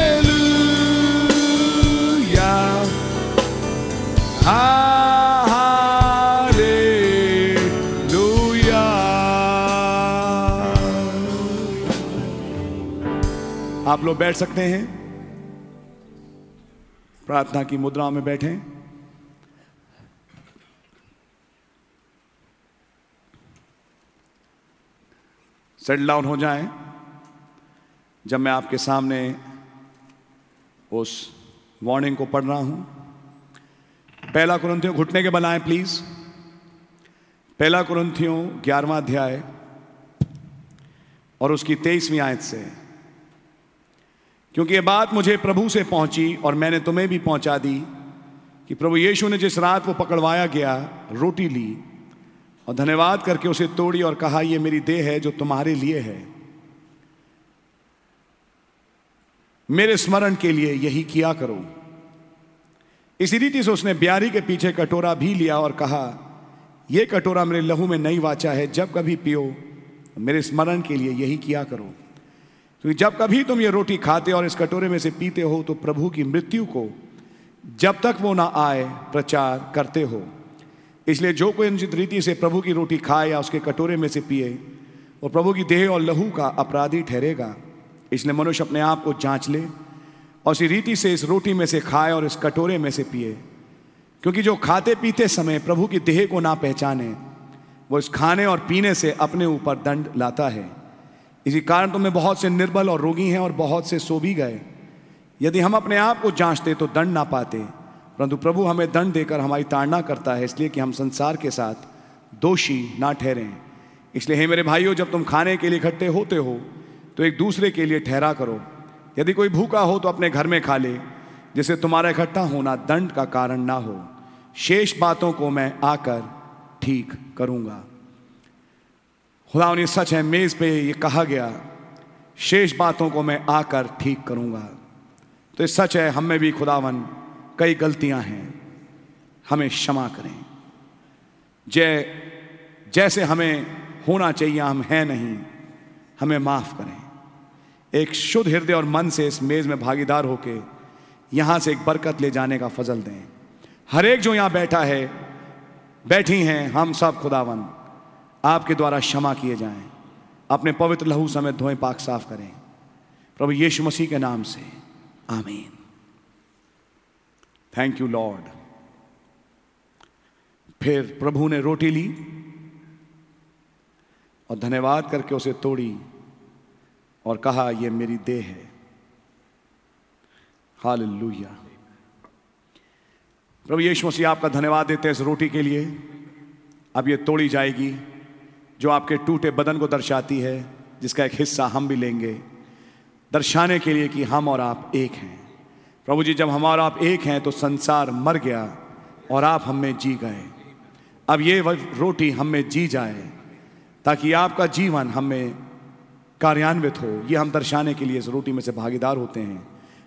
S3: Hallelujah. आप लोग बैठ सकते हैं प्रार्थना की मुद्रा में बैठें सेटल डाउन हो जाएं जब मैं आपके सामने उस वार्निंग को पढ़ रहा हूं पहला कुरंथियों घुटने के बल आए प्लीज पहला कुरंथियों ग्यारहवा अध्याय और उसकी तेईसवीं आयत से क्योंकि ये बात मुझे प्रभु से पहुंची और मैंने तुम्हें भी पहुंचा दी कि प्रभु यीशु ने जिस रात को पकड़वाया गया रोटी ली और धन्यवाद करके उसे तोड़ी और कहा यह मेरी देह है जो तुम्हारे लिए है मेरे स्मरण के लिए यही किया करो इसी रीति से उसने ब्यारी के पीछे कटोरा भी लिया और कहा यह कटोरा मेरे लहू में नई वाचा है जब कभी पियो मेरे स्मरण के लिए यही किया करो क्योंकि जब कभी तुम ये रोटी खाते और इस कटोरे में से पीते हो तो प्रभु की मृत्यु को जब तक वो ना आए प्रचार करते हो इसलिए जो कोई अनुचित रीति से प्रभु की रोटी खाए या उसके कटोरे में से पिए वो प्रभु की देह और लहू का अपराधी ठहरेगा इसलिए मनुष्य अपने आप को जांच ले और उसी रीति से इस रोटी में से खाए और इस कटोरे में से पिए क्योंकि जो खाते पीते समय प्रभु की देह को ना पहचाने वो इस खाने और पीने से अपने ऊपर दंड लाता है इसी कारण तो में बहुत से निर्बल और रोगी हैं और बहुत से सो भी गए यदि हम अपने आप को जांचते तो दंड ना पाते परंतु प्रभु हमें दंड देकर हमारी ताड़ना करता है इसलिए कि हम संसार के साथ दोषी ना ठहरें इसलिए हे मेरे भाइयों जब तुम खाने के लिए इकट्ठे होते हो तो एक दूसरे के लिए ठहरा करो यदि कोई भूखा हो तो अपने घर में खा ले जिससे तुम्हारा इकट्ठा होना दंड का कारण ना हो शेष बातों को मैं आकर ठीक करूंगा खुदा ये सच है मेज़ पे ये कहा गया शेष बातों को मैं आकर ठीक करूंगा तो ये सच है हम में भी खुदावन कई गलतियां हैं हमें क्षमा करें जय जैसे हमें होना चाहिए हम हैं नहीं हमें माफ करें एक शुद्ध हृदय और मन से इस मेज में भागीदार होके यहां से एक बरकत ले जाने का फजल दें हर एक जो यहां बैठा है बैठी हैं हम सब खुदावन आपके द्वारा क्षमा किए जाएं अपने पवित्र लहू समेत धोएं पाक साफ करें प्रभु यीशु मसीह के नाम से आमीन थैंक यू लॉर्ड फिर प्रभु ने रोटी ली और धन्यवाद करके उसे तोड़ी और कहा यह मेरी देह है हालेलुया प्रभु यीशु मसीह आपका धन्यवाद देते हैं इस रोटी के लिए अब ये तोड़ी जाएगी जो आपके टूटे बदन को दर्शाती है जिसका एक हिस्सा हम भी लेंगे दर्शाने के लिए कि हम और आप एक हैं प्रभु जी जब हम और आप एक हैं तो संसार मर गया और आप हम में जी गए अब ये वह रोटी हम में जी जाए ताकि आपका जीवन हम में कार्यान्वित हो ये हम दर्शाने के लिए इस रोटी में से भागीदार होते हैं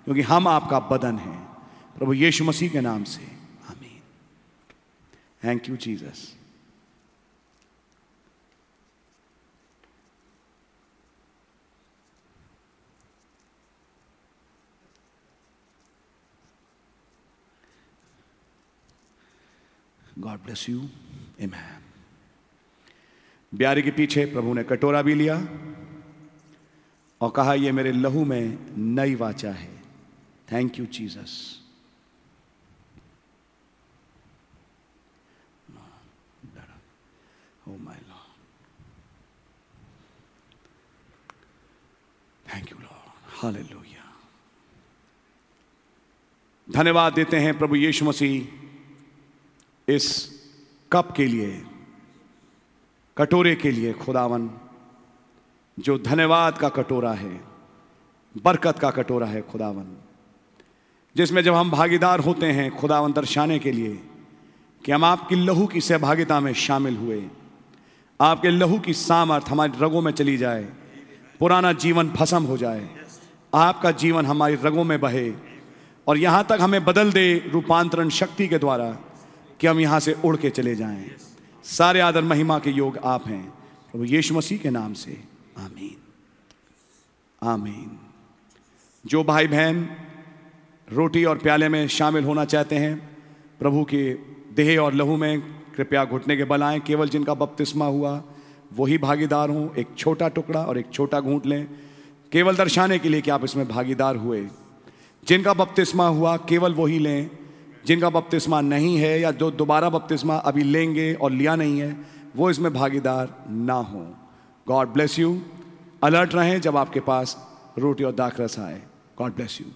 S3: क्योंकि हम आपका बदन हैं प्रभु यीशु मसीह के नाम से आमीन thank you Jesus God bless you amen ब्यारे के पीछे प्रभु ने कटोरा भी लिया और कहा यह मेरे लहू में नई वाचा है thank you Jesus oh my Lord thank you Lord hallelujah धन्यवाद देते हैं प्रभु यीशु मसीह इस कप के लिए कटोरे के लिए खुदावन जो धन्यवाद का कटोरा है बरकत का कटोरा है खुदावन जिसमें जब हम भागीदार होते हैं खुदावन दर्शाने के लिए कि हम आपकी लहू की सहभागिता में शामिल हुए आपके लहू की सामर्थ हमारी रगों में चली जाए पुराना जीवन भस्म हो जाए आपका जीवन हमारी रगों में बहे और यहाँ तक हमें बदल दे रूपांतरण शक्ति के द्वारा कि हम यहाँ से उड़ के चले जाएं सारे आदर महिमा के योग आप हैं प्रभु यीशु मसीह के नाम से आमीन आमीन जो भाई बहन रोटी और प्याले में शामिल होना चाहते हैं प्रभु के देह और लहू में कृपया घुटने के बल आएं केवल जिनका बपतिस्मा हुआ वही भागीदार हों एक छोटा टुकड़ा और एक छोटा घूंट लें केवल दर्शाने के लिए कि आप इसमें भागीदार हुए जिनका बपतिस्मा हुआ केवल वही लें जिनका बपतिस्मा नहीं है या जो दोबारा बपतिस्मा अभी लेंगे और लिया नहीं है वो इसमें भागीदार ना हो गॉड ब्लेस यू अलर्ट रहें जब आपके पास रोटी और दाखरस आए गॉड ब्लेस यू